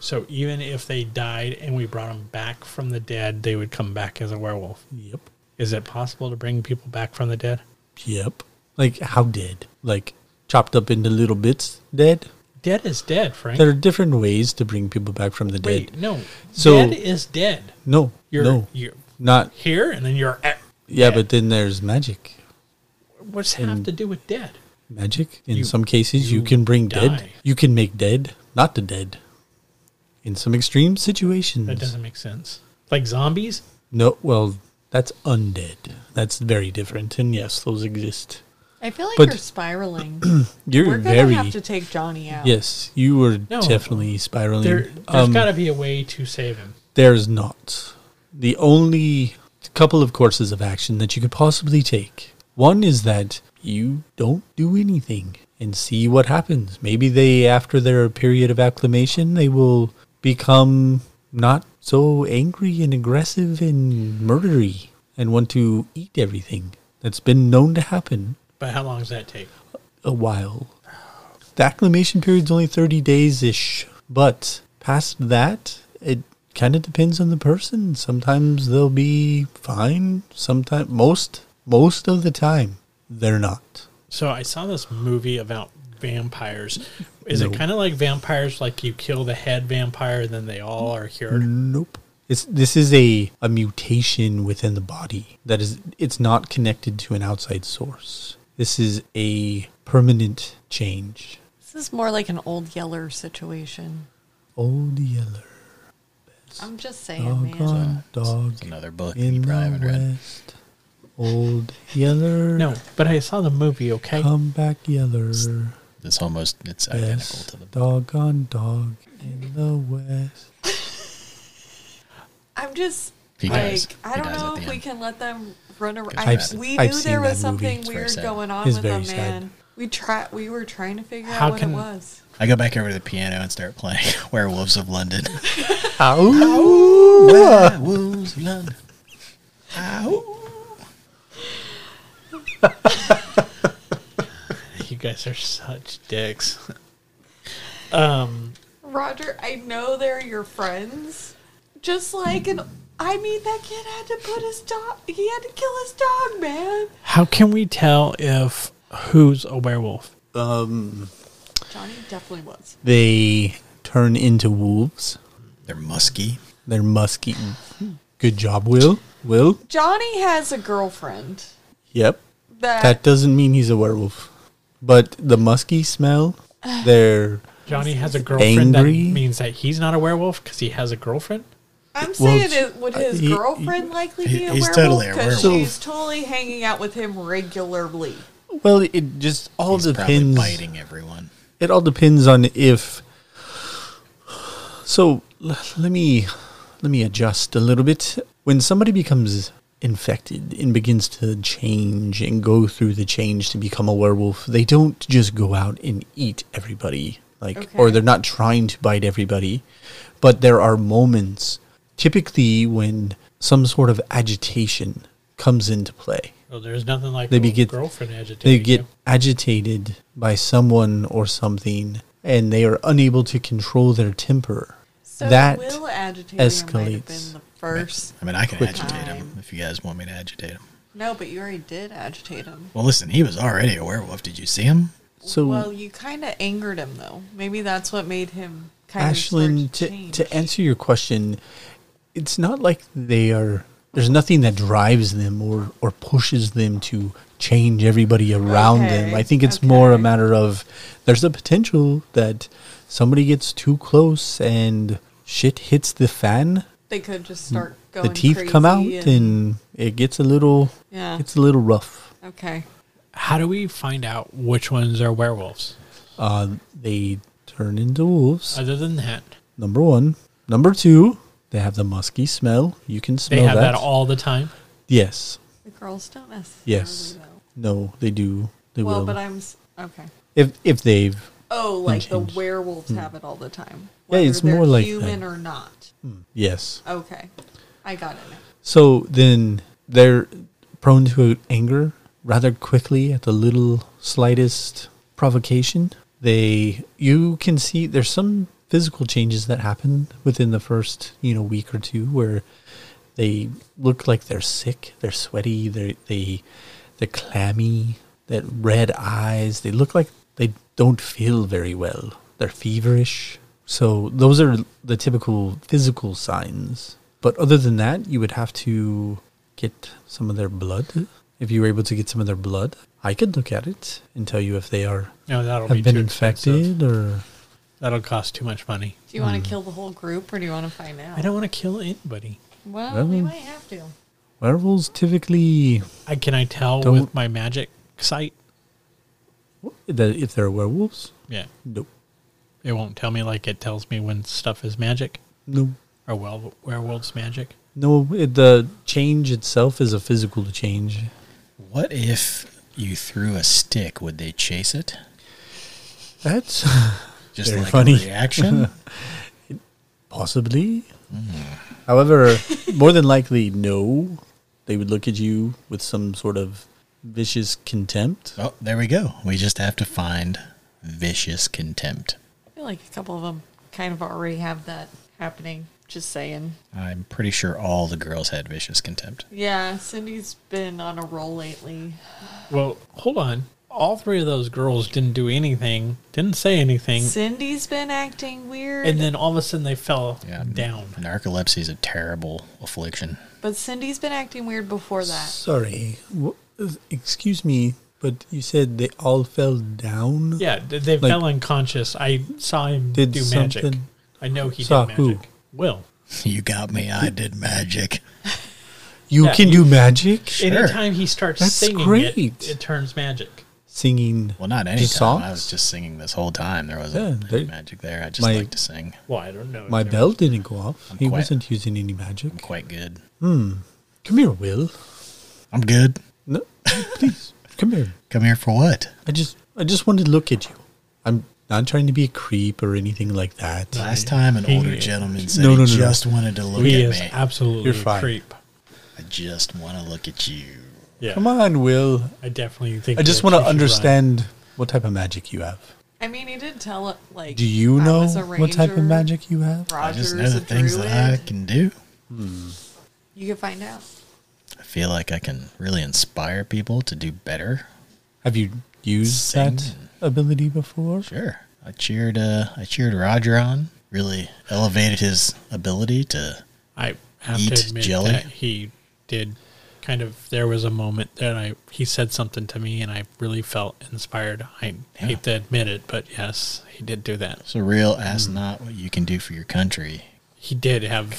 Speaker 4: So even if they died and we brought them back from the dead, they would come back as a werewolf.
Speaker 2: Yep.
Speaker 4: Is it possible to bring people back from the dead?
Speaker 2: Yep. Like how dead? Like chopped up into little bits dead?
Speaker 4: Dead is dead, Frank.
Speaker 2: There are different ways to bring people back from the
Speaker 4: Wait,
Speaker 2: dead.
Speaker 4: no.
Speaker 2: So-
Speaker 4: dead is dead.
Speaker 2: No.
Speaker 4: You're,
Speaker 2: no.
Speaker 4: you're
Speaker 2: Not
Speaker 4: here and then you're at
Speaker 2: yeah,
Speaker 4: dead.
Speaker 2: but then there's magic.
Speaker 4: What's that
Speaker 2: Hmm.
Speaker 4: have to do with dead?
Speaker 2: Magic. In
Speaker 4: You-
Speaker 2: some cases, you,
Speaker 4: you
Speaker 2: can bring dead.
Speaker 4: die.
Speaker 2: You can make dead not the dead. In some extreme situations,
Speaker 4: That doesn't make sense. Like zombies?
Speaker 2: No, well, that's undead. That's very different, and yes, those exist.
Speaker 3: I feel like
Speaker 2: But-
Speaker 3: you're spiraling.
Speaker 2: You're
Speaker 3: we're gonna
Speaker 2: very
Speaker 3: have to take Johnny out.
Speaker 2: yes. You were
Speaker 4: No.
Speaker 2: definitely spiraling.
Speaker 4: There, there's
Speaker 2: Um,
Speaker 4: got to be a way to save him.
Speaker 2: there's not. The only couple of courses of action that you could possibly take. One is that you don't do anything and see what happens. Maybe they, after their period of acclimation, they will become not so angry and aggressive and murdery and want to eat everything. That's been known to happen
Speaker 4: But how long does that take?
Speaker 2: a while. The acclimation period's only 30 days ish, but past that, it kind of depends on the person. Sometimes they'll be fine, sometimes most most of the time they're not.
Speaker 4: So I saw this movie about vampires. Is it
Speaker 2: No.
Speaker 4: kind of like vampires? Like you kill the head vampire, then they all are cured.
Speaker 2: Nope. It's, this is a, a mutation within the body that is it's not connected to an outside source. This is a permanent change.
Speaker 3: This is more like an old yeller situation.
Speaker 2: Old yeller,
Speaker 3: I'm just saying,
Speaker 2: Oh,
Speaker 3: man.
Speaker 2: doggone dog.
Speaker 5: It's another book you
Speaker 2: In
Speaker 5: probably
Speaker 2: the
Speaker 5: haven't read.
Speaker 2: West, old yeller.
Speaker 4: No, but I saw the movie. Okay,
Speaker 2: Come back, yeller.
Speaker 5: It's almost it's identical
Speaker 2: Yes.
Speaker 5: to the book.
Speaker 2: Doggone dog in the West.
Speaker 3: I'm just
Speaker 5: He
Speaker 3: like
Speaker 5: dies.
Speaker 3: I
Speaker 5: He
Speaker 3: don't
Speaker 5: dies
Speaker 3: know
Speaker 5: at the
Speaker 3: if we
Speaker 5: end.
Speaker 3: can let them run around.
Speaker 5: I've
Speaker 3: I,
Speaker 5: s-
Speaker 3: we
Speaker 2: I've
Speaker 3: knew
Speaker 2: seen
Speaker 3: there
Speaker 2: that
Speaker 3: was
Speaker 2: movie.
Speaker 3: something
Speaker 2: It's
Speaker 5: very
Speaker 3: weird
Speaker 5: sad.
Speaker 3: going on
Speaker 2: It's
Speaker 3: with them,
Speaker 2: very sad.
Speaker 3: man. We try. We were trying to figure
Speaker 4: How
Speaker 3: out what
Speaker 4: can-
Speaker 3: it was.
Speaker 5: I go back over to the piano and start playing Werewolves of London. Werewolves of London. Ow.
Speaker 4: you guys are such dicks.
Speaker 3: Roger, I know they're your friends. Just like an I mean, that kid had to put his dog. He had to kill his dog, man.
Speaker 4: How can we tell if who's a werewolf?
Speaker 3: Johnny definitely was.
Speaker 2: They turn into wolves.
Speaker 5: They're musky.
Speaker 2: They're musk eaten. Good job, Will. Will?
Speaker 3: Johnny has a girlfriend.
Speaker 2: Yep.
Speaker 3: That,
Speaker 2: That doesn't mean he's a werewolf. But the musky smell, they're.
Speaker 4: Johnny has a girlfriend.
Speaker 2: Angry?
Speaker 4: That means that he's not a werewolf because he has a girlfriend.
Speaker 3: I'm
Speaker 2: well,
Speaker 3: saying, it, would his
Speaker 2: he-
Speaker 3: girlfriend likely
Speaker 5: he-
Speaker 3: be a
Speaker 5: he's
Speaker 3: werewolf?
Speaker 5: totally a
Speaker 3: Because
Speaker 2: werewolf.
Speaker 3: she's totally hanging out with him regularly.
Speaker 2: Well, it just all
Speaker 5: He's probably
Speaker 2: depends.
Speaker 5: biting everyone.
Speaker 2: It all depends on if. So l- let me let me adjust a little bit. When somebody becomes infected and begins to change and go through the change to become a werewolf, they don't just go out and eat everybody, like, or
Speaker 3: Okay.
Speaker 2: they're not trying to bite everybody. But there are moments, typically when some sort of agitation comes into play.
Speaker 4: So there's nothing like
Speaker 2: They
Speaker 4: a
Speaker 2: begin-
Speaker 4: girlfriend agitating.
Speaker 2: They get
Speaker 4: you.
Speaker 2: agitated by someone or something, and they are unable to control their temper.
Speaker 3: So
Speaker 2: That
Speaker 3: Will agitating escalates. Might have
Speaker 2: escalates.
Speaker 3: been the first.
Speaker 5: I mean, I can
Speaker 2: Quick.
Speaker 5: agitate him if you guys want me to agitate him.
Speaker 3: No, but you already did agitate him.
Speaker 5: Well, listen, he was already a werewolf. Did you see him?
Speaker 2: So,
Speaker 3: well, you kind of angered him though. Maybe that's what made him kind
Speaker 2: Ashlyn,
Speaker 3: of
Speaker 2: to, to answer your question, it's not like they are. There's nothing that drives them or, or pushes them to change everybody around them.
Speaker 3: Okay,
Speaker 2: I think it's more a
Speaker 3: okay.
Speaker 2: matter of there's the potential that somebody gets too close and shit hits the fan.
Speaker 3: They could just start going.
Speaker 2: The teeth come out
Speaker 3: crazy
Speaker 2: and, it gets a little
Speaker 3: Yeah.
Speaker 2: it's a little rough.
Speaker 3: okay.
Speaker 4: How do we find out which ones are werewolves?
Speaker 2: Uh, they turn into wolves.
Speaker 4: Other than that,
Speaker 2: number one. Number two, they have the musky smell. You can
Speaker 4: they
Speaker 2: smell
Speaker 4: have that. all the time.
Speaker 2: yes.
Speaker 3: The girls don't necessarily.
Speaker 2: Yes.
Speaker 3: Though.
Speaker 2: No, they do. They
Speaker 3: Well,
Speaker 2: will.
Speaker 3: but I'm s- okay.
Speaker 2: if if they've
Speaker 3: Oh, like the
Speaker 2: Unchanged.
Speaker 3: werewolves have it all the time.
Speaker 2: Hmm. Yeah,
Speaker 3: Whether
Speaker 2: it's
Speaker 3: they're
Speaker 2: more like
Speaker 3: human
Speaker 2: that.
Speaker 3: or not.
Speaker 2: yes.
Speaker 3: Okay, I got it. now.
Speaker 2: So then they're prone to anger rather quickly at the little slightest provocation. They you can see there's some physical changes that happen within the first, you know, week or two where they look like they're sick, they're sweaty, they they they're clammy, that red eyes, they look like they don't feel very well. They're feverish. So those are the typical physical signs. But other than that, you would have to get some of their blood. If you were able to get some of their blood, I could look at it and tell you if they are
Speaker 4: No, that'll be
Speaker 2: have been
Speaker 4: too expensive.
Speaker 2: infected or
Speaker 4: That'll cost too much money.
Speaker 3: Do you
Speaker 2: Hmm.
Speaker 3: want to kill the whole group or do you want to find out?
Speaker 4: I don't want to kill anybody.
Speaker 3: Well,
Speaker 2: Well-
Speaker 3: we might have to.
Speaker 2: werewolves typically
Speaker 4: I can I tell
Speaker 2: Don't-
Speaker 4: with my magic sight?
Speaker 2: that if they're werewolves,
Speaker 4: Yeah,
Speaker 2: no,
Speaker 4: it won't tell me like it tells me when stuff is magic
Speaker 2: no,
Speaker 4: or well werewolves magic.
Speaker 2: no. It, the change itself is a physical change.
Speaker 5: What if you threw a stick? Would they chase it?
Speaker 2: That's
Speaker 5: Just
Speaker 2: Very
Speaker 5: like
Speaker 2: funny.
Speaker 5: a reaction?
Speaker 2: Possibly.
Speaker 5: Mm-hmm.
Speaker 2: However, more than likely, no. They would look at you with some sort of vicious contempt.
Speaker 5: oh, there we go. We just have to find vicious contempt.
Speaker 3: I feel like a couple of them kind of already have that happening. Just saying.
Speaker 5: I'm pretty sure all the girls had vicious contempt.
Speaker 3: Yeah, Cindy's been on a roll lately.
Speaker 4: Well, hold on. All three of those girls didn't do anything, didn't say anything,
Speaker 3: Cindy's been acting weird.
Speaker 4: and then all of a sudden they fell down.
Speaker 5: Narcolepsy is a terrible affliction.
Speaker 3: but Cindy's been acting weird before that.
Speaker 2: Sorry. wh- Excuse me, but you said they all fell down?
Speaker 4: Yeah, th- they
Speaker 2: Like-
Speaker 4: fell unconscious. I saw him
Speaker 2: Did
Speaker 4: do magic.
Speaker 2: something-
Speaker 4: I know he
Speaker 2: Saw
Speaker 4: did magic.
Speaker 2: who?
Speaker 4: Will.
Speaker 5: You got me. I did magic.
Speaker 2: You
Speaker 4: Yeah.
Speaker 2: can do magic?
Speaker 5: Sure.
Speaker 4: Anytime he starts
Speaker 2: That's
Speaker 4: singing,
Speaker 2: great.
Speaker 4: It, it turns magic.
Speaker 2: Singing.
Speaker 5: Well, not any
Speaker 2: Just
Speaker 5: time. I
Speaker 2: songs?
Speaker 5: was just singing this whole time. There
Speaker 2: Yeah,
Speaker 5: wasn't
Speaker 2: they-
Speaker 5: any magic there. I just
Speaker 2: my-
Speaker 5: like to sing.
Speaker 4: Well, I don't know. if
Speaker 2: My
Speaker 4: there-
Speaker 2: bell didn't go off.
Speaker 5: I'm
Speaker 2: he
Speaker 5: quiet.
Speaker 2: wasn't using any magic.
Speaker 5: I'm quite good.
Speaker 2: Come here, Will.
Speaker 5: I'm good.
Speaker 2: No, please. Come here.
Speaker 5: Come here for what?
Speaker 2: I just I just wanted to look at you. I'm not trying to be a creep or anything like that.
Speaker 5: Last time, an
Speaker 4: He-
Speaker 5: older gentleman said
Speaker 2: No, no, no,
Speaker 5: he
Speaker 2: no.
Speaker 5: just wanted to look
Speaker 4: He
Speaker 5: at
Speaker 4: is
Speaker 5: me.
Speaker 4: absolutely
Speaker 2: You're
Speaker 4: a
Speaker 2: fine.
Speaker 4: creep.
Speaker 5: I just want to look at you.
Speaker 4: Yeah,
Speaker 2: Come on, Will.
Speaker 4: I definitely think.
Speaker 2: I just
Speaker 4: that
Speaker 2: want to
Speaker 4: you should
Speaker 2: understand what type of magic you have.
Speaker 3: I mean, he did tell it like.
Speaker 2: Do you
Speaker 3: I
Speaker 2: know
Speaker 3: was a
Speaker 2: what type of
Speaker 3: ranger,
Speaker 2: magic you have?
Speaker 5: I
Speaker 3: Roger's
Speaker 5: just know the
Speaker 3: a
Speaker 5: things
Speaker 3: druid.
Speaker 5: that I can do.
Speaker 3: You can find out.
Speaker 5: I feel like I can really inspire people to do better.
Speaker 2: Have you used that
Speaker 5: Sing.
Speaker 2: ability before?
Speaker 5: Sure. I cheered. Uh, I cheered Roger on. Really elevated his ability to.
Speaker 4: I have
Speaker 5: Eat
Speaker 4: to admit
Speaker 5: jelly?
Speaker 4: that he did kind of. There was a moment that I he said something to me, and I really felt inspired. I hate to admit it, but yes, he did do that.
Speaker 5: So real ask not what you can do for your country.
Speaker 4: He did have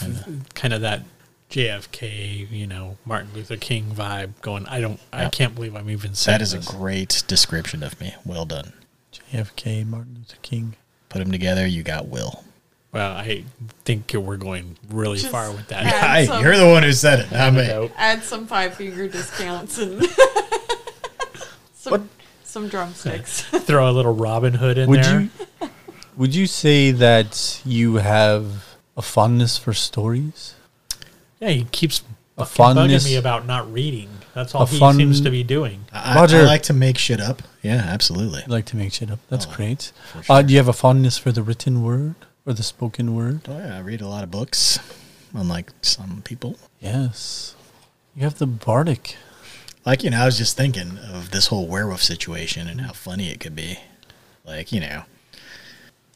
Speaker 4: kind of that JFK, you know, Martin Luther King vibe going. I don't. I can't believe I'm even saying
Speaker 5: That is a
Speaker 4: this.
Speaker 5: great description of me. Well done.
Speaker 2: JFK, Martin Luther King.
Speaker 5: Put them together. You got Will.
Speaker 4: Well, I think we're going really
Speaker 3: Just-
Speaker 4: far with that.
Speaker 3: Yeah.
Speaker 5: Hey,
Speaker 3: Awesome.
Speaker 5: you're the one who said it, not me.
Speaker 4: Nope.
Speaker 3: Add some five finger discounts and some some drumsticks.
Speaker 4: Throw a little Robin Hood in
Speaker 2: Would
Speaker 4: there.
Speaker 2: you would you say that you have a fondness for stories?
Speaker 4: Yeah, he keeps
Speaker 2: A
Speaker 4: fucking
Speaker 2: fondness-
Speaker 4: bugging me about not reading. That's all
Speaker 2: a
Speaker 4: he
Speaker 2: fun-
Speaker 4: seems to be doing.
Speaker 5: I,
Speaker 2: Roger.
Speaker 5: I like to make shit up. Yeah, absolutely.
Speaker 2: You like to make shit up. That's
Speaker 5: Oh,
Speaker 2: great.
Speaker 5: for
Speaker 2: Uh, do you have a fondness for the written word or the spoken word?
Speaker 5: Oh, yeah, I read a lot of books, unlike some people.
Speaker 2: Yes. You have the bardic.
Speaker 5: Like, you know, I was just thinking of this whole werewolf situation and how funny it could be. Like, you know,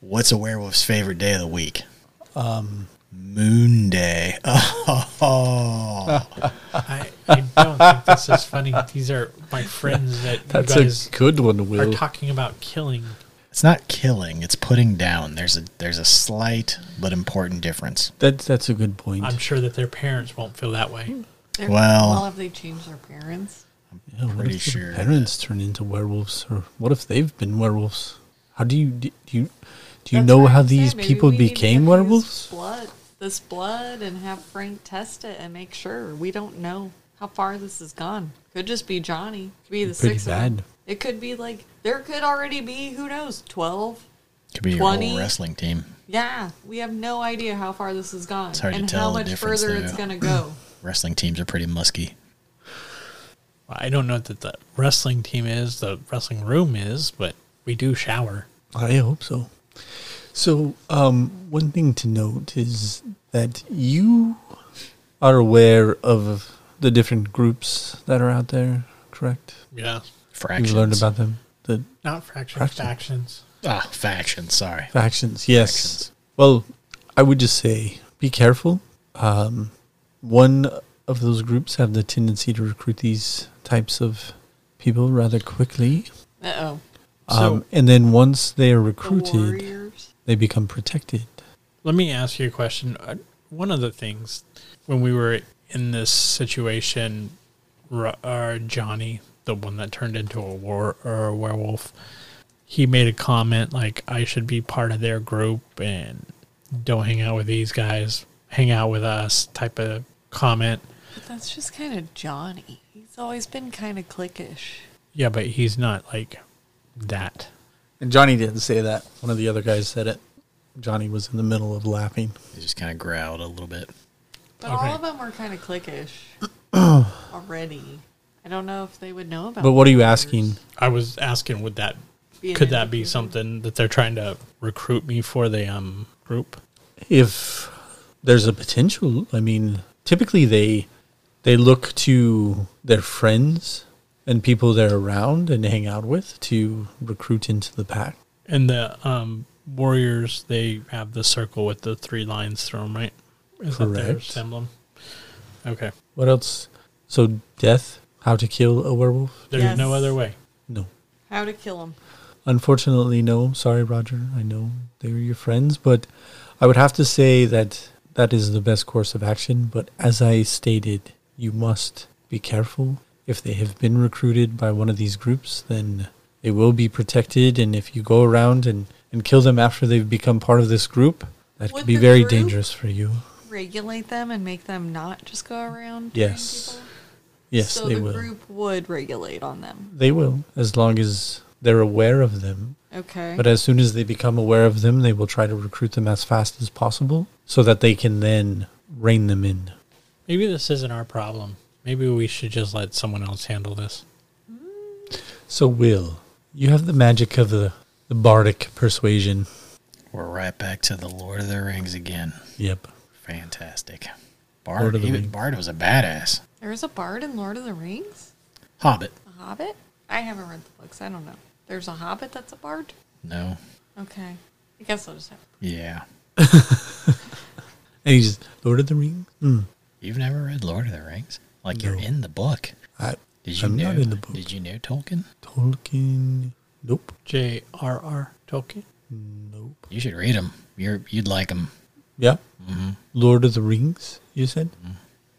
Speaker 5: what's a werewolf's favorite day of the week? Um, Moon Day. Oh,
Speaker 4: I, I don't think this is funny. These are my friends that you guys
Speaker 2: good one,
Speaker 4: are talking about killing.
Speaker 5: it's not killing; it's putting down. There's a there's a slight but important difference.
Speaker 2: That, that's a good point.
Speaker 4: I'm sure that their parents won't feel that way.
Speaker 3: They're-
Speaker 5: Well-
Speaker 3: well, if they change their parents,
Speaker 2: Yeah, Oh, what
Speaker 5: pretty
Speaker 2: if their
Speaker 5: sure
Speaker 2: parents turn into werewolves, or what if they've been werewolves? How do you do you do you
Speaker 3: That's
Speaker 2: know
Speaker 3: what
Speaker 2: how
Speaker 3: I'm saying.
Speaker 2: these
Speaker 3: Maybe
Speaker 2: people
Speaker 3: we need to get
Speaker 2: became
Speaker 3: these
Speaker 2: werewolves?
Speaker 3: Blood, this blood, and have Frank test it and make sure we don't know how far this has gone. Could just be Johnny. Could be the
Speaker 2: Pretty
Speaker 3: six of them.
Speaker 2: bad.
Speaker 3: It could be like there could already be who knows twelve.
Speaker 5: Could be your
Speaker 3: 20?
Speaker 5: whole wrestling team.
Speaker 3: Yeah, we have no idea how far this has gone
Speaker 5: hard to
Speaker 3: and
Speaker 5: tell
Speaker 3: how
Speaker 5: the
Speaker 3: much
Speaker 5: difference,
Speaker 3: further it's
Speaker 5: though.
Speaker 3: gonna go.
Speaker 5: Wrestling teams are pretty musky.
Speaker 4: I don't know that the wrestling team is, the wrestling room is, but we do shower.
Speaker 2: I hope so. So, um, one thing to note is that you are aware of the different groups that are out there, correct?
Speaker 4: Yeah.
Speaker 5: Fractions.
Speaker 2: You've learned about them. The
Speaker 4: Not fractions,
Speaker 2: Fraction.
Speaker 4: factions.
Speaker 5: ah factions. Sorry.
Speaker 2: Factions, yes.
Speaker 5: Factions.
Speaker 2: Well, I would just say be careful. Um, one of those groups have the tendency to recruit these types of people rather quickly.
Speaker 3: Uh oh.
Speaker 2: Um,
Speaker 4: So-
Speaker 2: and then once they are
Speaker 3: The
Speaker 2: recruited,
Speaker 3: Warriors.
Speaker 2: they become protected.
Speaker 4: Let me ask you a question. Uh, One of the things when we were in this situation, Ro- uh, Johnny, the one that turned into a war or a werewolf, he made a comment like, "I should be part of their group and don't hang out with these guys. Hang out with us." Type of comment.
Speaker 3: But that's just kind of Johnny. He's always been kind of cliquish.
Speaker 4: Yeah, but he's not like that.
Speaker 2: And Johnny didn't say that. One of the other guys said it. Johnny was in the middle of laughing.
Speaker 5: They just kind of growled a little bit.
Speaker 3: But
Speaker 4: Okay.
Speaker 3: all of them were kind of cliquish already. I don't know if they would know about.
Speaker 2: But what are you
Speaker 3: Warriors.
Speaker 2: asking?
Speaker 4: I was asking, would that
Speaker 3: Be an
Speaker 4: could that be
Speaker 3: indicator.
Speaker 4: something that they're trying to recruit me for the um group?
Speaker 2: If there's a potential, I mean, typically they they look to their friends and people they're around and hang out with to recruit into the pack.
Speaker 4: And the um, Warriors, they have the circle with the three lines through them, right? Is that their
Speaker 2: Correct.
Speaker 4: emblem? Okay.
Speaker 2: What else? So death, how to kill a werewolf?
Speaker 4: There's no
Speaker 3: Yes.
Speaker 4: other way.
Speaker 2: No.
Speaker 3: How to kill him?
Speaker 2: Unfortunately, no. Sorry, Roger. I know they were your friends, but I would have to say that that is the best course of action. But as I stated, you must be careful. If they have been recruited by one of these groups, then they will be protected. And if you go around and, and kill them after they've become part of this group, that
Speaker 3: Would
Speaker 2: could be
Speaker 3: the
Speaker 2: very
Speaker 3: group-
Speaker 2: dangerous for you.
Speaker 3: Regulate them and make them not just go around. turning
Speaker 2: Yes.
Speaker 3: people?
Speaker 2: Yes,
Speaker 3: So
Speaker 2: they
Speaker 3: the
Speaker 2: will.
Speaker 3: group would regulate on them.
Speaker 2: They will, as long as they're aware of them.
Speaker 3: Okay.
Speaker 2: But uh, as soon as they become aware of them, they will try to recruit them as fast as possible so that they can then rein them in.
Speaker 4: Maybe this isn't our problem. Maybe we should just let someone else handle this.
Speaker 2: So, Will, you have the magic of the, the bardic persuasion.
Speaker 5: We're right back to the Lord of the Rings again.
Speaker 2: Yep.
Speaker 5: Fantastic. Bard,
Speaker 4: Lord of the
Speaker 5: even
Speaker 4: Rings.
Speaker 5: Bard was a badass.
Speaker 3: There is a bard in Lord of the Rings?
Speaker 5: Hobbit.
Speaker 3: A hobbit? I haven't read the books. I don't know. There's a hobbit that's a bard?
Speaker 5: No.
Speaker 3: Okay. I guess I'll just have
Speaker 5: Yeah.
Speaker 2: And he's Lord of the Rings. Hmm.
Speaker 5: You've never read Lord of the Rings? Like you're
Speaker 2: No.
Speaker 5: in the book.
Speaker 2: I,
Speaker 5: Did you
Speaker 2: I'm
Speaker 5: know?
Speaker 2: not in the book.
Speaker 5: Did you know Tolkien?
Speaker 2: Tolkien. Nope.
Speaker 4: J.R.R. Tolkien.
Speaker 2: Nope.
Speaker 5: You should read them. You're you'd like Mm-hmm. them.
Speaker 2: Yeah. Lord of the Rings. You said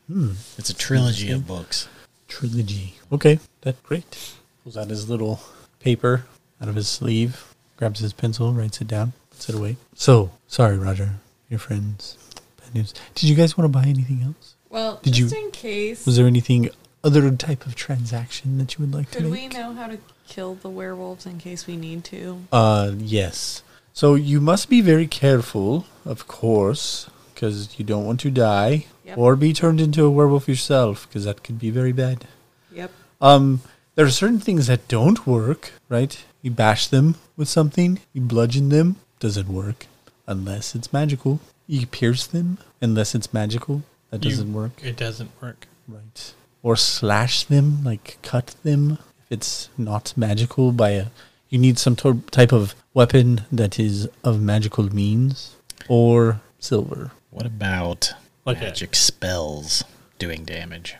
Speaker 5: It's a trilogy of books.
Speaker 2: trilogy. Okay, that's great. Pulls out his little paper out of his sleeve, grabs his pencil, writes it down, puts it away. So sorry, Roger. Your friends. Bad news. Did you guys want to buy anything else?
Speaker 3: Well,
Speaker 2: Did
Speaker 3: just
Speaker 2: you-
Speaker 3: in case,
Speaker 2: Was there anything other type of transaction that you would like to
Speaker 3: could
Speaker 2: make?
Speaker 3: we know how to kill the werewolves in case we need to?
Speaker 2: Uh, yes. So you must be very careful, of course, because you don't want to die
Speaker 3: Yep.
Speaker 2: or be turned into a werewolf yourself, because that could be very bad.
Speaker 3: Yep.
Speaker 2: Um, there are certain things that don't work, right? You bash them with something, you bludgeon them, doesn't work, unless it's magical. You pierce them, unless it's magical, that
Speaker 4: You-
Speaker 2: doesn't work.
Speaker 4: It doesn't work.
Speaker 2: Right. Or slash them, like cut them. If it's not magical, by a you need some tor- type of weapon that is of magical means or silver.
Speaker 5: What about
Speaker 4: Like that.
Speaker 5: magic spells doing damage?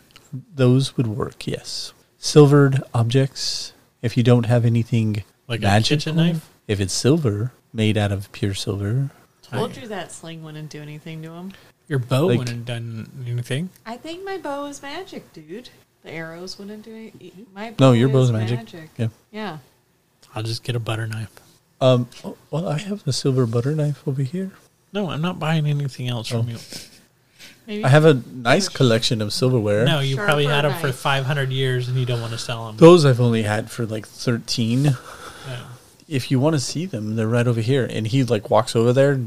Speaker 2: Those would work. Yes, silvered objects. If you don't have anything
Speaker 4: Like a
Speaker 2: magical,
Speaker 4: kitchen knife?
Speaker 2: if it's silver made out of pure silver,
Speaker 3: Told you that sling wouldn't do anything to him.
Speaker 4: Your bow
Speaker 2: Like-
Speaker 4: wouldn't have done anything.
Speaker 3: I think my bow is magic, dude. The arrows wouldn't do anything. My
Speaker 2: no,
Speaker 3: bow
Speaker 2: your bow's
Speaker 3: is
Speaker 2: magic. Yeah.
Speaker 3: Yeah.
Speaker 4: I'll just get a butter knife.
Speaker 2: Um. oh, Well, I have a silver butter knife over here.
Speaker 4: No, I'm not buying anything else
Speaker 2: Oh.
Speaker 4: from you.
Speaker 3: Maybe
Speaker 2: I have a nice collection of silverware.
Speaker 4: No, you probably
Speaker 3: Sharper
Speaker 4: had them for
Speaker 3: knife.
Speaker 4: 500 years and you don't want to sell them.
Speaker 2: Those I've only had for like 13. If you want to see them, they're right over here. And he like walks over there.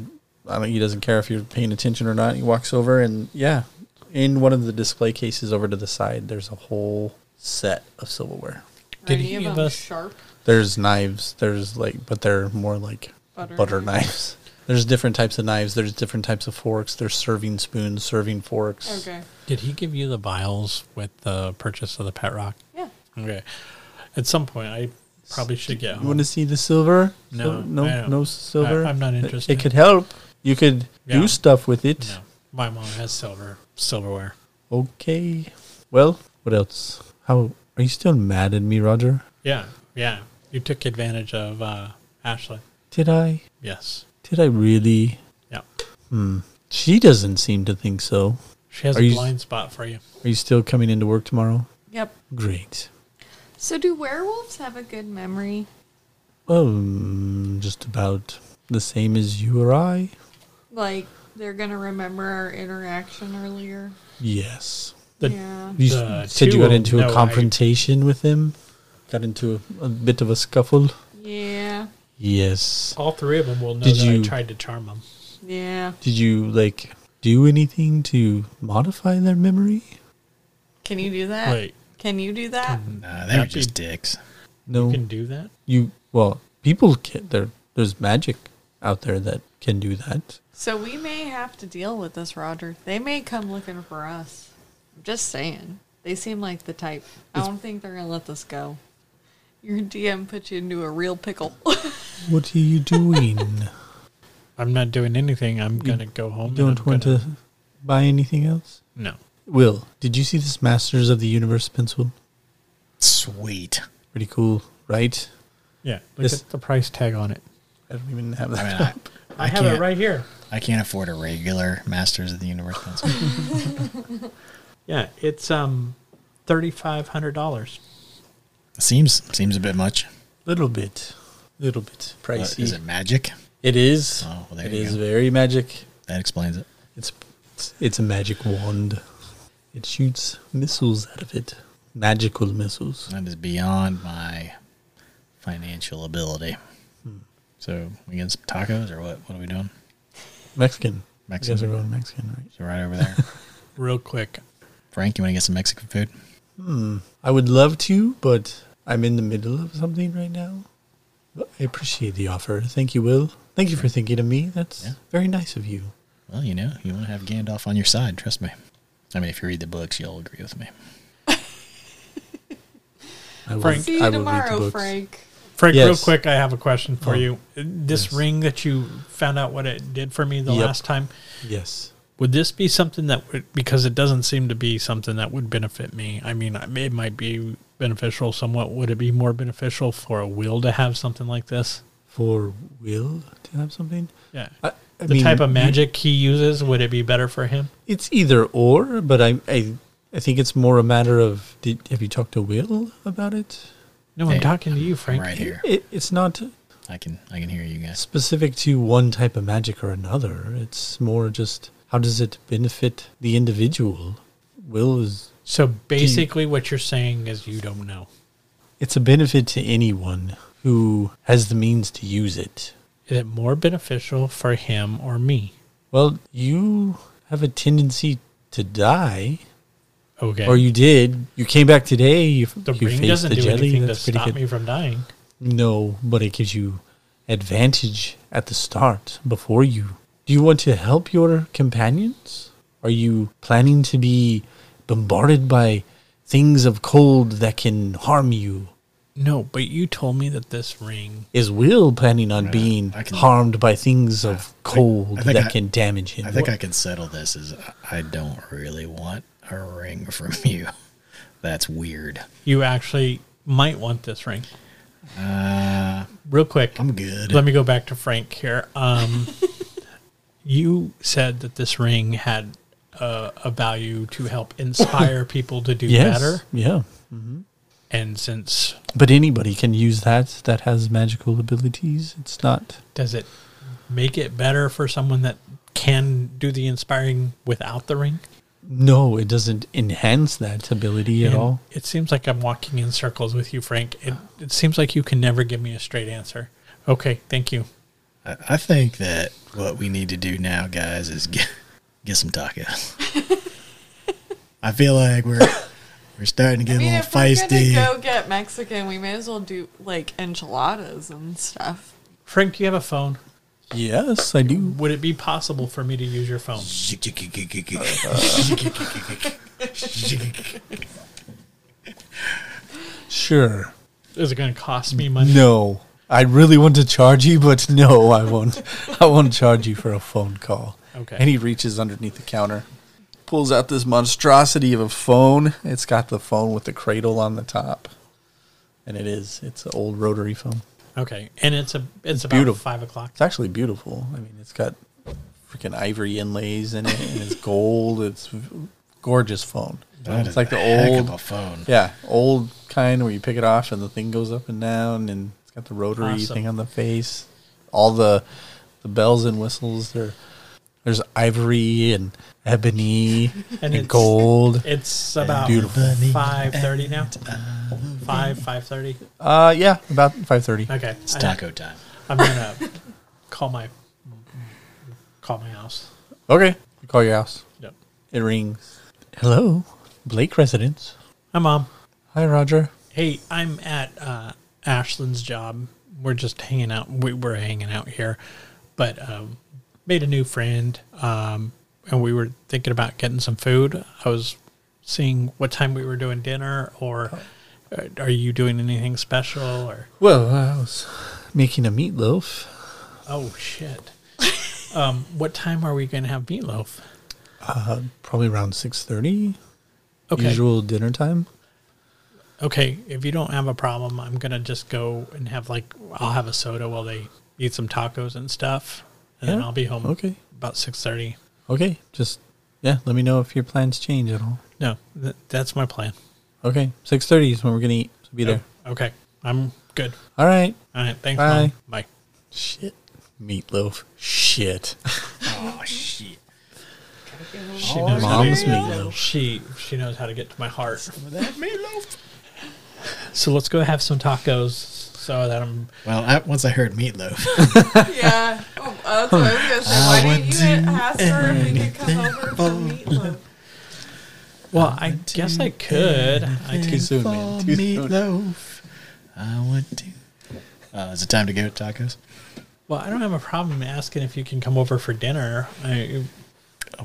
Speaker 2: I don't. He doesn't care if you're paying attention or not. He walks over and yeah, in one of the display cases over to the side, there's a whole set of silverware.
Speaker 3: Are
Speaker 4: Did
Speaker 3: any
Speaker 4: he
Speaker 3: of
Speaker 4: give
Speaker 3: them
Speaker 4: us-
Speaker 3: sharp?
Speaker 2: There's knives. There's like, but they're more like
Speaker 3: Butter
Speaker 2: butter,
Speaker 3: knives.
Speaker 2: knives. There's different types of knives. There's different types of forks. There's serving spoons, serving forks.
Speaker 3: Okay.
Speaker 4: Did he give you the vials with the purchase of the pet rock?
Speaker 3: Yeah.
Speaker 4: Okay. At some point, I probably should get
Speaker 2: You
Speaker 4: home.
Speaker 2: want to see the silver? Sil-
Speaker 4: No, I
Speaker 2: no,
Speaker 4: don't.
Speaker 2: no silver.
Speaker 4: I- I'm not
Speaker 2: It-
Speaker 4: interested.
Speaker 2: It could help. You could
Speaker 4: Yeah.
Speaker 2: do stuff with it.
Speaker 4: No, my mom has silver silverware.
Speaker 2: Okay. Well, what else? How are you still mad at me, Roger?
Speaker 4: Yeah, yeah. You took advantage of uh, Ashley.
Speaker 2: Did I?
Speaker 4: Yes.
Speaker 2: Did I really?
Speaker 4: Yeah.
Speaker 2: She doesn't seem to think so.
Speaker 4: She has
Speaker 2: Are
Speaker 4: a
Speaker 2: you-
Speaker 4: blind spot for you.
Speaker 2: Are you still coming into work tomorrow?
Speaker 3: Yep.
Speaker 2: Great.
Speaker 3: So do werewolves have a good memory?
Speaker 2: Well, mm, just about the same as you or I.
Speaker 3: Like they're gonna remember our interaction earlier?
Speaker 2: Yes.
Speaker 4: The-
Speaker 3: yeah.
Speaker 2: You
Speaker 4: The
Speaker 2: said
Speaker 4: Uh, two
Speaker 2: you got
Speaker 4: of
Speaker 2: into
Speaker 4: no,
Speaker 2: a
Speaker 4: I-
Speaker 2: confrontation with him. Got into a, a bit of a scuffle.
Speaker 3: Yeah.
Speaker 2: Yes.
Speaker 4: All three of them will know
Speaker 2: Did
Speaker 4: that I
Speaker 2: you-
Speaker 4: tried to charm them.
Speaker 3: Yeah.
Speaker 2: Did you like do anything to modify their memory?
Speaker 3: Can you do that?
Speaker 4: Wait.
Speaker 3: Can you do that?
Speaker 5: No, they were
Speaker 4: That'd be-
Speaker 5: just dicks.
Speaker 2: No.
Speaker 4: You can do that?
Speaker 2: you well people can there there's magic out there that can do that
Speaker 3: So we may have to deal with this, Roger. They may come looking for us. I'm just saying. They seem like the type. I don't think they're gonna let this go. Your DM put you into a real pickle.
Speaker 2: what are you doing
Speaker 4: I'm not doing anything. I'm going to go home.
Speaker 2: you
Speaker 4: and
Speaker 2: don't
Speaker 4: I'm
Speaker 2: want
Speaker 4: gonna-
Speaker 2: to buy anything else
Speaker 4: No.
Speaker 2: will did you see this masters of the universe pencil
Speaker 5: Sweet.
Speaker 2: pretty cool right
Speaker 4: Yeah. Look
Speaker 2: This-
Speaker 4: at the price tag on it.
Speaker 2: i don't even have
Speaker 5: I
Speaker 2: that
Speaker 5: mean, I,
Speaker 4: I,
Speaker 5: I
Speaker 4: have
Speaker 5: can't-
Speaker 4: it right here.
Speaker 5: I can't afford a regular Masters of the Universe pencil.
Speaker 4: Yeah, it's um thirty five hundred dollars.
Speaker 5: seems seems a bit much.
Speaker 2: little bit little bit
Speaker 5: but
Speaker 2: pricey
Speaker 5: Is it magic?
Speaker 2: it is
Speaker 5: Oh, well, there
Speaker 2: it
Speaker 5: you
Speaker 2: is
Speaker 5: go.
Speaker 2: very magic
Speaker 5: That explains it.
Speaker 2: it's it's a magic wand it shoots missiles out of it magical missiles
Speaker 5: That is beyond my financial ability. So we getting some tacos or what? What are we doing?
Speaker 2: mexican
Speaker 5: Mexican.
Speaker 2: you guys are going mexican right
Speaker 5: So right over there.
Speaker 4: Real quick.
Speaker 5: Frank, you want to get some Mexican food?
Speaker 2: Hmm. I would love to, but I'm in the middle of something right now. But I appreciate the offer. Thank you, Will. Thank you for thinking of me. That's
Speaker 5: Yeah.
Speaker 2: very nice of you.
Speaker 5: Well, you know, you want to have Gandalf on your side. Trust me. I mean, if you read the books, you'll agree with me.
Speaker 2: I will,
Speaker 4: Frank.
Speaker 3: See you
Speaker 2: I will read the
Speaker 3: tomorrow,
Speaker 2: books.
Speaker 3: Frank.
Speaker 4: Frank, real
Speaker 2: Yes.
Speaker 4: quick, I have a question for
Speaker 2: Oh.
Speaker 4: you. This
Speaker 2: Yes.
Speaker 4: ring that you found out what it did for me the
Speaker 2: Yep.
Speaker 4: last time,
Speaker 2: Yes.
Speaker 4: would this be something that would, because it doesn't seem to be something that would benefit me? I mean, I- it might be beneficial somewhat. Would it be more beneficial for a will to have something like this?
Speaker 2: For Will to have something?
Speaker 4: Yeah.
Speaker 2: I, I
Speaker 4: the
Speaker 2: mean,
Speaker 4: type of
Speaker 2: you-
Speaker 4: magic he uses, would it be better for him?
Speaker 2: It's either or, but I, I, I think it's more a matter of did, have you talked to Will about it?
Speaker 4: No,
Speaker 5: Hey,
Speaker 4: I'm talking to you,
Speaker 5: I'm
Speaker 4: Frank.
Speaker 5: right here.
Speaker 2: It, it's not
Speaker 5: I can I can hear you guys.
Speaker 2: specific to one type of magic or another. It's more just how does it benefit the individual? Will is
Speaker 4: So basically, what you're saying is you don't know.
Speaker 2: it's a benefit to anyone who has the means to use it.
Speaker 4: Is it more beneficial for him or me?
Speaker 2: Well, you have a tendency to die,
Speaker 4: Okay.
Speaker 2: or you did. You came back today. You,
Speaker 4: the
Speaker 2: you
Speaker 4: ring
Speaker 2: faced
Speaker 4: doesn't
Speaker 2: the
Speaker 4: do
Speaker 2: jelly.
Speaker 4: anything to
Speaker 2: That's pretty
Speaker 4: stop
Speaker 2: good.
Speaker 4: me from dying.
Speaker 2: No, but it gives you advantage at the start before you. Do you want to help your companions? Are you planning to be bombarded by things of cold that can harm you?
Speaker 4: No, but you told me that this ring.
Speaker 2: Is Will planning on being
Speaker 5: I can-
Speaker 2: harmed by things of cold
Speaker 5: I think
Speaker 2: that
Speaker 5: I-
Speaker 2: can damage him?
Speaker 5: I think I can settle this. Is I- I don't really want a ring from you. That's weird.
Speaker 4: You actually might want this ring.
Speaker 5: Uh,
Speaker 4: Real quick,
Speaker 5: I'm good.
Speaker 4: let me go back to Frank here. Um, you said that this ring had uh, a value to help inspire people to do
Speaker 2: yes,
Speaker 4: better,
Speaker 2: yeah.
Speaker 4: and since
Speaker 2: But anybody can use that that has magical abilities. It's not.
Speaker 4: does it make it better for someone that can do the inspiring without the ring?
Speaker 2: No, it doesn't enhance that ability at
Speaker 4: And
Speaker 2: all.
Speaker 4: It seems like I'm walking in circles with you, Frank. It, it seems like you can never give me a straight answer. Okay, thank you.
Speaker 5: I, I think that what we need to do now, guys, is get get some tacos. I feel like we're we're starting to get
Speaker 3: I mean,
Speaker 5: a
Speaker 3: if
Speaker 5: little feisty.
Speaker 3: we're gonna go get Mexican, we may as well do like enchiladas and stuff.
Speaker 4: Frank, do you have a phone?
Speaker 2: Yes, I do.
Speaker 4: Would it be possible for me to use your phone?
Speaker 2: Sure.
Speaker 4: Is it going to cost me money?
Speaker 2: No. I really want to charge you, but no, I won't. I won't charge you for a phone call.
Speaker 4: Okay.
Speaker 2: And he reaches underneath the counter, pulls out this monstrosity of a phone. It's got the phone with the cradle on the top, and it is. It's an old rotary phone.
Speaker 4: Okay, and it's a it's about
Speaker 2: Beautiful.
Speaker 4: five o'clock.
Speaker 2: It's actually beautiful. I mean, it's got freaking ivory inlays in it, and it's gold. It's v- gorgeous phone.
Speaker 5: That
Speaker 2: it's
Speaker 5: is
Speaker 2: like
Speaker 5: a
Speaker 2: the
Speaker 5: heck
Speaker 2: old
Speaker 5: of a phone.
Speaker 2: Yeah, old kind where you pick it off and the thing goes up and down, and it's got the rotary
Speaker 4: Awesome.
Speaker 2: thing on the face. All the the bells and whistles. There, there's ivory and ebony and,
Speaker 4: it's-
Speaker 2: gold.
Speaker 4: It's about
Speaker 2: beautiful.
Speaker 4: five thirty now. Five five thirty.
Speaker 2: Uh, yeah, about five thirty.
Speaker 4: Okay,
Speaker 5: It's
Speaker 4: I-
Speaker 5: taco time.
Speaker 4: I'm gonna call my call my house.
Speaker 2: Okay, you call your house.
Speaker 4: Yep.
Speaker 2: It rings. Hello, Blake residence.
Speaker 4: Hi, mom.
Speaker 2: Hi, Roger.
Speaker 4: Hey, I'm at uh, Ashland's job. We're just hanging out. We were hanging out here, but um, made a new friend, um, and we were thinking about getting some food. I was seeing what time we were doing dinner, or uh, are you doing anything special? Or
Speaker 2: Well, I was making a meatloaf.
Speaker 4: oh shit, um, what time are we going to have meatloaf?
Speaker 2: Probably around six thirty.
Speaker 4: Okay,
Speaker 2: Usual dinner time.
Speaker 4: okay. If you don't have a problem, I'm gonna just go and have like I'll have a soda while they eat some tacos and stuff, and then
Speaker 2: Yeah,
Speaker 4: I'll be home.
Speaker 2: okay.
Speaker 4: about six thirty.
Speaker 2: Okay, just yeah. Let me know if your plans change at all.
Speaker 4: No, th- that's my plan.
Speaker 2: Okay, six thirty is when we're gonna eat. So be there.
Speaker 4: Okay, I'm good.
Speaker 2: All right.
Speaker 4: All right, thanks,
Speaker 2: Bye.
Speaker 4: Mom. Bye.
Speaker 2: Shit. Meatloaf. Shit.
Speaker 5: Oh shit!
Speaker 4: She
Speaker 2: Mom's
Speaker 4: knows how to
Speaker 2: meatloaf.
Speaker 4: She she knows how to get to my heart.
Speaker 5: That meatloaf.
Speaker 4: So let's go have some tacos so that I'm.
Speaker 5: Well, I, once I heard meatloaf,
Speaker 3: yeah, oh, that's what I was gonna say. Why didn't you ask her if you could come over for meatloaf?
Speaker 4: Well, I guess I could. I
Speaker 2: Too
Speaker 4: could.
Speaker 2: soon, man.
Speaker 5: oh,
Speaker 2: Too soon.
Speaker 5: meatloaf. I want to. Uh, is it time to go to tacos?
Speaker 4: Well, I don't have a problem asking if you can come over for dinner. I,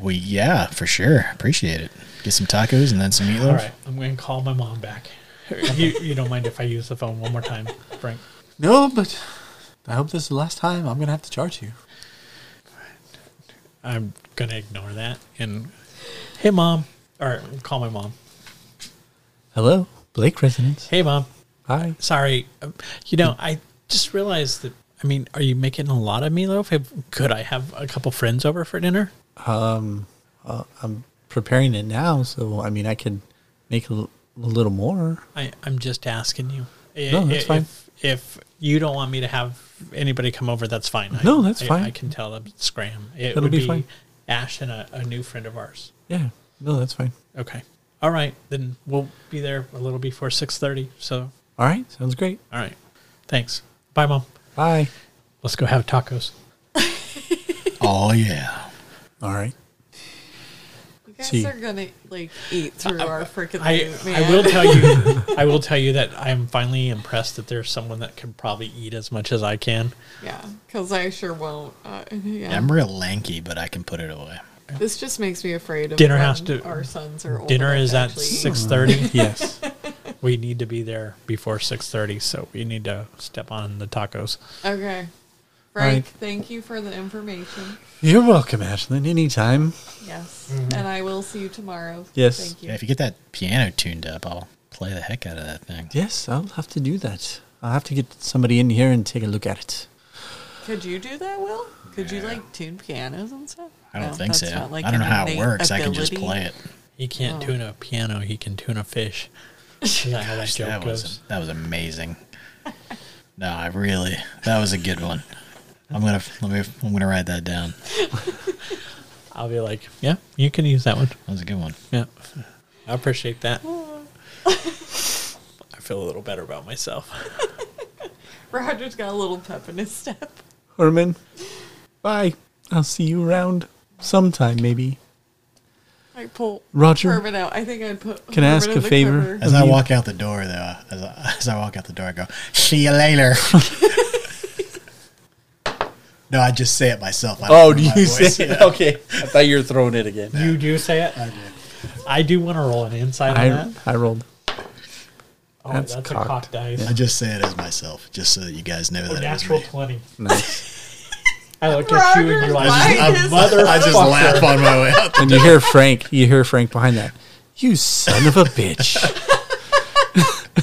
Speaker 5: We yeah, for sure. Appreciate it. Get some tacos and then some meatloaf.
Speaker 4: All right, I'm going to call my mom back. you, you don't mind if I use the phone one more time, Frank?
Speaker 2: No, but I hope this is the last time I'm going to have to charge you.
Speaker 4: I'm going to ignore that. And hey, mom. Or call my mom.
Speaker 2: Hello, Blake residence.
Speaker 4: Hey, mom.
Speaker 2: Hi.
Speaker 4: Sorry. Um, You know, I just realized that. I mean, are you making a lot of meatloaf? Have- Could I have a couple friends over for dinner?
Speaker 2: Preparing it now, so I mean, I could make a l- a little more.
Speaker 4: I, I'm just asking you. I-
Speaker 2: No, that's
Speaker 4: if,
Speaker 2: fine.
Speaker 4: If you don't want me to have anybody come over, that's fine. I-
Speaker 2: No, that's
Speaker 4: I,
Speaker 2: fine.
Speaker 4: I can tell them it's Graham. It
Speaker 2: That'll
Speaker 4: would
Speaker 2: be
Speaker 4: be,
Speaker 2: fine.
Speaker 4: Ash and a, a new friend of ours.
Speaker 2: Yeah. No, that's fine.
Speaker 4: Okay. All right. Then we'll be there a little before 6.30. So,
Speaker 2: All right. Sounds great.
Speaker 4: all right. Thanks. Bye, Mom.
Speaker 2: Bye.
Speaker 4: Let's go have tacos.
Speaker 5: Oh yeah.
Speaker 2: All right.
Speaker 3: You guys
Speaker 2: See.
Speaker 3: are gonna like eat through our freaking
Speaker 4: I,
Speaker 3: loot, man.
Speaker 4: I will tell you I will tell you that I'm finally impressed that there's someone that can probably eat as much as I can.
Speaker 3: Yeah, because I sure won't. Uh, yeah.
Speaker 5: I'm real lanky, but I can put it away.
Speaker 3: this just makes me afraid of
Speaker 4: Dinner
Speaker 3: when
Speaker 4: has to-
Speaker 3: Our sons are old
Speaker 4: Dinner
Speaker 3: enough
Speaker 4: is
Speaker 3: to
Speaker 4: at
Speaker 3: Oh, actually eat.
Speaker 4: six thirty.
Speaker 2: Yes.
Speaker 4: we need to be there before 6.30 so we need to step on the tacos
Speaker 3: Okay,
Speaker 2: right.
Speaker 3: Frank. Thank you for the information.
Speaker 2: You're welcome, Ashlyn. Anytime.
Speaker 3: Yes,
Speaker 5: Mm-hmm.
Speaker 3: and I will see you tomorrow.
Speaker 2: Yes.
Speaker 3: Thank you.
Speaker 5: Yeah, if you get that piano tuned up, I'll play the heck out of that thing.
Speaker 2: Yes, I'll have to do that. I'll have to get somebody in here and take a look at it.
Speaker 3: Could you do that, Will? Could you like tune pianos and stuff?
Speaker 5: I don't
Speaker 3: No,
Speaker 5: think
Speaker 3: that's
Speaker 5: so.
Speaker 3: not, like,
Speaker 5: I don't know
Speaker 3: an
Speaker 5: how it
Speaker 3: innate
Speaker 5: works. I can just
Speaker 3: ability.
Speaker 5: play it.
Speaker 4: he can't
Speaker 3: Oh.
Speaker 4: tune a piano he can tune a fish Isn't that how that
Speaker 5: Gosh,
Speaker 4: joke
Speaker 5: that
Speaker 4: goes
Speaker 5: was that was amazing. No, I really that was a good one. I'm gonna let me I'm gonna write that down.
Speaker 4: i'll be like yeah you can use that one
Speaker 5: That was a good one.
Speaker 4: yeah i appreciate that i feel a little better about myself
Speaker 3: Roger's got a little pep in his step.
Speaker 2: Herman, bye. I'll see you around sometime, maybe.
Speaker 3: I pull
Speaker 2: Roger?
Speaker 3: Herman out. I think I put.
Speaker 2: Can I
Speaker 3: Herman
Speaker 2: ask
Speaker 3: in
Speaker 2: a
Speaker 3: the
Speaker 2: favor?
Speaker 3: cover.
Speaker 5: As I
Speaker 2: you-
Speaker 5: walk out the door, though, as I, as I walk out the door, I go, "See you later." no, I just say it myself. I don't
Speaker 2: Oh,
Speaker 5: know
Speaker 2: do
Speaker 5: my
Speaker 2: you
Speaker 5: voice.
Speaker 2: say it? Okay. I thought you were throwing it again.
Speaker 4: you do say it i do, want to roll an inside on
Speaker 2: I,
Speaker 4: that
Speaker 2: I rolled.
Speaker 4: oh
Speaker 2: that's
Speaker 4: that's, a
Speaker 2: cocked.
Speaker 4: cock dice
Speaker 5: I just say it as myself, just so that you guys know
Speaker 4: Oh,
Speaker 5: that it was
Speaker 4: natural
Speaker 5: me.
Speaker 4: 20
Speaker 2: Nice.
Speaker 4: i looked at you and
Speaker 3: Roger's
Speaker 4: you're like
Speaker 3: mind
Speaker 4: "You
Speaker 3: is-
Speaker 4: mother
Speaker 5: I just laugh on my way out.
Speaker 2: And you hear Frank. You hear Frank behind that. You son of a bitch.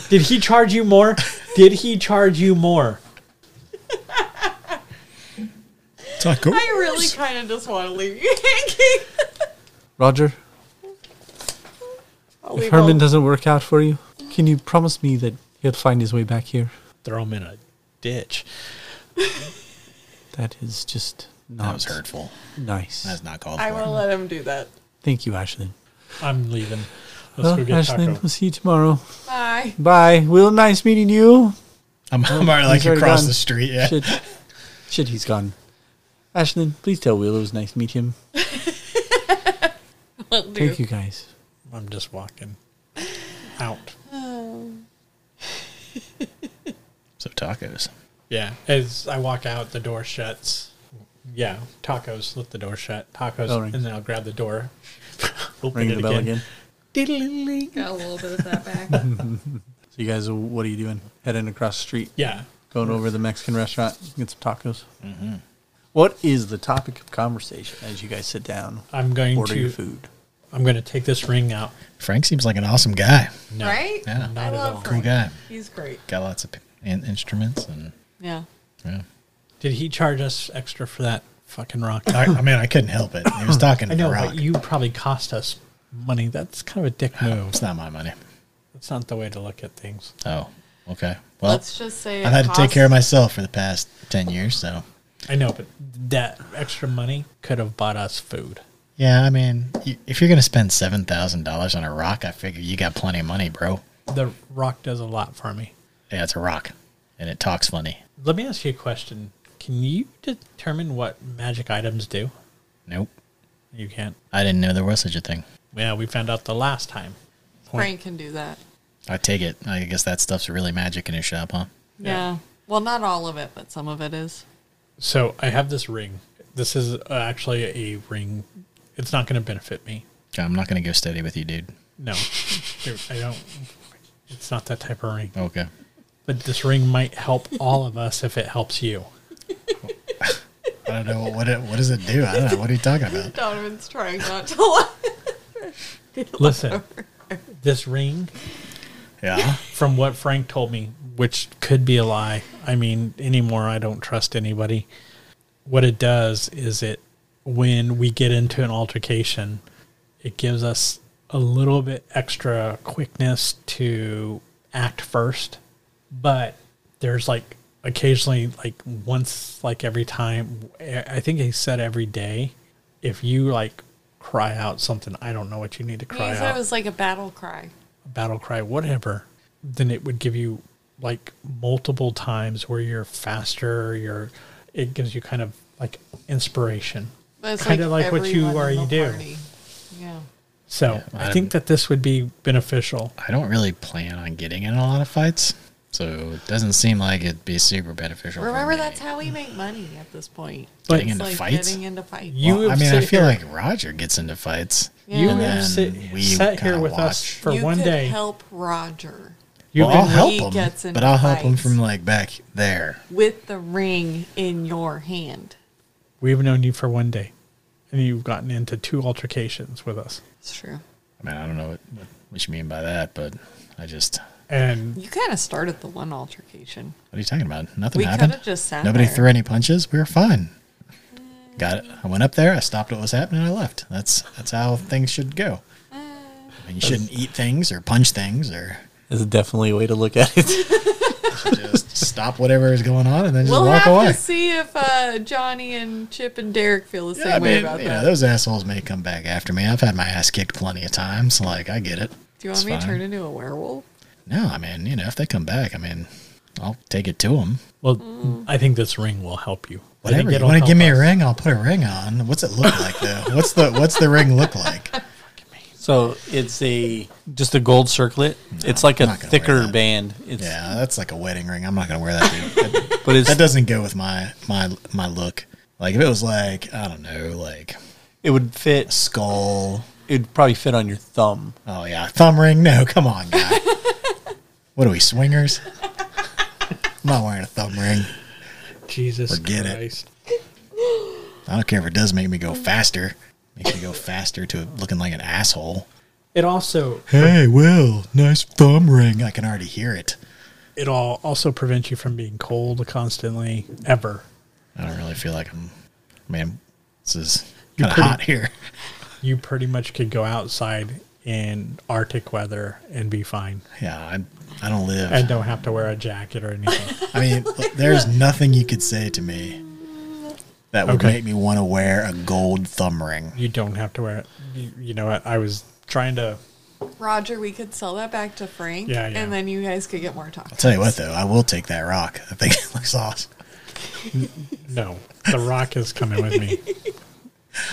Speaker 4: Did he charge you more? Did he charge you more?
Speaker 5: Taco.
Speaker 3: I really kind of just want to leave you hanging.
Speaker 2: Roger,
Speaker 3: I'll
Speaker 2: if
Speaker 3: leave
Speaker 2: Herman
Speaker 3: all-
Speaker 2: doesn't work out for you, can you promise me that he'll find his way back here?
Speaker 4: Throw him in a ditch.
Speaker 2: That is just not
Speaker 5: That was hurtful.
Speaker 2: nice.
Speaker 5: That's not called for.
Speaker 3: I will let him do that.
Speaker 2: Thank you, Ashlyn.
Speaker 4: I'm leaving. Let's
Speaker 2: Well,
Speaker 4: go get
Speaker 2: Ashlyn, we'll
Speaker 4: tacos.
Speaker 2: see you tomorrow.
Speaker 3: Bye.
Speaker 2: Bye. Will, nice meeting you.
Speaker 5: I'm, I'm
Speaker 2: he's
Speaker 5: already like
Speaker 2: already
Speaker 5: across
Speaker 2: gone.
Speaker 5: the street. Yeah.
Speaker 2: Shit. Shit, he's gone. Ashlyn, please tell Will it was nice to meet him.
Speaker 3: Will do.
Speaker 2: Thank you, guys.
Speaker 4: I'm just walking out.
Speaker 5: So tacos.
Speaker 4: Yeah. As I walk out, the door shuts. Yeah. Tacos. Let the door shut. Tacos.
Speaker 2: Bell rings.
Speaker 4: and then I'll grab the door. open
Speaker 2: Oh, Ring
Speaker 4: it
Speaker 2: the bell again.
Speaker 4: Diddling.
Speaker 3: Got a little bit of that back.
Speaker 2: So, you guys, what are you doing? Heading across the street,
Speaker 4: Yeah.
Speaker 2: going over to the Mexican restaurant, get some tacos. Mm-hmm. is the topic of conversation as you guys sit down,
Speaker 4: I'm going
Speaker 2: order
Speaker 4: to.
Speaker 2: your food?
Speaker 4: I'm going to take this ring out.
Speaker 5: Frank seems like an awesome guy.
Speaker 4: No.
Speaker 3: Right?
Speaker 5: Yeah.
Speaker 4: Not
Speaker 3: I
Speaker 4: at
Speaker 3: love
Speaker 4: all.
Speaker 5: Cool guy.
Speaker 3: He's great.
Speaker 5: Got lots of p- in- instruments and
Speaker 3: Yeah.
Speaker 5: yeah.
Speaker 4: Did he charge us extra for that fucking rock?
Speaker 5: I, I mean, I couldn't help it. He was talking
Speaker 4: I
Speaker 5: to the
Speaker 4: know,
Speaker 5: rock.
Speaker 4: but you probably cost us money. That's kind of a dick move.
Speaker 5: It's not my money.
Speaker 4: That's not the way to look at things.
Speaker 5: Oh, okay. Well,
Speaker 3: Let's just say
Speaker 5: I've
Speaker 3: it
Speaker 5: had to take
Speaker 3: costs-
Speaker 5: care of myself for the past ten years, so
Speaker 4: I know, but that extra money could have bought us food.
Speaker 5: yeah. I mean, you, if you're gonna spend seven thousand dollars on a rock, I figure you got plenty of money, bro.
Speaker 4: The rock does a lot for me.
Speaker 5: Yeah, it's a rock, and it talks funny.
Speaker 4: Let me ask you a question. Can you determine what magic items do?
Speaker 5: Nope,
Speaker 4: You can't.
Speaker 5: I didn't know there was such a thing.
Speaker 4: Yeah, we found out the last time.
Speaker 3: Frank can do that.
Speaker 5: I take it. I guess that stuff's really magic in his shop, huh?
Speaker 3: Yeah. Well, not all of it, but some of it is.
Speaker 4: So I have this ring. This is uh, actually a ring. It's not going to benefit me.
Speaker 5: I'm not going to go steady with you, dude.
Speaker 4: No, Dude, I don't. It's not that type of ring.
Speaker 5: Okay.
Speaker 4: But this ring might help all of us if it helps you.
Speaker 5: I don't know what it, what does it do. I don't know. What are you talking about?
Speaker 3: Donovan's trying not to laugh.
Speaker 4: Listen, this ring,
Speaker 5: Yeah.
Speaker 4: from what Frank told me, which could be a lie. I mean, anymore, I don't trust anybody. What it does is it, when we get into an altercation, it gives us a little bit extra quickness to act first. But there's like occasionally, like once, like every time, I I think he said every day, if you like cry out something, I don't know what you need to cry
Speaker 3: He
Speaker 4: out
Speaker 3: said it was like a battle cry.
Speaker 4: battle cry, whatever, then it would give you like multiple times where you're faster, or you're it gives you kind of like inspiration.
Speaker 3: But it's
Speaker 4: Kinda like what
Speaker 3: everyone
Speaker 4: you
Speaker 3: in
Speaker 4: already
Speaker 3: the
Speaker 4: do.
Speaker 3: party. Yeah.
Speaker 4: So
Speaker 5: Yeah,
Speaker 4: I think that this would be beneficial.
Speaker 5: I don't really plan on getting in a lot of fights, so it doesn't seem like it'd be super beneficial. for
Speaker 3: Remember,
Speaker 5: me.
Speaker 3: that's how we make money at this point.
Speaker 4: But
Speaker 5: Getting
Speaker 3: It's
Speaker 5: into
Speaker 3: like
Speaker 5: fights?
Speaker 3: Getting into fights.
Speaker 4: You
Speaker 5: Well, I
Speaker 4: have
Speaker 5: mean, I
Speaker 4: sit here-
Speaker 5: feel like Roger gets into fights.
Speaker 3: Yeah.
Speaker 4: you
Speaker 3: And
Speaker 4: have
Speaker 5: then
Speaker 4: sit,
Speaker 5: we
Speaker 4: sat here
Speaker 5: kinda
Speaker 4: with us
Speaker 5: watch.
Speaker 4: for
Speaker 3: You
Speaker 4: one
Speaker 3: could
Speaker 4: day.
Speaker 3: help Roger
Speaker 4: You've
Speaker 5: well, I'll
Speaker 4: been-
Speaker 5: help
Speaker 3: He
Speaker 5: him,
Speaker 3: gets into
Speaker 5: but I'll help him
Speaker 3: fights.
Speaker 5: from like back there.
Speaker 3: with the ring in your hand.
Speaker 4: we've known you for one day, and you've gotten into two altercations with us.
Speaker 3: It's true.
Speaker 5: I mean, I don't know what, what, what you mean by that, but I just
Speaker 4: And
Speaker 3: You kind of started the one altercation.
Speaker 5: what are you talking about? Nothing
Speaker 3: We could
Speaker 5: happened.
Speaker 3: have just sat
Speaker 5: Nobody
Speaker 3: there.
Speaker 5: threw any punches. We were fine. Got it. I went up there. I stopped what was happening. I left. That's that's how things should go. I mean, you shouldn't eat things or punch things or
Speaker 2: Is definitely a way to look at it.
Speaker 5: just stop whatever is going on and then just
Speaker 3: We'll
Speaker 5: walk
Speaker 3: have
Speaker 5: away.
Speaker 3: to see if uh, Johnny and Chip and Derek feel the same
Speaker 5: Yeah, I
Speaker 3: way
Speaker 5: mean,
Speaker 3: about
Speaker 5: you
Speaker 3: that.
Speaker 5: know, those assholes may come back after me. I've had my ass kicked plenty of times. Like, I get it.
Speaker 3: Do you want
Speaker 5: It's
Speaker 3: me to
Speaker 5: fine.
Speaker 3: turn into a werewolf?
Speaker 5: No, I mean, you know, if they come back, I mean, I'll take it to them.
Speaker 4: well,
Speaker 3: Mm.
Speaker 4: I think this ring will help you. I think
Speaker 5: Whatever. You
Speaker 4: it'll
Speaker 5: want to
Speaker 4: help
Speaker 5: give me a
Speaker 4: us.
Speaker 5: ring? I'll put a ring on. What's it look like though? What's the What's the ring look like?
Speaker 2: so it's a just a gold circlet. it's like
Speaker 5: I'm
Speaker 2: a
Speaker 5: not gonna wear
Speaker 2: thicker
Speaker 5: that.
Speaker 2: band. It's,
Speaker 5: Yeah, that's like a wedding ring. I'm not gonna wear that. Dude. That,
Speaker 2: but it's
Speaker 5: that doesn't go with my my my look. Like if it was like I don't know, like
Speaker 2: it would fit.
Speaker 5: skull.
Speaker 2: It would probably fit on your thumb.
Speaker 5: Oh yeah, thumb ring. No, come on, guy. what are we swingers? I'm not wearing a thumb ring.
Speaker 4: Jesus
Speaker 5: Forget it.
Speaker 4: Christ.
Speaker 5: I don't care if it does make me go faster. Makes me go faster to looking like an asshole.
Speaker 4: It also
Speaker 5: Hey, Will, nice thumb ring. I can already hear it.
Speaker 4: it'll also prevent you from being cold constantly ever.
Speaker 5: I don't really feel like I'm. Man, this is
Speaker 4: You're
Speaker 5: kind of
Speaker 4: pretty-
Speaker 5: hot here.
Speaker 4: You pretty much could go outside in Arctic weather and be fine,
Speaker 5: Yeah, I, I don't live.
Speaker 4: and don't have to wear a jacket or anything.
Speaker 5: I mean, look, there's nothing you could say to me that would
Speaker 4: Okay.
Speaker 5: make me want to wear a gold thumb ring.
Speaker 4: you don't have to wear it. You, you know what? I was trying to.
Speaker 3: Roger, we could sell that back to Frank,
Speaker 4: Yeah, yeah.
Speaker 3: and then you guys could get more
Speaker 5: I'll
Speaker 3: tacos.
Speaker 5: tell you what, though, I will take that rock. I think it looks awesome.
Speaker 4: No, the Rock is coming with me.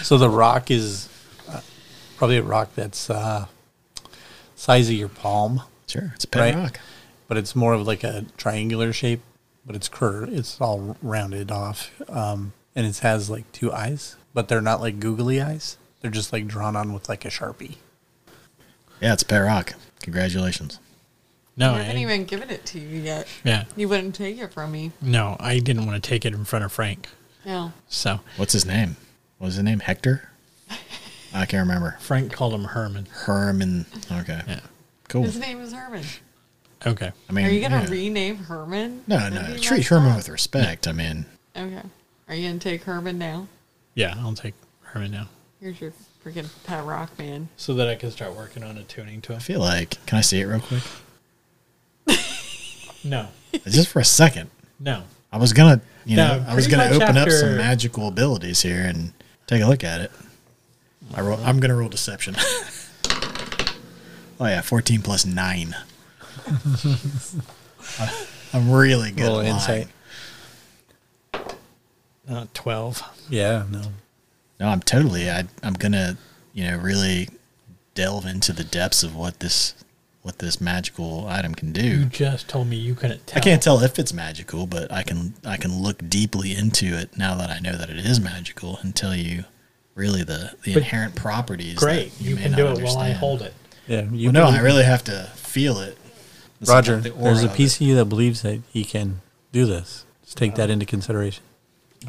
Speaker 2: So the rock is uh, probably a rock that's uh, size of your palm,
Speaker 5: Sure, it's a pet
Speaker 2: Right.
Speaker 5: rock.
Speaker 2: but it's more of like a triangular shape. But it's curved. It's all rounded off, um, and it has like two eyes, but they're not like googly eyes. They're just like drawn on with like a sharpie.
Speaker 5: Yeah, it's a pet rock. Congratulations.
Speaker 4: No,
Speaker 3: I
Speaker 4: I,
Speaker 3: haven't even given it to you yet.
Speaker 4: yeah,
Speaker 3: You wouldn't take it from me.
Speaker 4: no, I didn't want to take it in front of Frank.
Speaker 3: No.
Speaker 4: So
Speaker 5: What's his name? What was his name? Hector? I can't remember.
Speaker 4: Frank called him Herman.
Speaker 5: Herman. Okay.
Speaker 4: Yeah.
Speaker 5: Cool.
Speaker 3: His name is Herman.
Speaker 4: Okay.
Speaker 5: I mean,
Speaker 3: Are you going
Speaker 5: yeah.
Speaker 3: to rename Herman?
Speaker 5: No,
Speaker 3: That'd
Speaker 5: no.
Speaker 3: be
Speaker 5: Treat
Speaker 3: messed
Speaker 5: Herman
Speaker 3: up.
Speaker 5: with respect. I mean,
Speaker 3: Okay. Are you going to take Herman now?
Speaker 4: Yeah, I'll take Herman now,
Speaker 3: Here's your freaking pet rock man.
Speaker 4: so that I can start working on attuning to
Speaker 5: I
Speaker 4: him.
Speaker 5: feel like. Can I see it real quick?
Speaker 4: No,
Speaker 5: Just for a second.
Speaker 4: no,
Speaker 5: I was gonna, you
Speaker 4: No,
Speaker 5: know, I was
Speaker 4: pretty
Speaker 5: gonna
Speaker 4: much
Speaker 5: open up some
Speaker 4: after-
Speaker 5: magical abilities here and take a look at it. I roll, I'm gonna roll deception. oh yeah, fourteen plus nine. I- I'm really good.
Speaker 2: Roll
Speaker 5: at lying.
Speaker 2: insight.
Speaker 4: uh, twelve.
Speaker 2: Yeah, no.
Speaker 5: No, I'm totally. I, I'm gonna, you know, really delve into the depths of what this, what this magical item can
Speaker 4: You
Speaker 5: do.
Speaker 4: just told me you couldn't tell.
Speaker 5: I can't tell if it's magical, but I can I can look deeply into it now that I know that it is magical and tell you really the, the
Speaker 4: But-
Speaker 5: inherent properties. that
Speaker 4: Great. You,
Speaker 5: may
Speaker 4: can
Speaker 5: not
Speaker 4: do it while I
Speaker 5: understand.
Speaker 4: hold it.
Speaker 2: Yeah, you
Speaker 5: Well, no,
Speaker 2: believe-
Speaker 5: I really have to feel it. It's
Speaker 2: Roger,
Speaker 5: like the aura
Speaker 2: there's a
Speaker 5: of it.
Speaker 2: piece of you that believes that he can do this. Just take that into consideration.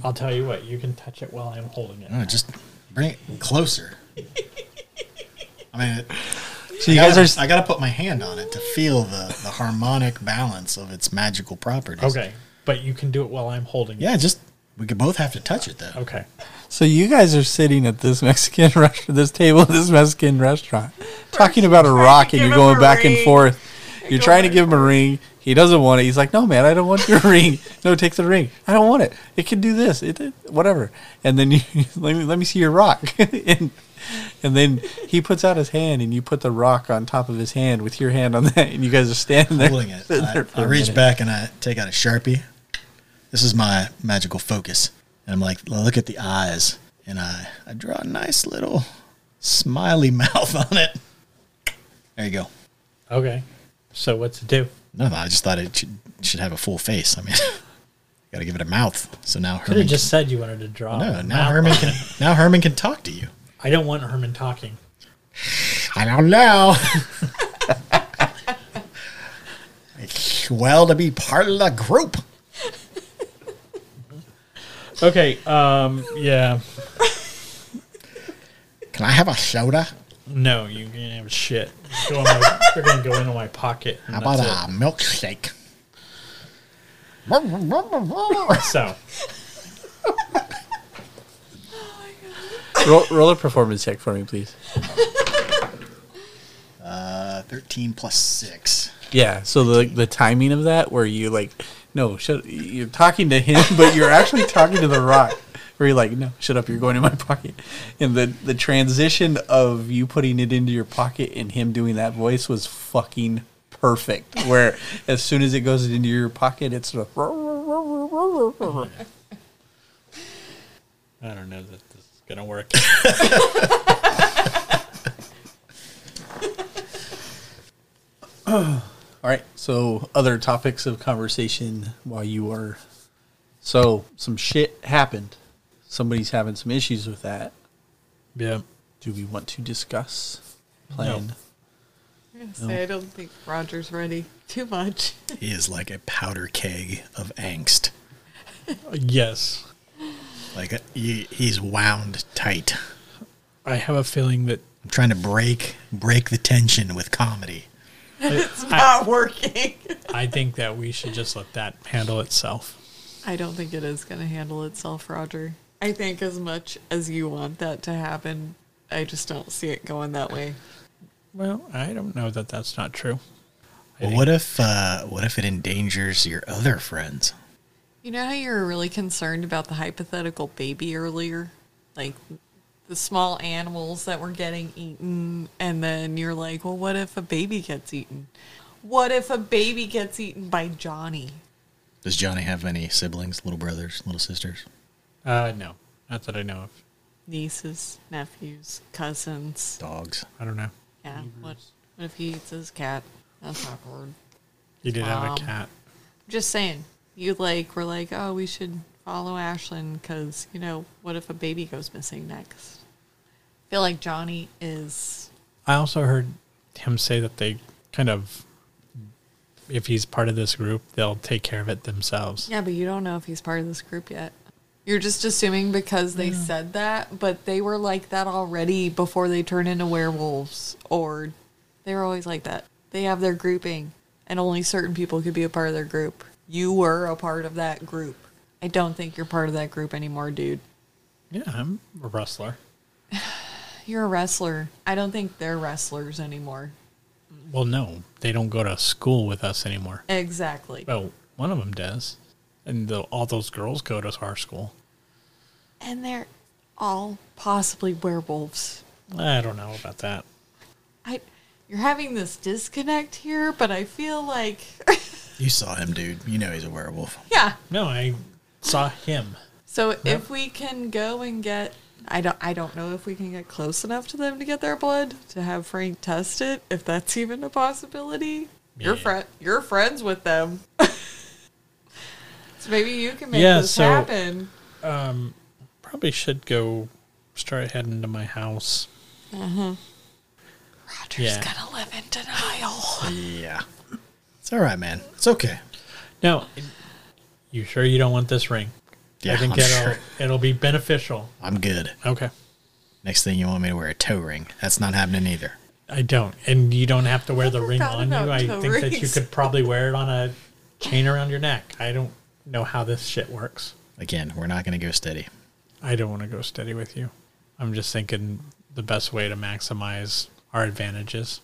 Speaker 4: I'll tell you what, you can touch it while I'm holding it.
Speaker 5: No, just bring it closer. I mean, it,
Speaker 2: So you
Speaker 5: I
Speaker 2: guys
Speaker 5: gotta,
Speaker 2: are s-
Speaker 5: I gotta put my hand on it to feel the, the harmonic balance of its magical properties.
Speaker 4: Okay. But you can do it while I'm holding it.
Speaker 5: Yeah, just we could both have to touch it though.
Speaker 4: Okay.
Speaker 2: so you guys are sitting at this Mexican restaurant, this table, at this Mexican restaurant, talking about a rock, and
Speaker 3: give
Speaker 2: you're
Speaker 3: him
Speaker 2: going
Speaker 3: a
Speaker 2: back and
Speaker 3: ring.
Speaker 2: forth. You're
Speaker 3: go
Speaker 2: trying to
Speaker 3: back
Speaker 2: give him a ring. He doesn't want it. He's like, "No, man, I don't want your ring. No, take the ring. I don't want it. It can do this. It, it whatever." And then you let me let me see your rock, and and then he puts out his hand, and you put the rock on top of his hand with your hand on that, and you guys are standing there
Speaker 5: Holding it,
Speaker 2: sitting there
Speaker 5: I,
Speaker 2: for
Speaker 5: I
Speaker 2: a
Speaker 5: reach
Speaker 2: minute.
Speaker 5: back and I take out a sharpie. This is my magical focus, and I'm like, look at the eyes, and I I draw a nice little smiley mouth on it. There you go.
Speaker 4: Okay. So what's it do?
Speaker 5: No, I just thought it should, should have a full face. I mean, gotta give it a mouth. So now
Speaker 4: Could have
Speaker 5: Herman
Speaker 4: just said you wanted to draw.
Speaker 5: can, no,
Speaker 4: a
Speaker 5: now
Speaker 4: mouth
Speaker 5: Herman
Speaker 4: on
Speaker 5: can
Speaker 4: it.
Speaker 5: now Herman can talk to you.
Speaker 4: I don't want Herman talking.
Speaker 5: I don't know. It's well, to be part of the group.
Speaker 4: Okay. Um. Yeah.
Speaker 5: Can I have a soda?
Speaker 4: No, you can have shit. Go in my, you're gonna go into my pocket. and
Speaker 5: How about
Speaker 4: that's
Speaker 5: a milkshake?
Speaker 4: it. So
Speaker 2: roll, roll a performance check for me, please.
Speaker 5: Uh, 13 plus 6.
Speaker 2: Yeah. So the the timing of that, where you like, no, shut. You're talking to him, but you're actually talking to the rock. Where you're like, no, shut up. You're going in my pocket. And the the transition of you putting it into your pocket and him doing that voice was fucking perfect. Where as soon as it goes into your pocket, it's sort of.
Speaker 4: I don't know that this is gonna work.
Speaker 2: All right. So other topics of conversation while you are. So some shit happened. Somebody's having some issues with that.
Speaker 4: yeah.
Speaker 2: Do we want to discuss? Plan.
Speaker 3: I'm gonna say I don't think Roger's ready. Too much.
Speaker 5: He is like a powder keg of angst.
Speaker 4: Yes.
Speaker 5: Like, uh, he, he's wound tight.
Speaker 4: I have a feeling that
Speaker 5: I'm trying to break break the tension with comedy.
Speaker 4: I,
Speaker 3: Not working.
Speaker 4: I think that we should just let that handle itself.
Speaker 3: I don't think it is gonna handle itself, Roger. I think as much as you want that to happen, I just don't see it going that way.
Speaker 4: Well, I don't know that that's not true.
Speaker 5: Well, what if uh, what if it endangers your other friends?
Speaker 3: You know how you were really concerned about the hypothetical baby earlier? Like the small animals that were getting eaten. And then you're like, well, what if a baby gets eaten? What if a baby gets eaten by Johnny?
Speaker 5: Does Johnny have any siblings, little brothers, little sisters?
Speaker 4: Uh, no, not that I know of.
Speaker 3: Nieces, nephews, cousins.
Speaker 5: Dogs.
Speaker 4: I don't know.
Speaker 3: Yeah. What, what if he eats his cat? That's awkward.
Speaker 4: He did have
Speaker 3: Um,
Speaker 4: a cat.
Speaker 3: Just saying. You like, we're like, oh, we should follow Ashlyn because, you know, what if a baby goes missing next? feel like Johnny is
Speaker 4: I also heard him say that they kind of, if he's part of this group, they'll take care of it themselves.
Speaker 3: Yeah, but you don't know if he's part of this group yet. You're just assuming because they said that, but they were like that already before they turn into werewolves, or they were always like that. They have their grouping, and only certain people could be a part of their group. You were a part of that group. I don't think you're part of that group anymore, dude.
Speaker 4: Yeah, I'm a wrestler.
Speaker 3: You're a wrestler. I don't think they're wrestlers anymore.
Speaker 4: Well, no, they don't go to school with us anymore.
Speaker 3: Exactly.
Speaker 4: Well, one of them does, and the, all those girls go to our school.
Speaker 3: And they're all possibly werewolves.
Speaker 4: I don't know about that.
Speaker 3: I you're having this disconnect here, but I feel like
Speaker 5: You saw him, dude. You know he's a werewolf.
Speaker 3: yeah.
Speaker 4: No, I saw him.
Speaker 3: So if we can go and get I don't I don't know if we can get close enough to them to get their blood to have Frank test it, if that's even a possibility. You're
Speaker 4: Yeah.
Speaker 3: friend you're friends with them. so maybe you can make
Speaker 4: Yeah,
Speaker 3: this
Speaker 4: so-
Speaker 3: happen.
Speaker 4: Probably should go start heading to my house.
Speaker 3: Roger's
Speaker 4: Yeah.
Speaker 3: gonna live in denial.
Speaker 5: Yeah. It's all right, man. It's okay.
Speaker 4: No, you sure you don't want this ring?
Speaker 5: Yeah,
Speaker 4: I think
Speaker 5: I'm
Speaker 4: it'll
Speaker 5: sure.
Speaker 4: it'll be beneficial.
Speaker 5: I'm good.
Speaker 4: Okay,
Speaker 5: Next thing you want me to wear a toe ring. That's not happening either.
Speaker 4: I don't, and you don't have to wear the
Speaker 3: I
Speaker 4: ring
Speaker 3: forgot
Speaker 4: on you.
Speaker 3: about
Speaker 4: I
Speaker 3: toe
Speaker 4: think that you
Speaker 3: rings.
Speaker 4: could probably wear it on a chain around your neck. I don't know how this shit works.
Speaker 5: Again, we're not going to go steady.
Speaker 4: I don't want to go steady with you. I'm just thinking the best way to maximize our advantages.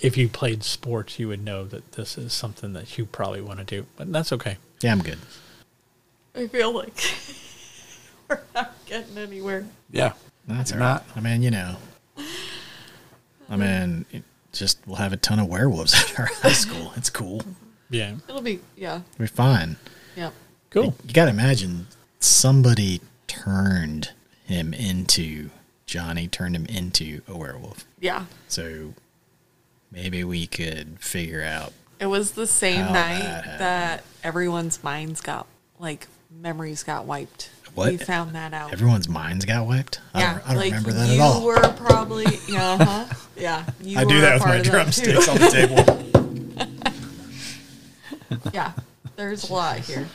Speaker 4: If you played sports, you would know that this is something that you probably want to do, but that's okay.
Speaker 5: Yeah, I'm good.
Speaker 3: I feel like we're not getting anywhere.
Speaker 2: Yeah.
Speaker 5: That's all right.
Speaker 2: Not-
Speaker 5: I mean, you know. I mean, it just we'll have a ton of werewolves at our high school. It's cool.
Speaker 4: Yeah.
Speaker 3: It'll be yeah,
Speaker 5: We're fine.
Speaker 3: yeah.
Speaker 4: Cool.
Speaker 5: You got to imagine somebody turned him into Johnny, turned him into a werewolf.
Speaker 3: Yeah.
Speaker 5: So maybe we could figure out.
Speaker 3: It was the same
Speaker 5: How
Speaker 3: night
Speaker 5: that
Speaker 3: that,
Speaker 5: happened.
Speaker 3: everyone's minds got like memories got wiped.
Speaker 5: What?
Speaker 3: We found that out.
Speaker 5: Everyone's minds got wiped. I
Speaker 3: yeah,
Speaker 5: don't, I don't
Speaker 3: like,
Speaker 5: remember that
Speaker 3: you
Speaker 5: at all.
Speaker 3: were probably yeah, uh-huh, yeah. You
Speaker 5: I do
Speaker 3: were a
Speaker 5: that with
Speaker 3: part
Speaker 5: my
Speaker 3: of that, too.
Speaker 5: drumsticks on the table.
Speaker 3: Yeah, there's a lot here.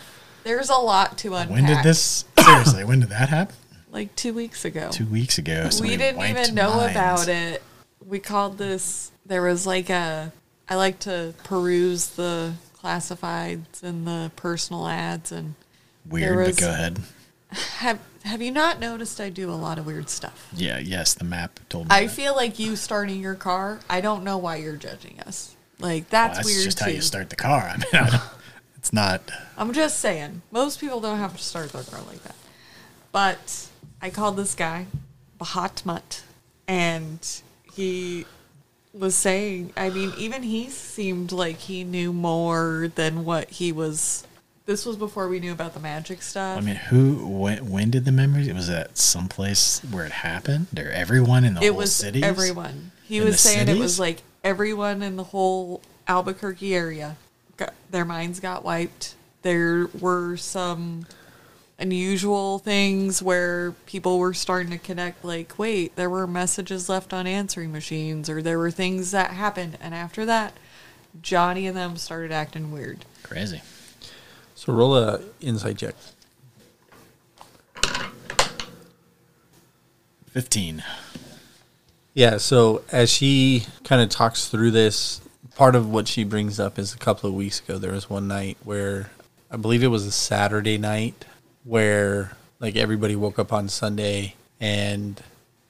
Speaker 3: There's a lot to unpack.
Speaker 5: when did this? Seriously, when did that happen?
Speaker 3: Like two weeks ago.
Speaker 5: Two weeks ago.
Speaker 3: we
Speaker 5: somebody
Speaker 3: didn't
Speaker 5: wiped
Speaker 3: even know
Speaker 5: minds.
Speaker 3: about it. We called this. There was like a. I like to peruse the classifieds and the personal ads, and
Speaker 5: Weird,
Speaker 3: There
Speaker 5: but
Speaker 3: was-
Speaker 5: go ahead.
Speaker 3: have have you not noticed? I do a lot of weird stuff.
Speaker 5: Yeah, yes, the map told me.
Speaker 3: I
Speaker 5: that.
Speaker 3: feel like you starting your car. I don't know why you're judging us. Like that's,
Speaker 5: Well, that's
Speaker 3: weird
Speaker 5: just
Speaker 3: too.
Speaker 5: how you start the car. I mean, I don't, it's not.
Speaker 3: I'm just saying, most people don't have to start their car like that. But I called this guy, Bahatmut, and he was saying, I mean, even he seemed like he knew more than what he was. This was before we knew about the magic stuff.
Speaker 5: I mean, who? When, when did the memories? Was that someplace where it happened? Or everyone in the
Speaker 3: it
Speaker 5: whole
Speaker 3: was
Speaker 5: city?
Speaker 3: everyone. He
Speaker 5: In
Speaker 3: was
Speaker 5: the
Speaker 3: saying it
Speaker 5: cities?
Speaker 3: was like everyone in the whole Albuquerque area. Got, their minds got wiped. There were some unusual things where people were starting to connect like wait there were messages left on answering machines or there were things that happened and after that johnny and them started acting weird
Speaker 5: Crazy.
Speaker 2: So roll a insight check.
Speaker 5: Fifteen.
Speaker 2: Yeah, so as she kind of talks through this, part of what she brings up is a couple of weeks ago, there was one night where I believe it was a Saturday night where like everybody woke up on Sunday and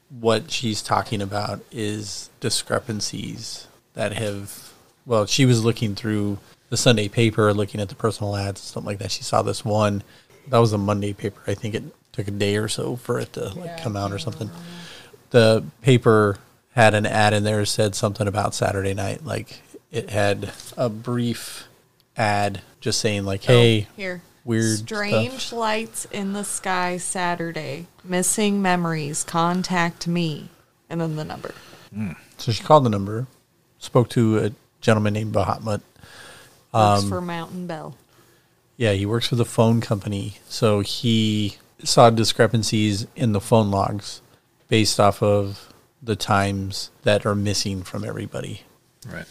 Speaker 2: what she's talking about is discrepancies that have well, she was looking through the Sunday paper, looking at the personal ads and stuff like that. She saw this one. That was a Monday paper. I think it took a day or so for it to like come out or something the paper had an ad in there that said something about Saturday night. Like it had a brief ad just saying like,
Speaker 3: Oh.
Speaker 2: "Hey,
Speaker 3: here
Speaker 2: weird
Speaker 3: strange
Speaker 2: stuff.
Speaker 3: lights in the sky saturday missing memories contact me and then the number
Speaker 2: So she called the number, spoke to a gentleman named Bahatmut.
Speaker 3: Works for Mountain Bell.
Speaker 2: Yeah, he works for the phone company, so he saw discrepancies in the phone logs based off of the times that are missing from everybody.
Speaker 5: Right.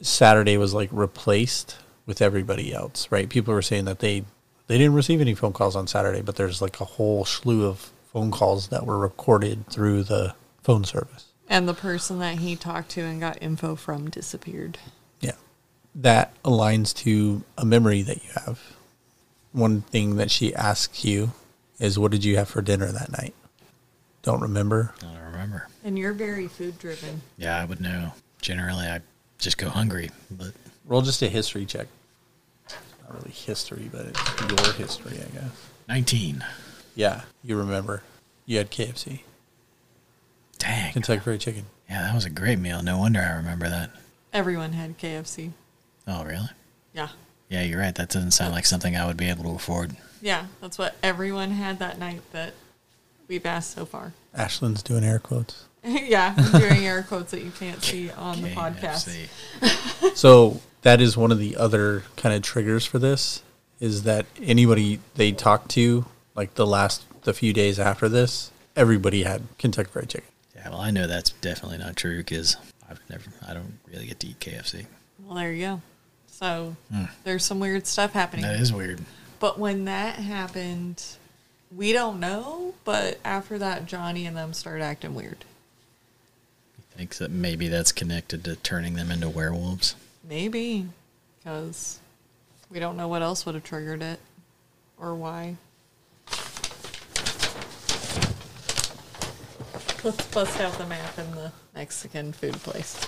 Speaker 2: Saturday was like replaced with everybody else, right? People were saying that they they didn't receive any phone calls on Saturday, but there's like a whole slew of phone calls that were recorded through the phone service.
Speaker 3: And the person that he talked to and got info from disappeared.
Speaker 2: Yeah. That aligns to a memory that you have. One thing that she asks you is what did you have for dinner that night? Don't remember.
Speaker 5: I don't remember.
Speaker 3: And you're very food driven.
Speaker 5: Yeah, I would know. Generally, I just go hungry, but
Speaker 2: Roll just a history check. Not really history, but it's your history, I guess.
Speaker 5: nineteen.
Speaker 2: Yeah, you remember. You had KFC.
Speaker 5: Dang.
Speaker 2: Kentucky Fried Chicken.
Speaker 5: Yeah, that was a great meal. No wonder I remember that.
Speaker 3: Everyone had KFC.
Speaker 5: Oh, really?
Speaker 3: Yeah.
Speaker 5: Yeah, you're right. That doesn't sound like something I would be able to afford.
Speaker 3: Yeah. That's what everyone had that night that we've asked so far.
Speaker 2: Ashland's doing air quotes.
Speaker 3: yeah. I'm doing air quotes that you can't see on the podcast.
Speaker 5: KFC.
Speaker 2: so that is one of the other kind of triggers for this is that anybody they talk to, like the last the few days after this, everybody had Kentucky Fried Chicken.
Speaker 5: Yeah, well, I know that's definitely not true because I've never, I don't really get to eat KFC.
Speaker 3: Well, there you go. So there's some weird stuff happening.
Speaker 5: That is weird.
Speaker 3: But when that happened, we don't know. But after that, Johnny and them started acting weird.
Speaker 5: Thinks that maybe that's connected to turning them into werewolves.
Speaker 3: Maybe because we don't know what else would have triggered it or why. Let's bust out the map in the Mexican food place.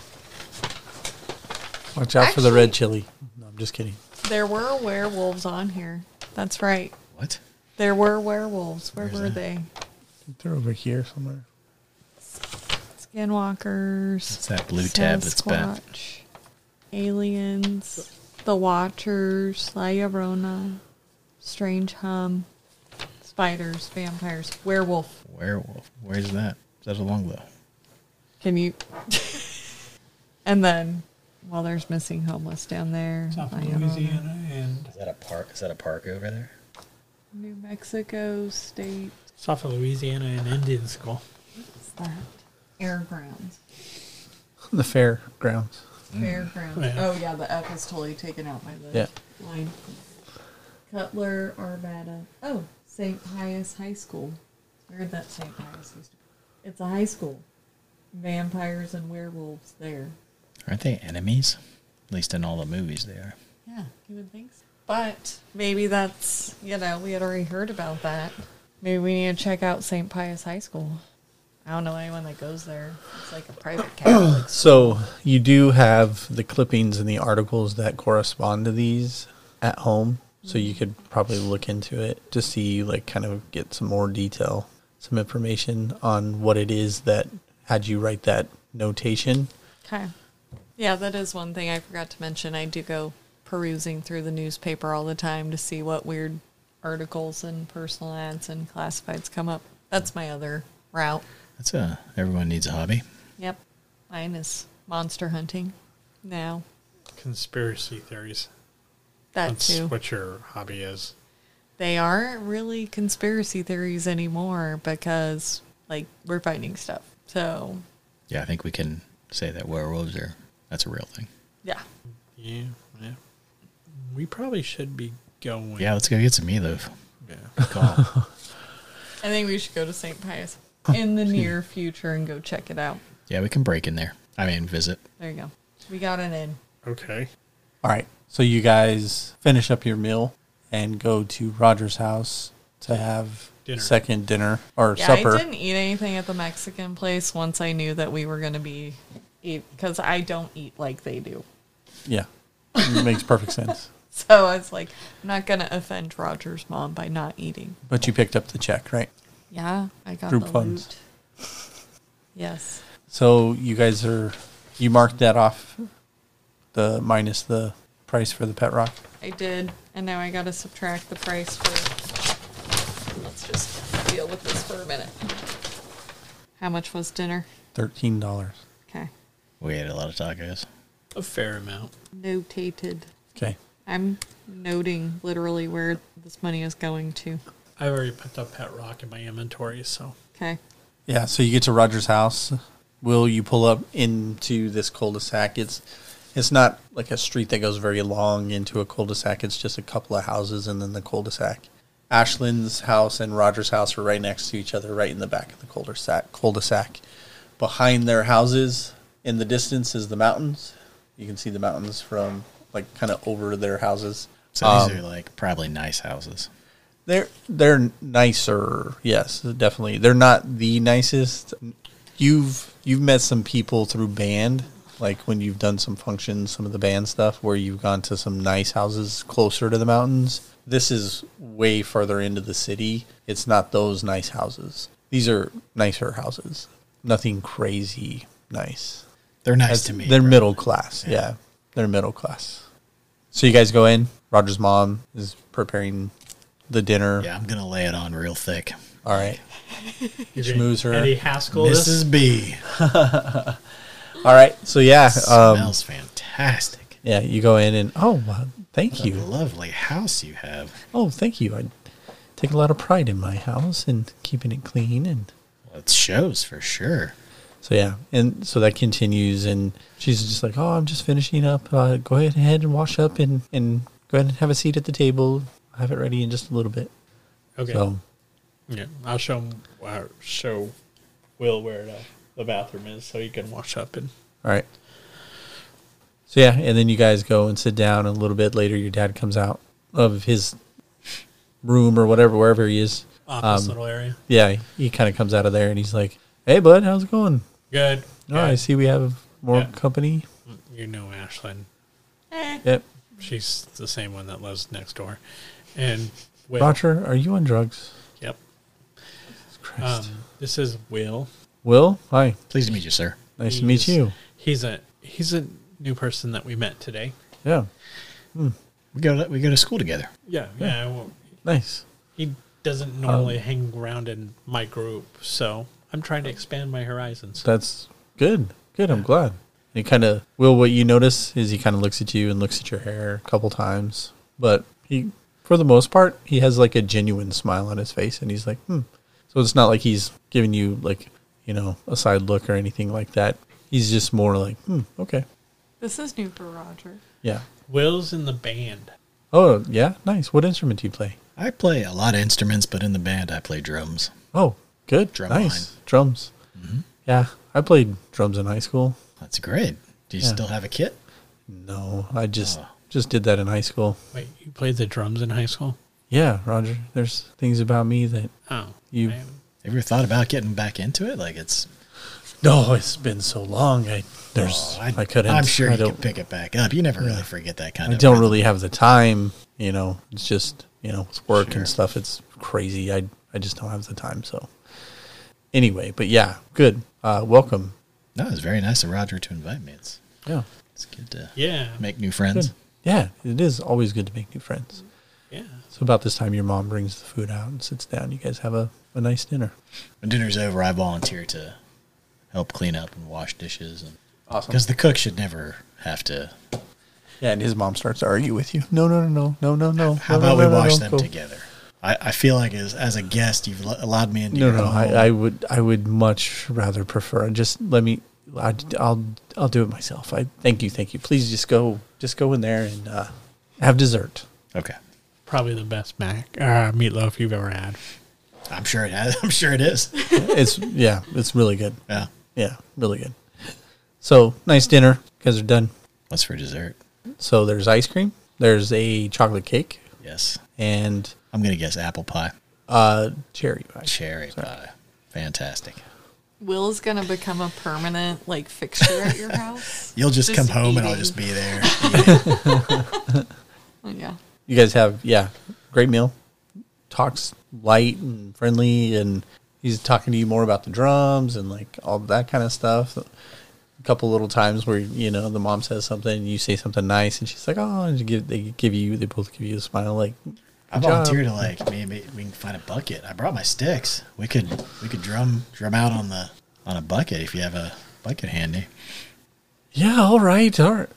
Speaker 2: Watch out for the red chili. No, I'm just kidding.
Speaker 3: There were werewolves on here. That's right.
Speaker 5: What?
Speaker 3: There were werewolves. Where
Speaker 5: Where's
Speaker 3: were
Speaker 5: that?
Speaker 3: they?
Speaker 2: They're over here somewhere.
Speaker 3: Skinwalkers.
Speaker 5: It's that blue tab that's bad.
Speaker 3: Sasquatch, Aliens, The Watchers, La Llorona, Strange Hum, Spiders, Vampires, Werewolf.
Speaker 5: Werewolf. Where's that? Is that along the?
Speaker 3: Can you? and then, well, there's Missing Homeless down there.
Speaker 4: South
Speaker 3: La
Speaker 4: of
Speaker 3: Llorona.
Speaker 4: Louisiana and
Speaker 5: Is that a park? Is that a park over there?
Speaker 3: New Mexico State.
Speaker 4: South of Louisiana and Indian School.
Speaker 3: What's that? Airgrounds.
Speaker 2: The fairgrounds.
Speaker 3: Fairgrounds.
Speaker 4: Yeah.
Speaker 3: Oh yeah, the F is totally taken out by the line. Cutler Armada. Oh, St. Pius High School. Where that St. Pius used to be? It's a high school. Vampires and werewolves there.
Speaker 5: Aren't they enemies? At least in all the movies, they are.
Speaker 3: Yeah, you would think so. But maybe that's you know we had already heard about that. Maybe we need to check out St. Pius High School. I don't know anyone that goes there. It's like a private Catholic.
Speaker 2: So you do have the clippings and the articles that correspond to these at home. So you could probably look into it to see, like, kind of get some more detail, some information on what it is that had you write that notation.
Speaker 3: Okay. Yeah, that is one thing I forgot to mention. I do go perusing through the newspaper all the time to see what weird articles and personal ads and classifieds come up. That's my other route.
Speaker 5: That's a everyone needs a hobby.
Speaker 3: Yep. Mine is monster hunting now.
Speaker 4: Conspiracy theories.
Speaker 3: That
Speaker 4: That's
Speaker 3: too.
Speaker 4: what your hobby is.
Speaker 3: They aren't really conspiracy theories anymore because, like, we're finding stuff. So,
Speaker 5: Yeah, I think we can say that werewolves are. That's a real thing.
Speaker 3: yeah.
Speaker 4: Yeah, yeah. We probably should be going.
Speaker 5: Yeah, let's go get some meatloaf.
Speaker 4: Yeah.
Speaker 5: Call.
Speaker 3: I think we should go to St. Pius in the near future and go check it out.
Speaker 5: yeah, we can break in there. I mean, visit.
Speaker 3: There you go. We got an in.
Speaker 4: Okay.
Speaker 2: All right. So you guys finish up your meal and go to Roger's house to have
Speaker 4: Dinner.
Speaker 2: second dinner or
Speaker 3: Yeah,
Speaker 2: supper.
Speaker 3: I didn't eat anything at the Mexican place once I knew that we were going to be eat because I don't eat like they do.
Speaker 2: Yeah. It makes perfect sense.
Speaker 3: So I was like, I'm not going to offend Roger's mom by not eating.
Speaker 2: But you picked up the check, right?
Speaker 3: Yeah, I got
Speaker 2: Group
Speaker 3: the
Speaker 2: funds.
Speaker 3: loot. Yes.
Speaker 2: So you guys are you marked that off the minus the price for the pet rock.
Speaker 3: I did, and now I got to subtract the price for. Let's just deal with this for a minute. How much was dinner?
Speaker 2: Thirteen dollars.
Speaker 3: Okay.
Speaker 5: We ate a lot of tacos.
Speaker 4: A fair amount.
Speaker 3: Notated.
Speaker 2: Okay.
Speaker 3: I'm noting literally where this money is going to.
Speaker 4: I already picked up Pet Rock in my inventory, so
Speaker 3: Okay.
Speaker 2: Yeah, so you get to Roger's house. Will you pull up into this cul-de-sac? It's it's not like a street that goes very long into a cul-de-sac. It's just a couple of houses and then the cul-de-sac. Ashland's house and Roger's house are right next to each other, right in the back of the cul-de-sac. Cul-de-sac. Behind their houses, in the distance, is the mountains. You can see the mountains from like kind of over their houses.
Speaker 5: So
Speaker 2: Um,
Speaker 5: these are like probably nice houses.
Speaker 2: they're they're nicer. Yes, definitely. They're not the nicest. You've you've met some people through band, like when you've done some functions, some of the band stuff, where you've gone to some nice houses closer to the mountains. This is way further into the city. It's not those nice houses. These are nicer houses. Nothing crazy nice.
Speaker 5: They're nice
Speaker 2: That's-
Speaker 5: to me.
Speaker 2: They're
Speaker 5: bro.
Speaker 2: middle class. Yeah. They're middle class. So you guys go in. Roger's mom is preparing the dinner.
Speaker 5: Yeah, I'm gonna lay it on real thick.
Speaker 2: All right.
Speaker 4: she
Speaker 2: moves her-
Speaker 4: Eddie Haskell.
Speaker 5: Mrs.
Speaker 4: This
Speaker 5: B
Speaker 2: All right. So yeah, um,
Speaker 5: smells fantastic.
Speaker 2: yeah, you go in and oh, wow, thank
Speaker 5: What a
Speaker 2: you.
Speaker 5: lovely house you have.
Speaker 2: Oh, thank you. I take a lot of pride in my house and keeping it clean and
Speaker 5: Well, It shows for sure.
Speaker 2: So yeah, and so that continues, and she's just like, "Oh, I'm just finishing up. Uh, go ahead, ahead and wash up, and and go ahead and have a seat at the table. I have it ready in just a little bit."
Speaker 4: Okay.
Speaker 2: So
Speaker 4: Yeah, I'll show him. I'll show Will where the, the bathroom is, so he can wash up and.
Speaker 2: all right. So yeah, and then you guys go and sit down. And a little bit later, your dad comes out of his room or whatever, wherever he is.
Speaker 4: Office
Speaker 2: Um,
Speaker 4: little area.
Speaker 2: Yeah, he kind of comes out of there, and he's like, "Hey, bud, how's it going?
Speaker 4: Good.
Speaker 2: Oh, I see we have more
Speaker 4: Yeah.
Speaker 2: company.
Speaker 4: You know Ashlyn.
Speaker 2: Yep.
Speaker 4: She's the same one that lives next door. And Will.
Speaker 2: Roger, are you on drugs?
Speaker 4: Yep. Um,
Speaker 2: Christ.
Speaker 4: this is Will.
Speaker 2: Will, hi.
Speaker 5: Pleased to meet you, sir.
Speaker 2: Nice to meet
Speaker 4: He's-
Speaker 2: you.
Speaker 4: He's a he's a new person that we met today.
Speaker 2: Yeah.
Speaker 5: We go to, we go to school together.
Speaker 4: Yeah, yeah. Well,
Speaker 2: Nice.
Speaker 4: he doesn't normally hang around in my group, so I'm trying to expand my horizons.
Speaker 2: That's good. Good. I'm glad. He kind of will. What you notice is he kind of looks at you and looks at your hair a couple times, but he, for the most part, he has like a genuine smile on his face, and he's like, hmm. So it's not like he's giving you like you know a side look or anything like that. He's just more like, hmm, okay,
Speaker 3: This is new for Roger.
Speaker 2: yeah.
Speaker 4: Will's in the band.
Speaker 2: Oh yeah, nice. What instrument do you play?
Speaker 5: I play a lot of instruments, but in the band, I play drums.
Speaker 2: Oh, good.
Speaker 5: Drum
Speaker 2: nice drums.
Speaker 5: Mm-hmm.
Speaker 2: Yeah, I played drums in high school.
Speaker 5: That's great. Do you
Speaker 2: Yeah.
Speaker 5: still have a kit?
Speaker 2: No, I just
Speaker 5: Oh.
Speaker 2: just did that in high school.
Speaker 4: Wait, you played the drums in high school?
Speaker 2: Yeah, Roger. There's things about me that
Speaker 4: Oh,
Speaker 2: You-
Speaker 4: I-
Speaker 5: Have you ever thought about getting back into it? Like it's
Speaker 2: no, it's been so long. I there's
Speaker 5: oh,
Speaker 2: I, couldn't.
Speaker 5: I'm sure
Speaker 2: I
Speaker 5: you
Speaker 2: don't.
Speaker 5: can pick it back up. You never really forget that kind
Speaker 2: I
Speaker 5: of.
Speaker 2: don't
Speaker 5: rhythm.
Speaker 2: really have the time. You know, it's just you know it's work
Speaker 5: Sure.
Speaker 2: and stuff. It's crazy. I I just don't have the time. So anyway, but yeah, good. Uh, welcome.
Speaker 5: No, it's very nice of Roger to invite me. It's
Speaker 2: Yeah,
Speaker 5: it's good to
Speaker 4: yeah,
Speaker 5: make new friends.
Speaker 2: yeah. It is always good to make new friends.
Speaker 4: yeah.
Speaker 2: So about this time, your mom brings the food out and sits down. You guys have a, a nice dinner.
Speaker 5: When dinner's over, I volunteer to help clean up and wash dishes, and
Speaker 2: Awesome.
Speaker 5: because the cook should never have to.
Speaker 2: Yeah, and his mom starts to argue with you. No, no, no, no, no, no, no.
Speaker 5: How
Speaker 2: no, no,
Speaker 5: about
Speaker 2: no,
Speaker 5: we
Speaker 2: no,
Speaker 5: wash
Speaker 2: no,
Speaker 5: them
Speaker 2: go.
Speaker 5: together? I, I feel like as as a guest, you've lo- allowed me into
Speaker 2: No,
Speaker 5: your
Speaker 2: no,
Speaker 5: home.
Speaker 2: I, I would, I would much rather prefer. Just let me. I, will I'll do it myself. I thank you, thank you. Please just go, just go in there and uh, have dessert.
Speaker 5: okay.
Speaker 4: Probably the best mac uh, meatloaf you've ever had.
Speaker 5: I'm sure it has. I'm sure it is.
Speaker 2: It's yeah, it's really good.
Speaker 5: Yeah.
Speaker 2: Yeah, really good. So nice dinner. You guys are done.
Speaker 5: What's for dessert?
Speaker 2: So there's ice cream. There's a chocolate cake
Speaker 5: Yes.
Speaker 2: and
Speaker 5: I'm gonna guess apple pie,
Speaker 2: uh, cherry pie.
Speaker 5: cherry pie. Fantastic.
Speaker 3: Will's gonna become a permanent like fixture at your house.
Speaker 5: You'll just,
Speaker 3: Just
Speaker 5: come home and I'll
Speaker 3: eating. Oh,
Speaker 5: just be there.
Speaker 3: yeah.
Speaker 2: you guys have yeah great meal talks light and friendly and he's talking to you more about the drums and like all that kind of stuff a couple little times where you know the mom says something and you say something nice and she's like oh and she give, they give you they both give you a smile like
Speaker 5: I
Speaker 2: Good job.
Speaker 5: volunteer to like maybe we can find a bucket. I brought my sticks. We could we could drum drum out on the on a bucket if you have a bucket handy.
Speaker 2: yeah all right all right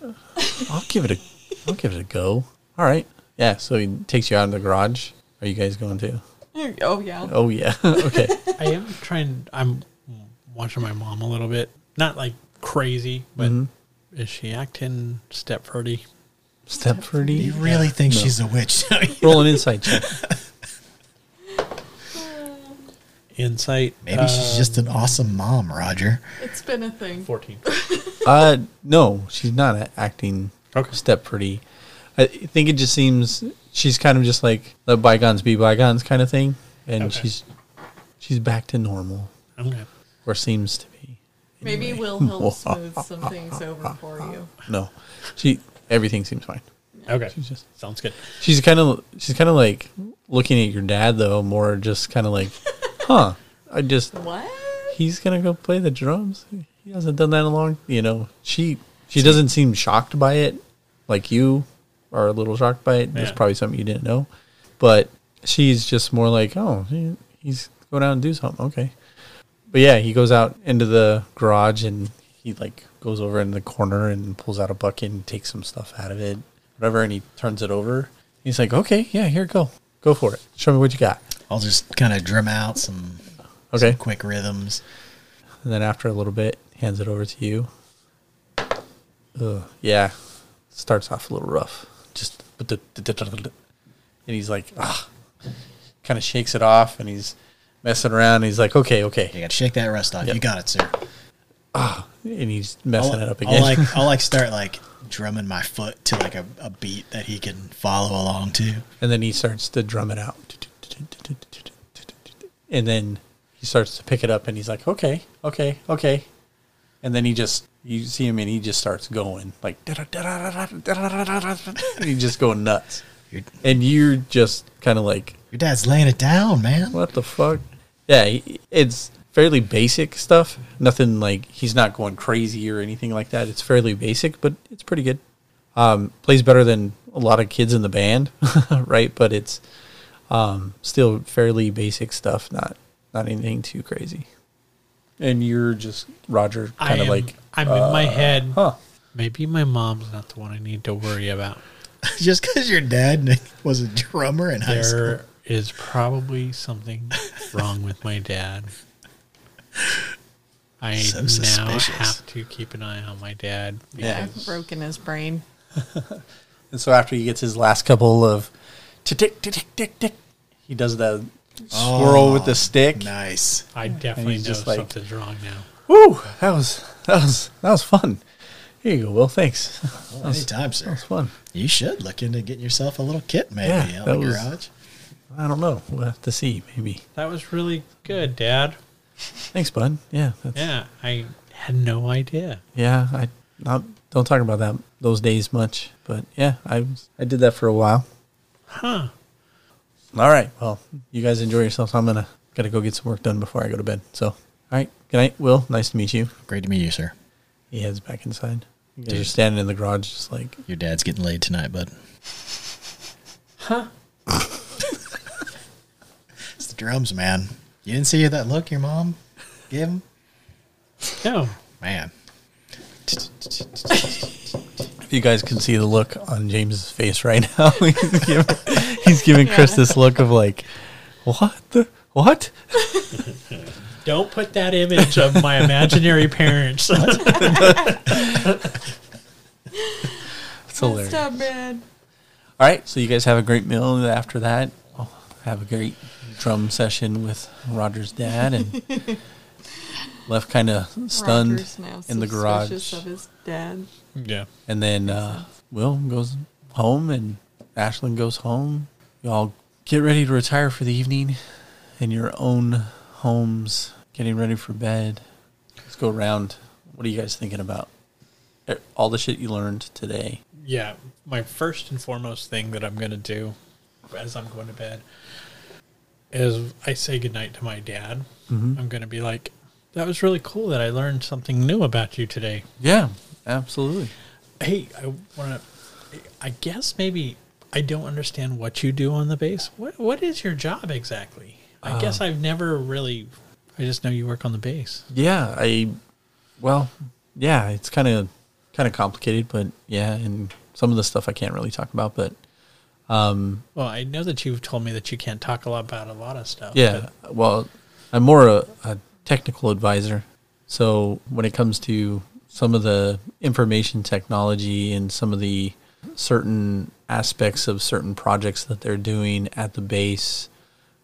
Speaker 2: i'll give it a i'll give it a go all right yeah so he takes you out in the garage are you guys going to
Speaker 3: Oh yeah.
Speaker 2: oh yeah okay
Speaker 4: I am trying. I'm watching my mom a little bit. Not like crazy, but is she acting stepfordy?
Speaker 2: stepfordy
Speaker 5: You really think she's a witch? don't you?
Speaker 2: roll an insight check
Speaker 4: Insight. uh,
Speaker 5: maybe she's just an awesome mom, Roger.
Speaker 3: It's been a thing.
Speaker 4: fourteen.
Speaker 2: Uh, no, she's not a- acting
Speaker 4: Okay.
Speaker 2: step pretty. I think it just seems she's kind of just like let bygones be bygones kind of thing, and
Speaker 4: Okay.
Speaker 2: she's she's back to normal
Speaker 4: okay.
Speaker 2: or seems to be.
Speaker 3: Maybe Will help smooth some things over for you.
Speaker 2: No, she everything seems fine.
Speaker 4: Okay.
Speaker 2: She's just
Speaker 4: Sounds good.
Speaker 2: she's kind of she's kind of like looking at your dad though, more just kind of like, huh? I just
Speaker 3: What?
Speaker 2: he's gonna go play the drums. He hasn't done that in a long. You know, she she doesn't seem shocked by it, like you are a little shocked by it. That's
Speaker 4: Yeah.
Speaker 2: probably something you didn't know, but she's just more like, oh, he, he's going out and do something. Okay, but yeah, he goes out into the garage and he like goes over in the corner and pulls out a bucket and takes some stuff out of it, whatever, and he turns it over. He's like, okay, yeah, here, go, go for it. Show me what you got.
Speaker 5: I'll just kind of drum out some
Speaker 2: Okay.
Speaker 5: some quick rhythms.
Speaker 2: And then after a little bit, hands it over to you. Ugh, yeah, starts off a little rough. Just but the, the- the- the- the- the- and he's like, ah, kind of shakes it off, and he's messing around. And he's like, okay,
Speaker 5: You
Speaker 2: okay,
Speaker 5: got to shake that rust off.
Speaker 2: Yep.
Speaker 5: You got it, sir.
Speaker 2: and he's messing it up again.
Speaker 5: I'll like I'll like start like drumming my foot to like a, a beat that he can follow along to.
Speaker 2: and then he starts to drum it out. And then he starts to pick it up and he's like, okay, okay, okay. And then he just, you see him and he just starts going like, and he's just going nuts.
Speaker 5: Your,
Speaker 2: And you're just kind of like,
Speaker 5: your dad's laying it down, man.
Speaker 2: what the fuck? Yeah, he- it's fairly basic stuff. Nothing like he's not going crazy or anything like that. It's fairly basic, but it's pretty good. Um, plays better than a lot of kids in the band, right? But it's um, still fairly basic stuff. Not not anything too crazy. And you're just Roger,
Speaker 4: I
Speaker 2: kind of
Speaker 4: am-
Speaker 2: like,
Speaker 4: I'm in my head.
Speaker 2: huh?
Speaker 4: Maybe my mom's not the one I need to worry about.
Speaker 5: Just because your dad was a drummer in high school,
Speaker 4: There is probably something wrong with my dad. I
Speaker 5: So
Speaker 4: now
Speaker 5: suspicious.
Speaker 4: have to keep an eye on my dad.
Speaker 2: Yeah.
Speaker 3: I've broken his brain.
Speaker 2: And so after he gets his last couple of tick tick tick tick tick, he does the swirl with the
Speaker 4: Oh,
Speaker 2: stick.
Speaker 5: Oh, nice.
Speaker 4: I definitely know
Speaker 2: he's just like-
Speaker 4: something's wrong now.
Speaker 2: Woo! That was that was that was fun. Here you go, Will. Thanks. That
Speaker 5: Well, anytime, sir.
Speaker 2: was fun.
Speaker 5: You should look into getting yourself a little kit, maybe,
Speaker 2: Yeah,
Speaker 5: out
Speaker 2: that
Speaker 5: of the
Speaker 2: was-
Speaker 5: garage.
Speaker 2: I don't know. We'll have to see. Maybe.
Speaker 4: That was really good, Dad.
Speaker 2: Thanks, bud. Yeah. That's,
Speaker 4: Yeah, I had no idea.
Speaker 2: yeah, I not, don't talk about that those days much, but yeah, I was- I did that for a while.
Speaker 4: Huh.
Speaker 2: All right. Well, you guys enjoy yourselves. I'm gonna gotta go get some work done before I go to bed. So, all right. Good night, Will. Nice to meet you.
Speaker 5: Great to meet you, sir.
Speaker 2: He heads back inside. You guys are standing in the garage, just like
Speaker 5: Your dad's getting laid tonight, bud. Huh? it's the drums, man. You didn't see that look your mom gave him?
Speaker 4: No.
Speaker 5: Man.
Speaker 2: If you guys can see the look on James's face right now, he's giving, he's giving Chris
Speaker 3: Yeah.
Speaker 2: this look of like, what the what?
Speaker 4: Don't put that image of my imaginary parents.
Speaker 2: It's hilarious. All
Speaker 3: Stop, man.
Speaker 2: right, so you guys have a great meal after that. I'll have a great drum session with Roger's dad and left kind of stunned
Speaker 3: Roger's now
Speaker 2: in the
Speaker 3: suspicious
Speaker 2: garage.
Speaker 3: Of his dad.
Speaker 4: yeah.
Speaker 2: And then uh, Will goes home and Ashlyn goes home. Y'all get ready to retire for the evening in your own homes, getting ready for bed. Let's go around. What are you guys thinking about? Eh, All the shit you learned today.
Speaker 4: Yeah. My first and foremost thing that I'm going to do as I'm going to bed is I say goodnight to my dad. I'm going to be like, that was really cool that I learned something new about you today.
Speaker 2: Yeah, absolutely.
Speaker 4: Hey, I want to, I guess maybe I don't understand what you do on the base. What What is your job exactly? I guess I've never really, I just know you work on the base.
Speaker 2: Yeah, I. Well, yeah, it's kind of kind of complicated, but yeah, and some of the stuff I can't really talk about, but
Speaker 4: Well, I know that you've told me that you can't talk a lot about a lot of stuff.
Speaker 2: Yeah. Well, I'm more a, a technical advisor. So when it comes to some of the information technology and some of the certain aspects of certain projects that they're doing at the base,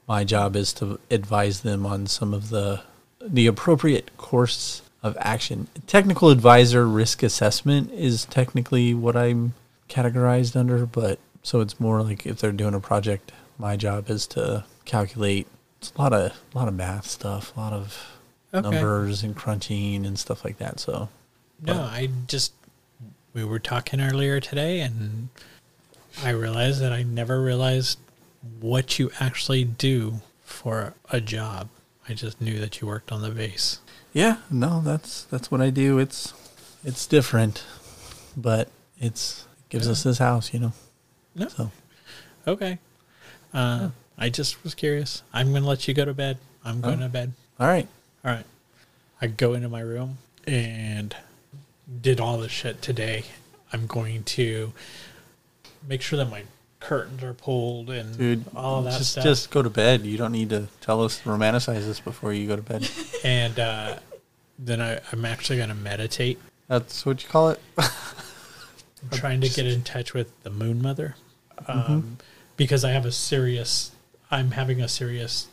Speaker 2: my job is to advise them on some of the the appropriate course of action. Technical advisor risk assessment is technically what I'm categorized under, but so it's more like if they're doing a project, my job is to calculate. It's a lot of a lot of math stuff, a lot of
Speaker 4: Okay.
Speaker 2: numbers and crunching and stuff like that. So
Speaker 4: But, no, I just, we were talking earlier today and I realized that I never realized what you actually do for a job. I just knew that you worked on the base.
Speaker 2: yeah, no, that's that's what I do. It's it's different, but it's it gives us this house, you know.
Speaker 4: No.
Speaker 2: So
Speaker 4: Okay. Uh, I just was curious. I'm going to let you go to bed. I'm going to bed.
Speaker 2: all right.
Speaker 4: All right. I go into my room and did all this shit today. I'm going to make sure that my curtains are pulled and
Speaker 2: Dude,
Speaker 4: all that
Speaker 2: just
Speaker 4: stuff.
Speaker 2: just go to bed. You don't need to tell us romanticize this before you go to bed.
Speaker 4: And uh, then I, I'm actually going to meditate,
Speaker 2: That's what you call it.
Speaker 4: I'm
Speaker 2: Oh,
Speaker 4: trying to get in touch with the Moon Mother, um,
Speaker 2: Mm-hmm.
Speaker 4: because I have a serious. I'm having a serious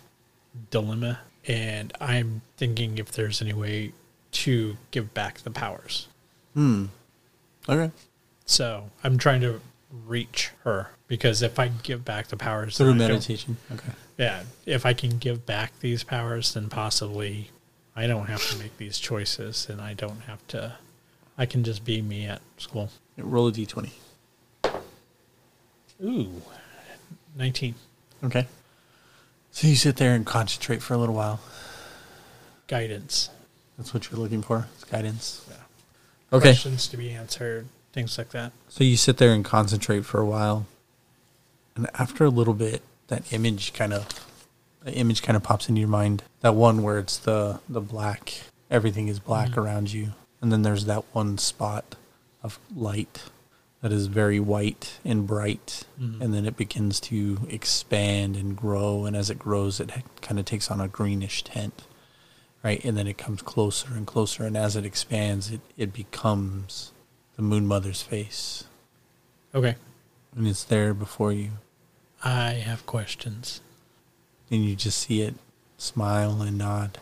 Speaker 4: dilemma, and I'm thinking if there's any way to give back the powers.
Speaker 2: Okay.
Speaker 4: So I'm trying to reach her because if I give back the powers
Speaker 2: Through
Speaker 4: then I don't-
Speaker 2: meditation. Okay.
Speaker 4: yeah, if I can give back these powers, then possibly I don't have to make these choices, and I don't have to. I can just be me at school.
Speaker 2: Roll a d20.
Speaker 4: Ooh, nineteen.
Speaker 2: Okay. So you sit there and concentrate for a little while.
Speaker 4: Guidance,
Speaker 2: That's what you're looking for. It's guidance. Okay.
Speaker 4: questions to be answered, things like that.
Speaker 2: So you sit there and concentrate for a while. And after a little bit, that image kind of that image kind of pops into your mind. That one where it's the the black, everything is black around you. And then there's that one spot of light that is very white and bright and then it begins to expand and grow and as it grows it kind of takes on a greenish tint right? And then it comes closer and closer, and as it expands, it, it becomes the Moon Mother's face,
Speaker 4: Okay,
Speaker 2: and it's there before you,
Speaker 4: I have questions.
Speaker 2: and you just see it smile and nod.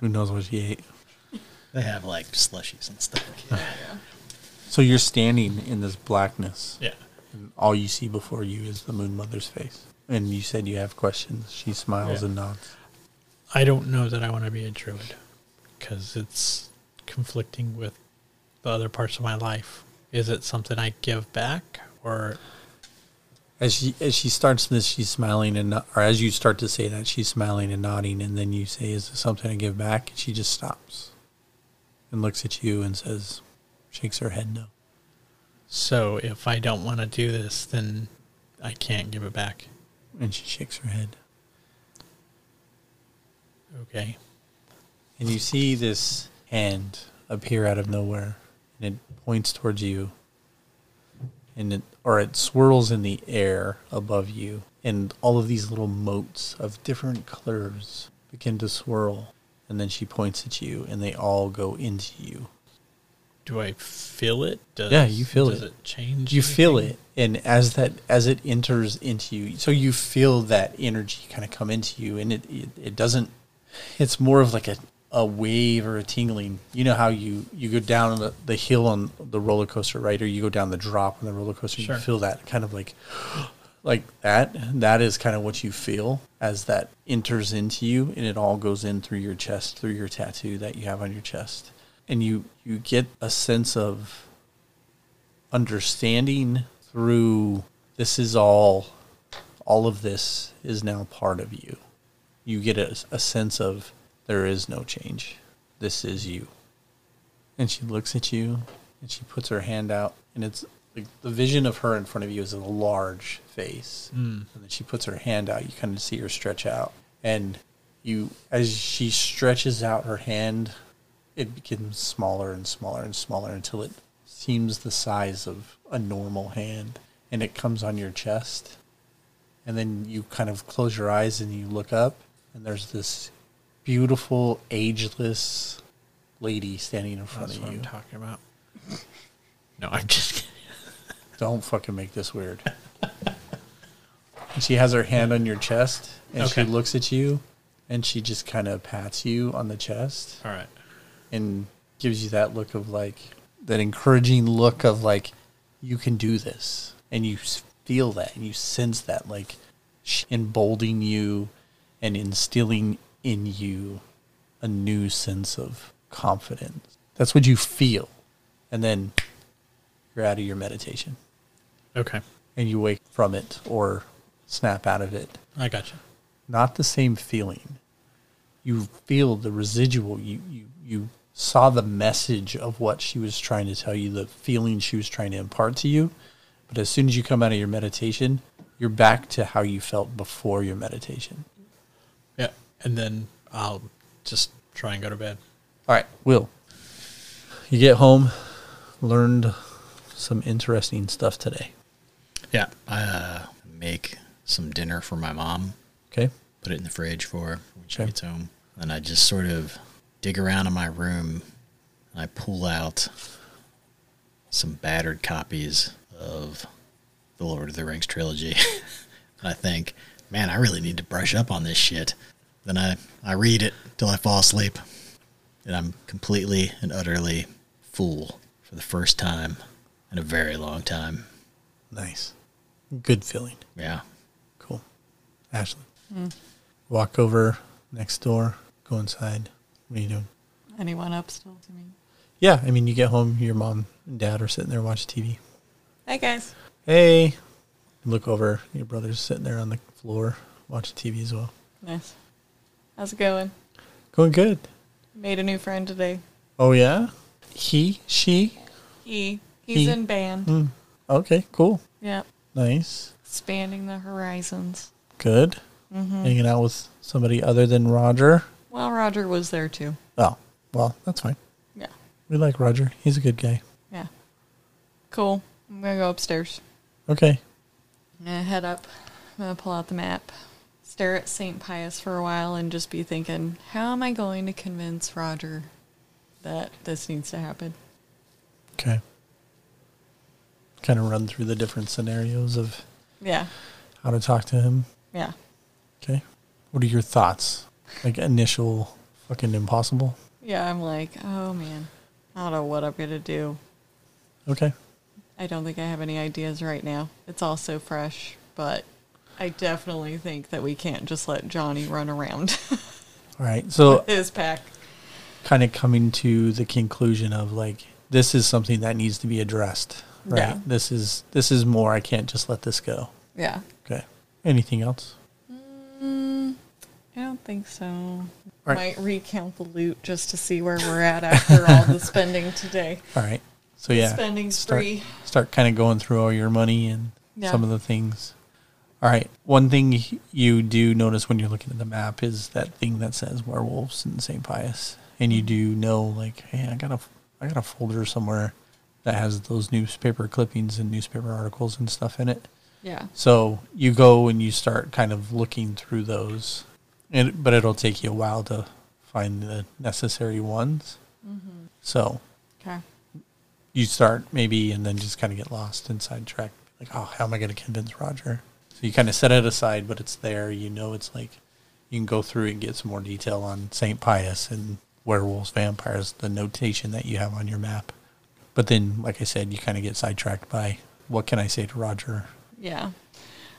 Speaker 2: Who knows what she ate?
Speaker 5: They have like slushies and stuff.
Speaker 2: So you're standing in this blackness.
Speaker 4: Yeah.
Speaker 2: And all you see before you is the Moon Mother's face. And you said you have questions. She smiles
Speaker 4: Yeah.
Speaker 2: and nods.
Speaker 4: I don't know that I want to be a druid because it's conflicting with the other parts of my life. Is it something I give back or
Speaker 2: As she as she starts this, she's smiling and no- or as you start to say that, she's smiling and nodding, and then you say, "Is this something I give back?" And she just stops and looks at you and says, shakes her head no.
Speaker 4: So if I don't want to do this, then I can't give it back.
Speaker 2: And she shakes her head.
Speaker 4: Okay.
Speaker 2: And you see this hand appear out of nowhere, and it points towards you, and it or it swirls in the air above you, and all of these little motes of different colors begin to swirl, and then she points at you, and they all go into you.
Speaker 4: Do I feel it? Does,
Speaker 2: Yeah, you feel
Speaker 4: does
Speaker 2: it.
Speaker 4: Does it change?
Speaker 2: You feel
Speaker 4: anything?
Speaker 2: it, and as that as it enters into you, so you feel that energy kind of come into you, and it it, it doesn't. It's more of like a, a wave or a tingling. You know how you you go down the, the hill on the roller coaster, right? Or you go down the drop on the roller coaster.
Speaker 4: Sure.
Speaker 2: You feel that kind of like like that. That is kind of what you feel as that enters into you, and it all goes in through your chest, through your tattoo that you have on your chest, and you you get a sense of understanding through this is all all of this is now part of you you get a, a sense of there is no change this is you and she looks at you and she puts her hand out and it's like the vision of her in front of you is a large face mm. and then she puts her hand out you kind of see her stretch out and you as she stretches out her hand it becomes smaller and smaller and smaller until it seems the size of a normal hand and it comes on your chest and then you kind of close your eyes and you look up and there's this beautiful ageless lady standing in front
Speaker 4: That's
Speaker 2: of
Speaker 4: what
Speaker 2: you
Speaker 4: I'm talking about. No, I'm just kidding.
Speaker 2: Don't fucking make this weird. and she has her hand on your chest and
Speaker 4: Okay.
Speaker 2: she looks at you and she just kind of pats you on the chest
Speaker 4: All right.
Speaker 2: and gives you that look of like, that encouraging look of like, you can do this. And you s- feel that and you sense that like sh- emboldening you and instilling in you a new sense of confidence. That's what you feel. And then you're out of your meditation
Speaker 4: Okay.
Speaker 2: and you wake from it or snap out of it.
Speaker 4: I got you.
Speaker 2: Not the same feeling. You feel the residual. You, you, you saw the message of what she was trying to tell you, the feeling she was trying to impart to you. But as soon as you come out of your meditation, you're back to how you felt before your meditation.
Speaker 4: Yeah. And then I'll just try and go to bed.
Speaker 2: All right, Will. You get home, learned some interesting stuff today.
Speaker 5: Yeah, I uh, make some dinner for my mom,
Speaker 2: Okay.
Speaker 5: put it in the fridge for her when she
Speaker 2: Okay.
Speaker 5: gets home, and I just sort of dig around in my room and I pull out some battered copies of the Lord of the Rings trilogy, and I think, man, I really need to brush up on this shit. Then I I read it till I fall asleep, and I'm completely and utterly full for the first time in a very long time.
Speaker 2: Nice. Good feeling.
Speaker 5: Yeah.
Speaker 2: Cool. Ashley. Walk over next door, go inside. What are you doing?
Speaker 3: Anyone up still to me?
Speaker 2: Yeah, I mean, you get home, your mom and dad are sitting there watching TV.
Speaker 3: Hey guys.
Speaker 2: Hey, look over, your brother's sitting there on the floor watching TV as well.
Speaker 3: Nice. How's it going?
Speaker 2: Going good.
Speaker 3: Made a new friend today.
Speaker 2: Oh, yeah? He, she.
Speaker 3: He he's
Speaker 2: He.
Speaker 3: in band.
Speaker 5: Hmm.
Speaker 2: Okay, cool.
Speaker 3: Yep.
Speaker 2: Nice.
Speaker 3: Expanding the horizons.
Speaker 2: Good. Hanging out with somebody other than Roger.
Speaker 3: Well, Roger was there too.
Speaker 2: Oh, well, that's fine.
Speaker 3: Yeah.
Speaker 2: We like Roger. He's a good guy.
Speaker 3: Yeah. Cool. I'm gonna go upstairs.
Speaker 2: Okay.
Speaker 3: I'm gonna head up. I'm gonna pull out the map. Stare at St. Pius for a while and just be thinking, how am I going to convince Roger that this needs to happen?
Speaker 2: Okay. Kind of run through the different scenarios of
Speaker 3: Yeah.
Speaker 2: how to talk to him.
Speaker 3: Yeah.
Speaker 2: Okay. What are your thoughts? Like initial fucking impossible?
Speaker 3: Yeah, I'm like, oh man, I don't know what I'm gonna do.
Speaker 2: Okay.
Speaker 3: I don't think I have any ideas right now. It's all so fresh, but I definitely think that we can't just let Johnny run around
Speaker 2: All right. So
Speaker 3: his pack.
Speaker 2: kind of coming to the conclusion of like this is something that needs to be addressed. Right.
Speaker 3: Yeah.
Speaker 2: This is this is more. I can't just let this go.
Speaker 3: Yeah.
Speaker 2: Okay. Anything else?
Speaker 3: I don't think so.
Speaker 2: Right.
Speaker 3: Might recount the loot just to see where we're at after all the spending today.
Speaker 2: All right. So yeah.
Speaker 3: Spending
Speaker 2: start-
Speaker 3: spree.
Speaker 2: Start kind of going through all your money and
Speaker 3: Yeah.
Speaker 2: some of the things. All right. One thing you do notice when you're looking at the map is that thing that says werewolves in St. Pius, and you do know like, hey, I got a I got a folder somewhere that has those newspaper clippings and newspaper articles and stuff in it.
Speaker 3: Yeah.
Speaker 2: So you go and you start kind of looking through those, and but it'll take you a while to find the necessary ones. So
Speaker 3: Okay.
Speaker 2: you start maybe and then just kind of get lost and sidetracked. Like, oh, how am I going to convince Roger? So you kind of set it aside, but it's there. You know, it's like you can go through and get some more detail on St. Pius and werewolves, vampires, the notation that you have on your map. But then, like I said, you kind of get sidetracked by what can I say to Roger?
Speaker 3: Yeah.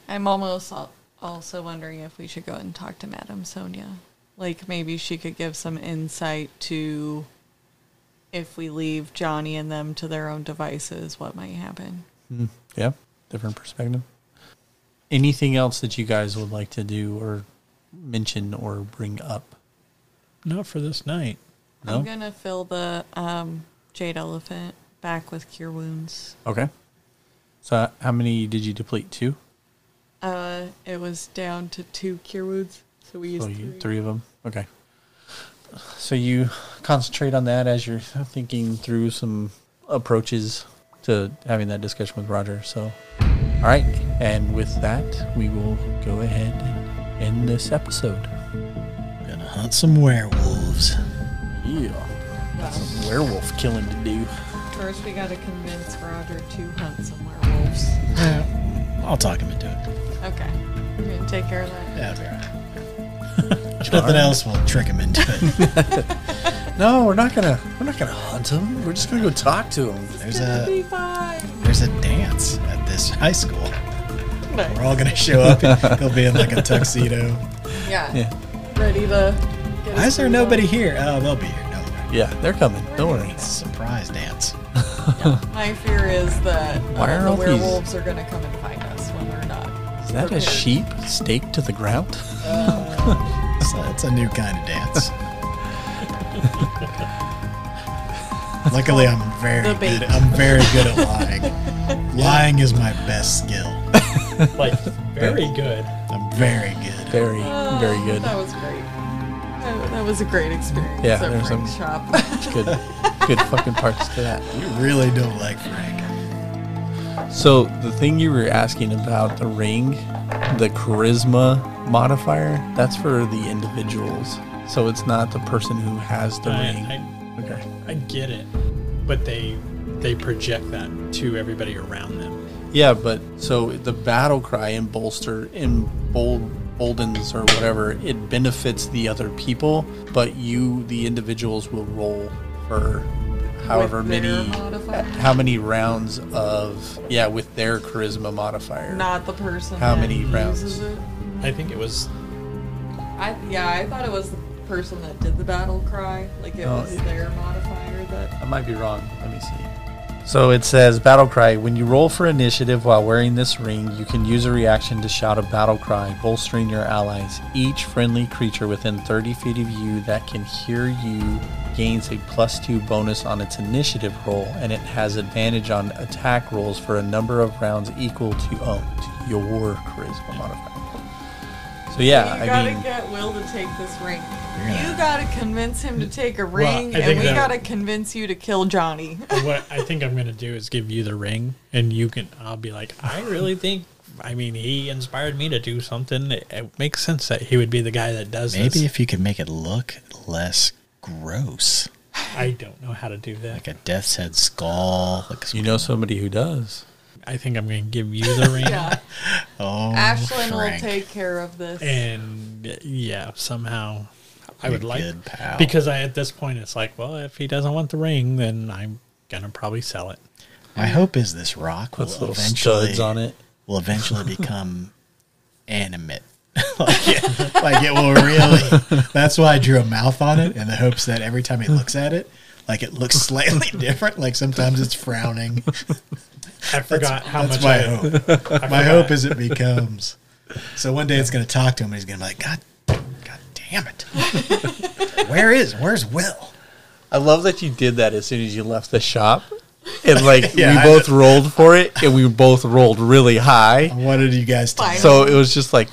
Speaker 3: I'm almost al- also wondering if we should go and talk to Madame Sonia. Like maybe she could give some insight to if we leave Johnny and them to their own devices, what might happen.
Speaker 2: Mm, yeah, different perspective. Anything else that you guys would like to do or mention or bring up?
Speaker 4: Not for this night.
Speaker 2: No?
Speaker 3: I'm gonna fill the um, jade elephant back with cure wounds.
Speaker 2: Okay. So, how many did you deplete? Two?
Speaker 3: Uh, it was down to two cure wounds, so we used
Speaker 2: So you,
Speaker 3: three.
Speaker 2: three of them. Okay. So you concentrate on that as you're thinking through some approaches to having that discussion with Roger. So, all right. And with that, we will go ahead and end this episode.
Speaker 5: Gonna hunt some werewolves.
Speaker 2: Yeah. Got some werewolf killing to do.
Speaker 3: First, we gotta convince Roger to hunt some werewolves.
Speaker 5: I'll talk him into it.
Speaker 3: Okay, we're gonna take care of that.
Speaker 5: That'll be all right. If nothing else will trick him into it.
Speaker 2: No, we're not gonna. We're not gonna hunt him. We're just gonna go talk to him.
Speaker 5: There's
Speaker 3: It'll be
Speaker 5: a
Speaker 3: fine.
Speaker 5: there's a dance at this high school. We're all gonna show up. He'll be in like a tuxedo.
Speaker 3: Yeah.
Speaker 2: Yeah.
Speaker 3: Ready to. Get
Speaker 5: Why
Speaker 3: his
Speaker 5: is there
Speaker 3: food
Speaker 5: nobody here? Oh, they'll be here. Don't worry.
Speaker 2: Yeah, they're coming. Don't worry.
Speaker 5: It's a surprise dance.
Speaker 3: on? My fear is that uh,
Speaker 2: Why are
Speaker 3: the
Speaker 2: all these-
Speaker 3: werewolves are gonna come and find us when we're not.
Speaker 2: Is that a
Speaker 3: prepared.
Speaker 2: sheep staked to the ground?
Speaker 5: It's a, it's a new kind of dance. Luckily, I'm very
Speaker 3: The bait.
Speaker 5: good. I'm very good at lying. lying is my best skill.
Speaker 4: Like, very good.
Speaker 5: I'm very good.
Speaker 2: Very, very
Speaker 3: Oh,
Speaker 2: good.
Speaker 3: That was great. That, that was a great experience.
Speaker 2: Yeah,
Speaker 3: at
Speaker 2: there's some-
Speaker 3: Frank's shop.
Speaker 2: good good fucking parts to that.
Speaker 5: You really don't like Frank.
Speaker 2: So the thing you were asking about the ring, the charisma modifier, that's for the individuals. So it's not the person who has the
Speaker 4: I-
Speaker 2: ring.
Speaker 4: I-
Speaker 2: okay.
Speaker 4: I get it, but they they project that to everybody around them.
Speaker 2: Yeah, but so the battle cry and bolster in bold boldens or whatever, it benefits the other people, but you the individuals will roll for however
Speaker 3: With their
Speaker 2: many
Speaker 3: modifier?
Speaker 2: how many rounds of yeah, with their charisma modifier.
Speaker 3: Not the person.
Speaker 2: How
Speaker 3: that
Speaker 2: many
Speaker 3: uses
Speaker 2: rounds?
Speaker 3: It.
Speaker 4: I think it was
Speaker 3: I yeah, I thought it was the person that did the battle cry. Like it
Speaker 2: Oh,
Speaker 3: was
Speaker 2: it-
Speaker 3: their modifier that.
Speaker 2: I might be wrong. Let me see. So it says battle cry. When you roll for initiative while wearing this ring, you can use a reaction to shout a battle cry, bolstering your allies. Each friendly creature within 30 feet of you that can hear you gains a plus two bonus on its initiative roll, and it has advantage on attack rolls for a number of rounds equal to, oh, to your charisma modifier. So yeah,
Speaker 3: you
Speaker 2: I
Speaker 3: gotta
Speaker 2: mean,
Speaker 3: get Will to take this ring.
Speaker 5: Yeah.
Speaker 3: You gotta convince him to take a
Speaker 4: Well,
Speaker 3: ring,
Speaker 4: I think
Speaker 3: and we
Speaker 4: that-
Speaker 3: gotta convince you to kill Johnny.
Speaker 4: what I think I'm gonna do is give you the ring, and you can. I'll be like, I really think. I mean, he inspired me to do something. It, it makes sense that he would be the guy that does
Speaker 5: Maybe
Speaker 4: this.
Speaker 5: if you could make it look less gross,
Speaker 4: I don't know how to do that.
Speaker 5: like a death's head skull. Like a,
Speaker 2: you know somebody who does.
Speaker 4: I think I'm gonna give you the ring,
Speaker 3: yeah,
Speaker 5: oh,
Speaker 3: Ashlyn
Speaker 5: Frank.
Speaker 3: will take care of this.
Speaker 4: and yeah, somehow I would
Speaker 5: Your
Speaker 4: like
Speaker 5: good pal.
Speaker 4: because I at this point it's like, well, if he doesn't want the ring, then I'm gonna probably sell it.
Speaker 5: My hope is this rock will
Speaker 2: Puts little
Speaker 5: eventually
Speaker 2: studs on it.
Speaker 5: will eventually become animate. like, it, like it will really. That's why I drew a mouth on it in the hopes that every time he looks at it, like it looks slightly different. Like sometimes it's frowning.
Speaker 4: I forgot how much.
Speaker 5: That's my
Speaker 4: I,
Speaker 5: hope.
Speaker 4: I
Speaker 5: My
Speaker 4: forgot.
Speaker 5: hope is it becomes. So one day it's going to talk to him and he's going to be like, God, God damn it. Where is, where's Will?
Speaker 2: I love that you did that as soon as you left the shop. And like
Speaker 5: Yeah, I-
Speaker 2: we both rolled for it and we both rolled really high.
Speaker 5: What did you guys do?
Speaker 3: Fine.
Speaker 2: So it was just like,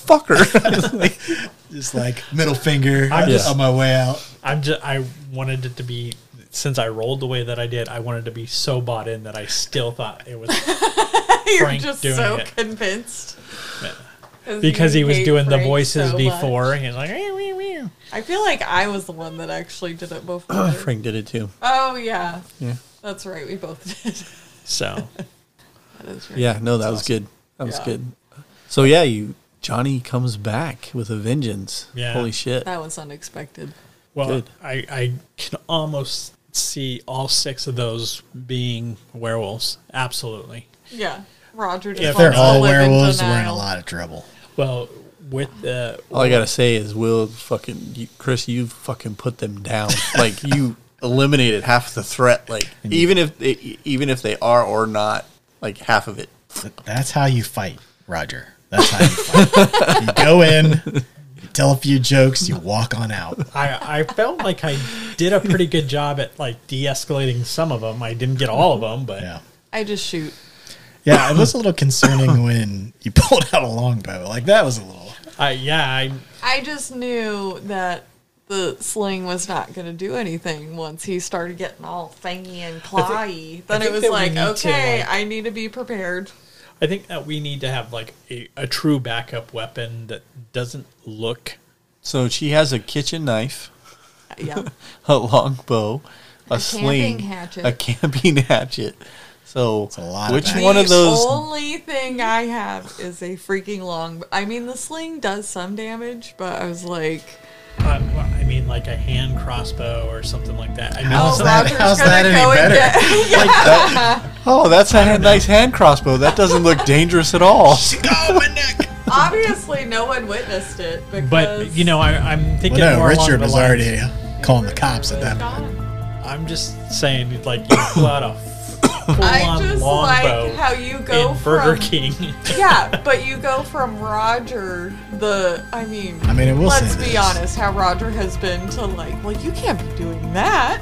Speaker 2: motherfucker.
Speaker 5: Just like middle finger
Speaker 4: I'm just-
Speaker 5: on my way out.
Speaker 4: I'm just I wanted it to be since I rolled the way that I did, I wanted to be so bought in that I still thought it was
Speaker 3: You're
Speaker 4: Frank
Speaker 3: just
Speaker 4: doing
Speaker 3: so
Speaker 4: it.
Speaker 3: convinced.
Speaker 4: because
Speaker 3: you
Speaker 4: he was
Speaker 3: hate
Speaker 4: doing the
Speaker 3: Frank
Speaker 4: voices
Speaker 3: so much.
Speaker 4: before. He's like, "Wee, wee, wee."
Speaker 3: I feel like I was the one that actually did it before.
Speaker 2: Frank did it too.
Speaker 3: Oh yeah,
Speaker 2: Yeah.
Speaker 3: that's right. We both did.
Speaker 4: so
Speaker 3: That is right.
Speaker 2: Yeah, no, that was good. That was
Speaker 3: Yeah.
Speaker 2: good. So yeah, you Johnny comes back with a vengeance.
Speaker 4: Yeah.
Speaker 2: Holy shit.
Speaker 3: That was unexpected.
Speaker 4: well,
Speaker 2: Good.
Speaker 4: I I can almost see all six of those being werewolves. Absolutely.
Speaker 3: Yeah, Roger. Just
Speaker 4: If
Speaker 5: If they're
Speaker 3: wants to
Speaker 5: all
Speaker 3: live in
Speaker 5: werewolves, we're in a
Speaker 3: denial.
Speaker 5: lot of trouble.
Speaker 4: Well, with the
Speaker 2: All
Speaker 5: Oh,
Speaker 2: I gotta say is Will fucking you, Chris, you fucking put them down. like you eliminated half the threat. Like even if they, even if they are or not, like half of it.
Speaker 5: That's how you fight, Roger. That's how you fight. you go in, you tell a few jokes, you walk on out.
Speaker 4: I, I felt like I did a pretty good job at like de-escalating some of them. I didn't get all of them, but
Speaker 5: Yeah.
Speaker 3: I just shoot.
Speaker 5: Yeah, it was a little concerning when you pulled out a longbow. Like that was a little
Speaker 4: I, yeah, I
Speaker 3: I just knew that the sling was not going to do anything once he started getting all fangy and clawy. Then
Speaker 4: I
Speaker 3: it
Speaker 4: think
Speaker 3: was
Speaker 4: that we
Speaker 3: like,
Speaker 4: need to,
Speaker 3: okay,
Speaker 4: like-
Speaker 3: I need to be prepared.
Speaker 4: I think that we need to have like a, a true backup weapon that doesn't look.
Speaker 2: So she has a kitchen knife.
Speaker 3: Yeah,
Speaker 2: a longbow, a, sling,
Speaker 3: hatchet.
Speaker 2: a camping hatchet. So,
Speaker 5: a lot of
Speaker 2: which
Speaker 5: action.
Speaker 2: one of
Speaker 3: The
Speaker 2: those?
Speaker 3: only thing I have is a freaking long. I mean, the sling does some damage, but I was like,
Speaker 4: Uh, I mean, like a hand crossbow or something like that. I mean,
Speaker 3: oh,
Speaker 5: How's that-
Speaker 3: Roger's
Speaker 5: how's
Speaker 3: gonna
Speaker 5: that any
Speaker 3: go and
Speaker 5: better?
Speaker 3: get.
Speaker 2: Oh, that's a nice hand crossbow. That doesn't look dangerous at all.
Speaker 5: Oh my neck.
Speaker 3: Obviously, no one witnessed it because.
Speaker 4: but you know, I, I'm thinking
Speaker 5: Well no,
Speaker 4: more
Speaker 5: Richard
Speaker 4: along the
Speaker 5: was
Speaker 4: lines-
Speaker 5: already calling the cops at that point.
Speaker 3: I
Speaker 4: I'm just saying, like you pull out a full-on
Speaker 3: just
Speaker 4: longbow
Speaker 3: like how you go
Speaker 4: in Burger
Speaker 3: from
Speaker 4: King.
Speaker 3: yeah, but you go from Roger the I mean
Speaker 5: I mean, I will
Speaker 3: let's
Speaker 5: say
Speaker 3: be
Speaker 5: this.
Speaker 3: honest how Roger has been to like, well you can't be doing that.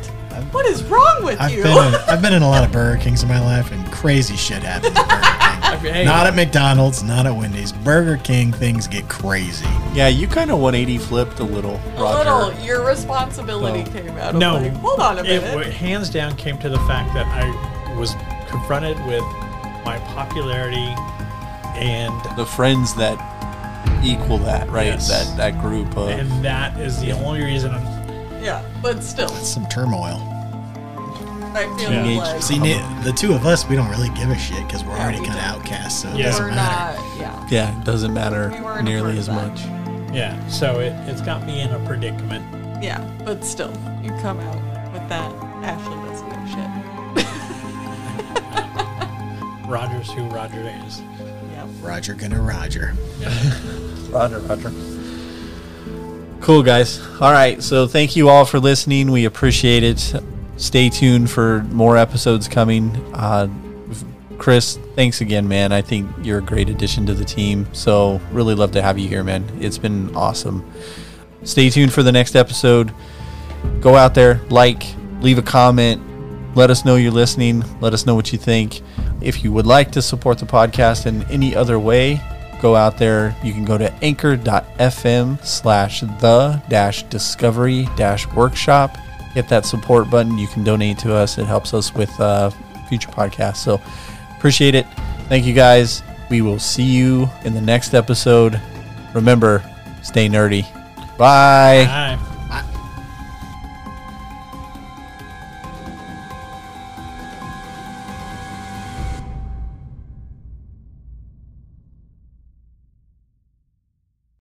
Speaker 3: what is wrong with
Speaker 5: I've
Speaker 3: you?
Speaker 5: been in, I've been in a lot of Burger Kings in my life, and crazy shit happens. At Burger King.
Speaker 4: Hey,
Speaker 5: Not at McDonald's, not at Wendy's. Burger King things get crazy.
Speaker 2: Yeah, you kind of 180 flipped a little,
Speaker 3: A
Speaker 2: Roger.
Speaker 3: little your responsibility
Speaker 2: No.
Speaker 3: came out of
Speaker 4: no,
Speaker 3: like, hold on a
Speaker 4: it
Speaker 3: minute.
Speaker 4: wa- hands down came to the fact that I was confronted with my popularity and
Speaker 2: The friends that equal that, right?
Speaker 4: Yes.
Speaker 2: That that group of
Speaker 4: and that is the only reason I'm
Speaker 3: Yeah, but still,
Speaker 5: Some turmoil.
Speaker 3: I feel
Speaker 4: Yeah.
Speaker 3: like
Speaker 5: See, ne- the two of us, we don't really give a shit because we're already
Speaker 3: we
Speaker 5: kind of
Speaker 3: don't.
Speaker 5: outcasts. So it
Speaker 4: Yeah.
Speaker 5: doesn't
Speaker 3: we're
Speaker 5: matter.
Speaker 3: not. Yeah,
Speaker 2: yeah, it doesn't matter
Speaker 3: We weren't a part
Speaker 2: nearly
Speaker 3: of
Speaker 2: as
Speaker 3: that.
Speaker 2: much.
Speaker 4: yeah so it, it's got me in a predicament
Speaker 3: yeah, but still, you come out with that. Ashley doesn't give a shit.
Speaker 4: Roger's who Roger is
Speaker 3: Yeah,
Speaker 5: Roger gonna Roger.
Speaker 2: Roger, Roger. Cool, guys. All right. So, thank you all for listening. We appreciate it. Stay tuned for more episodes coming. Uh, Chris, thanks again, man. I think you're a great addition to the team. So, really love to have you here, man. It's been awesome. Stay tuned for the next episode. Go out there, like, leave a comment, let us know you're listening. Let us know what you think. If you would like to support the podcast in any other way, go out there. You can go to anchor.fm slash the dash discovery dash workshop. Hit that support button. You can donate to us. It helps us with uh, future podcasts. So appreciate it. Thank you guys. We will see you in the next episode. Remember, stay nerdy. Bye.
Speaker 4: Hi.